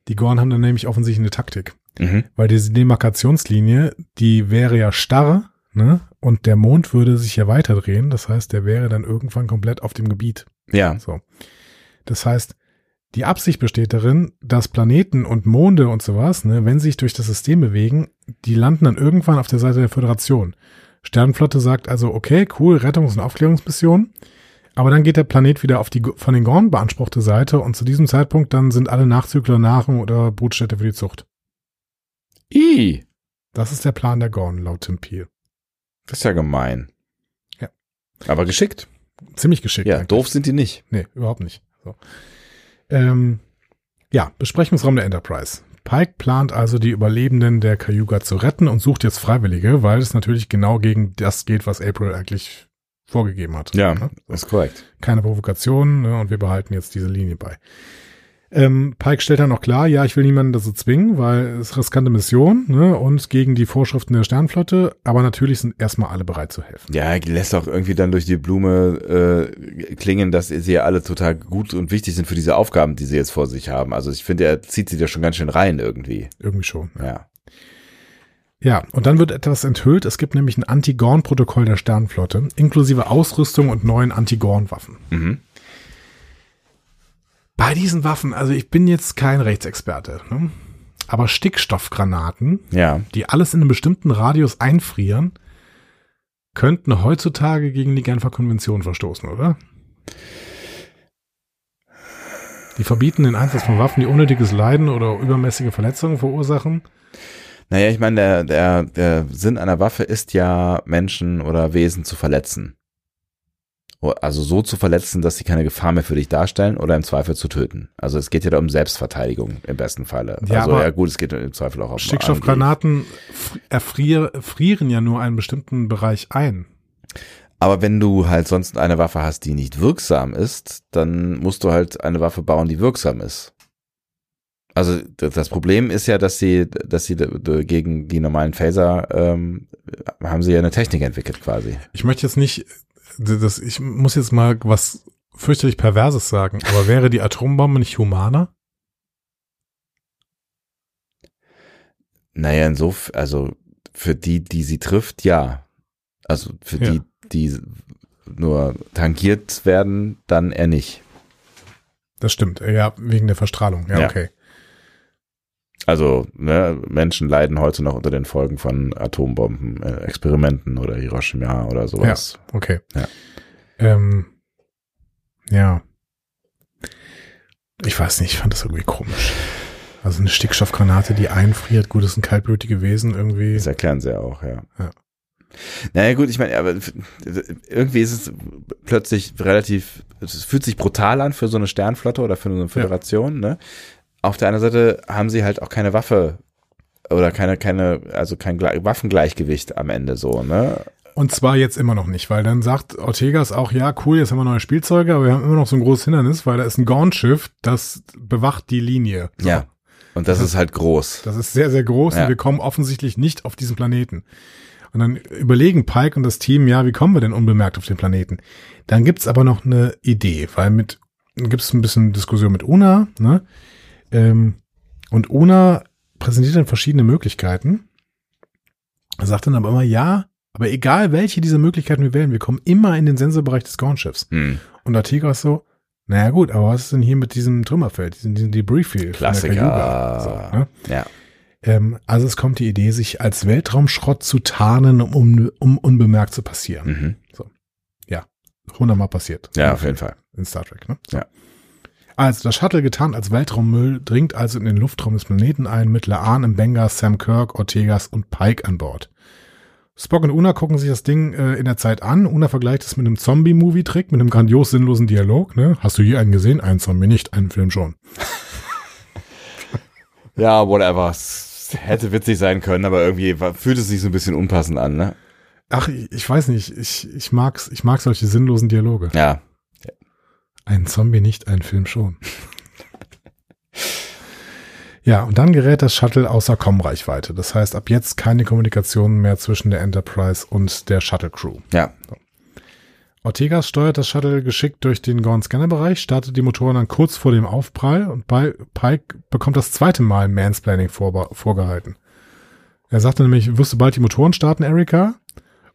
Speaker 2: Die Gorn haben dann nämlich offensichtlich eine Taktik.
Speaker 1: Mhm.
Speaker 2: Weil diese Demarkationslinie, die wäre ja starr, ne? Und der Mond würde sich ja weiterdrehen. Das heißt, der wäre dann irgendwann komplett auf dem Gebiet.
Speaker 1: Ja.
Speaker 2: So. Das heißt, Die Absicht besteht darin, dass Planeten und Monde und sowas, ne, wenn sie sich durch das System bewegen, die landen dann irgendwann auf der Seite der Föderation. Sternenflotte sagt also, okay, cool, Rettungs- und Aufklärungsmission. Aber dann geht der Planet wieder auf die von den Gorn beanspruchte Seite und zu diesem Zeitpunkt dann sind alle Nachzügler Nahrung oder Brutstätte für die Zucht.
Speaker 1: I,
Speaker 2: Das ist der Plan der Gorn, laut Tim Peel.
Speaker 1: das ist ja gemein.
Speaker 2: Ja.
Speaker 1: Aber geschickt.
Speaker 2: Ziemlich geschickt.
Speaker 1: Ja,
Speaker 2: eigentlich.
Speaker 1: doof sind die nicht.
Speaker 2: Nee, überhaupt nicht. So. Ähm, ja, Besprechungsraum der Enterprise. Pike plant also die Überlebenden der Cayuga zu retten und sucht jetzt Freiwillige, weil es natürlich genau gegen das geht, was April eigentlich vorgegeben hat. Ne?
Speaker 1: ist korrekt.
Speaker 2: keine Provokation ne, und wir behalten jetzt diese Linie bei. Ähm, Pike stellt dann noch klar, ja, ich will niemanden dazu zwingen, weil es ist riskante Mission ne, und gegen die Vorschriften der Sternflotte, aber natürlich sind erstmal alle bereit zu helfen.
Speaker 1: Ja, er lässt auch irgendwie dann durch die Blume äh, klingen, dass sie ja alle total gut und wichtig sind für diese Aufgaben, die sie jetzt vor sich haben. Also ich finde, er zieht sie da schon ganz schön rein irgendwie.
Speaker 2: Irgendwie schon. Ja.
Speaker 1: Ja.
Speaker 2: ja, und dann wird etwas enthüllt. Es gibt nämlich ein Anti-Gorn-Protokoll der Sternflotte, inklusive Ausrüstung und neuen Anti-Gorn-Waffen.
Speaker 1: Mhm.
Speaker 2: Bei diesen Waffen, also ich bin jetzt kein Rechtsexperte, ne? aber Stickstoffgranaten
Speaker 1: Ja.
Speaker 2: die alles in einem bestimmten Radius einfrieren, könnten heutzutage gegen die Genfer Konvention verstoßen, oder? Die verbieten den Einsatz von Waffen, die unnötiges Leiden oder übermäßige Verletzungen verursachen.
Speaker 1: Naja, ich meine, der, der, der Sinn einer Waffe ist ja, Menschen oder Wesen zu verletzen. O- Also so zu verletzen, dass sie keine Gefahr mehr für dich darstellen oder im Zweifel zu töten. Also es geht ja da um Selbstverteidigung im besten Falle.
Speaker 2: Ja,
Speaker 1: also
Speaker 2: aber
Speaker 1: ja gut, es geht im Zweifel auch um Angriff.
Speaker 2: Stickstoffgranaten fr- erfrier, frieren ja nur einen bestimmten Bereich ein.
Speaker 1: Aber wenn du halt sonst eine Waffe hast, die nicht wirksam ist, dann musst du halt eine Waffe bauen, die wirksam ist. Also d- das Problem ist ja, dass sie, dass sie d- d- gegen die normalen Phaser ähm, haben sie ja eine Technik entwickelt quasi.
Speaker 2: Ich möchte jetzt nicht, das, ich muss jetzt mal was fürchterlich Perverses sagen,
Speaker 1: (laughs)
Speaker 2: aber wäre die Atombombe nicht humaner?
Speaker 1: Naja, insof, also für die, die sie trifft, ja. Also für
Speaker 2: Ja.
Speaker 1: die, die nur tangiert werden, dann eher nicht.
Speaker 2: Das stimmt, Äh, ja, wegen der Verstrahlung, ja.
Speaker 1: Ja.
Speaker 2: okay.
Speaker 1: Also ne, Menschen leiden heute noch unter den Folgen von Atombomben, äh, Experimenten oder Hiroshima oder sowas.
Speaker 2: Okay.
Speaker 1: Ja.
Speaker 2: Ähm, ja. Ich weiß nicht, ich fand das irgendwie komisch. Also eine Stickstoffgranate, die einfriert, gut, das sind kaltblütige Wesen irgendwie.
Speaker 1: Das erklären sie ja auch, ja.
Speaker 2: Ja.
Speaker 1: Naja gut, ich meine, aber f- irgendwie ist es plötzlich relativ, es fühlt sich brutal an für so eine Sternflotte oder für so eine Föderation, ne? Auf der anderen Seite haben sie halt auch keine Waffe oder keine, keine, also kein Gle- Waffengleichgewicht am Ende so, ne?
Speaker 2: Und zwar jetzt immer noch nicht, weil dann sagt Ortegas auch, ja, cool, jetzt haben wir neue Spielzeuge, aber wir haben immer noch so ein großes Hindernis, weil da ist ein Gornschiff, das bewacht die Linie. So.
Speaker 1: Ja. Und das ist halt groß.
Speaker 2: Das ist sehr, sehr groß
Speaker 1: Ja.
Speaker 2: und wir kommen offensichtlich nicht auf diesen Planeten. Und dann überlegen Pike und das Team, ja, wie kommen wir denn unbemerkt auf den Planeten? Dann gibt's aber noch eine Idee, weil mit gibt's ein bisschen Diskussion mit Una, ne? Ähm, und Una präsentiert dann verschiedene Möglichkeiten. Sagt dann aber immer, ja, aber egal welche dieser Möglichkeiten wir wählen, wir kommen immer in den Sensorbereich des Gornschiffs.
Speaker 1: Hm.
Speaker 2: Und der Tiger ist so, naja gut, aber was ist denn hier mit diesem Trümmerfeld, diesem, diesem Debris-Field? von der
Speaker 1: Klassiker.
Speaker 2: Cayuga? So, ne?
Speaker 1: Ja.
Speaker 2: Ähm, also es kommt die Idee, sich als Weltraumschrott zu tarnen, um, um unbemerkt zu passieren.
Speaker 1: Mhm.
Speaker 2: Hundertmal passiert.
Speaker 1: Ja, auf jeden Fall.
Speaker 2: In Star Trek, ne?
Speaker 1: Ja.
Speaker 2: Also das Shuttle getarnt als Weltraummüll dringt also in den Luftraum des Planeten ein mit Laan, Mbenga, Sam Kirk, Ortegas und Pike an Bord. Spock und Una gucken sich das Ding äh, in der Zeit an. Una vergleicht es mit einem Zombie-Movie-Trick, mit einem grandios sinnlosen Dialog. Ne? Hast du je einen gesehen? Einen Zombie nicht, einen Film schon.
Speaker 1: Ja, whatever. Es hätte witzig sein können, aber irgendwie war- fühlt es sich so ein bisschen unpassend an, ne?
Speaker 2: Ach, ich, ich weiß nicht. Ich, ich, mag's, ich mag solche sinnlosen Dialoge.
Speaker 1: Ja.
Speaker 2: Ein Zombie nicht, ein Film schon. ja, und dann gerät das Shuttle außer Kommreichweite. Das heißt, ab jetzt keine Kommunikation mehr zwischen der Enterprise und der Shuttle Crew.
Speaker 1: Ja.
Speaker 2: Ortegas steuert das Shuttle geschickt durch den Gorn-Scanner-Bereich, startet die Motoren dann kurz vor dem Aufprall und bei Pike bekommt das zweite Mal Mansplaining vorbe- vorgehalten. Er sagte nämlich, wirst du bald die Motoren starten, Erika?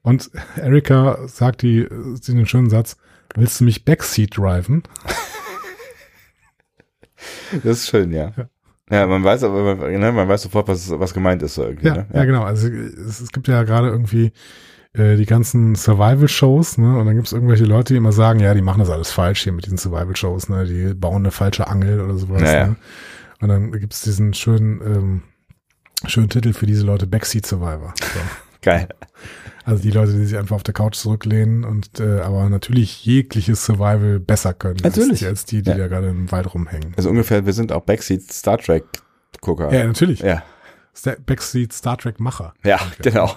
Speaker 2: Und Erika sagt die, äh, den schönen Satz, willst du mich Backseat driven?
Speaker 1: Das ist schön, ja. Ja, man weiß aber, man, ne, man weiß sofort, was, was gemeint ist so irgendwie.
Speaker 2: Ja,
Speaker 1: ne?
Speaker 2: ja, genau. Also es, es gibt ja gerade irgendwie äh, die ganzen Survival-Shows, ne? Und dann gibt's irgendwelche Leute, die immer sagen, ja, die machen das alles falsch hier mit diesen Survival-Shows, ne? Die bauen eine falsche Angel oder sowas.
Speaker 1: Naja.
Speaker 2: Ne? Und dann gibt's diesen schönen, ähm, schönen Titel für diese Leute, Backseat Survivor. So.
Speaker 1: Geil.
Speaker 2: Also die Leute, die sich einfach auf der Couch zurücklehnen und äh, aber natürlich jegliches Survival besser können
Speaker 1: Natürlich.
Speaker 2: Als, die- als die, die
Speaker 1: Ja.
Speaker 2: da gerade im Wald rumhängen.
Speaker 1: Also ungefähr, wir sind auch Backseat Star Trek Gucker.
Speaker 2: Ja, natürlich.
Speaker 1: ja,
Speaker 2: Sta- Backseat Star Trek Macher.
Speaker 1: ja genau.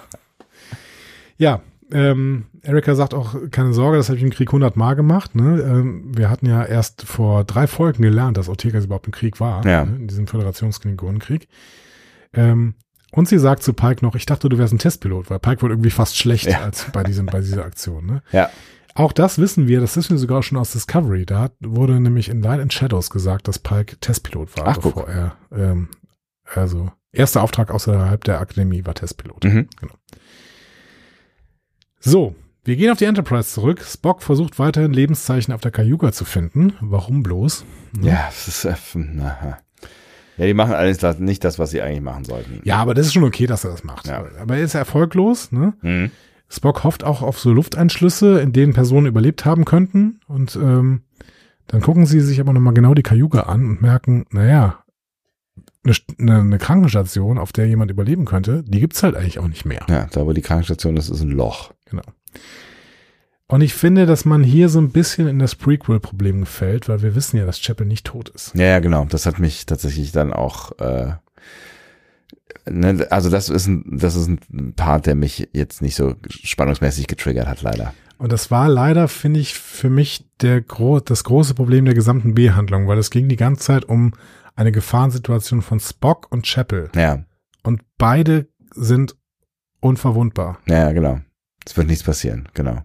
Speaker 2: Ja, ähm, Erika sagt auch, keine Sorge, das habe ich im Krieg 100 Mal gemacht. Ne? Ähm, wir hatten ja erst vor drei Folgen gelernt, dass Ortegas überhaupt im Krieg war,
Speaker 1: Ja.
Speaker 2: ne? in diesem Föderationsklingonenkrieg. Ähm, und sie sagt zu Pike noch, ich dachte, du wärst ein Testpilot, weil Pike wurde irgendwie fast schlecht
Speaker 1: Ja.
Speaker 2: als bei, diesem, bei dieser Aktion. Ne?
Speaker 1: Ja.
Speaker 2: Auch das wissen wir, das wissen wir sogar schon aus Discovery. Da hat, wurde nämlich in Light and Shadows gesagt, dass Pike Testpilot war,
Speaker 1: Ach, guck.
Speaker 2: bevor er, ähm, also erster Auftrag außerhalb der Akademie war Testpilot. Genau.
Speaker 1: Mhm.
Speaker 2: So, wir gehen auf die Enterprise zurück. Spock versucht weiterhin Lebenszeichen auf der Cayuga zu finden. Warum bloß?
Speaker 1: Ja, es ist, äh, na, ja. ja, die machen alles das- nicht das, was sie eigentlich machen sollten.
Speaker 2: Ja, aber das ist schon okay, dass er das macht.
Speaker 1: Ja.
Speaker 2: Aber er ist erfolglos. Ne?
Speaker 1: Mhm.
Speaker 2: Spock hofft auch auf so Lufteinschlüsse, in denen Personen überlebt haben könnten. Und ähm, dann gucken sie sich aber nochmal genau die Cayuga an und merken, naja, eine, St- eine, eine Krankenstation, auf der jemand überleben könnte, die gibt's halt eigentlich auch nicht mehr.
Speaker 1: Ja, da wo die Krankenstation ist, ist ein Loch.
Speaker 2: Genau. Und ich finde, dass man hier so ein bisschen in das Prequel-Problem gefällt, weil wir wissen ja, dass Chapel nicht tot ist.
Speaker 1: Ja, ja, genau. Das hat mich tatsächlich dann auch. Äh, ne, also das ist ein, das ist ein Part, der mich jetzt nicht so spannungsmäßig getriggert hat, leider.
Speaker 2: Und das war leider, finde ich, für mich der gro das große Problem der gesamten B-Handlung, weil es ging die ganze Zeit um eine Gefahrensituation von Spock und Chapel.
Speaker 1: Ja,
Speaker 2: Und beide sind unverwundbar.
Speaker 1: ja, ja, genau. Es wird nichts passieren, genau.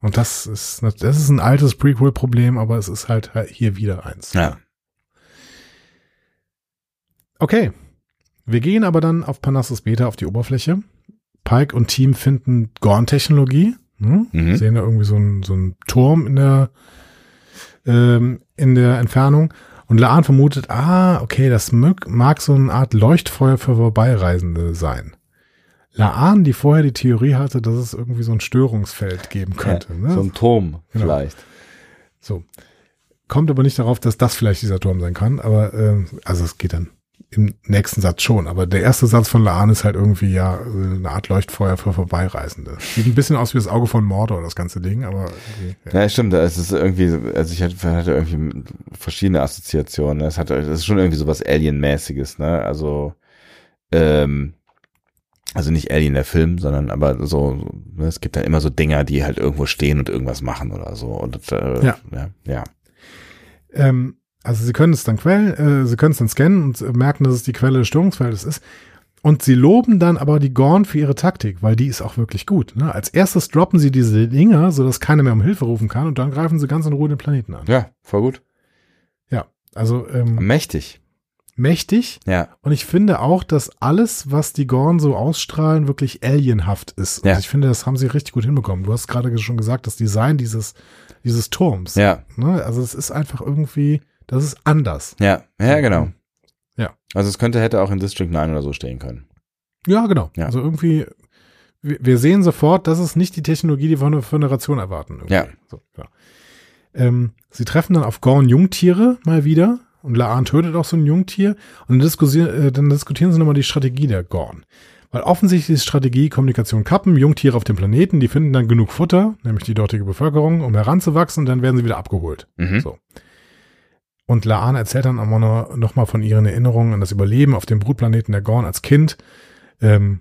Speaker 2: Und das ist, nat- das ist ein altes Prequel-Problem, aber es ist halt hier wieder eins.
Speaker 1: Ja.
Speaker 2: Okay. Wir gehen aber dann auf Panassus Beta auf die Oberfläche. Pike und Team finden Gorn-Technologie. Hm?
Speaker 1: Mhm.
Speaker 2: Sehen da irgendwie so einen so einen Turm in der, ähm, in der Entfernung. Und Laan vermutet, ah, okay, das mög- mag so eine Art Leuchtfeuer für Vorbeireisende sein. Laan, die vorher die Theorie hatte, dass es irgendwie so ein Störungsfeld geben könnte.
Speaker 1: ja,
Speaker 2: ne?
Speaker 1: So ein Turm
Speaker 2: Genau.
Speaker 1: vielleicht.
Speaker 2: So. Kommt aber nicht darauf, dass das vielleicht dieser Turm sein kann, aber äh, also es geht dann im nächsten Satz schon. Aber der erste Satz von Laan ist halt irgendwie ja äh, eine Art Leuchtfeuer für Vorbeireisende. Sieht ein bisschen aus wie das Auge von Mordor, das ganze Ding, aber irgendwie, ja.
Speaker 1: Ja, stimmt. Es ist irgendwie, also ich hatte, hatte irgendwie verschiedene Assoziationen. Es hat, es ist schon irgendwie sowas Alien-mäßiges, ne? Also, ähm, also nicht Alien der Film, sondern aber so, so, ne? es gibt dann immer so Dinger, die halt irgendwo stehen und irgendwas machen oder so. Und, äh,
Speaker 2: Ja.
Speaker 1: ja. Ja.
Speaker 2: Ähm, also sie können es dann quellen, äh, sie können es dann scannen und äh, merken, dass es die Quelle des Störungsfeldes ist. Und sie loben dann aber die Gorn für ihre Taktik, weil die ist auch wirklich gut. Ne? Als erstes droppen sie diese Dinger, sodass keiner mehr um Hilfe rufen kann und dann greifen sie ganz in Ruhe den Planeten an.
Speaker 1: Ja, voll gut.
Speaker 2: Ja, also ähm,
Speaker 1: Mächtig.
Speaker 2: mächtig.
Speaker 1: Ja.
Speaker 2: Und ich finde auch, dass alles, was die Gorn so ausstrahlen, wirklich alienhaft ist.
Speaker 1: Ja.
Speaker 2: Also ich finde, das haben sie richtig gut hinbekommen. Du hast gerade schon gesagt, das Design dieses, dieses Turms.
Speaker 1: Ja.
Speaker 2: Ne? Also es ist einfach irgendwie, das ist anders.
Speaker 1: Ja. Ja, genau.
Speaker 2: Ja.
Speaker 1: Also es könnte, hätte auch in District 9 oder so stehen können.
Speaker 2: Ja, genau.
Speaker 1: Ja.
Speaker 2: Also irgendwie, wir, wir sehen sofort, das ist nicht die Technologie, die wir von der Föderation erwarten. Irgendwie.
Speaker 1: Ja.
Speaker 2: So, ja. Ähm, sie treffen dann auf Gorn-Jungtiere mal wieder und Laan tötet auch so ein Jungtier und dann, diskusi- äh, dann diskutieren sie nochmal die Strategie der Gorn. Weil offensichtlich ist Strategie Kommunikation kappen, Jungtiere auf dem Planeten, die finden dann genug Futter, nämlich die dortige Bevölkerung, um heranzuwachsen und dann werden sie wieder abgeholt.
Speaker 1: Mhm.
Speaker 2: So. Und Laan erzählt dann auch noch- noch mal von ihren Erinnerungen an das Überleben auf dem Brutplaneten der Gorn als Kind. Ähm,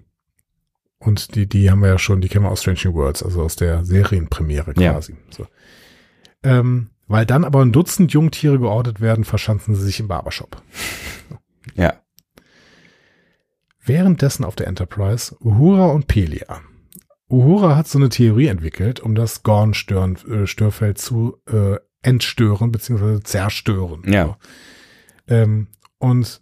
Speaker 2: und die, die haben wir ja schon, die kennen wir aus Strange New Worlds, also aus der Serienpremiere
Speaker 1: Ja.
Speaker 2: quasi. So. Ähm, weil dann aber ein Dutzend Jungtiere geortet werden, verschanzen sie sich im Barbershop.
Speaker 1: Ja.
Speaker 2: Währenddessen auf der Enterprise Uhura und Pelia. Uhura hat so eine Theorie entwickelt, um das Gorn-Störfeld zu äh, entstören bzw. zerstören.
Speaker 1: Ja.
Speaker 2: So. Ähm, und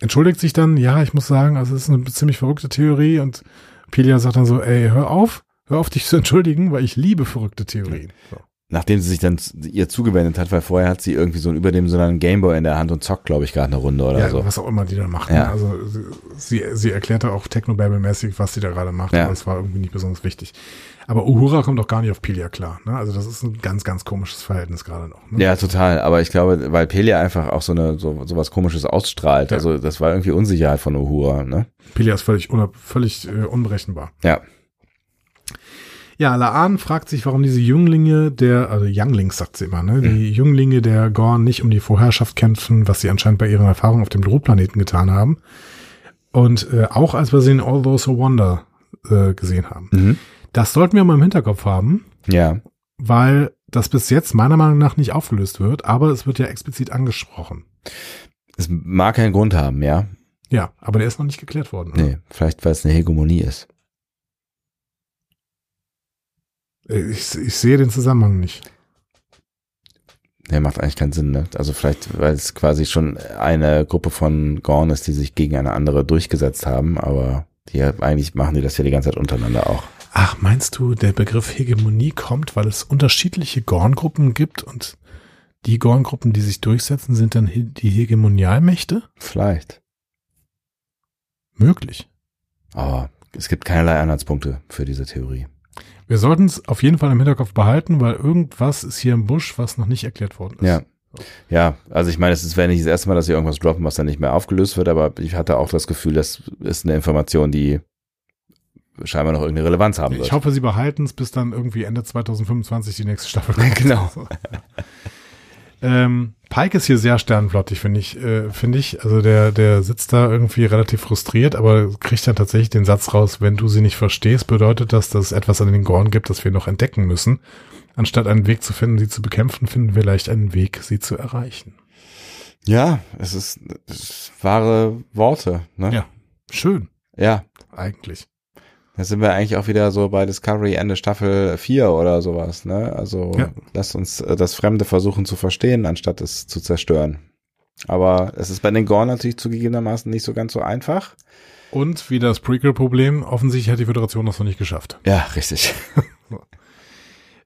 Speaker 2: entschuldigt sich dann, ja, ich muss sagen, also es ist eine ziemlich verrückte Theorie und (laughs) Pelia sagt dann so, ey, hör auf, hör auf dich zu entschuldigen, weil ich liebe verrückte Theorien. So.
Speaker 1: nachdem sie sich dann z- ihr zugewendet hat, weil vorher hat sie irgendwie so einen überdimensionalen Gameboy in der Hand und zockt, glaube ich, gerade eine Runde oder
Speaker 2: Ja, genau.
Speaker 1: so.
Speaker 2: was auch immer die da macht.
Speaker 1: Ja.
Speaker 2: Ne? Also sie- sie, sie erklärte auch Technobabble-mäßig, was sie da gerade macht,
Speaker 1: Ja.
Speaker 2: aber es war irgendwie nicht besonders wichtig. Aber Uhura kommt auch gar nicht auf Pilia klar. Ne? Also das ist ein ganz, ganz komisches Verhältnis gerade noch. Ne?
Speaker 1: Ja, total. Aber ich glaube, weil Pelia einfach auch so eine so, so was Komisches ausstrahlt.
Speaker 2: Ja.
Speaker 1: Also das war irgendwie Unsicherheit von Uhura. Ne?
Speaker 2: Pilia ist völlig, unab- völlig äh, unberechenbar.
Speaker 1: Ja.
Speaker 2: Ja, Laan fragt sich, warum diese Jünglinge der, also Younglings sagt sie immer, ne? Die Jünglinge der Gorn nicht um die Vorherrschaft kämpfen, was sie anscheinend bei ihren Erfahrungen auf dem Drohplaneten getan haben. Und äh, auch als wir sie in All Those Who Wonder äh, gesehen haben.
Speaker 1: Mhm.
Speaker 2: Das sollten wir mal im Hinterkopf haben,
Speaker 1: Ja.
Speaker 2: weil das bis jetzt meiner Meinung nach nicht aufgelöst wird, aber es wird ja explizit angesprochen.
Speaker 1: Es mag keinen Grund haben, ja.
Speaker 2: Ja, aber der ist noch nicht geklärt worden. oder?
Speaker 1: Nee, vielleicht weil es eine Hegemonie ist.
Speaker 2: Äh, Ich, ich sehe den Zusammenhang nicht.
Speaker 1: Nee, macht eigentlich keinen Sinn, ne? Also vielleicht, weil es quasi schon eine Gruppe von Gorn ist, die sich gegen eine andere durchgesetzt haben, aber die eigentlich machen die das ja die ganze Zeit untereinander auch.
Speaker 2: Ach, meinst du, der Begriff Hegemonie kommt, weil es unterschiedliche Gorngruppen gibt und die Gorngruppen, die sich durchsetzen, sind dann he- die Hegemonialmächte?
Speaker 1: Vielleicht.
Speaker 2: Möglich.
Speaker 1: Aber es gibt keinerlei Anhaltspunkte für diese Theorie.
Speaker 2: Wir sollten es auf jeden Fall im Hinterkopf behalten, weil irgendwas ist hier im Busch, was noch nicht erklärt worden ist.
Speaker 1: Ja. Ja, also ich meine, es ist- wäre nicht das erste Mal, dass sie irgendwas droppen, was dann nicht mehr aufgelöst wird, aber ich hatte auch das Gefühl, das ist eine Information, die scheinbar noch irgendeine Relevanz haben wird.
Speaker 2: Ich hoffe, sie behalten es, bis dann irgendwie Ende 2025 die
Speaker 1: (laughs)
Speaker 2: nächste Staffel
Speaker 1: Ja,
Speaker 2: kommt.
Speaker 1: genau.
Speaker 2: So. ähm, Pike ist hier sehr sternflottig, finde ich, äh, finde ich. Also der, der sitzt da irgendwie relativ frustriert, aber kriegt dann tatsächlich den Satz raus, wenn du sie nicht verstehst, bedeutet das, dass es etwas an den Gorn gibt, das wir noch entdecken müssen. Anstatt einen Weg zu finden, sie zu bekämpfen, finden wir leicht einen Weg, sie zu erreichen.
Speaker 1: Ja, es ist, es ist wahre Worte, ne?
Speaker 2: Ja. Schön,
Speaker 1: Ja.
Speaker 2: eigentlich.
Speaker 1: Da sind wir eigentlich auch wieder so bei Discovery Ende Staffel 4 oder sowas, ne? Also
Speaker 2: Ja.
Speaker 1: lasst uns äh, das Fremde versuchen zu verstehen, anstatt es zu zerstören. Aber es ist bei den Gorn natürlich zugegebenermaßen nicht so ganz so einfach.
Speaker 2: Und wieder das Prequel-Problem. Offensichtlich hat die Föderation das noch nicht geschafft.
Speaker 1: Ja, richtig.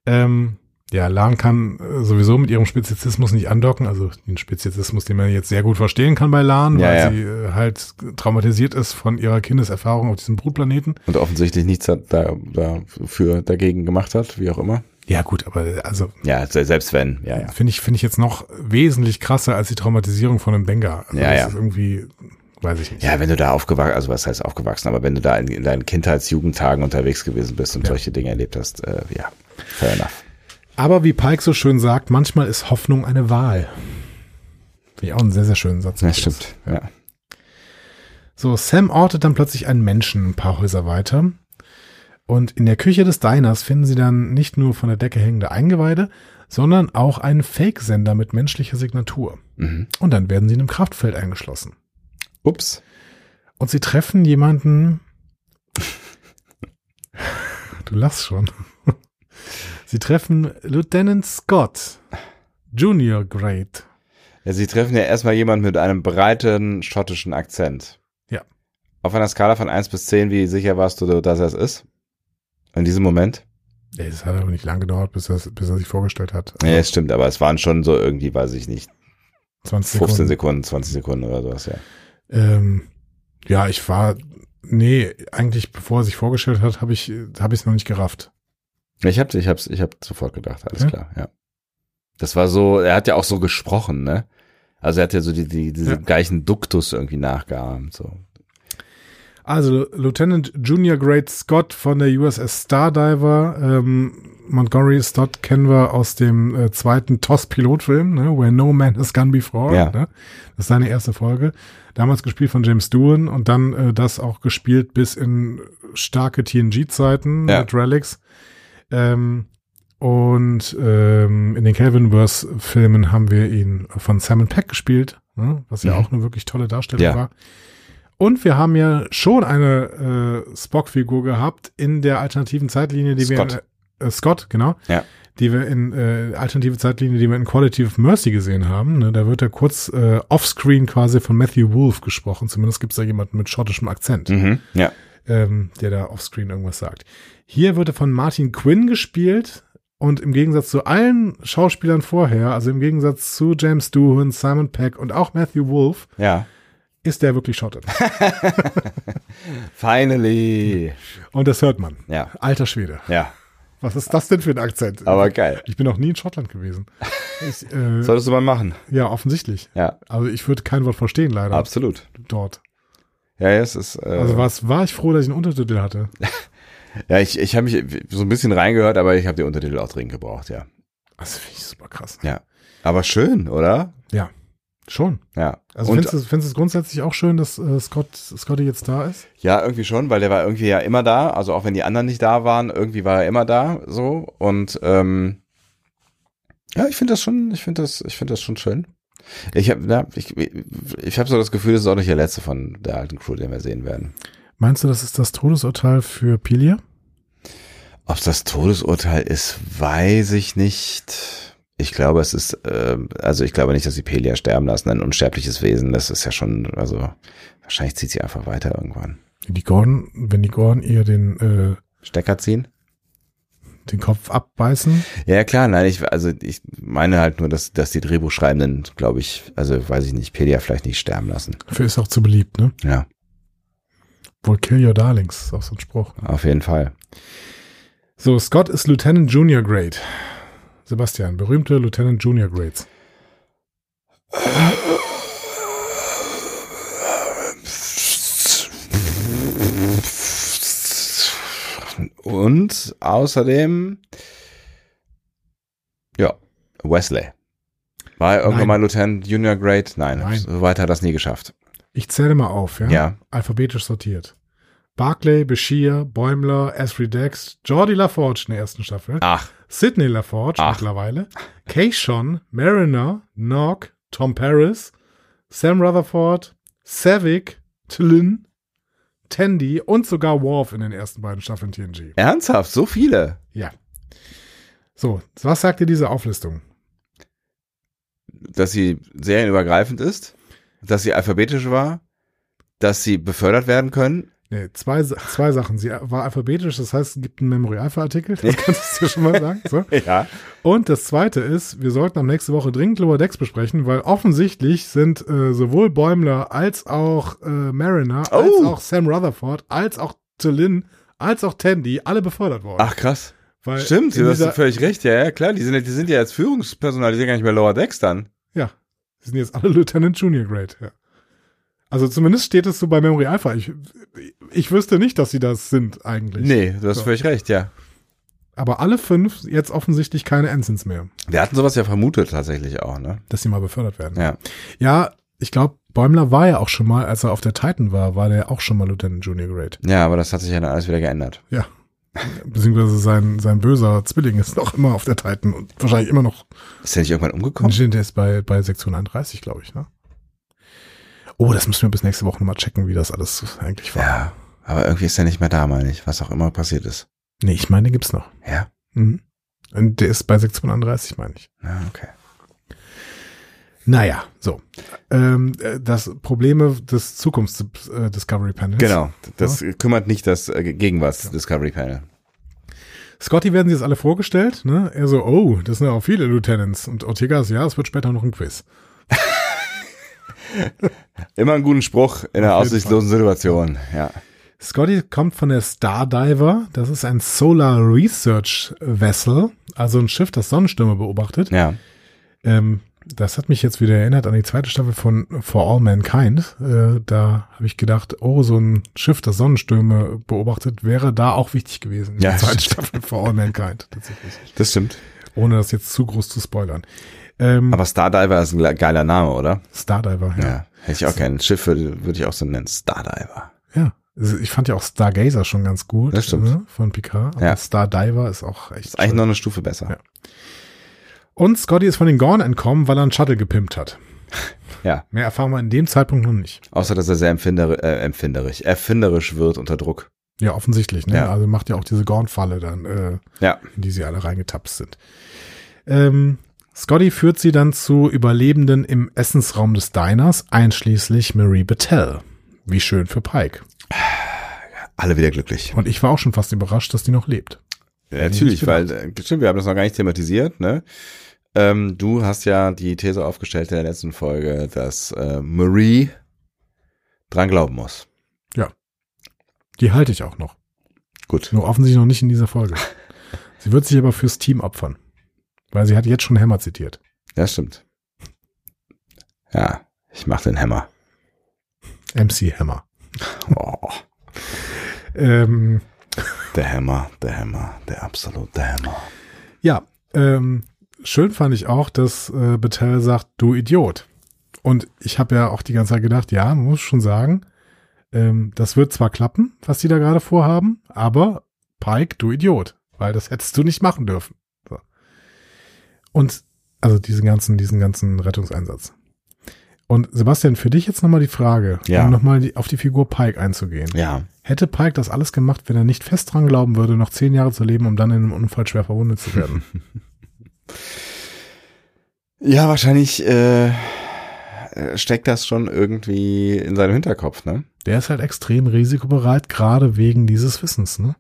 Speaker 2: Ähm, ja, Lan kann äh, sowieso mit ihrem Speziesismus nicht andocken, also den Speziesismus, den man jetzt sehr gut verstehen kann bei Lan,
Speaker 1: Ja,
Speaker 2: weil
Speaker 1: ja.
Speaker 2: sie äh, halt traumatisiert ist von ihrer Kindeserfahrung auf diesem Brutplaneten.
Speaker 1: Und offensichtlich nichts da, da, dafür dagegen gemacht hat, wie auch immer.
Speaker 2: Ja, gut, aber äh, also
Speaker 1: Ja, se- selbst wenn, ja, ja.
Speaker 2: finde ich finde ich jetzt noch wesentlich krasser als die Traumatisierung von einem Benga. Also
Speaker 1: Ja,
Speaker 2: das
Speaker 1: ja.
Speaker 2: ist irgendwie weiß ich nicht.
Speaker 1: Ja, wenn du da aufgewachsen, also was heißt aufgewachsen, aber wenn du da in, in deinen Kindheitsjugendtagen unterwegs gewesen bist und solche Dinge erlebt hast, äh, ja, fair enough.
Speaker 2: Aber wie Pike so schön sagt, manchmal ist Hoffnung eine Wahl. Finde ich auch einen sehr sehr schönen Satz.
Speaker 1: Das stimmt, ja.
Speaker 2: So, Sam ortet dann plötzlich einen Menschen ein paar Häuser weiter. Und in der Küche des Diners finden sie dann nicht nur von der Decke hängende Eingeweide, sondern auch einen Fake-Sender mit menschlicher Signatur.
Speaker 1: Mhm.
Speaker 2: Und dann werden sie in einem Kraftfeld eingeschlossen.
Speaker 1: Ups.
Speaker 2: Und sie treffen jemanden. (laughs) Du lachst schon. Sie treffen Lieutenant Scott, Junior Grade.
Speaker 1: Ja, sie treffen ja erstmal jemanden mit einem breiten schottischen Akzent.
Speaker 2: Ja.
Speaker 1: Auf einer Skala von 1 bis 10, wie sicher warst du, dass er es ist? In diesem Moment?
Speaker 2: Ey, Das hat aber nicht lang gedauert, bis er, bis er sich vorgestellt hat.
Speaker 1: Ja, es stimmt, aber es waren schon so irgendwie, weiß ich nicht,
Speaker 2: 20 Sekunden.
Speaker 1: 15 Sekunden, 20 Sekunden oder sowas, ja.
Speaker 2: Ähm, ja, ich war, nee, eigentlich bevor er sich vorgestellt hat, habe ich es noch nicht gerafft.
Speaker 1: Ich hab's, ich hab's, ich hab sofort gedacht, alles
Speaker 2: Ja.
Speaker 1: klar, ja. Das war so, er hat ja auch so gesprochen, ne? Also er hat ja so die, die, diese
Speaker 2: Ja.
Speaker 1: gleichen Duktus irgendwie nachgeahmt, so.
Speaker 2: Also Lieutenant Junior Grade Scott von der USS Stardiver, ähm, Montgomery Scott kennen wir aus dem äh, zweiten TOS-Pilotfilm, ne? Where No Man Has Gone Before.
Speaker 1: Ja.
Speaker 2: Ne? Das ist seine erste Folge. Damals gespielt von James Doohan und dann äh, das auch gespielt bis in starke TNG-Zeiten
Speaker 1: Ja.
Speaker 2: mit Relics. Ähm, und ähm, in den Calvinverse-Filmen haben wir ihn von Simon Peck gespielt, ne? was ja
Speaker 1: Mhm.
Speaker 2: auch eine wirklich tolle Darstellung
Speaker 1: Ja.
Speaker 2: war. Und wir haben ja schon eine äh, Spock-Figur gehabt in der alternativen Zeitlinie, die
Speaker 1: Scott.
Speaker 2: wir in, äh, Scott, genau,
Speaker 1: Ja.
Speaker 2: die wir in äh, alternative Zeitlinie, die wir in Quality of Mercy gesehen haben. Ne? Da wird er kurz äh, offscreen quasi von Matthew Wolf gesprochen. Zumindest gibt's da jemanden mit schottischem Akzent
Speaker 1: Mhm, ja.
Speaker 2: ähm, der da offscreen irgendwas sagt. Hier wird er von Martin Quinn gespielt Und im Gegensatz zu allen Schauspielern vorher, also im Gegensatz zu James Doohan, Simon Peck und auch Matthew Wolf,
Speaker 1: Ja.
Speaker 2: ist der
Speaker 1: (laughs)
Speaker 2: wirklich Schotte.
Speaker 1: Finally.
Speaker 2: Und das hört man.
Speaker 1: Ja.
Speaker 2: Alter Schwede.
Speaker 1: Ja.
Speaker 2: Was ist das denn für ein Akzent?
Speaker 1: Aber geil.
Speaker 2: ich bin noch nie in Schottland gewesen. Ich, äh,
Speaker 1: Solltest du mal machen.
Speaker 2: ja, offensichtlich.
Speaker 1: Ja.
Speaker 2: Also ich würde kein Wort verstehen, leider.
Speaker 1: Absolut.
Speaker 2: Dort.
Speaker 1: Ja, ja, es ist. Äh,
Speaker 2: Also was war ich froh, dass ich einen Untertitel hatte.
Speaker 1: ja, ich, ich habe mich so ein bisschen reingehört, aber ich habe den Untertitel auch dringend gebraucht, ja.
Speaker 2: Das finde ich super krass.
Speaker 1: Ja. Aber schön, oder?
Speaker 2: Ja, schon.
Speaker 1: Ja.
Speaker 2: Also
Speaker 1: Und-
Speaker 2: findest du es- findest du es grundsätzlich auch schön, dass äh, Scott, Scotty jetzt da ist?
Speaker 1: Ja, irgendwie schon, weil der war irgendwie ja immer da. Also auch wenn die anderen nicht da waren, irgendwie war er immer da so. Und ähm, ja, ich finde das schon, ich finde das, ich finde das schon schön. Ich habe ja, ich, ich hab so das Gefühl, das ist auch nicht der letzte von der alten Crew, den wir sehen werden.
Speaker 2: Meinst du, das ist das Todesurteil für Pilia?
Speaker 1: Ob das Todesurteil ist, weiß ich nicht. Ich glaube, es ist, ähm, also ich glaube nicht, dass sie Pelia sterben lassen, ein unsterbliches Wesen. Das ist ja schon, also wahrscheinlich zieht sie einfach weiter irgendwann.
Speaker 2: Die Gordon, wenn die Gordon ihr den, äh,
Speaker 1: Stecker ziehen?
Speaker 2: den Kopf abbeißen,
Speaker 1: Ja, ja, klar, nein, ich, also ich meine halt nur, dass, dass die Drehbuchschreibenden, glaube ich, also weiß ich nicht, Pedia vielleicht nicht sterben lassen.
Speaker 2: dafür ist er auch zu beliebt, ne?
Speaker 1: Ja,
Speaker 2: Wohl kill your darlings, ist auch so ein Spruch.
Speaker 1: auf jeden Fall.
Speaker 2: So, Scott ist Lieutenant Junior Grade. Sebastian, berühmte Lieutenant Junior Grades.
Speaker 1: Und außerdem, ja, Wesley. War er irgendwann
Speaker 2: Nein.
Speaker 1: mal Lieutenant Junior Grade? Nein,
Speaker 2: Nein.
Speaker 1: so weit hat er das nie geschafft.
Speaker 2: Ich zähle mal auf, ja?
Speaker 1: Ja.
Speaker 2: Alphabetisch sortiert. Barclay, Bashir, Bäumler, Asri Dex, Jordi LaForge in der ersten Staffel,
Speaker 1: Ach,
Speaker 2: Sidney LaForge
Speaker 1: Ach.
Speaker 2: mittlerweile, Keishon, Mariner, Nog, Tom Paris, Sam Rutherford, Savick, Tlin, Tandy und sogar Worf in den ersten beiden Staffeln TNG.
Speaker 1: ernsthaft, so viele.
Speaker 2: Ja. So, was sagt dir diese Auflistung?
Speaker 1: dass sie serienübergreifend ist, dass sie alphabetisch war, dass sie befördert werden können.
Speaker 2: Nee, zwei, Sa- zwei Sachen. Sie war alphabetisch, das heißt, es gibt einen Memorialverartikel,
Speaker 1: (laughs)
Speaker 2: das kannst du dir schon mal sagen. So.
Speaker 1: Ja.
Speaker 2: Und das zweite ist, wir sollten am nächste Woche dringend Lower Decks besprechen, weil offensichtlich sind äh, sowohl Bäumler als auch äh, Mariner, als
Speaker 1: Oh.
Speaker 2: auch Sam Rutherford, als auch Tillin, als auch Tandy alle befördert worden.
Speaker 1: Ach krass.
Speaker 2: weil
Speaker 1: Stimmt,
Speaker 2: in
Speaker 1: du hast
Speaker 2: dieser,
Speaker 1: völlig recht. Ja, ja, klar, die sind, ja- die sind ja jetzt Führungspersonal, die sind gar nicht mehr Lower Decks dann.
Speaker 2: Ja, die sind jetzt alle (laughs) Lieutenant Junior Grade, ja. Also zumindest steht es so bei Memory Alpha. Ich, ich wüsste nicht, dass sie das sind eigentlich.
Speaker 1: Nee, du hast völlig recht, ja.
Speaker 2: Aber alle fünf jetzt offensichtlich keine Ensigns mehr,
Speaker 1: Wir hatten sowas ja vermutet tatsächlich auch, ne?
Speaker 2: dass sie mal befördert werden.
Speaker 1: Ja.
Speaker 2: Ja, ich glaube, Bäumler war ja auch schon mal, als er auf der Titan war, war der auch schon mal Lieutenant Junior Grade.
Speaker 1: Ja, aber das hat sich ja dann alles wieder geändert.
Speaker 2: Ja. Beziehungsweise sein, sein böser Zwilling ist noch immer auf der Titan und wahrscheinlich immer noch.
Speaker 1: Ist der nicht irgendwann umgekommen?
Speaker 2: Der ist bei, bei Sektion 31, glaube ich, ne? Oh, das müssen wir bis nächste Woche nochmal checken, wie das alles eigentlich war.
Speaker 1: Ja. Aber irgendwie ist er nicht mehr da, meine ich, was auch immer passiert ist.
Speaker 2: Nee, ich meine, den gibt's noch.
Speaker 1: Ja.
Speaker 2: Mhm. Und der ist bei Sektion 31, meine ich.
Speaker 1: Ja, okay.
Speaker 2: Naja, so. Ähm, äh, das Probleme des äh, Zukunfts-Discovery-Panels.
Speaker 1: Genau. Das kümmert nicht das äh, Gegenwarts Discovery Panel.
Speaker 2: Scotty werden sie jetzt alle vorgestellt, ne? Er so, oh, das sind ja auch viele Lieutenants. Und Ortegas, ja, es wird später noch ein Quiz.
Speaker 1: Immer einen guten Spruch in einer aussichtslosen Situation. Ja.
Speaker 2: Scotty kommt von der Stardiver. Das ist ein Solar Research Vessel, also ein Schiff, das Sonnenstürme beobachtet.
Speaker 1: Ja.
Speaker 2: Ähm, das hat mich jetzt wieder erinnert an die zweite Staffel von For All Mankind. Äh, da habe ich gedacht, oh, so ein Schiff, das Sonnenstürme beobachtet, wäre da auch wichtig gewesen. In
Speaker 1: Ja,
Speaker 2: der zweiten
Speaker 1: stimmt.
Speaker 2: Staffel For All Mankind, tatsächlich.
Speaker 1: Das stimmt.
Speaker 2: Ohne das jetzt zu groß zu spoilern. Ähm,
Speaker 1: Aber Stardiver ist ein gle- geiler Name, oder?
Speaker 2: Stardiver, ja.
Speaker 1: Hätte ich auch keinen Schiff, würde würde ich auch so nennen. Stardiver.
Speaker 2: Ja, also ich fand ja auch Stargazer schon ganz gut.
Speaker 1: Das stimmt.
Speaker 2: Ne, von Picard. Aber
Speaker 1: Ja.
Speaker 2: Stardiver ist auch echt.
Speaker 1: Ist eigentlich
Speaker 2: schön.
Speaker 1: noch eine Stufe besser.
Speaker 2: Und Scotty ist von den Gorn entkommen, weil er einen Shuttle gepimpt hat.
Speaker 1: Ja.
Speaker 2: Mehr erfahren wir in dem Zeitpunkt noch nicht.
Speaker 1: Außer, dass er sehr empfinder äh, empfinderisch, erfinderisch wird unter Druck.
Speaker 2: Ja, offensichtlich. Ne?
Speaker 1: Ja.
Speaker 2: Also macht ja auch diese Gorn-Falle dann, äh,
Speaker 1: Ja.
Speaker 2: in die sie alle reingetapst sind. Ähm, Scotty führt sie dann zu Überlebenden im Essensraum des Diners, einschließlich Marie Battelle. Wie schön für Pike.
Speaker 1: Alle wieder glücklich.
Speaker 2: Und ich war auch schon fast überrascht, dass die noch lebt.
Speaker 1: Ja, natürlich, weil, äh, stimmt, wir haben das noch gar nicht thematisiert, ne? Ähm, du hast ja die These aufgestellt in der letzten Folge, dass äh, Marie dran glauben muss.
Speaker 2: Die halte ich auch noch.
Speaker 1: Gut.
Speaker 2: Nur offensichtlich noch nicht in dieser Folge. sie wird sich aber fürs Team opfern. Weil sie hat jetzt schon Hammer zitiert.
Speaker 1: Ja, stimmt. Ja, ich mach den Hammer.
Speaker 2: MC Hammer.
Speaker 1: Oh,
Speaker 2: Ähm,
Speaker 1: der Hammer, der Hammer, der absolute Hammer.
Speaker 2: ja, ähm, schön fand ich auch, dass äh, Betel sagt, du Idiot. Und ich habe ja auch die ganze Zeit gedacht, ja, man muss schon sagen, ähm, das wird zwar klappen, was die da gerade vorhaben, aber Pike, du Idiot, weil das hättest du nicht machen dürfen. So. Und also diesen ganzen, diesen ganzen Rettungseinsatz. Und Sebastian, für dich jetzt nochmal die Frage,
Speaker 1: Ja.
Speaker 2: um nochmal die, auf die Figur Pike einzugehen.
Speaker 1: Ja,
Speaker 2: Hätte Pike das alles gemacht, wenn er nicht fest dran glauben würde, noch zehn Jahre zu leben, um dann in einem Unfall schwer verwundet zu werden?
Speaker 1: Ja, wahrscheinlich äh, äh, steckt das schon irgendwie in seinem Hinterkopf, ne?
Speaker 2: Der ist halt extrem risikobereit, gerade wegen dieses Wissens, ne?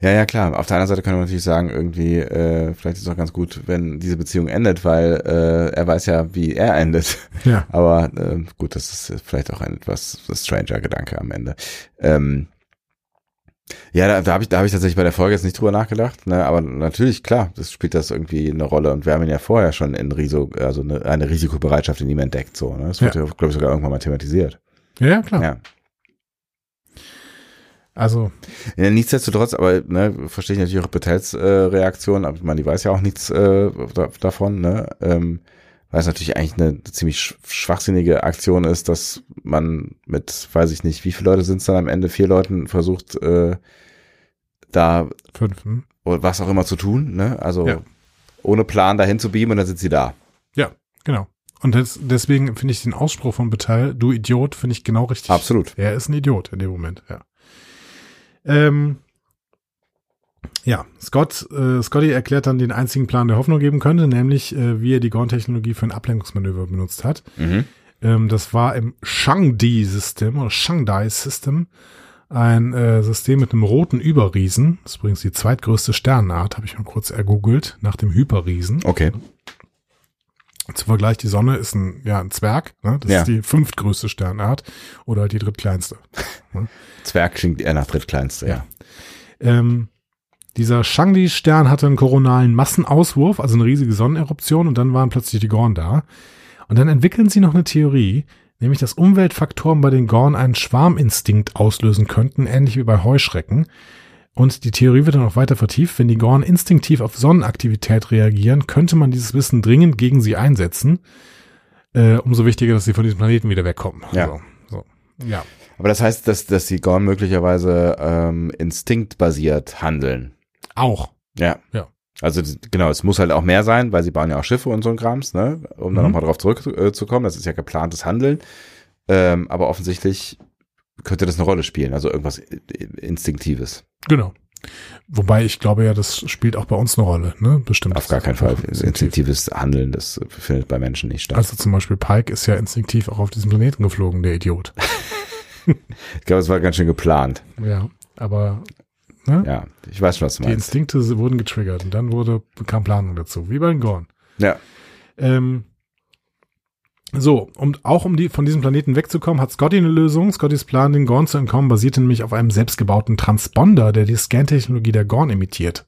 Speaker 1: Ja, ja, klar. Auf der anderen Seite kann man natürlich sagen, irgendwie, äh, vielleicht ist es auch ganz gut, wenn diese Beziehung endet, weil äh, er weiß ja, wie er endet. (laughs)
Speaker 2: Ja.
Speaker 1: Aber äh, gut, das ist vielleicht auch ein etwas stranger Gedanke am Ende. Ähm, ja, da, da habe ich, da hab ich tatsächlich bei der Folge jetzt nicht drüber nachgedacht, ne? aber natürlich, klar, das spielt das irgendwie eine Rolle und wir haben ihn ja vorher schon in Riso, also eine, eine Risikobereitschaft in ihm entdeckt, so, ne? Das wird ja, glaube ich, sogar irgendwann mal thematisiert.
Speaker 2: Ja, ja, klar.
Speaker 1: Ja.
Speaker 2: Also,
Speaker 1: Ja, nichtsdestotrotz, aber ne, verstehe ich natürlich auch Betels äh, Reaktion, aber ich meine, die weiß ja auch nichts äh, da, davon, ne? Ähm, weil es natürlich eigentlich eine ziemlich sch schwachsinnige Aktion ist, dass man mit, weiß ich nicht, wie viele Leute sind es dann am Ende, vier Leuten versucht, äh, da
Speaker 2: fünf. Hm?
Speaker 1: oder was auch immer zu tun, ne? Also
Speaker 2: Ja.
Speaker 1: ohne Plan dahin zu beamen und dann sind sie da.
Speaker 2: Genau. Und das, deswegen finde ich den Ausspruch von Beteil, du Idiot, finde ich genau richtig.
Speaker 1: Absolut.
Speaker 2: Er ist ein Idiot in dem Moment, ja. Ähm, ja, Scott, äh, Scotty erklärt dann den einzigen Plan, der Hoffnung geben könnte, nämlich äh, wie er die Gorn-Technologie für ein Ablenkungsmanöver benutzt hat.
Speaker 1: Mhm.
Speaker 2: Ähm, das war im Shangdi-System oder Shangdai-System ein äh, System mit einem roten Überriesen. Das ist übrigens die zweitgrößte Sternenart, habe ich mal kurz ergoogelt, nach dem Hyperriesen.
Speaker 1: Okay.
Speaker 2: Zum Vergleich, die Sonne ist ein, ja, ein Zwerg. Ne? Das
Speaker 1: Ja.
Speaker 2: ist die fünftgrößte Sternart oder halt die drittkleinste.
Speaker 1: Zwerg klingt eher nach drittkleinste, ja.
Speaker 2: Ähm, dieser Shangdi-Stern hatte einen koronalen Massenauswurf, also eine riesige Sonneneruption, und dann waren plötzlich die Gorn da. Und dann entwickeln sie noch eine Theorie, nämlich dass Umweltfaktoren bei den Gorn einen Schwarminstinkt auslösen könnten, ähnlich wie bei Heuschrecken. Und die Theorie wird dann auch weiter vertieft. Wenn die Gorn instinktiv auf Sonnenaktivität reagieren, könnte man dieses Wissen dringend gegen sie einsetzen. Äh, umso wichtiger, dass sie von diesem Planeten wieder wegkommen.
Speaker 1: Ja.
Speaker 2: Also, so. ja.
Speaker 1: Aber das heißt, dass, dass die Gorn möglicherweise ähm, instinktbasiert handeln.
Speaker 2: Auch.
Speaker 1: Ja.
Speaker 2: Ja.
Speaker 1: Also d- genau, es muss halt auch mehr sein, weil sie bauen ja auch Schiffe und so ein Krams, ne? Um da
Speaker 2: Mhm.
Speaker 1: nochmal drauf zurückzukommen, äh, zu kommen. das ist ja geplantes Handeln. Ähm, aber offensichtlich könnte das eine Rolle spielen, also irgendwas i- i- Instinktives.
Speaker 2: Genau. Wobei ich glaube ja, das spielt auch bei uns eine Rolle, ne? Bestimmt.
Speaker 1: Auf gar keinen Fall. Instinktives Handeln, das äh, findet bei Menschen nicht statt.
Speaker 2: Also zum Beispiel Pike ist ja instinktiv auch auf diesem Planeten geflogen, der Idiot.
Speaker 1: (laughs) Ich glaube, es war ganz schön geplant.
Speaker 2: Ja, aber
Speaker 1: Ja, ich weiß schon, was du
Speaker 2: die
Speaker 1: meinst.
Speaker 2: Instinkte wurden getriggert und dann wurde kam Planung dazu, wie bei den Gorn.
Speaker 1: Ja.
Speaker 2: Ähm, so, um auch um die von diesem Planeten wegzukommen, hat Scotty eine Lösung. Scottys Plan, den Gorn zu entkommen, basierte nämlich auf einem selbstgebauten Transponder, der die Scan-Technologie der Gorn imitiert.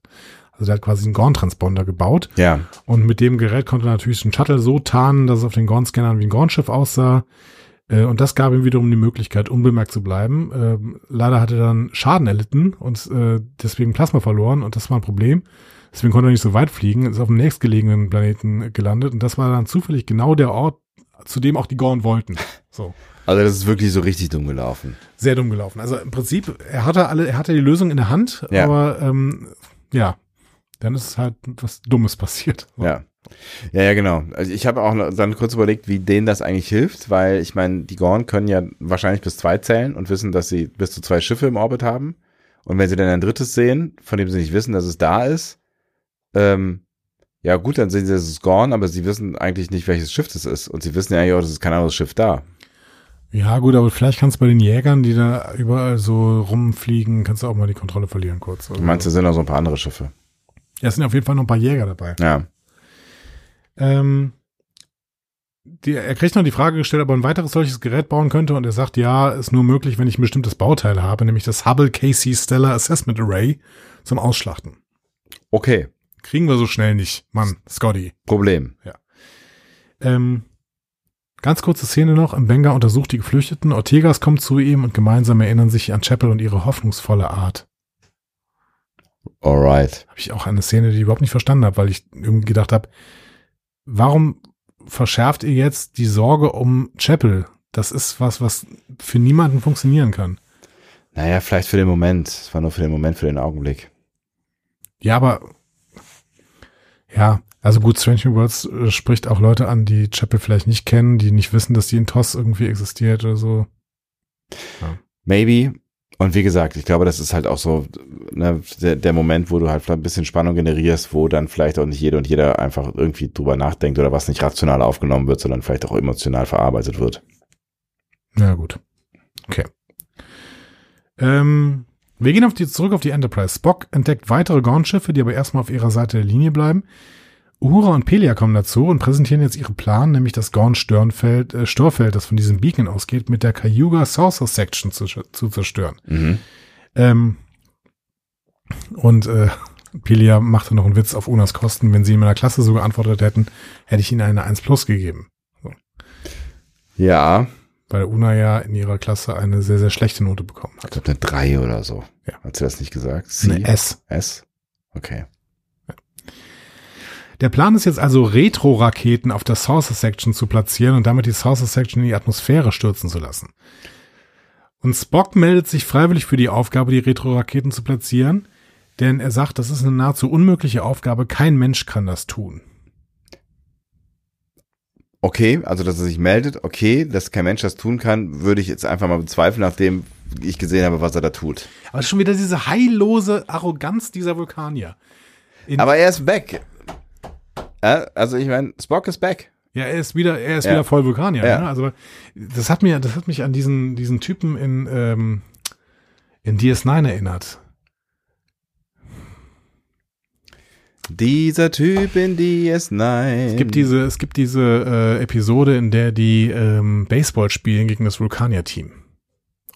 Speaker 2: Also der hat quasi einen Gorn-Transponder gebaut
Speaker 1: Ja.
Speaker 2: Und mit dem Gerät konnte er natürlich den Shuttle so tarnen, dass es auf den Gorn-Scannern wie ein Gorn-Schiff aussah. Äh, Und das gab ihm wiederum die Möglichkeit, unbemerkt zu bleiben. Ähm, Leider hat er dann Schaden erlitten und äh, deswegen Plasma verloren und das war ein Problem. Deswegen konnte er nicht so weit fliegen, ist auf dem nächstgelegenen Planeten gelandet und das war dann zufällig genau der Ort, zu dem auch die Gorn wollten. So.
Speaker 1: Also das ist wirklich so richtig dumm gelaufen.
Speaker 2: Sehr dumm gelaufen. Also im Prinzip, er hatte alle, er hatte die Lösung in der Hand,
Speaker 1: Ja.
Speaker 2: aber ähm, ja, dann ist halt was Dummes passiert.
Speaker 1: Ja. Ja, ja, genau. Also ich habe auch noch dann kurz überlegt, wie denen das eigentlich hilft, weil ich meine, die Gorn können ja wahrscheinlich bis zwei zählen und wissen, dass sie bis zu zwei Schiffe im Orbit haben. Und wenn sie dann ein drittes sehen, von dem sie nicht wissen, dass es da ist, ähm, ja gut, dann sehen sie, dass es Gorn, aber sie wissen eigentlich nicht, welches Schiff das ist. Und sie wissen ja eigentlich auch, dass es kein anderes Schiff da.
Speaker 2: Ja, gut, aber vielleicht kannst du bei den Jägern, die da überall so rumfliegen, kannst du auch mal die Kontrolle verlieren kurz. Also,
Speaker 1: Du meinst, da sind auch so ein paar andere Schiffe.
Speaker 2: Ja, es sind auf jeden Fall noch ein paar Jäger dabei.
Speaker 1: Ja.
Speaker 2: Ähm, die, er kriegt noch die Frage gestellt, ob er ein weiteres solches Gerät bauen könnte und er sagt, ja, ist nur möglich, wenn ich ein bestimmtes Bauteil habe, nämlich das Hubble Casey Stellar Assessment Array zum Ausschlachten.
Speaker 1: Okay,
Speaker 2: Kriegen wir so schnell nicht, Mann, Scotty.
Speaker 1: Problem.
Speaker 2: Ähm, ganz kurze Szene noch. Mbenga untersucht die Geflüchteten. Ortegas kommt zu ihm und gemeinsam erinnern sich an Chapel und ihre hoffnungsvolle Art.
Speaker 1: Alright.
Speaker 2: Habe ich auch eine Szene, die ich überhaupt nicht verstanden habe, weil ich irgendwie gedacht habe, warum verschärft ihr jetzt die Sorge um Chapel? Das ist was, was für niemanden funktionieren kann.
Speaker 1: Naja, vielleicht für den Moment. Es war nur für den Moment, für den Augenblick.
Speaker 2: Ja, aber ja, also gut, Strange New Worlds äh, spricht auch Leute an, die Chapel vielleicht nicht kennen, die nicht wissen, dass die in TOS irgendwie existiert oder so.
Speaker 1: Maybe. Und wie gesagt, ich glaube, das ist halt auch so ne, der, der Moment, wo du halt vielleicht ein bisschen Spannung generierst, wo dann vielleicht auch nicht jede und jeder einfach irgendwie drüber nachdenkt oder was nicht rational aufgenommen wird, sondern vielleicht auch emotional verarbeitet wird.
Speaker 2: Na gut. Okay. Ähm, wir gehen auf die, zurück auf die Enterprise. Spock entdeckt weitere Gorn-Schiffe, die aber erstmal auf ihrer Seite der Linie bleiben. Uhura und Pelia kommen dazu und präsentieren jetzt ihren Plan, nämlich das Gorn-Störfeld, äh, Störfeld, das von diesem Beacon ausgeht, mit der Cayuga Saucer Section zu, zu zerstören.
Speaker 1: Mhm.
Speaker 2: Ähm, und äh, Pelia machte noch einen Witz auf Unas Kosten. Wenn sie in meiner Klasse so geantwortet hätten, hätte ich ihnen eine 1 plus gegeben.
Speaker 1: Ja.
Speaker 2: Weil Una ja in ihrer Klasse eine sehr, sehr schlechte Note bekommen
Speaker 1: Ich
Speaker 2: hat.
Speaker 1: glaube, eine 3 oder so.
Speaker 2: Ja.
Speaker 1: Hat sie das nicht gesagt? Sie?
Speaker 2: Eine S.
Speaker 1: S? Okay.
Speaker 2: Der Plan ist jetzt also, Retro-Raketen auf der Saucer Section zu platzieren und damit die Saucer Section in die Atmosphäre stürzen zu lassen. Und Spock meldet sich freiwillig für die Aufgabe, die Retro-Raketen zu platzieren, denn er sagt, das ist eine nahezu unmögliche Aufgabe, kein Mensch kann das tun.
Speaker 1: Okay, also dass er sich meldet, okay, dass kein Mensch das tun kann, würde ich jetzt einfach mal bezweifeln, nachdem ich gesehen habe, was er da tut.
Speaker 2: Aber Also schon wieder diese heillose Arroganz dieser Vulkanier.
Speaker 1: Aber er ist back. Ja, Also ich meine, Spock ist back.
Speaker 2: Ja, er ist wieder, er ist
Speaker 1: Ja.
Speaker 2: wieder voll Vulkanier.
Speaker 1: Ja.
Speaker 2: Ne? Also das hat mir, das hat mich an diesen, diesen Typen in, ähm, in DS9 erinnert.
Speaker 1: Dieser Typ in DS9.
Speaker 2: Es gibt diese, es gibt diese äh, Episode, in der die ähm, Baseball spielen gegen das Vulkanier-Team.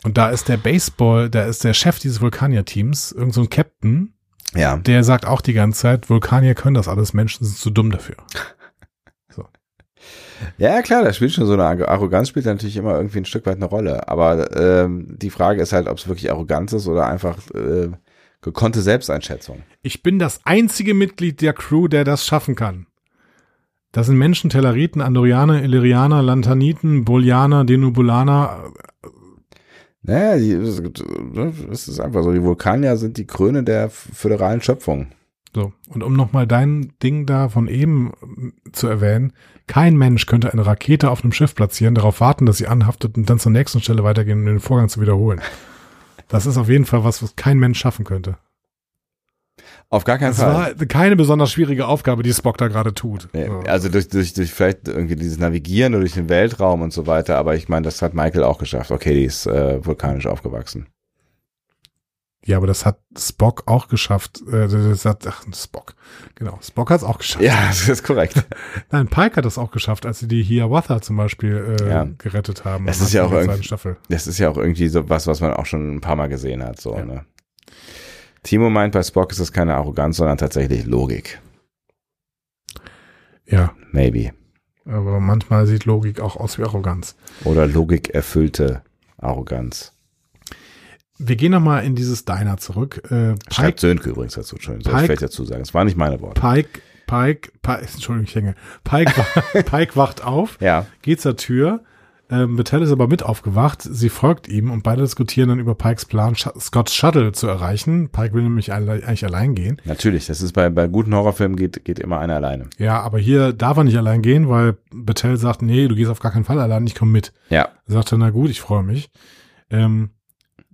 Speaker 2: Und da ist der Baseball, da ist der Chef dieses Vulkanier-Teams, irgend so ein Captain,
Speaker 1: Ja.
Speaker 2: der sagt auch die ganze Zeit, Vulkanier können das alles, Menschen sind zu dumm dafür.
Speaker 1: ja, klar, da spielt schon so eine Arro- Arroganz, spielt natürlich immer irgendwie ein Stück weit eine Rolle. Aber ähm, die Frage ist halt, ob es wirklich Arroganz ist oder einfach äh, gekonnte Selbsteinschätzung.
Speaker 2: Ich bin das einzige Mitglied der Crew, der das schaffen kann. Das sind Menschen, Telleriten, Andorianer, Illyrianer, Lantaniten, Bolianer, Denubulaner.
Speaker 1: Naja, die, äh, es ist einfach so, die Vulkanier sind die Krone der föderalen Schöpfung.
Speaker 2: So. Und um nochmal dein Ding da von eben ähm, zu erwähnen, kein Mensch könnte eine Rakete auf einem Schiff platzieren, darauf warten, dass sie anhaftet und dann zur nächsten Stelle weitergehen, um den Vorgang zu wiederholen. Das ist auf jeden Fall was, was kein Mensch schaffen könnte.
Speaker 1: Auf gar keinen
Speaker 2: Das
Speaker 1: Fall.
Speaker 2: war keine besonders schwierige Aufgabe, die Spock da gerade tut.
Speaker 1: Nee,
Speaker 2: So.
Speaker 1: Also durch, durch, durch vielleicht irgendwie dieses Navigieren durch den Weltraum und so weiter, aber ich meine, das hat Michael auch geschafft. Okay, die ist äh, vulkanisch aufgewachsen.
Speaker 2: Ja, aber das hat Spock auch geschafft. Äh, das hat, ach, Spock. Genau, Spock hat es auch geschafft.
Speaker 1: Ja, (laughs) das ist korrekt.
Speaker 2: Nein, Pike hat es auch geschafft, als sie die Hiawatha zum Beispiel äh,
Speaker 1: Ja.
Speaker 2: gerettet haben.
Speaker 1: Das
Speaker 2: Und
Speaker 1: ist ja auch
Speaker 2: hatten in der
Speaker 1: irgendwie-
Speaker 2: zweiten Staffel.
Speaker 1: Das ist ja auch irgendwie so was, was man auch schon ein paar Mal gesehen hat. So,
Speaker 2: Ja.
Speaker 1: ne? Timo meint, bei Spock ist das keine Arroganz, sondern tatsächlich Logik.
Speaker 2: Ja,
Speaker 1: Maybe.
Speaker 2: aber manchmal sieht Logik auch aus wie Arroganz.
Speaker 1: Oder Logik erfüllte Arroganz.
Speaker 2: Wir gehen nochmal in dieses Diner zurück. Äh,
Speaker 1: Schreibt
Speaker 2: Pike,
Speaker 1: Sönke übrigens dazu, Entschuldigung, soll ich
Speaker 2: Pike-
Speaker 1: vielleicht dazu sagen. Es waren nicht meine Worte.
Speaker 2: Pike, Pike, Pike, Entschuldigung, ich hänge. Pike, wa- Pike wacht auf,
Speaker 1: Ja,
Speaker 2: geht zur Tür. Ähm, Betel ist aber mit aufgewacht. Sie folgt ihm und beide diskutieren dann über Pikes Plan, Sch Scotts Shuttle zu erreichen. Pike will nämlich alle eigentlich allein gehen.
Speaker 1: natürlich. Das ist bei, bei guten Horrorfilmen geht, geht immer einer alleine.
Speaker 2: Ja, aber hier darf er nicht allein gehen, weil Betel sagt, nee, du gehst auf gar keinen Fall allein, ich komme mit.
Speaker 1: Ja,
Speaker 2: Er sagt dann, na gut, ich freue mich. Ähm,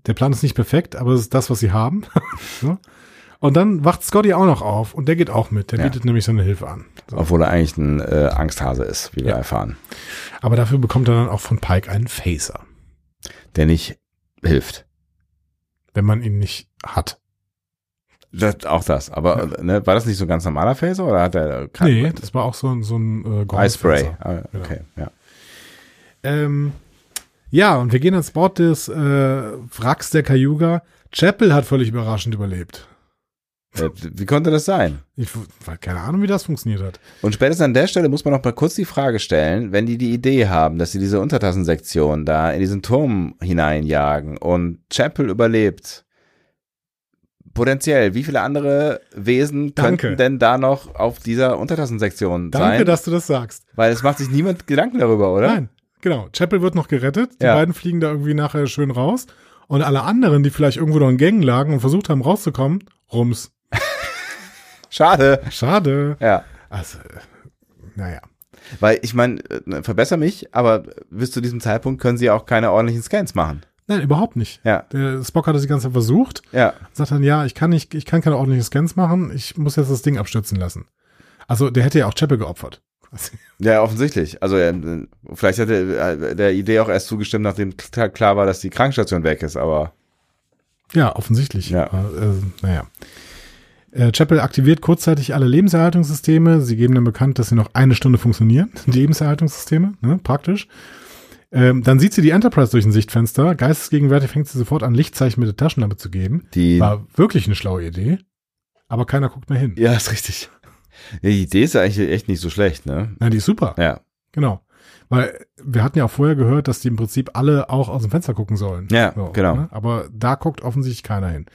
Speaker 2: der Plan ist nicht perfekt, aber es ist das, was sie haben. (laughs) so. Und dann wacht Scotty auch noch auf und der geht auch mit. Der
Speaker 1: Ja.
Speaker 2: bietet nämlich seine Hilfe an. So.
Speaker 1: obwohl er eigentlich ein äh, Angsthase ist, wie wir
Speaker 2: Ja.
Speaker 1: erfahren.
Speaker 2: Aber dafür bekommt er dann auch von Pike einen Phaser.
Speaker 1: der nicht hilft.
Speaker 2: wenn man ihn nicht hat.
Speaker 1: Das, auch das. Aber ne, war das nicht so ein ganz normaler Phaser oder hat er äh, kein-
Speaker 2: nee, das war auch so ein, so ein äh, Gorn-Fenster.
Speaker 1: Eye Spray? Ah, okay, ja.
Speaker 2: Ähm, ja, und wir gehen ans Bord des äh, Wracks der Cayuga. Chapel hat völlig überraschend überlebt.
Speaker 1: Äh, Wie konnte das sein?
Speaker 2: Ich habe keine Ahnung, wie das funktioniert hat.
Speaker 1: Und spätestens an der Stelle muss man noch mal kurz die Frage stellen, wenn die die Idee haben, dass sie diese Untertassensektion da in diesen Turm hineinjagen und Chapel überlebt, potenziell, wie viele andere Wesen
Speaker 2: Danke.
Speaker 1: könnten denn da noch auf dieser Untertassensektion
Speaker 2: Danke,
Speaker 1: sein?
Speaker 2: dass du das sagst.
Speaker 1: Weil es macht sich niemand Gedanken darüber, oder?
Speaker 2: Nein, genau. Chapel wird noch gerettet. Die
Speaker 1: Ja.
Speaker 2: beiden fliegen da irgendwie nachher schön raus. Und alle anderen, die vielleicht irgendwo noch in Gängen lagen und versucht haben rauszukommen, rums.
Speaker 1: Schade.
Speaker 2: Schade.
Speaker 1: Ja.
Speaker 2: Also, äh, naja.
Speaker 1: Weil ich meine, äh, verbessere mich, aber bis zu diesem Zeitpunkt können sie auch keine ordentlichen Scans machen.
Speaker 2: Nein, überhaupt nicht.
Speaker 1: Ja.
Speaker 2: Der Spock hat das die ganze Zeit versucht.
Speaker 1: Ja.
Speaker 2: Sagt dann, ja, ich kann nicht, ich kann keine ordentlichen Scans machen. Ich muss jetzt das Ding abstürzen lassen. Also, der hätte ja auch Chapel geopfert.
Speaker 1: Ja, offensichtlich. Also ähm, vielleicht hat er äh, der Idee auch erst zugestimmt, nachdem kl- klar war, dass die Krankenstation weg ist, aber
Speaker 2: Ja, offensichtlich.
Speaker 1: Ja.
Speaker 2: Äh, äh, naja. Äh, Chapel aktiviert kurzzeitig alle Lebenserhaltungssysteme. Sie geben dann bekannt, dass sie noch eine Stunde funktionieren. (laughs) Die Lebenserhaltungssysteme, ne, praktisch. Ähm, dann sieht sie die Enterprise durch ein Sichtfenster. Geistesgegenwärtig fängt sie sofort an, Lichtzeichen mit der Taschenlampe zu geben.
Speaker 1: die
Speaker 2: War wirklich eine schlaue Idee. Aber keiner guckt mehr hin.
Speaker 1: Ja, ist richtig. Ja, die Idee ist ja eigentlich echt nicht so schlecht, ne?
Speaker 2: Na, die ist super.
Speaker 1: Ja.
Speaker 2: Genau. Weil wir hatten ja auch vorher gehört, dass die im Prinzip alle auch aus dem Fenster gucken sollen. ne?
Speaker 1: Ja, genau.
Speaker 2: Aber da guckt offensichtlich keiner hin.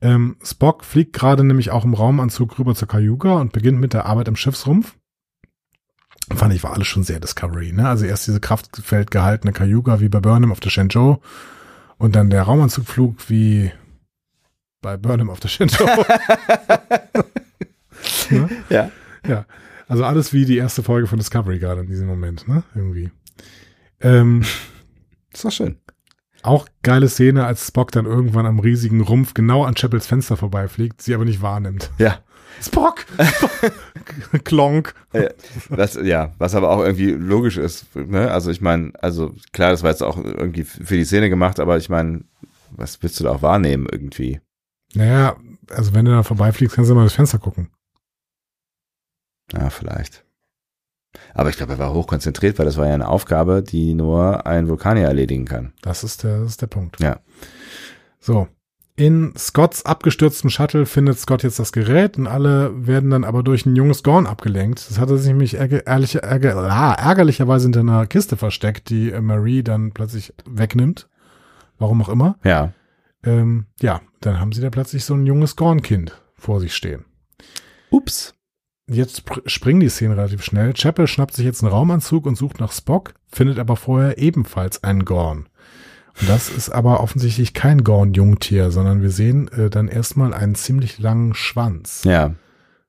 Speaker 2: Ähm, Spock fliegt gerade nämlich auch im Raumanzug rüber zur Cayuga und beginnt mit der Arbeit im Schiffsrumpf. Fand ich, war alles schon sehr Discovery. Ne? Also erst diese Kraftfeld gehaltene Cayuga wie bei Burnham auf der Shenzhou und dann der Raumanzugflug wie bei Burnham auf der
Speaker 1: (laughs)
Speaker 2: Shenzhou. ne?
Speaker 1: Ja.
Speaker 2: Ja, also alles wie die erste Folge von Discovery gerade in diesem Moment, ne? Irgendwie. Ähm,
Speaker 1: Ist doch schön.
Speaker 2: auch geile Szene, als Spock dann irgendwann am riesigen Rumpf genau an Chapels Fenster vorbeifliegt, sie aber nicht wahrnimmt.
Speaker 1: Ja. (laughs)
Speaker 2: Spock! Klonk.
Speaker 1: Äh, Was, ja, was aber auch irgendwie logisch ist, ne? Also ich meine, also klar, das war jetzt auch irgendwie für die Szene gemacht, aber ich meine, was willst du da auch wahrnehmen irgendwie?
Speaker 2: Naja, also wenn du da vorbeifliegst, kannst du mal durchs Fenster gucken.
Speaker 1: Ja, vielleicht. Aber ich glaube, er war hochkonzentriert, weil das war ja eine Aufgabe, die nur ein Vulkanier erledigen kann.
Speaker 2: Das ist der, das ist der Punkt.
Speaker 1: Ja.
Speaker 2: So. In Scotts abgestürztem Shuttle findet Scott jetzt das Gerät und alle werden dann aber durch ein junges Gorn abgelenkt. Das hat er sich nämlich ärger, ehrlich, ärger, ah, ärgerlicherweise hinter einer Kiste versteckt, die äh, Marie dann plötzlich wegnimmt. Warum auch immer.
Speaker 1: Ja.
Speaker 2: Ähm, ja, dann haben sie da plötzlich so ein junges Gornkind vor sich stehen.
Speaker 1: Ups.
Speaker 2: Jetzt pr- springen die Szenen relativ schnell. Chapel schnappt sich jetzt einen Raumanzug und sucht nach Spock, findet aber vorher ebenfalls einen Gorn. Und das ist aber offensichtlich kein Gorn-Jungtier, sondern wir sehen äh, dann erstmal einen ziemlich langen Schwanz.
Speaker 1: Ja,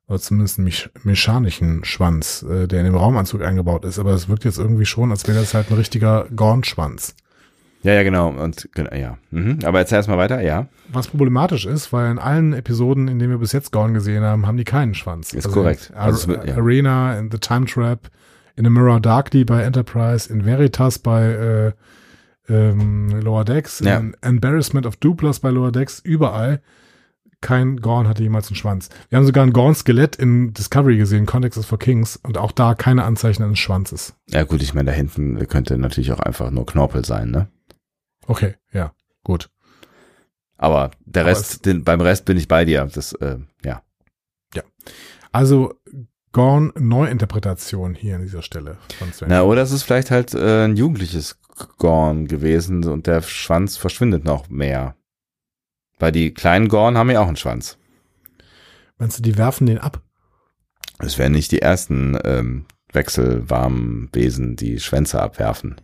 Speaker 2: Oder zumindest einen mech- mechanischen Schwanz, äh, der in dem Raumanzug eingebaut ist. Aber es wirkt jetzt irgendwie schon, als wäre das halt ein richtiger Gorn-Schwanz.
Speaker 1: ja, ja, genau. Und genau, ja. Mhm. Aber jetzt erst mal weiter, ja.
Speaker 2: Was problematisch ist, weil in allen Episoden, in denen wir bis jetzt Gorn gesehen haben, haben die keinen Schwanz.
Speaker 1: Ist korrekt.
Speaker 2: in
Speaker 1: Also es wird-
Speaker 2: Ar
Speaker 1: ja.
Speaker 2: Arena, in The Time Trap, in The Mirror Darkly bei Enterprise, in Veritas bei äh, ähm, Lower Decks,
Speaker 1: Ja.
Speaker 2: in Embarrassment of Dupless bei Lower Decks, überall. Kein Gorn hatte jemals einen Schwanz. Wir haben sogar ein Gorn-Skelett in Discovery gesehen, Context is for Kings, und auch da keine Anzeichen eines Schwanzes.
Speaker 1: Ja, gut, ich meine, da hinten könnte natürlich auch einfach nur Knorpel sein, ne?
Speaker 2: Okay, ja, gut.
Speaker 1: Aber der
Speaker 2: Aber es-
Speaker 1: Rest, den, beim Rest bin ich bei dir. Das, äh, ja.
Speaker 2: Also Gorn-Neuinterpretation hier an dieser Stelle von Sven.
Speaker 1: Na, oder es ist vielleicht halt äh, ein jugendliches Gorn gewesen und der Schwanz verschwindet noch mehr. Weil die kleinen Gorn haben ja auch einen Schwanz.
Speaker 2: Meinst du, die werfen den ab?
Speaker 1: Es wären nicht die ersten ähm, wechselwarmen Wesen, die Schwänze abwerfen.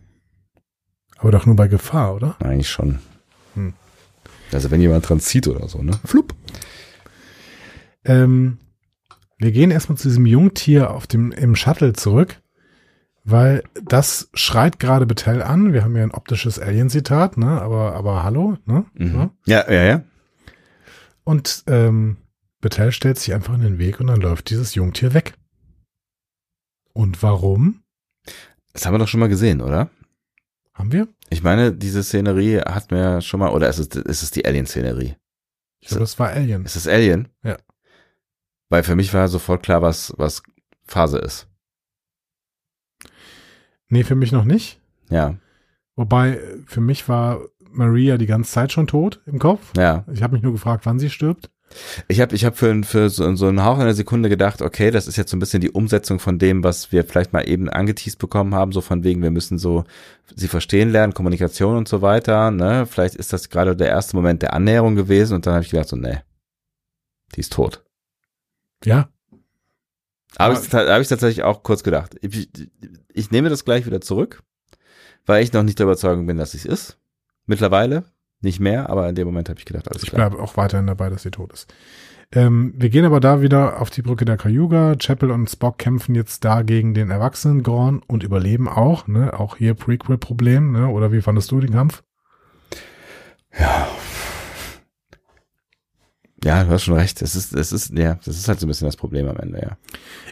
Speaker 2: Aber doch nur bei Gefahr, oder?
Speaker 1: Eigentlich schon.
Speaker 2: Hm.
Speaker 1: Also wenn jemand dran zieht oder so, ne?
Speaker 2: Flupp. Ähm, wir gehen erstmal zu diesem Jungtier auf dem, im Shuttle zurück, weil das schreit gerade Betel an. Wir haben ja ein optisches Alien-Zitat, ne? Aber, aber hallo, ne? Ja.
Speaker 1: Mhm. Ja, ja, ja.
Speaker 2: Und ähm, Betel stellt sich einfach in den Weg und dann läuft dieses Jungtier weg. Und warum?
Speaker 1: Das haben wir doch schon mal gesehen, oder?
Speaker 2: Haben wir?
Speaker 1: Ich meine, diese Szenerie hat mir schon mal, oder ist es, ist es die Alien-Szenerie?
Speaker 2: Ich glaube, das war Alien.
Speaker 1: Ist es Alien?
Speaker 2: Ja.
Speaker 1: Weil für mich war sofort klar, was, was Phase ist.
Speaker 2: Nee, für mich noch nicht.
Speaker 1: Ja,
Speaker 2: Wobei, für mich war Maria die ganze Zeit schon tot im Kopf.
Speaker 1: ja.
Speaker 2: Ich habe mich nur gefragt, wann sie stirbt.
Speaker 1: Ich habe ich hab für, für so, so einen Hauch einer Sekunde gedacht, okay, das ist jetzt so ein bisschen die Umsetzung von dem, was wir vielleicht mal eben angeteased bekommen haben, so von wegen, wir müssen so sie verstehen lernen, Kommunikation und so weiter. Ne? Vielleicht ist das gerade der erste Moment der Annäherung gewesen und dann habe ich gedacht, so, nee, die ist tot.
Speaker 2: Ja.
Speaker 1: Habe
Speaker 2: Aber-
Speaker 1: ich, ta- hab ich tatsächlich auch kurz gedacht. Ich, ich nehme das gleich wieder zurück, weil ich noch nicht der Überzeugung bin, dass sie es ist. Mittlerweile nicht mehr, aber in dem Moment habe ich gedacht, alles
Speaker 2: Ich
Speaker 1: klar.
Speaker 2: bleibe auch weiterhin dabei, dass sie tot ist. Ähm, wir gehen aber da wieder auf die Brücke der Cayuga. Chapel und Spock kämpfen jetzt da gegen den erwachsenen Gorn und überleben auch. Ne? Auch hier Prequel-Problem. Ne? Oder wie fandest du den Kampf?
Speaker 1: Ja, du hast schon recht. Es ist, es ist, ja, das ist halt so ein bisschen das Problem am Ende, ja.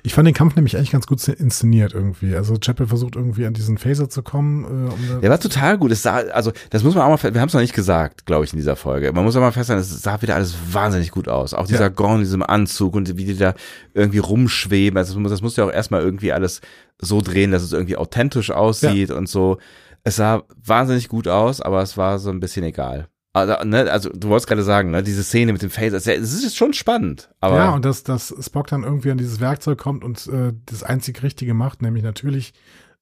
Speaker 2: Ich fand den Kampf nämlich eigentlich ganz gut inszeniert irgendwie. Also Chapel versucht irgendwie an diesen Phaser zu kommen. Äh, um da-
Speaker 1: Der war total gut. Es sah, also das muss man auch mal, fe- wir haben es noch nicht gesagt, glaube ich, in dieser Folge. Man muss auch mal feststellen, es sah wieder alles wahnsinnig gut aus. Auch dieser
Speaker 2: Ja.
Speaker 1: Gorn in diesem Anzug und wie die da irgendwie rumschweben. Also das muss, das muss ja auch erstmal irgendwie alles so drehen, dass es irgendwie authentisch aussieht und so. Es sah wahnsinnig gut aus, aber es war so ein bisschen egal. Also, ne, also du wolltest gerade sagen, ne, diese Szene mit dem Face, es ist jetzt schon spannend, aber
Speaker 2: ja, und dass, dass Spock dann irgendwie an dieses Werkzeug kommt und äh, das einzig Richtige macht, nämlich natürlich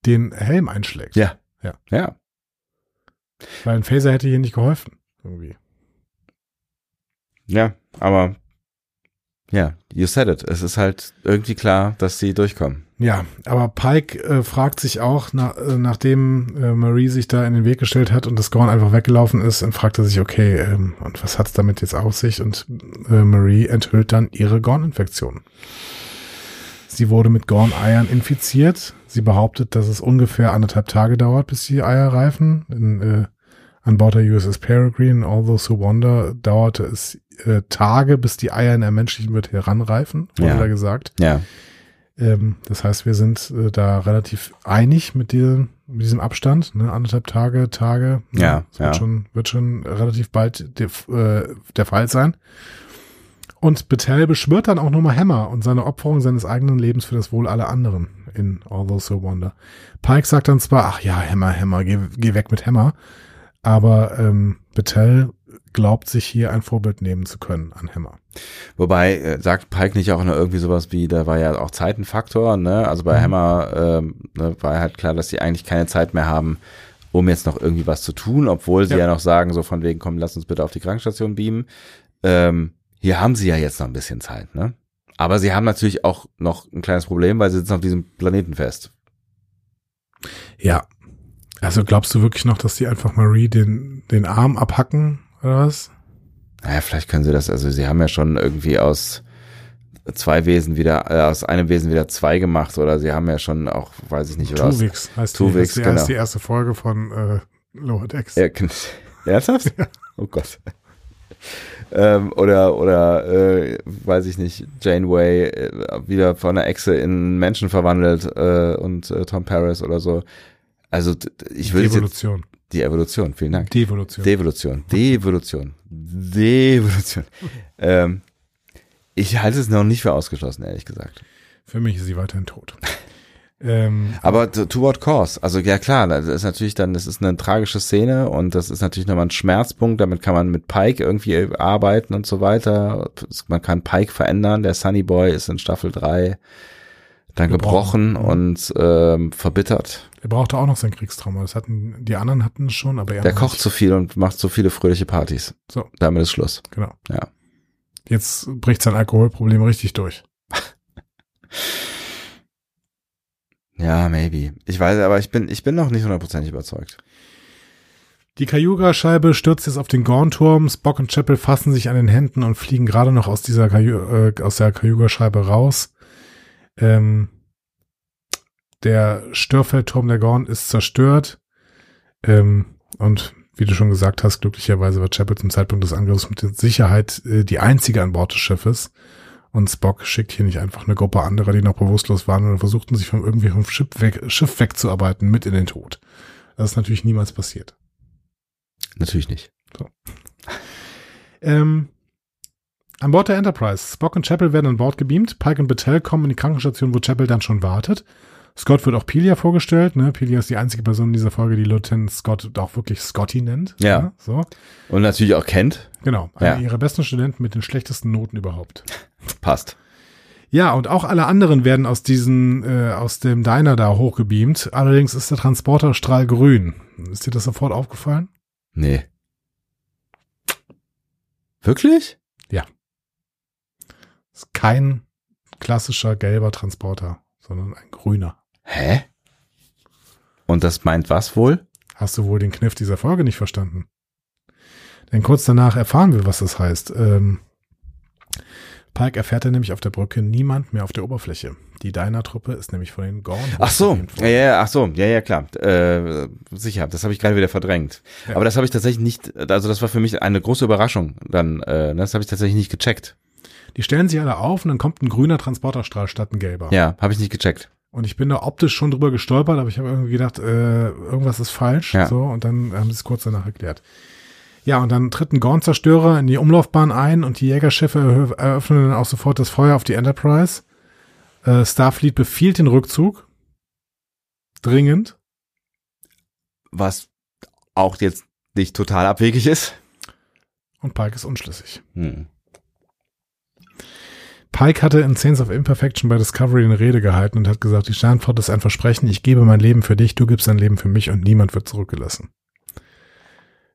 Speaker 2: den Helm einschlägt.
Speaker 1: Ja. ja,
Speaker 2: Weil ein Phaser hätte hier nicht geholfen. Irgendwie.
Speaker 1: Ja, aber ja, you said it. Es ist halt irgendwie klar, dass sie durchkommen.
Speaker 2: Ja, aber Pike äh, fragt sich auch, na, äh, nachdem äh, Marie sich da in den Weg gestellt hat und das Gorn einfach weggelaufen ist, dann fragt er sich, okay, ähm, und was hat's damit jetzt auf sich? Und äh, Marie enthüllt dann ihre Gorn-Infektion. Sie wurde mit Gorn-Eiern infiziert. Sie behauptet, dass es ungefähr anderthalb Tage dauert, bis die Eier reifen. In, äh, an Bord der USS Peregrine, All Those Who Wonder, dauerte es äh, Tage, bis die Eier in der menschlichen Welt heranreifen, wurde
Speaker 1: Ja.
Speaker 2: da gesagt.
Speaker 1: Ja.
Speaker 2: Ähm, das heißt, wir sind äh, da relativ einig mit, diesem- mit diesem Abstand, ne? anderthalb Tage, Tage. Ne?
Speaker 1: Ja,
Speaker 2: das wird,
Speaker 1: ja.
Speaker 2: Schon, wird schon relativ bald der, F- äh, der Fall sein. Und Betel beschwört dann auch nochmal Hammer und seine Opferung seines eigenen Lebens für das Wohl aller anderen in All Those Who Wonder. Pike sagt dann zwar, ach ja, Hammer, Hammer, geh, geh weg mit Hammer, aber ähm, Betel glaubt sich hier ein Vorbild nehmen zu können an Hammer.
Speaker 1: Wobei, äh, sagt Pike nicht auch noch irgendwie sowas wie, da war ja auch Zeit ein Faktor, ne? Also bei
Speaker 2: Mhm.
Speaker 1: Hammer ähm, ne, war halt klar, dass sie eigentlich keine Zeit mehr haben, um jetzt noch irgendwie was zu tun, obwohl sie
Speaker 2: Ja.
Speaker 1: ja, noch sagen, so von wegen, komm, lass uns bitte auf die Krankenstation beamen. Ähm, hier haben sie ja jetzt noch ein bisschen Zeit, ne? Aber sie haben natürlich auch noch ein kleines Problem, weil sie sitzen auf diesem Planeten fest.
Speaker 2: Ja. Also glaubst du wirklich noch, dass die einfach Marie den, den Arm abhacken oder was?
Speaker 1: Naja, vielleicht können sie das, also sie haben ja schon irgendwie aus zwei Wesen wieder, äh, aus einem Wesen wieder zwei gemacht oder sie haben ja schon auch, weiß ich nicht, oder aus,
Speaker 2: Tuvix heißt,
Speaker 1: Tuvix,
Speaker 2: die, heißt, die,
Speaker 1: genau.
Speaker 2: heißt die erste Folge von äh, Lower Decks.
Speaker 1: Ja, kann- Ernsthaft? Oh Gott. Ähm, oder oder äh, weiß ich nicht, Janeway äh, wieder von einer Echse in einen Menschen verwandelt äh, und äh, Tom Paris oder so. Also d- d- ich würde jetzt
Speaker 2: Devolution.
Speaker 1: die Evolution, vielen Dank.
Speaker 2: Devolution.
Speaker 1: Devolution, Devolution, Devolution. ähm, ich halte es noch nicht für ausgeschlossen, ehrlich gesagt.
Speaker 2: Für mich ist sie weiterhin tot. (laughs) ähm,
Speaker 1: Aber to, to what cause? Also ja klar, das ist natürlich dann, das ist eine tragische Szene und das ist natürlich nochmal ein Schmerzpunkt. Damit kann man mit Pike irgendwie arbeiten und so weiter. Man kann Pike verändern. Der Sunny Boy ist in Staffel 3 dann gebrochen, Mhm.
Speaker 2: Gebrochen.
Speaker 1: und ähm, verbittert.
Speaker 2: er brauchte auch noch sein Kriegstrauma. Das hatten, die anderen hatten es schon, aber er
Speaker 1: Der
Speaker 2: noch
Speaker 1: kocht
Speaker 2: nicht.
Speaker 1: zu viel und macht zu viele fröhliche Partys.
Speaker 2: So.
Speaker 1: Damit ist Schluss.
Speaker 2: Genau.
Speaker 1: Ja.
Speaker 2: Jetzt bricht sein Alkoholproblem richtig durch.
Speaker 1: Ja, maybe. Ich weiß, aber ich bin, ich bin noch nicht hundertprozentig überzeugt.
Speaker 2: Die Cayuga-Scheibe stürzt jetzt auf den Gornturm. Spock und Chapel fassen sich an den Händen und fliegen gerade noch aus dieser Cayu äh, aus der Cayuga-Scheibe raus. Ähm, der Störfeldturm der Gorn ist zerstört. Ähm, und wie du schon gesagt hast, glücklicherweise war Chapel zum Zeitpunkt des Angriffs mit Sicherheit äh, die einzige an Bord des Schiffes. Und Spock schickt hier nicht einfach eine Gruppe anderer, die noch bewusstlos waren oder versuchten sich von irgendwie vom Schiff, weg, Schiff wegzuarbeiten, mit in den Tod. Das ist natürlich niemals passiert.
Speaker 1: Natürlich nicht.
Speaker 2: Ähm, an Bord der Enterprise. Spock und Chapel werden an Bord gebeamt. Pike und Battelle kommen in die Krankenstation, wo Chapel dann schon wartet. Scott wird auch Pilia vorgestellt. Ne? Pilia ist die einzige Person in dieser Folge, die Lieutenant Scott auch wirklich Scotty nennt.
Speaker 1: Ja.
Speaker 2: Ne? So.
Speaker 1: Und natürlich auch Kent.
Speaker 2: Genau. Einer
Speaker 1: Ja.
Speaker 2: ihrer besten Studenten mit den schlechtesten Noten überhaupt.
Speaker 1: Passt.
Speaker 2: Ja, und auch alle anderen werden aus diesen, äh, aus dem Diner da hochgebeamt. Allerdings ist der Transporterstrahl grün. Ist dir das sofort aufgefallen?
Speaker 1: Nee. Wirklich?
Speaker 2: Ist kein klassischer gelber Transporter, sondern ein grüner.
Speaker 1: Hä? Und das meint was wohl?
Speaker 2: Hast du wohl den Kniff dieser Folge nicht verstanden? Denn kurz danach erfahren wir, was das heißt. Ähm, Pike erfährt er nämlich auf der Brücke niemand mehr auf der Oberfläche. Die Diner-Truppe ist nämlich von den Gorn.
Speaker 1: Ach so, Äh.
Speaker 2: hochgebeamt
Speaker 1: ja,
Speaker 2: worden.
Speaker 1: ja, ach so, ja, ja, klar. Äh, sicher, das habe ich gerade wieder verdrängt.
Speaker 2: Ja.
Speaker 1: Aber das habe ich tatsächlich nicht, also das war für mich eine große Überraschung. Dann, äh, das habe ich tatsächlich nicht gecheckt.
Speaker 2: Die stellen sich alle auf und dann kommt ein grüner Transporterstrahl statt ein gelber.
Speaker 1: Ja, habe ich nicht gecheckt.
Speaker 2: Und ich bin da optisch schon drüber gestolpert, aber ich habe irgendwie gedacht, äh, irgendwas ist falsch.
Speaker 1: Ja.
Speaker 2: So, und dann haben sie es kurz danach erklärt. Ja, und dann tritt ein Gorn-Zerstörer in die Umlaufbahn ein und die Jägerschiffe erhö- eröffnen dann auch sofort das Feuer auf die Enterprise. Äh, Starfleet befiehlt den Rückzug. Dringend.
Speaker 1: Was auch jetzt nicht total abwegig ist.
Speaker 2: Und Pike ist unschlüssig.
Speaker 1: Hm.
Speaker 2: Pike hatte in Saints of Imperfection bei Discovery eine Rede gehalten und hat gesagt, die Sternflotte ist ein Versprechen, ich gebe mein Leben für dich, du gibst dein Leben für mich und niemand wird zurückgelassen.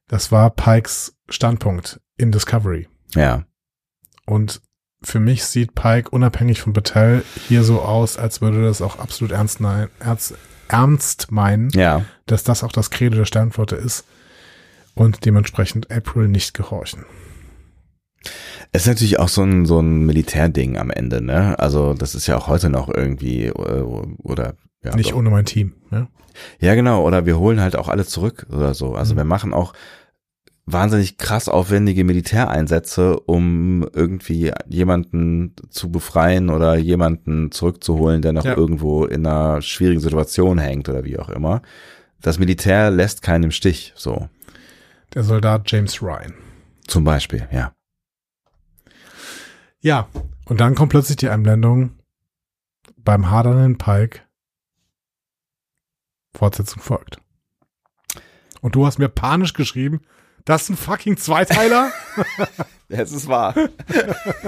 Speaker 2: Das war Pikes Standpunkt in Discovery.
Speaker 1: Ja.
Speaker 2: Und für mich sieht Pike unabhängig von Battelle hier so aus, als würde das auch absolut ernst, nein, ernst, ernst meinen,
Speaker 1: Ja.
Speaker 2: dass das auch das Credo der Sternflotte ist und dementsprechend April nicht gehorchen.
Speaker 1: Es ist natürlich auch so ein, so ein Militärding am Ende, ne? Also das ist ja auch heute noch irgendwie äh, oder ja,
Speaker 2: nicht
Speaker 1: so.
Speaker 2: ohne mein Team. ne? Ja?
Speaker 1: ja genau, oder wir holen halt auch alle zurück oder so. Also
Speaker 2: Mhm.
Speaker 1: wir machen auch wahnsinnig krass aufwendige Militäreinsätze, um irgendwie jemanden zu befreien oder jemanden zurückzuholen, der noch
Speaker 2: Ja.
Speaker 1: irgendwo in einer schwierigen Situation hängt oder wie auch immer. Das Militär lässt keinen im Stich, so
Speaker 2: Der Soldat James Ryan.
Speaker 1: zum Beispiel, ja.
Speaker 2: Ja, und dann kommt plötzlich die Einblendung beim hadernden Pike. Fortsetzung folgt. Und du hast mir panisch geschrieben, das ist ein
Speaker 1: (laughs)
Speaker 2: fucking Zweiteiler?
Speaker 1: Es ist wahr.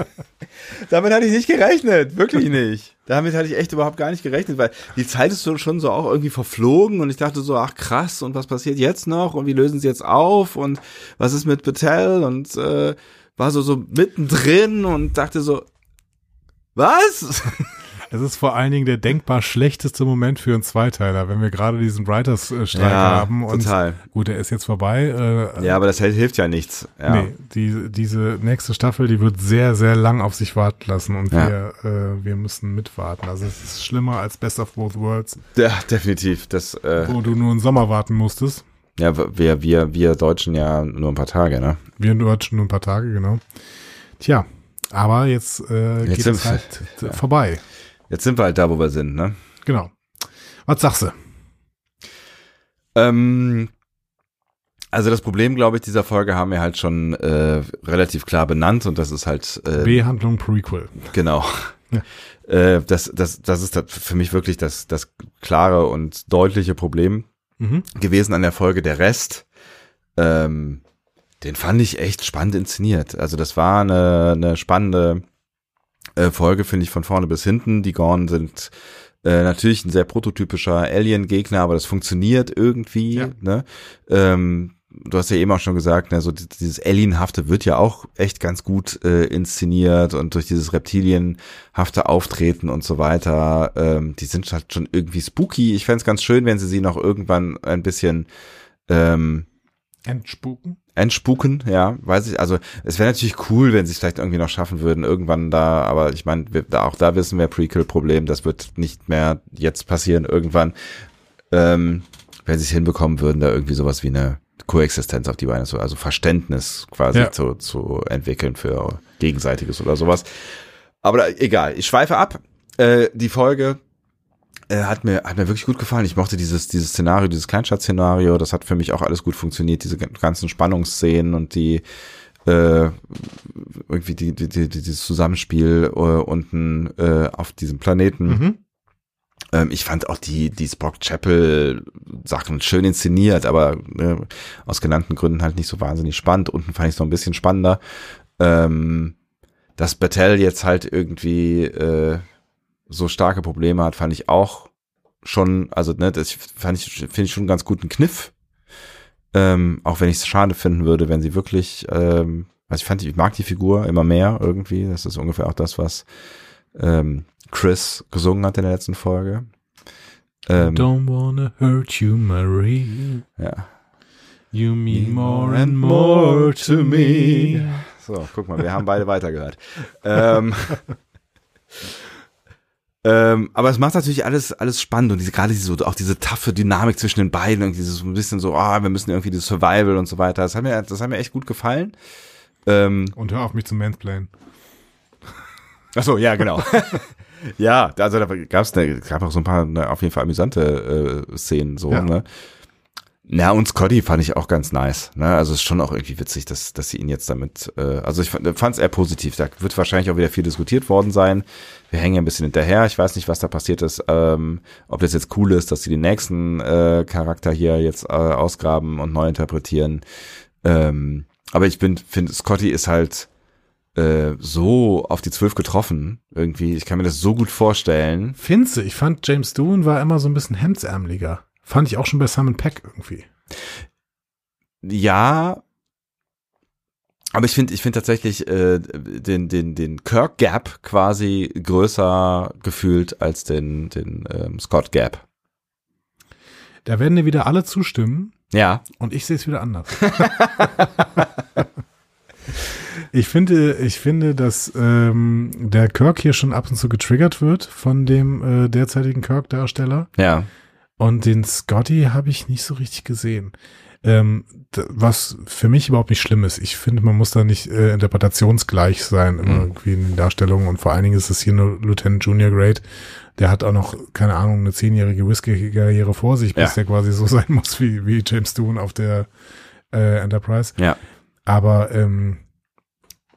Speaker 1: (laughs) Damit hatte ich nicht gerechnet, wirklich nicht. Damit hatte ich echt überhaupt gar nicht gerechnet, weil die Zeit ist so, schon so auch irgendwie verflogen und ich dachte so, ach krass, und was passiert jetzt noch und wie lösen sie jetzt auf und was ist mit Patel und äh, war so so mittendrin und dachte so, was?
Speaker 2: es ist vor allen Dingen der denkbar schlechteste Moment für einen Zweiteiler, wenn wir gerade diesen Writers-Streik haben. Und
Speaker 1: total.
Speaker 2: Gut, der ist jetzt vorbei.
Speaker 1: (laughs)
Speaker 2: Äh,
Speaker 1: Ja, aber das hält- hilft ja nichts. Ja.
Speaker 2: Nee, die, diese nächste Staffel, die wird sehr, sehr lang auf sich warten lassen und
Speaker 1: Ja.
Speaker 2: wir, äh, wir müssen mitwarten. Also es ist schlimmer als Best of Both Worlds.
Speaker 1: Ja, definitiv. Das, äh,
Speaker 2: wo du nur einen Sommer warten musstest.
Speaker 1: ja, wir, wir, wir Deutschen ja nur ein paar Tage, ne?
Speaker 2: Wir in Deutschland nur ein paar Tage, genau. Tja, aber jetzt, äh,
Speaker 1: Jetzt
Speaker 2: geht
Speaker 1: sind
Speaker 2: es
Speaker 1: wir-
Speaker 2: halt
Speaker 1: (laughs)
Speaker 2: t- vorbei.
Speaker 1: Jetzt sind wir halt da, wo wir sind, ne?
Speaker 2: Genau. Was sagst du?
Speaker 1: Ähm, also das Problem, glaube ich, dieser Folge haben wir halt schon äh, relativ klar benannt und das ist halt äh,
Speaker 2: B-Handlung Prequel.
Speaker 1: genau.
Speaker 2: Ja.
Speaker 1: (laughs) Äh, das, das, das ist das für mich wirklich das, das klare und deutliche Problem
Speaker 2: Mhm.
Speaker 1: gewesen an der Folge. Der Rest, ähm, den fand ich echt spannend inszeniert. Also das war eine, eine spannende äh, Folge, finde ich, von vorne bis hinten. Die Gorn sind äh, natürlich ein sehr prototypischer Alien-Gegner, aber das funktioniert irgendwie.
Speaker 2: Ja.
Speaker 1: Ne? Ähm, du hast ja eben auch schon gesagt, ne, so di- dieses Alienhafte wird ja auch echt ganz gut äh, inszeniert und durch dieses Reptilienhafte Auftreten und so weiter, ähm, die sind halt schon irgendwie spooky. Ich fänd's ganz schön, wenn sie sie noch irgendwann ein bisschen ähm,
Speaker 2: Entspuken.
Speaker 1: Entspuken, ja, weiß ich. Also es wäre natürlich cool, wenn sie es vielleicht irgendwie noch schaffen würden, irgendwann da, aber ich meine, wir- da- auch da wissen wir Prequel-Problem, das wird nicht mehr jetzt passieren, irgendwann. Ähm, wenn sie es hinbekommen würden, da irgendwie sowas wie eine Koexistenz auf die Beine zu, also Verständnis quasi
Speaker 2: Ja.
Speaker 1: zu, zu entwickeln für Gegenseitiges oder sowas. Aber da, egal, ich schweife ab. Äh, die Folge Äh, hat mir, hat mir wirklich gut gefallen. Ich mochte dieses, dieses Szenario, dieses Kleinstadt-Szenario. Das hat für mich auch alles gut funktioniert. Diese ganzen Spannungsszenen und die, äh, irgendwie die, die, die, dieses Zusammenspiel äh, unten äh, auf diesem Planeten.
Speaker 2: Mhm.
Speaker 1: Ähm, ich fand auch die, die Spock Chapel Sachen schön inszeniert, aber äh, aus genannten Gründen halt nicht so wahnsinnig spannend. Unten fand ich es noch ein bisschen spannender. Ähm, dass Battelle jetzt halt irgendwie äh, so starke Probleme hat, fand ich auch schon, also ne, das fand ich, finde ich schon einen ganz guten Kniff. Ähm, auch wenn ich es schade finden würde, wenn sie wirklich, ähm, also ich fand, die- ich mag die Figur immer mehr irgendwie. Das ist ungefähr auch das, was ähm, Chris gesungen hat in der letzten Folge. Ähm,
Speaker 2: Don't wanna hurt you, Marie.
Speaker 1: ja.
Speaker 2: You mean
Speaker 1: more and more to me. So, guck mal, wir haben beide weitergehört. Ähm, (laughs) ähm, aber es macht natürlich alles, alles spannend und diese, gerade diese, so- auch diese taffe Dynamik zwischen den beiden und dieses so ein bisschen so, ah, wir müssen irgendwie dieses Survival und so weiter. Das hat mir, das hat mir echt gut gefallen. Ähm,
Speaker 2: Und hör auf mich zu mansplainen.
Speaker 1: Ach so, ja, genau. (laughs) ja, also da gab's ne, gab auch so ein paar ne, auf jeden Fall amüsante äh, Szenen so,
Speaker 2: Ja.
Speaker 1: ne? Na, und Scotty fand ich auch ganz nice. Ne? Also es ist schon auch irgendwie witzig, dass, dass sie ihn jetzt damit, äh, also ich fand es eher positiv. Da wird wahrscheinlich auch wieder viel diskutiert worden sein. Wir hängen ja ein bisschen hinterher. Ich weiß nicht, was da passiert ist. Ähm, ob das jetzt cool ist, dass sie den nächsten äh, Charakter hier jetzt äh, ausgraben und neu interpretieren. Ähm, aber ich bin, finde, Scotty ist halt äh, so auf die Zwölf getroffen. Irgendwie, ich kann mir das so gut vorstellen.
Speaker 2: Finze, ich fand James Doon war immer so ein bisschen hemdsärmeliger. Fand ich auch schon bei Simon Peck irgendwie.
Speaker 1: Ja, aber ich finde, ich finde tatsächlich äh, den den den Kirk Gap quasi größer gefühlt als den den ähm, Scott Gap.
Speaker 2: Da werden dir wieder alle zustimmen
Speaker 1: Ja,
Speaker 2: und ich sehe es wieder anders. (laughs) ich finde, ich finde, dass ähm, der Kirk hier schon ab und zu getriggert wird von dem äh, derzeitigen Kirk-Darsteller.
Speaker 1: ja,
Speaker 2: Und den Scotty habe ich nicht so richtig gesehen. Ähm, d- was für mich überhaupt nicht schlimm ist. Ich finde, man muss da nicht äh, interpretationsgleich sein, immer
Speaker 1: Mhm.
Speaker 2: irgendwie in den Darstellungen. Und vor allen Dingen ist es hier nur Lieutenant Junior Grade. Der hat auch noch, keine Ahnung, eine zehnjährige Whisky-Karriere vor sich, bis
Speaker 1: Ja.
Speaker 2: der quasi so (laughs) sein muss wie, wie James Doon auf der äh, Enterprise.
Speaker 1: ja,
Speaker 2: Aber ähm,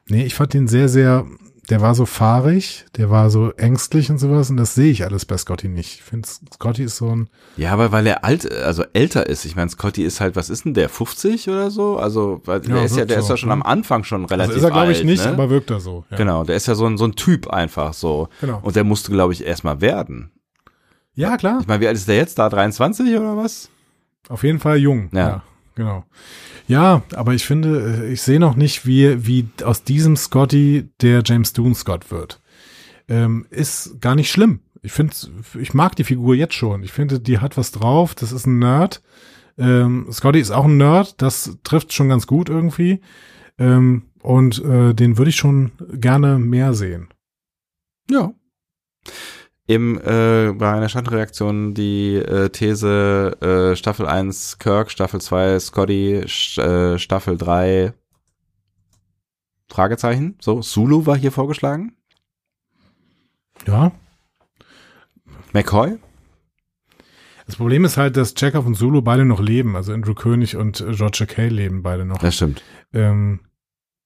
Speaker 2: nee, ich fand den sehr, sehr, der war so fahrig, der war so ängstlich und sowas. Und das sehe ich alles bei Scotty nicht. Ich finde, Scotty ist so ein
Speaker 1: ja, aber weil er alt, also älter ist. Ich meine, Scotty ist halt, was ist denn der 50 oder so? Also weil
Speaker 2: Ja,
Speaker 1: der ist ja,
Speaker 2: wirkt
Speaker 1: der ist
Speaker 2: so,
Speaker 1: ja schon
Speaker 2: ne?
Speaker 1: am Anfang schon relativ
Speaker 2: Also ist er, glaube ich,
Speaker 1: alt,
Speaker 2: nicht,
Speaker 1: ne?
Speaker 2: aber wirkt er so. Ja.
Speaker 1: Genau, der ist ja so ein, so ein Typ einfach so.
Speaker 2: Genau.
Speaker 1: Und der musste, glaube ich, erstmal werden.
Speaker 2: Ja, klar.
Speaker 1: Ich meine, wie alt ist der jetzt da? 23 oder was?
Speaker 2: Auf jeden Fall jung.
Speaker 1: Ja.
Speaker 2: Genau. Ja, aber ich finde, äh, ich sehe noch nicht, wie, wie aus diesem Scotty der James Doon Scott wird. Ähm, ist gar nicht schlimm. Ich finde, ich mag die Figur jetzt schon. Ich finde, die hat was drauf. Das ist ein Nerd. Ähm, Scotty ist auch ein Nerd. Das trifft schon ganz gut irgendwie. Ähm, und äh, den würde ich schon gerne mehr sehen.
Speaker 1: Ja. Im, äh, bei einer Standreaktion die äh, These äh, Staffel 1 Kirk, Staffel 2 Scotty, Sch- äh, Staffel 3 Fragezeichen. So, Sulu war hier vorgeschlagen.
Speaker 2: Ja,
Speaker 1: McCoy?
Speaker 2: Das Problem ist halt, dass Chekhov und Solo beide noch leben. Also Andrew König und äh, George Takei leben beide noch.
Speaker 1: Das stimmt.
Speaker 2: Ähm,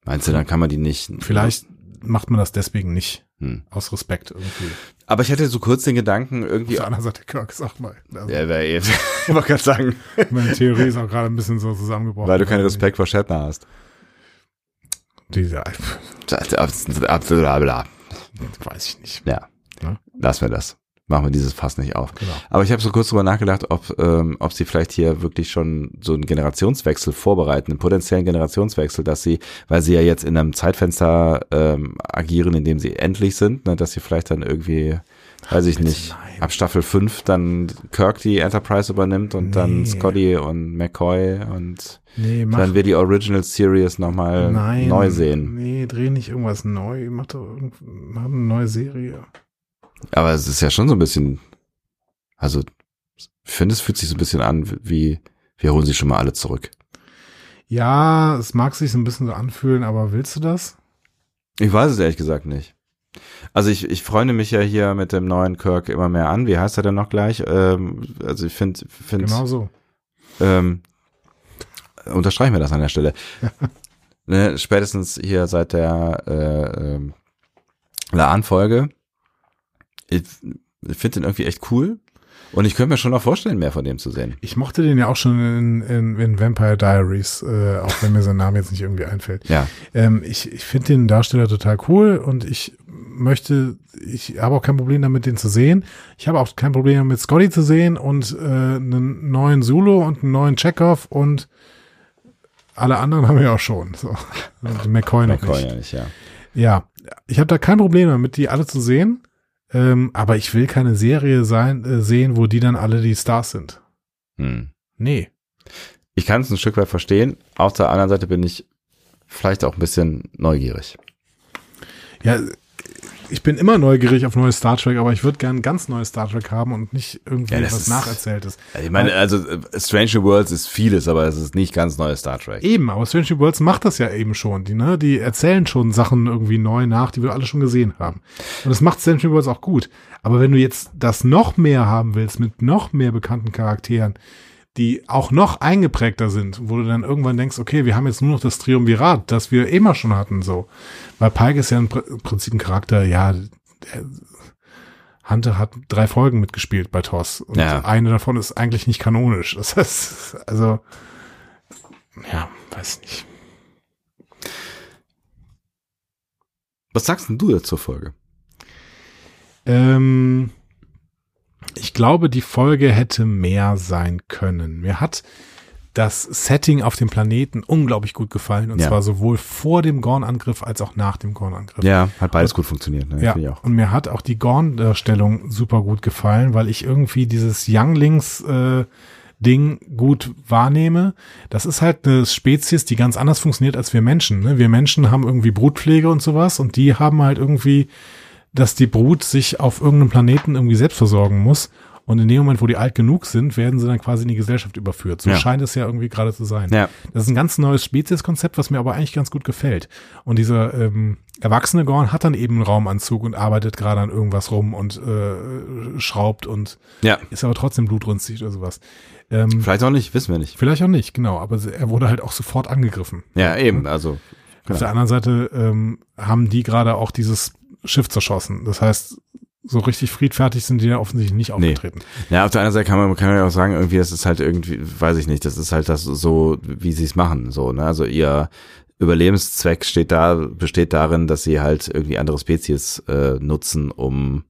Speaker 1: Meinst du, dann kann man die nicht.
Speaker 2: vielleicht macht man das deswegen nicht.
Speaker 1: Hm.
Speaker 2: Aus Respekt irgendwie.
Speaker 1: Aber ich hatte so kurz den Gedanken, irgendwie.
Speaker 2: Auf der anderen Seite, Kirk, sag mal. Also,
Speaker 1: Ja, weil (laughs) eben. ich wollte gerade sagen,
Speaker 2: (laughs) Meine Theorie ist auch gerade ein bisschen so zusammengebrochen. ne?
Speaker 1: weil du keinen Respekt vor Shatner hast.
Speaker 2: Diese, (laughs) pff,
Speaker 1: Blablabla.
Speaker 2: weiß ich nicht.
Speaker 1: Ja.
Speaker 2: Ja.
Speaker 1: Lass mir das. Machen wir dieses Fass nicht auf.
Speaker 2: Genau.
Speaker 1: Aber ich habe so kurz drüber nachgedacht, ob, ähm, ob sie vielleicht hier wirklich schon so einen Generationswechsel vorbereiten, einen potenziellen Generationswechsel, dass sie, weil sie ja jetzt in einem Zeitfenster ähm, agieren, in dem sie endlich sind, ne, dass sie vielleicht dann irgendwie, weiß ich
Speaker 2: bitte
Speaker 1: nicht,
Speaker 2: nein.
Speaker 1: ab Staffel 5 dann Kirk die Enterprise übernimmt und dann
Speaker 2: Nee.
Speaker 1: Scotty und McCoy und
Speaker 2: Nee, mach.
Speaker 1: dann wir die Original Series nochmal
Speaker 2: nein.
Speaker 1: äh, neu sehen.
Speaker 2: Nee, dreh nicht irgendwas neu. Mach doch irgend- mach eine neue Serie.
Speaker 1: Aber es ist ja schon so ein bisschen, also ich finde, es fühlt sich so ein bisschen an wie, wir holen sie schon mal alle zurück.
Speaker 2: Ja, es mag sich so ein bisschen so anfühlen, aber willst du das?
Speaker 1: Ich weiß es ehrlich gesagt nicht. Also ich, ich freunde mich ja hier mit dem neuen Kirk immer mehr an. Wie heißt er denn noch gleich? Ähm, also ich finde, find,
Speaker 2: Genau so.
Speaker 1: ähm, unterstreichen wir das an der
Speaker 2: (laughs)
Speaker 1: Stelle. ne, spätestens hier seit der äh, ähm, Laan-Folge. Ich, ich finde den irgendwie echt cool. Und ich könnte mir schon noch vorstellen, mehr von dem zu sehen.
Speaker 2: Ich mochte den ja auch schon in, in, in Vampire Diaries, äh, auch wenn mir sein Name jetzt nicht irgendwie einfällt.
Speaker 1: Ja.
Speaker 2: Ähm, ich ich finde den Darsteller total cool und ich möchte, ich habe auch kein Problem damit, den zu sehen. Ich habe auch kein Problem damit, Scotty zu sehen und äh, einen neuen Zulu und einen neuen Chekhov und alle anderen (laughs) haben wir auch schon. So. Und McCoy noch
Speaker 1: McCoy
Speaker 2: nicht.
Speaker 1: ja nicht, ja.
Speaker 2: Ja, ich habe da kein Problem damit, die alle zu sehen. Ähm, aber ich will keine Serie sein, äh, sehen, wo die dann alle die Stars sind.
Speaker 1: Hm.
Speaker 2: Nee.
Speaker 1: Ich kann es ein Stück weit verstehen. Auf der anderen Seite bin ich vielleicht auch ein bisschen neugierig.
Speaker 2: Ja, ich bin immer neugierig auf neues Star Trek, aber ich würde gern ganz neues Star Trek haben und nicht irgendwie
Speaker 1: Ja, das
Speaker 2: was
Speaker 1: ist-
Speaker 2: nacherzähltes.
Speaker 1: Ich meine, also äh, Stranger Worlds ist vieles, aber es ist nicht ganz neues Star Trek.
Speaker 2: Eben, aber Strange New Worlds macht das ja eben schon. Die, ne, die erzählen schon Sachen irgendwie neu nach, die wir alle schon gesehen haben. Und das macht Strange New Worlds auch gut. Aber wenn du jetzt das noch mehr haben willst, mit noch mehr bekannten Charakteren, die auch noch eingeprägter sind, wo du dann irgendwann denkst, okay, wir haben jetzt nur noch das Triumvirat, das wir immer schon hatten, so. Weil Pike ist ja im Pr- im Prinzip ein Charakter, ja, der- Hunter hat drei Folgen mitgespielt bei TOS. Und
Speaker 1: Ja.
Speaker 2: eine davon ist eigentlich nicht kanonisch. Das heißt, also, ja, weiß nicht.
Speaker 1: Was sagst denn du zur Folge?
Speaker 2: Ähm, ich glaube, die Folge hätte mehr sein können. Mir hat das Setting auf dem Planeten unglaublich gut gefallen. Und
Speaker 1: Ja.
Speaker 2: zwar sowohl vor dem Gorn-Angriff als auch nach dem Gorn-Angriff.
Speaker 1: Ja, hat beides gut funktioniert. Ne?
Speaker 2: Ja,
Speaker 1: Finde ich auch.
Speaker 2: und mir hat auch die Gorn-Darstellung super gut gefallen, weil ich irgendwie dieses Younglings-Ding gut wahrnehme. Das ist halt eine Spezies, die ganz anders funktioniert als wir Menschen. Ne? Wir Menschen haben irgendwie Brutpflege und sowas und die haben halt irgendwie, dass die Brut sich auf irgendeinem Planeten irgendwie selbst versorgen muss. Und in dem Moment, wo die alt genug sind, werden sie dann quasi in die Gesellschaft überführt. So
Speaker 1: Ja.
Speaker 2: scheint es ja irgendwie gerade zu sein.
Speaker 1: Ja.
Speaker 2: Das ist ein ganz neues Spezieskonzept, was mir aber eigentlich ganz gut gefällt. Und dieser ähm, erwachsene Gorn hat dann eben einen Raumanzug und arbeitet gerade an irgendwas rum und äh, schraubt und
Speaker 1: ja,
Speaker 2: ist aber trotzdem blutrünstig oder sowas. Ähm,
Speaker 1: vielleicht auch nicht, wissen wir nicht.
Speaker 2: vielleicht auch nicht, genau. Aber er wurde halt auch sofort angegriffen.
Speaker 1: Ja, eben, also
Speaker 2: Auf
Speaker 1: Genau.
Speaker 2: der anderen Seite ähm, haben die gerade auch dieses Schiff zerschossen. Das heißt, so richtig friedfertig sind die ja offensichtlich nicht aufgetreten.
Speaker 1: Ja, auf der anderen Seite kann man, kann man ja auch sagen, irgendwie, das ist halt irgendwie, weiß ich nicht, das ist halt das so, wie sie es machen, so, ne? Also ihr Überlebenszweck steht da, besteht darin, dass sie halt irgendwie andere Spezies äh, nutzen, um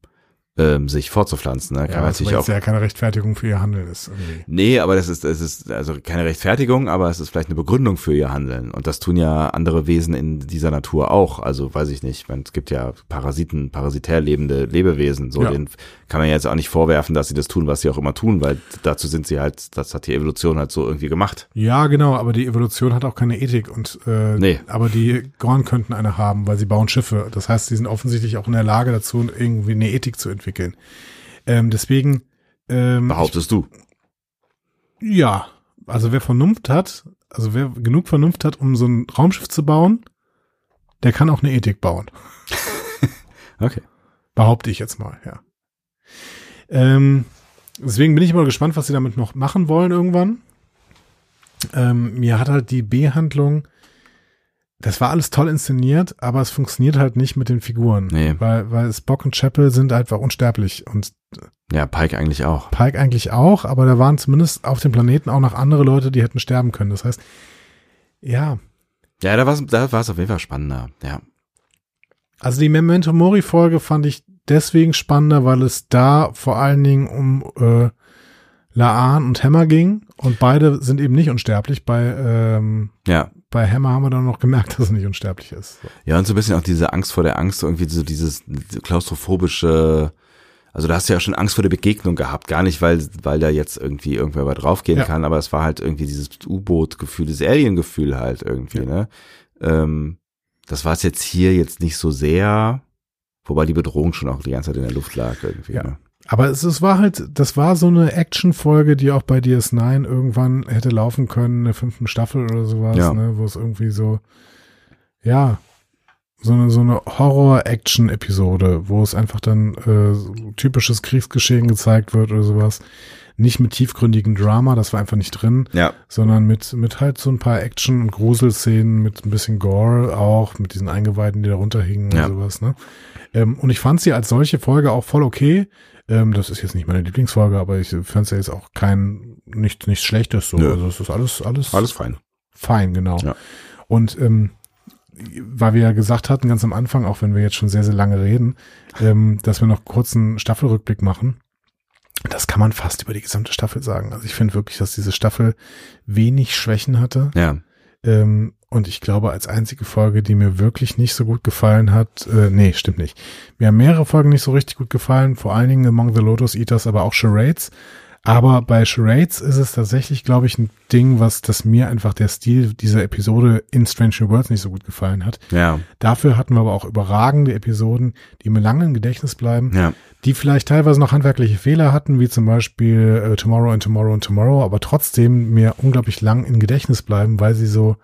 Speaker 1: ähm, sich fortzupflanzen. Ne? Kann
Speaker 2: Ja,
Speaker 1: man
Speaker 2: was aber
Speaker 1: natürlich auch.
Speaker 2: jetzt ja keine Rechtfertigung für ihr Handeln ist. Irgendwie.
Speaker 1: Nee, aber das ist, es ist also keine Rechtfertigung, aber es ist vielleicht eine Begründung für ihr Handeln. Und das tun ja andere Wesen in dieser Natur auch. Also weiß ich nicht, man, es gibt ja Parasiten, parasitär lebende Lebewesen. So,
Speaker 2: Ja.
Speaker 1: denen kann man jetzt auch nicht vorwerfen, dass sie das tun, was sie auch immer tun, weil dazu sind sie halt, das hat die Evolution halt so irgendwie gemacht.
Speaker 2: Ja, genau, aber die Evolution hat auch keine Ethik und äh,
Speaker 1: Nee.
Speaker 2: aber die Gorn könnten eine haben, weil sie bauen Schiffe. Das heißt, sie sind offensichtlich auch in der Lage dazu, irgendwie eine Ethik zu entwickeln. Ähm, deswegen ähm,
Speaker 1: Behauptest du.
Speaker 2: ja, also wer Vernunft hat, also wer genug Vernunft hat, um so ein Raumschiff zu bauen, der kann auch eine Ethik bauen.
Speaker 1: Okay.
Speaker 2: Behaupte ich jetzt mal, ja. Ähm, deswegen bin ich mal gespannt, was sie damit noch machen wollen irgendwann. Ähm, mir hat halt die B-Handlung, das war alles toll inszeniert, aber es funktioniert halt nicht mit den Figuren.
Speaker 1: Nee.
Speaker 2: Weil, weil Spock und Chapel sind einfach unsterblich und
Speaker 1: Ja, Pike eigentlich auch.
Speaker 2: Pike eigentlich auch, aber da waren zumindest auf dem Planeten auch noch andere Leute, die hätten sterben können. Das heißt, ja,
Speaker 1: Ja, da war es da war's auf jeden Fall spannender. Ja.
Speaker 2: Also die Memento Mori Folge fand ich deswegen spannender, weil es da vor allen Dingen um äh, Laan und Hammer ging und beide sind eben nicht unsterblich. Bei ähm,
Speaker 1: Ja.
Speaker 2: bei Hammer haben wir dann noch gemerkt, (laughs) dass er nicht unsterblich ist. So.
Speaker 1: Ja, und so ein bisschen auch diese Angst vor der Angst, irgendwie so dieses klaustrophobische, also da hast du ja schon Angst vor der Begegnung gehabt, gar nicht, weil, weil da jetzt irgendwie irgendwer über draufgehen
Speaker 2: Ja.
Speaker 1: kann, aber es war halt irgendwie dieses U-Boot-Gefühl, dieses Alien-Gefühl halt irgendwie,
Speaker 2: Ja.
Speaker 1: ne? Ähm, das war es jetzt hier jetzt nicht so sehr, wobei die Bedrohung schon auch die ganze Zeit in der Luft lag irgendwie,
Speaker 2: Ja.
Speaker 1: ne?
Speaker 2: Aber es, es war halt, das war so eine Action-Folge, die auch bei DS9 irgendwann hätte laufen ne, können, in der fünften Staffel oder sowas,
Speaker 1: Ja.
Speaker 2: ne, wo es irgendwie so, ja, so eine, so eine Horror-Action-Episode, wo es einfach dann äh, so typisches Kriegsgeschehen gezeigt wird oder sowas. Nicht mit tiefgründigem Drama, das war einfach nicht drin,
Speaker 1: Ja.
Speaker 2: sondern mit, mit halt so ein paar Action- und Gruselszenen, mit ein bisschen Gore auch, mit diesen Eingeweiden, die da runterhingen
Speaker 1: Ja.
Speaker 2: und sowas. Ne? Ähm, und ich fand sie als solche Folge auch voll okay. Ähm, das ist jetzt nicht meine Lieblingsfolge, aber ich fand sie jetzt auch kein, nicht, nichts Schlechtes so.
Speaker 1: Nö.
Speaker 2: Also es ist alles, alles,
Speaker 1: Alles fein.
Speaker 2: fein, genau.
Speaker 1: Ja.
Speaker 2: Und ähm, weil wir ja gesagt hatten, ganz am Anfang, auch wenn wir jetzt schon sehr, sehr lange reden, ähm, dass wir noch kurz einen Staffelrückblick machen. Das kann man fast über die gesamte Staffel sagen. Also ich finde wirklich, dass diese Staffel wenig Schwächen hatte.
Speaker 1: Ja.
Speaker 2: Ähm, und ich glaube, als einzige Folge, die mir wirklich nicht so gut gefallen hat, äh, nee, stimmt nicht. Mir haben mehrere Folgen nicht so richtig gut gefallen, vor allen Dingen Among the Lotus Eaters, aber auch Charades. Aber bei Charades ist es tatsächlich, glaube ich, ein Ding, was, dass mir einfach der Stil dieser Episode in Strange New Worlds nicht so gut gefallen hat.
Speaker 1: Ja.
Speaker 2: Dafür hatten wir aber auch überragende Episoden, die mir lange im Gedächtnis bleiben,
Speaker 1: Ja.
Speaker 2: die vielleicht teilweise noch handwerkliche Fehler hatten, wie zum Beispiel äh, Tomorrow and Tomorrow and Tomorrow, aber trotzdem mir unglaublich lang im Gedächtnis bleiben, weil sie so,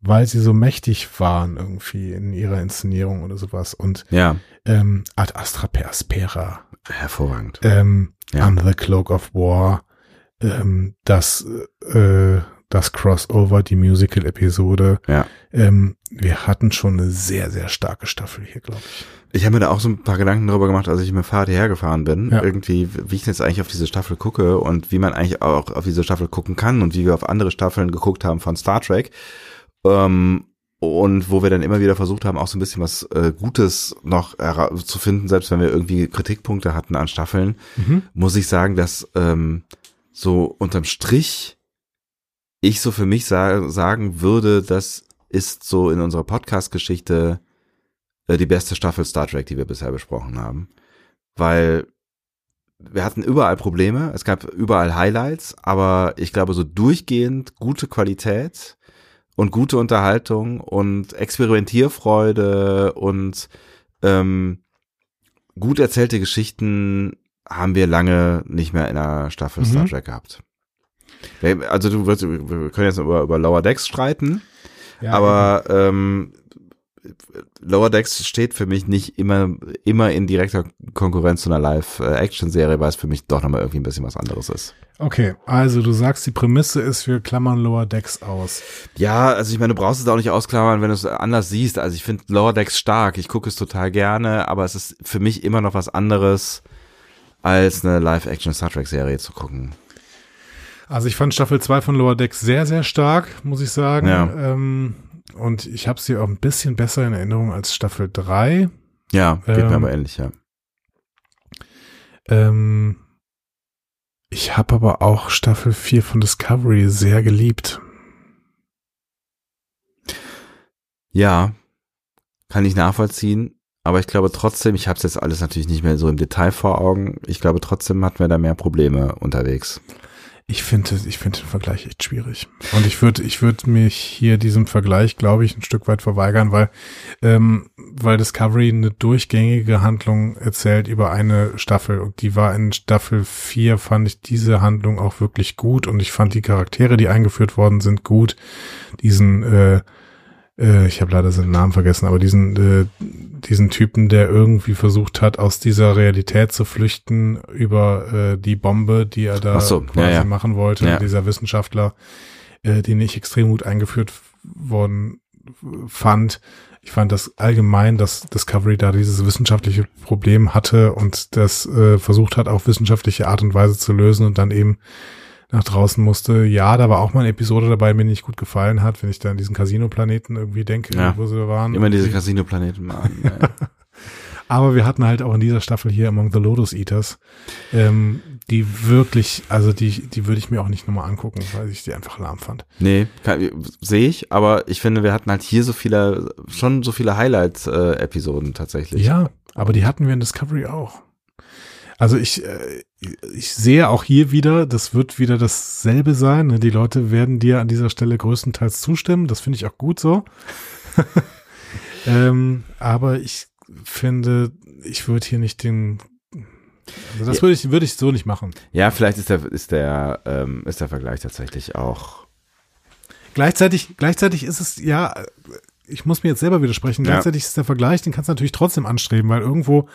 Speaker 2: weil sie so mächtig waren irgendwie in ihrer Inszenierung oder sowas. Und
Speaker 1: Ja.
Speaker 2: ähm, Ad Astra per Aspera,
Speaker 1: Hervorragend.
Speaker 2: ähm,
Speaker 1: Ja.
Speaker 2: Under the Cloak of War, ähm, das, äh, das Crossover, die Musical-Episode.
Speaker 1: Ja.
Speaker 2: Ähm, wir hatten schon eine sehr, sehr starke Staffel hier, glaube ich.
Speaker 1: Ich habe mir da auch so ein paar Gedanken darüber gemacht, als ich mit dem Fahrrad hierher gefahren bin.
Speaker 2: Ja.
Speaker 1: Irgendwie, wie ich jetzt eigentlich auf diese Staffel gucke und wie man eigentlich auch auf diese Staffel gucken kann und wie wir auf andere Staffeln geguckt haben von Star Trek. Ähm, und wo wir dann immer wieder versucht haben, auch so ein bisschen was äh, Gutes noch hera- zu finden, selbst wenn wir irgendwie Kritikpunkte hatten an Staffeln, muss ich sagen, dass ähm, so unterm Strich ich so für mich sa sagen würde, das ist so in unserer Podcast-Geschichte äh, die beste Staffel Star Trek, die wir bisher besprochen haben. Weil wir hatten überall Probleme, es gab überall Highlights, aber ich glaube so durchgehend gute Qualität und gute Unterhaltung und Experimentierfreude und ähm, gut erzählte Geschichten haben wir lange nicht mehr in einer Staffel
Speaker 2: Mhm.
Speaker 1: Star Trek gehabt. Wir- Also du wirst, wir können jetzt über, über Lower Decks streiten,
Speaker 2: Ja, genau.
Speaker 1: aber ähm, Lower Decks steht für mich nicht immer immer in direkter Konkurrenz zu einer Live-Action-Serie, weil es für mich doch nochmal irgendwie ein bisschen was anderes ist.
Speaker 2: Okay, also du sagst, die Prämisse ist, wir klammern Lower Decks aus.
Speaker 1: Ja, also ich meine, du brauchst es auch nicht ausklammern, wenn du es anders siehst. Also ich finde Lower Decks stark, ich gucke es total gerne, aber es ist für mich immer noch was anderes, als eine Live-Action-Star Trek-Serie zu gucken.
Speaker 2: Also ich fand Staffel 2 von Lower Decks sehr, sehr stark, muss ich sagen.
Speaker 1: Ja.
Speaker 2: Ähm, und ich habe sie auch ein bisschen besser in Erinnerung als Staffel 3.
Speaker 1: Ja, geht
Speaker 2: Ähm,
Speaker 1: mir aber ähnlich, ja.
Speaker 2: Ähm, ich habe aber auch Staffel 4 von Discovery sehr geliebt.
Speaker 1: Ja, kann ich nachvollziehen. Aber ich glaube trotzdem, ich habe es jetzt alles natürlich nicht mehr so im Detail vor Augen. Ich glaube trotzdem hatten wir da mehr Probleme unterwegs.
Speaker 2: Ich finde, ich finde den Vergleich echt schwierig. Und ich würde, ich würde mich hier diesem Vergleich, glaube ich, ein Stück weit verweigern, weil, ähm, weil Discovery eine durchgängige Handlung erzählt über eine Staffel. Und die war in Staffel 4, fand ich diese Handlung auch wirklich gut. Und ich fand die Charaktere, die eingeführt worden sind, gut. Diesen, äh, äh, ich habe leider seinen Namen vergessen, aber diesen, äh, diesen Typen, der irgendwie versucht hat, aus dieser Realität zu flüchten über äh, die Bombe, die er da
Speaker 1: Ach so, ja,
Speaker 2: quasi
Speaker 1: ja.
Speaker 2: machen wollte,
Speaker 1: Ja.
Speaker 2: dieser Wissenschaftler, äh, den ich extrem gut eingeführt f- worden f- fand. Ich fand das allgemein, dass Discovery da dieses wissenschaftliche Problem hatte und das äh, versucht hat, auf wissenschaftliche Art und Weise zu lösen und dann eben nach draußen musste. Ja, da war auch mal eine Episode dabei, mir nicht gut gefallen hat, wenn ich da an diesen Casino-Planeten irgendwie denke,
Speaker 1: Ja.
Speaker 2: wo sie waren.
Speaker 1: Immer diese Casino-Planeten mal. Ja.
Speaker 2: Aber wir hatten halt auch in dieser Staffel hier Among the Lotus Eaters, ähm, die wirklich, also die, die würde ich mir auch nicht nochmal angucken, weil ich die einfach lahm fand.
Speaker 1: (laughs) nee, kann- sehe ich. Aber ich finde, wir hatten halt hier so viele, schon so viele Highlights-Episoden tatsächlich.
Speaker 2: Ja, aber die hatten wir in Discovery auch. Also ich, äh, ich sehe auch hier wieder, das wird wieder dasselbe sein. ne? Die Leute werden dir an dieser Stelle größtenteils zustimmen. Das finde ich auch gut so. (laughs) ähm, aber ich finde, ich würde hier nicht den. Also das
Speaker 1: Ja.
Speaker 2: würde ich, würde ich so nicht machen.
Speaker 1: Ja, vielleicht ist der, ist der, ähm, ist der Vergleich tatsächlich auch.
Speaker 2: Gleichzeitig, gleichzeitig ist es ja, ich muss mir jetzt selber widersprechen.
Speaker 1: Ja.
Speaker 2: Gleichzeitig ist der Vergleich, den kannst du natürlich trotzdem anstreben, weil irgendwo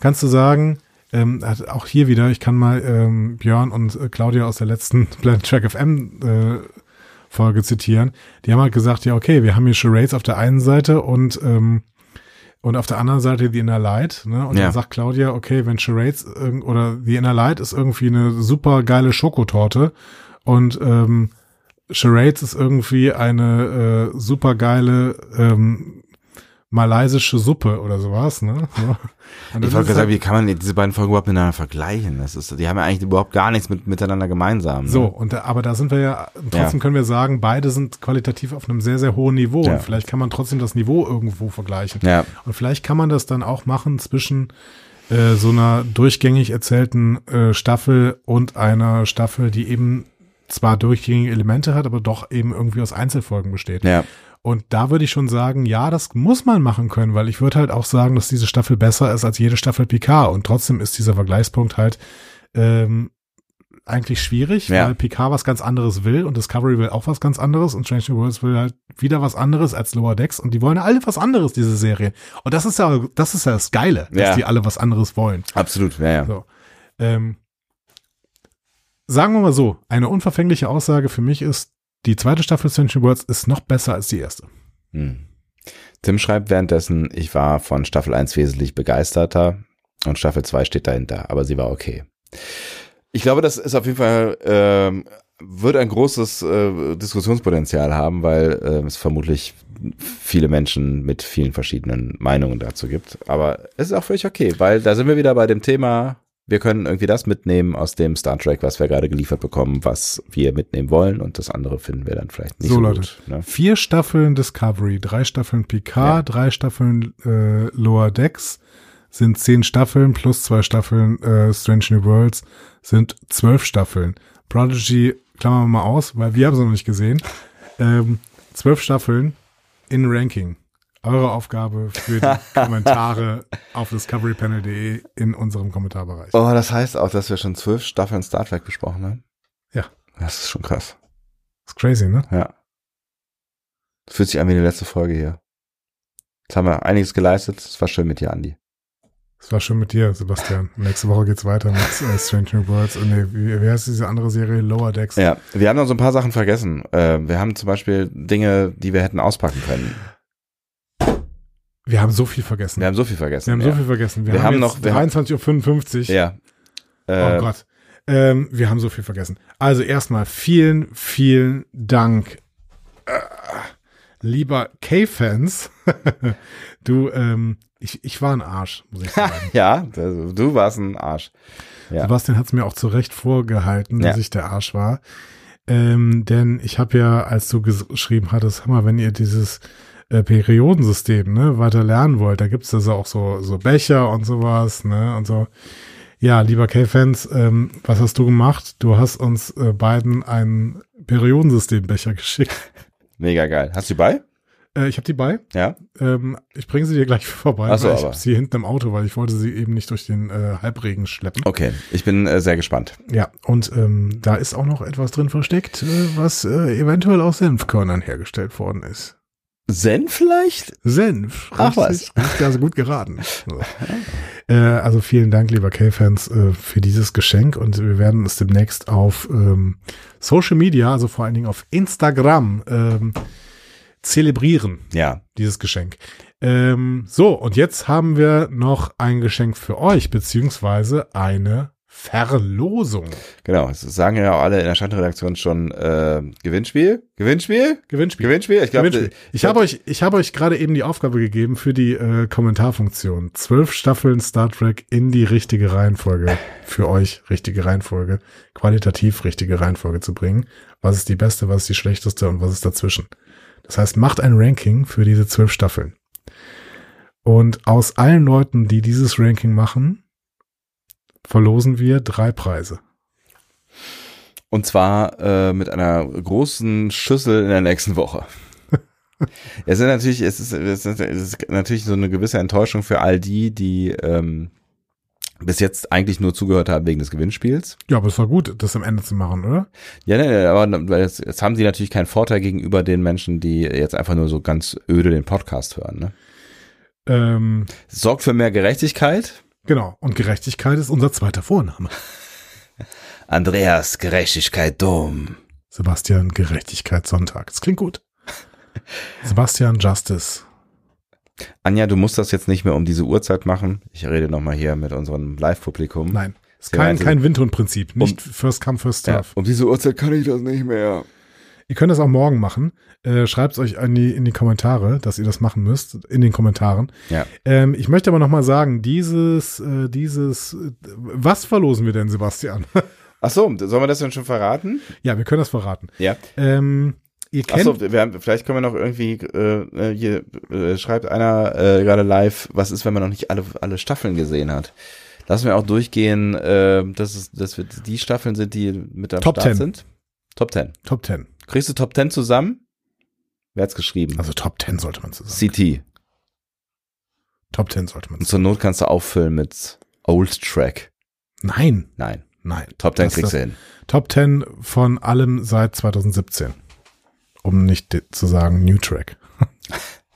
Speaker 2: kannst du sagen, ähm, hat auch hier wieder, ich kann mal ähm, Björn und äh, Claudia aus der letzten (laughs) Planet Track FM äh, Folge zitieren. Die haben halt gesagt, ja, okay, wir haben hier Charades auf der einen Seite und, ähm, und auf der anderen Seite The Inner Light. Ne? Und
Speaker 1: Ja.
Speaker 2: dann sagt Claudia, okay, wenn Charades irg- oder The Inner Light ist irgendwie eine super geile Schokotorte und ähm, Charades ist irgendwie eine äh, super geile ähm, malaysische Suppe oder sowas, ne? So. Und das
Speaker 1: Ich wollte
Speaker 2: ist
Speaker 1: gerade sagen, wie kann man denn diese beiden Folgen überhaupt miteinander vergleichen? Das ist, die haben ja eigentlich überhaupt gar nichts mit, miteinander gemeinsam. Ne?
Speaker 2: So, und da, aber da sind wir ja, trotzdem können wir sagen, beide sind qualitativ auf einem sehr, sehr hohen Niveau.
Speaker 1: Ja.
Speaker 2: Und vielleicht kann man trotzdem das Niveau irgendwo vergleichen.
Speaker 1: Ja.
Speaker 2: Und vielleicht kann man das dann auch machen zwischen äh, so einer durchgängig erzählten äh, Staffel und einer Staffel, die eben zwar durchgängige Elemente hat, aber doch eben irgendwie aus Einzelfolgen besteht.
Speaker 1: Ja.
Speaker 2: Und da würde ich schon sagen, ja, das muss man machen können, weil ich würde halt auch sagen, dass diese Staffel besser ist als jede Staffel Picard. Und trotzdem ist dieser Vergleichspunkt halt ähm, eigentlich schwierig,
Speaker 1: Ja.
Speaker 2: weil Picard was ganz anderes will und Discovery will auch was ganz anderes und Strange New Worlds will halt wieder was anderes als Lower Decks und die wollen alle was anderes, diese Serien. Und das ist ja, das ist ja das Geile, dass
Speaker 1: Ja.
Speaker 2: die alle was anderes wollen.
Speaker 1: Absolut, ja, ja.
Speaker 2: So. Ähm, sagen wir mal so, eine unverfängliche Aussage für mich ist, die zweite Staffel Strange New Worlds ist noch besser als die erste.
Speaker 1: Hm. Tim schreibt währenddessen, ich war von Staffel 1 wesentlich begeisterter und Staffel 2 steht dahinter, aber sie war okay. Ich glaube, das ist auf jeden Fall, ähm, wird ein großes äh, Diskussionspotenzial haben, weil äh, es vermutlich viele Menschen mit vielen verschiedenen Meinungen dazu gibt. Aber es ist auch völlig okay, weil da sind wir wieder bei dem Thema, wir können irgendwie das mitnehmen aus dem Star Trek, was wir gerade geliefert bekommen, was wir mitnehmen wollen und das andere finden wir dann vielleicht nicht so,
Speaker 2: So, Leute.
Speaker 1: gut. Ne?
Speaker 2: Vier Staffeln Discovery, drei Staffeln Picard,
Speaker 1: Ja.
Speaker 2: drei Staffeln äh, Lower Decks sind zehn Staffeln plus zwei Staffeln äh, Strange New Worlds sind zwölf Staffeln. Prodigy klammern wir mal aus, weil wir haben sie noch nicht gesehen. Ähm, zwölf Staffeln in Ranking. Eure Aufgabe für die
Speaker 1: (laughs)
Speaker 2: Kommentare auf discoverypanel.de in unserem Kommentarbereich.
Speaker 1: Oh, das heißt auch, dass wir schon zwölf Staffeln Star Trek besprochen haben.
Speaker 2: Ja.
Speaker 1: Das ist schon krass.
Speaker 2: Ist crazy, ne?
Speaker 1: Ja. Das fühlt sich an wie die letzte Folge hier. Jetzt haben wir einiges geleistet. Es war schön mit dir, Andi.
Speaker 2: Es war schön mit dir, Sebastian. Nächste Woche geht's weiter mit äh, Strange New Worlds. Und nee, wie, wie heißt diese andere Serie? Lower Decks.
Speaker 1: Ja, wir haben noch so ein paar Sachen vergessen. Äh, wir haben zum Beispiel Dinge, die wir hätten auspacken können.
Speaker 2: Wir haben so viel vergessen.
Speaker 1: Wir haben so viel vergessen.
Speaker 2: Wir haben
Speaker 1: ja.
Speaker 2: so viel vergessen. Wir,
Speaker 1: Wir
Speaker 2: haben,
Speaker 1: haben
Speaker 2: jetzt
Speaker 1: noch- wir haben-
Speaker 2: 23.55 Uhr.
Speaker 1: Ja. Äh,
Speaker 2: Oh Gott. Ähm, wir haben so viel vergessen. Also erstmal vielen, vielen Dank. Äh, Lieber K-Fans, (laughs) du, ähm, ich, ich war ein Arsch, muss ich sagen.
Speaker 1: Ja, das- du warst ein Arsch. Ja.
Speaker 2: Sebastian hat es mir auch zu Recht vorgehalten, dass
Speaker 1: Ja.
Speaker 2: ich der Arsch war. Ähm, denn ich habe ja, als du ges- geschrieben hattest, Hammer, wenn ihr dieses äh, Periodensystem ne, weiter lernen wollt, da gibt's also auch so, so Becher und sowas, ne? Und so. Ja, lieber K-Fans, ähm, was hast du gemacht? Du hast uns äh, beiden einen Periodensystembecher (laughs) geschickt.
Speaker 1: Mega geil. Hast du die bei?
Speaker 2: Äh, ich habe die bei.
Speaker 1: Ja.
Speaker 2: Ähm, ich bringe sie dir gleich (laughs) vorbei.
Speaker 1: Ach so,
Speaker 2: weil ich
Speaker 1: aber-
Speaker 2: habe sie hinten im Auto, weil ich wollte sie eben nicht durch den äh, Halbregen schleppen.
Speaker 1: Okay. Ich bin äh, sehr gespannt.
Speaker 2: Ja, und ähm, da ist auch noch etwas drin versteckt, äh, was äh, eventuell aus Senfkörnern hergestellt worden ist.
Speaker 1: Zen vielleicht?
Speaker 2: Senf.
Speaker 1: Ach
Speaker 2: (laughs) richtig, richtig, Also gut geraten. So. Äh, also vielen Dank, lieber K-Fans, äh, für dieses Geschenk und wir werden es demnächst auf ähm, Social Media, also vor allen Dingen auf Instagram, ähm, zelebrieren,
Speaker 1: Ja.
Speaker 2: dieses Geschenk. Ähm, so, und jetzt haben wir noch ein Geschenk für euch, beziehungsweise eine Verlosung.
Speaker 1: Genau, es sagen ja auch alle in der Standredaktion schon äh, Gewinnspiel, Gewinnspiel,
Speaker 2: Gewinnspiel.
Speaker 1: Gewinnspiel. Ich glaube,
Speaker 2: Gewinnspiel. Ich habe euch, ich habe euch gerade eben die Aufgabe gegeben für die äh, Kommentarfunktion. Zwölf Staffeln Star Trek in die richtige Reihenfolge für euch richtige Reihenfolge, qualitativ richtige Reihenfolge zu bringen. Was ist die beste, was ist die schlechteste und was ist dazwischen? Das heißt, macht ein Ranking für diese zwölf Staffeln. Und aus allen Leuten, die dieses Ranking machen, verlosen wir drei Preise.
Speaker 1: und zwar äh, mit einer großen Schüssel in der nächsten
Speaker 2: (laughs)
Speaker 1: Woche. es ist natürlich, es ist, es ist, es ist natürlich so eine gewisse Enttäuschung für all die, die ähm, bis jetzt eigentlich nur zugehört haben wegen des Gewinnspiels.
Speaker 2: Ja, aber es war gut, das am Ende zu machen, oder?
Speaker 1: Ja, nee, nee, aber weil jetzt, jetzt haben sie natürlich keinen Vorteil gegenüber den Menschen, die jetzt einfach nur so ganz öde den Podcast hören. Ne?
Speaker 2: Ähm,
Speaker 1: Es sorgt für mehr Gerechtigkeit.
Speaker 2: genau. Und Gerechtigkeit ist unser zweiter Vorname.
Speaker 1: Andreas, Gerechtigkeit, dumm.
Speaker 2: Sebastian Gerechtigkeit Sonntag. Das
Speaker 1: (laughs)
Speaker 2: klingt gut. Sebastian Justice.
Speaker 1: Anja, du musst das jetzt nicht mehr um diese Uhrzeit machen. Ich rede nochmal hier mit unserem Live-Publikum.
Speaker 2: Nein. Ist
Speaker 1: Ja,
Speaker 2: kein,
Speaker 1: also-
Speaker 2: kein Windhund-Prinzip. Nicht first come, first
Speaker 1: Ja,
Speaker 2: serve.
Speaker 1: um diese Uhrzeit kann ich das nicht mehr.
Speaker 2: Ihr könnt das auch morgen machen. Äh, Schreibt es euch in die, in die Kommentare, dass ihr das machen müsst, in den Kommentaren.
Speaker 1: Ja.
Speaker 2: Ähm, ich möchte aber nochmal sagen, dieses, äh, dieses, äh, was verlosen wir denn, Sebastian? (laughs)
Speaker 1: Ach so, sollen wir das denn schon verraten?
Speaker 2: ja, wir können das verraten.
Speaker 1: Ja.
Speaker 2: Ähm, ihr
Speaker 1: Ach
Speaker 2: kennt,
Speaker 1: so, wir haben, vielleicht können wir noch irgendwie, äh, äh, hier äh, schreibt einer äh, gerade live, was ist, wenn man noch nicht alle, alle Staffeln gesehen hat. Lassen wir auch durchgehen, äh, dass, es, dass wir die Staffeln sind, die mit am
Speaker 2: Top
Speaker 1: Start
Speaker 2: 10.
Speaker 1: sind. Top 10.
Speaker 2: Top 10.
Speaker 1: Kriegst du Top 10 zusammen? Wer hat's geschrieben?
Speaker 2: Also Top 10 sollte man so sagen.
Speaker 1: CT.
Speaker 2: Top 10 sollte man
Speaker 1: Und
Speaker 2: so
Speaker 1: zur Not kannst du auffüllen mit Old Track.
Speaker 2: Nein,
Speaker 1: Nein,
Speaker 2: nein.
Speaker 1: Top 10
Speaker 2: Das-
Speaker 1: kriegst du
Speaker 2: das-
Speaker 1: hin.
Speaker 2: Top 10 von allem seit 2017. Um nicht de- zu sagen New Track. (laughs)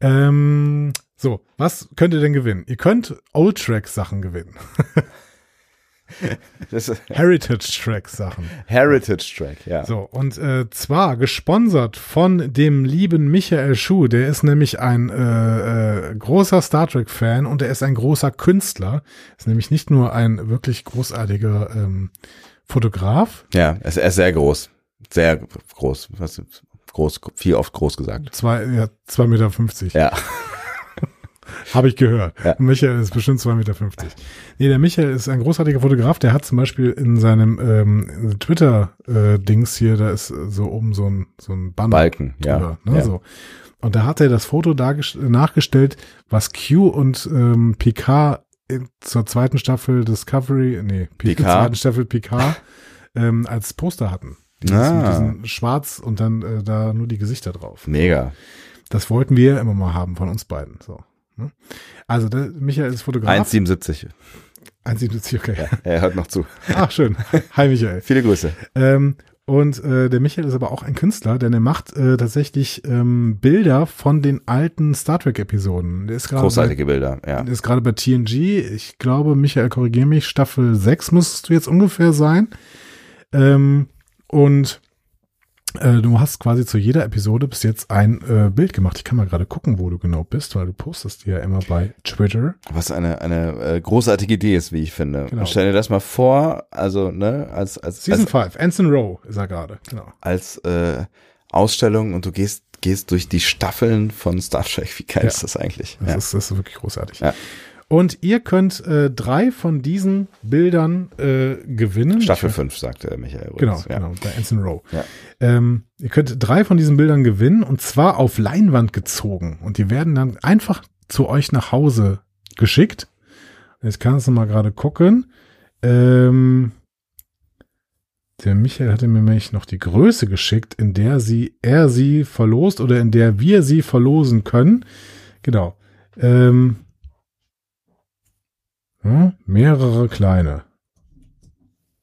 Speaker 2: ähm, so, was könnt ihr denn gewinnen? Ihr könnt Old Track Sachen gewinnen.
Speaker 1: (laughs) Das ist
Speaker 2: Heritage Track Sachen.
Speaker 1: Heritage Track, ja.
Speaker 2: So, und äh, zwar gesponsert von dem lieben Michael Schuh, der ist nämlich ein äh, äh, großer Star Trek-Fan und er ist ein großer Künstler. Ist nämlich nicht nur ein wirklich großartiger ähm, Fotograf,
Speaker 1: Ja, es er ist sehr groß. Sehr groß. Was, groß, viel oft groß gesagt.
Speaker 2: zwei, ja, zwei Meter fünfzig.
Speaker 1: Ja.
Speaker 2: Habe ich gehört.
Speaker 1: Ja.
Speaker 2: Michael ist bestimmt 2,50 Meter. Nee, der Michael ist ein großartiger Fotograf. Der hat zum Beispiel in seinem ähm, Twitter-Dings hier, da ist äh, so oben so ein, so ein Banner
Speaker 1: Balken, ja.
Speaker 2: drüber. Ne,
Speaker 1: ja.
Speaker 2: So. Und da hat er das Foto dargest- nachgestellt, was Q und ähm, Picard in, zur zweiten Staffel Discovery, nee, Picard.
Speaker 1: Picard.
Speaker 2: zweiten
Speaker 1: (laughs)
Speaker 2: Staffel Picard ähm, als Poster hatten. Dieses, Mit
Speaker 1: Ah.
Speaker 2: diesen schwarz und dann äh, da nur die Gesichter drauf.
Speaker 1: Mega.
Speaker 2: Das wollten wir immer mal haben von uns beiden. So. ne? Also, der Michael ist Fotograf.
Speaker 1: 1,77.
Speaker 2: 1,77, okay.
Speaker 1: Er hört noch zu.
Speaker 2: (laughs) Ach, schön. Hi, Michael.
Speaker 1: Viele Grüße.
Speaker 2: Ähm, und äh, der Michael ist aber auch ein Künstler, denn er macht äh, tatsächlich ähm, Bilder von den alten Star Trek-Episoden. Der ist gerade bei,
Speaker 1: Großartige Bilder, ja.
Speaker 2: der ist gerade bei TNG. Ich glaube, Michael, korrigier mich, Staffel 6 müsstest du jetzt ungefähr sein. Ähm, und äh, du hast quasi zu jeder Episode bis jetzt ein äh, Bild gemacht. Ich kann mal gerade gucken, wo du genau bist, weil du postest die ja immer bei Twitter.
Speaker 1: Was eine, eine äh, großartige Idee ist, wie ich finde.
Speaker 2: Genau.
Speaker 1: Und Stell dir das mal vor, also, ne, als, als,
Speaker 2: Season
Speaker 1: als,
Speaker 2: 5, Anson Rowe ist er gerade. Genau.
Speaker 1: als äh, Ausstellung und du gehst, gehst durch die Staffeln von Star Trek. Wie geil
Speaker 2: Ja.
Speaker 1: ist das eigentlich?
Speaker 2: Das,
Speaker 1: Ja.
Speaker 2: ist, das ist wirklich großartig.
Speaker 1: Ja.
Speaker 2: Und ihr könnt äh, drei von diesen Bildern äh, gewinnen.
Speaker 1: Staffel 5, sagte äh, Michael.
Speaker 2: Genau,
Speaker 1: Übrigens. ja.
Speaker 2: genau, bei Anson Rowe.
Speaker 1: Ja.
Speaker 2: Ähm, ihr könnt drei von diesen Bildern gewinnen und zwar auf Leinwand gezogen. Und die werden dann einfach zu euch nach Hause geschickt. Jetzt kannst du mal gerade gucken. Ähm, der Michael hatte mir nämlich noch die Größe geschickt, in der sie, er sie verlost oder in der wir sie verlosen können. Genau. Ähm, ja, mehrere kleine.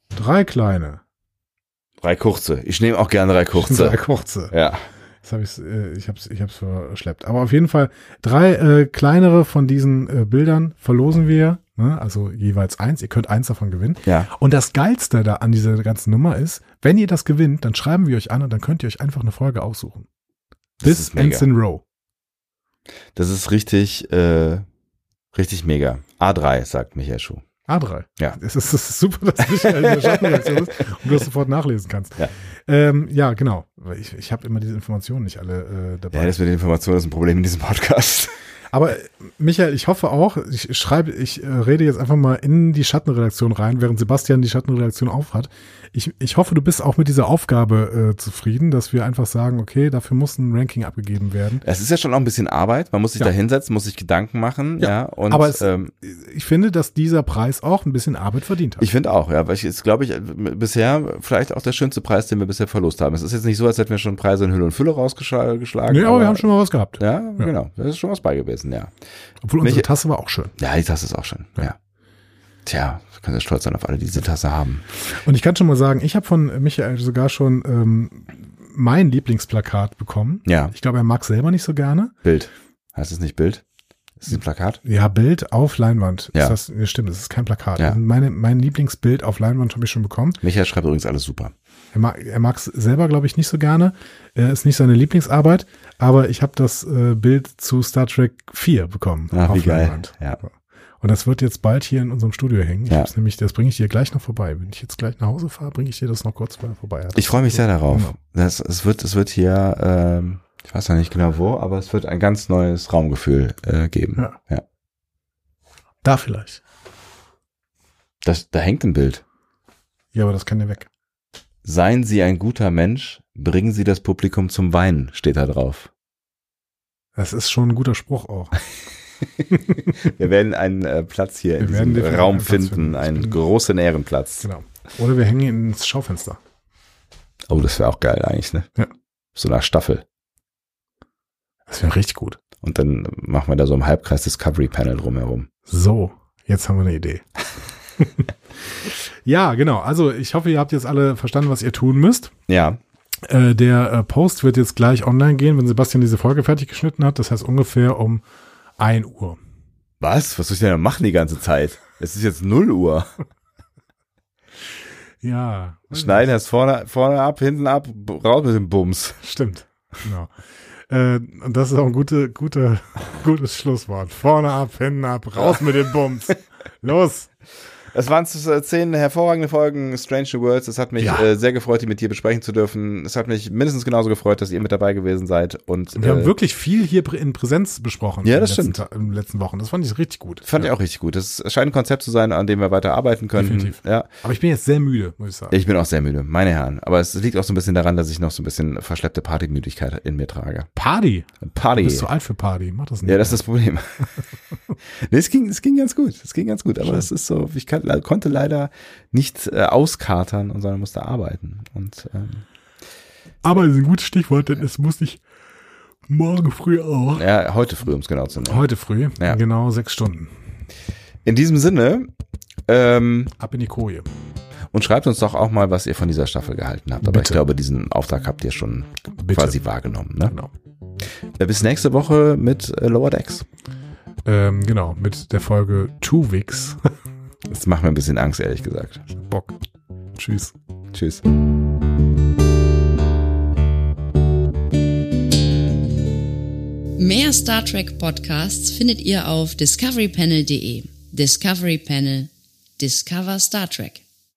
Speaker 2: Drei kleine.
Speaker 1: Drei Kurze. Ich nehme auch gerne drei
Speaker 2: Drei
Speaker 1: Kurze.
Speaker 2: kurze.
Speaker 1: Ja.
Speaker 2: Jetzt habe ich's, äh, ich hab's, ich hab's verschleppt. Aber auf jeden Fall drei äh, kleinere von diesen äh, Bildern verlosen wir. Ne? Also jeweils eins. Ihr könnt eins davon gewinnen.
Speaker 1: Ja.
Speaker 2: Und das Geilste da an dieser ganzen Nummer ist, wenn ihr das gewinnt, dann schreiben wir euch an und dann könnt ihr euch einfach eine Folge aussuchen.
Speaker 1: Das
Speaker 2: This
Speaker 1: ist mega.
Speaker 2: Ends in Row.
Speaker 1: Das ist richtig, äh, richtig mega. A3, sagt Michael Schuh.
Speaker 2: A3.
Speaker 1: Ja.
Speaker 2: (laughs) Es ist, es ist super, dass Michael in der
Speaker 1: (laughs)
Speaker 2: Schattenreaktion ist und du das sofort nachlesen kannst.
Speaker 1: Ja.
Speaker 2: ähm, ja genau. Weil Ich, ich habe immer diese Informationen nicht alle äh, dabei.
Speaker 1: Ja, das mit den Informationen ist ein Problem in diesem Podcast.
Speaker 2: Aber äh, Michael, ich hoffe auch, ich schreibe, ich äh, rede jetzt einfach mal in die Schattenredaktion rein, während Sebastian die Schattenredaktion aufhat. Ich, ich hoffe, du bist auch mit dieser Aufgabe äh, zufrieden, dass wir einfach sagen, okay, dafür muss ein Ranking abgegeben werden.
Speaker 1: (laughs) Es ist ja schon auch ein bisschen Arbeit. Man muss sich
Speaker 2: Ja.
Speaker 1: da hinsetzen, muss sich Gedanken machen. Ja. und
Speaker 2: aber es-
Speaker 1: ähm,
Speaker 2: Ich finde, dass dieser Preis auch ein bisschen Arbeit verdient hat.
Speaker 1: ich finde auch, ja, weil ich ist, glaube ich, äh, m- bisher vielleicht auch der schönste Preis, den wir bisher verlost haben. Es ist jetzt nicht so, als hätten wir schon Preise in Hülle und Fülle rausgeschlagen.
Speaker 2: nee, aber wir haben schon mal was gehabt.
Speaker 1: Ja, genau. Da ist schon was bei gewesen, ja.
Speaker 2: Obwohl unsere
Speaker 1: Michael-
Speaker 2: Tasse war auch schön.
Speaker 1: Ja, ich sag's es auch schon. Ja. Tja, kann sehr stolz sein auf alle, die diese Tasse haben.
Speaker 2: Und ich kann schon mal sagen, ich habe von Michael sogar schon ähm, mein Lieblingsplakat bekommen.
Speaker 1: Ja.
Speaker 2: Ich glaube, er mag selber nicht so gerne.
Speaker 1: Bild. Heißt es nicht Bild? Ist es ein Plakat?
Speaker 2: Ja, Bild auf Leinwand.
Speaker 1: Ja.
Speaker 2: Ist das, ja, stimmt, das ist kein Plakat.
Speaker 1: Ja.
Speaker 2: Also Meine, mein Lieblingsbild auf Leinwand habe ich schon bekommen.
Speaker 1: Michael schreibt übrigens alles super.
Speaker 2: Er mag es selber, glaube ich, nicht so gerne. Äh, ist nicht seine Lieblingsarbeit, aber ich habe das äh, Bild zu Star Trek 4 bekommen.
Speaker 1: Ah, wie geil.
Speaker 2: Leinwand.
Speaker 1: Ja.
Speaker 2: Und das wird jetzt bald hier in unserem Studio hängen. Ich
Speaker 1: Ja.
Speaker 2: hab's nämlich, das bringe ich dir gleich noch vorbei. Wenn ich jetzt gleich nach Hause fahre, bringe ich dir das noch kurz vorher vorbei.
Speaker 1: Ich freue mich sehr darauf.
Speaker 2: Genau.
Speaker 1: Das, es, wird, es wird hier, ähm, ich weiß ja nicht genau wo, aber es wird ein ganz neues Raumgefühl äh, geben.
Speaker 2: Ja. Da vielleicht.
Speaker 1: Das, da hängt ein Bild.
Speaker 2: Ja, aber das kann ja weg.
Speaker 1: Seien Sie ein guter Mensch, bringen Sie das Publikum zum Weinen, steht da
Speaker 2: (laughs)
Speaker 1: drauf.
Speaker 2: Das ist schon ein guter Spruch
Speaker 1: (laughs)
Speaker 2: auch.
Speaker 1: Wir werden einen äh, Platz hier in
Speaker 2: Wir werden
Speaker 1: diesem
Speaker 2: definitiv
Speaker 1: Raum
Speaker 2: einen Platz
Speaker 1: finden,
Speaker 2: finden.
Speaker 1: einen
Speaker 2: Ich bin-
Speaker 1: großen Ehrenplatz.
Speaker 2: Genau. Oder wir hängen ihn ins Schaufenster.
Speaker 1: Oh, das wäre auch geil eigentlich, ne?
Speaker 2: Ja.
Speaker 1: So eine Staffel.
Speaker 2: Das wäre richtig gut.
Speaker 1: Und dann machen wir da so im Halbkreis Discovery Panel drumherum.
Speaker 2: So, jetzt haben wir eine Idee. (laughs) ja, genau. Also ich hoffe, ihr habt jetzt alle verstanden, was ihr tun müsst.
Speaker 1: Ja,
Speaker 2: Äh, der äh, Post wird jetzt gleich online gehen, wenn Sebastian diese Folge fertig geschnitten hat. Das heißt ungefähr um 1 Uhr.
Speaker 1: Was? Was soll ich denn da machen die ganze Zeit? Es ist jetzt 0 Uhr.
Speaker 2: Ja.
Speaker 1: Schneiden erst vorne, vorne ab, hinten ab, b- raus mit dem Bums.
Speaker 2: Stimmt. Genau. Äh, und das ist auch ein gute, gute, (laughs) gutes Schlusswort. Vorne ab, hinten ab, raus mit dem Bums. Los.
Speaker 1: Das waren z- äh, zehn hervorragende Folgen Strange New Worlds. Es hat mich
Speaker 2: Ja.
Speaker 1: äh, sehr gefreut, die mit dir besprechen zu dürfen. Es hat mich mindestens genauso gefreut, dass ihr mit dabei gewesen seid. Und
Speaker 2: Wir haben
Speaker 1: äh,
Speaker 2: wirklich viel hier prä- in Präsenz besprochen.
Speaker 1: Ja,
Speaker 2: in den
Speaker 1: das
Speaker 2: letzten
Speaker 1: stimmt.
Speaker 2: Ta- In den letzten Wochen. Das fand ich richtig gut.
Speaker 1: fand ich auch richtig gut. Es scheint ein Konzept zu sein, an dem wir weiter arbeiten können.
Speaker 2: Definitiv.
Speaker 1: Ja.
Speaker 2: Aber ich bin jetzt sehr müde, muss ich sagen.
Speaker 1: Ich bin auch sehr müde, meine Herren. Aber es liegt auch so ein bisschen daran, dass ich noch so ein bisschen verschleppte Partymüdigkeit in mir trage.
Speaker 2: Party.
Speaker 1: Party.
Speaker 2: Du bist zu alt für Party. Mach das nicht.
Speaker 1: Ja, das ist das Problem. (laughs) nee, es ging, es ging ganz gut. Es ging ganz gut. Aber das ist so, ich kann, konnte leider nicht äh, auskatern, und sondern musste arbeiten. Und ähm,
Speaker 2: Aber es ist ein gutes Stichwort, denn es muss ich morgen früh auch.
Speaker 1: ja, heute früh, um es genau zu nehmen.
Speaker 2: Heute früh,
Speaker 1: Ja.
Speaker 2: genau sechs Stunden.
Speaker 1: In diesem Sinne, ähm,
Speaker 2: Ab in die Koje.
Speaker 1: und schreibt uns doch auch mal, was ihr von dieser Staffel gehalten habt. Aber ich
Speaker 2: Bitte.
Speaker 1: glaube, diesen Auftrag habt ihr schon
Speaker 2: Bitte.
Speaker 1: quasi wahrgenommen. Ne?
Speaker 2: Genau.
Speaker 1: Äh, Bis nächste Woche mit äh, Lower Decks.
Speaker 2: Ähm, genau, mit der Folge Two Weeks. (laughs)
Speaker 1: Das macht mir ein bisschen Angst, ehrlich gesagt.
Speaker 2: Bock. Tschüss.
Speaker 1: Tschüss.
Speaker 3: Mehr Star Trek Podcasts findet ihr auf discoverypanel.de. Discovery Panel. Discover Star Trek.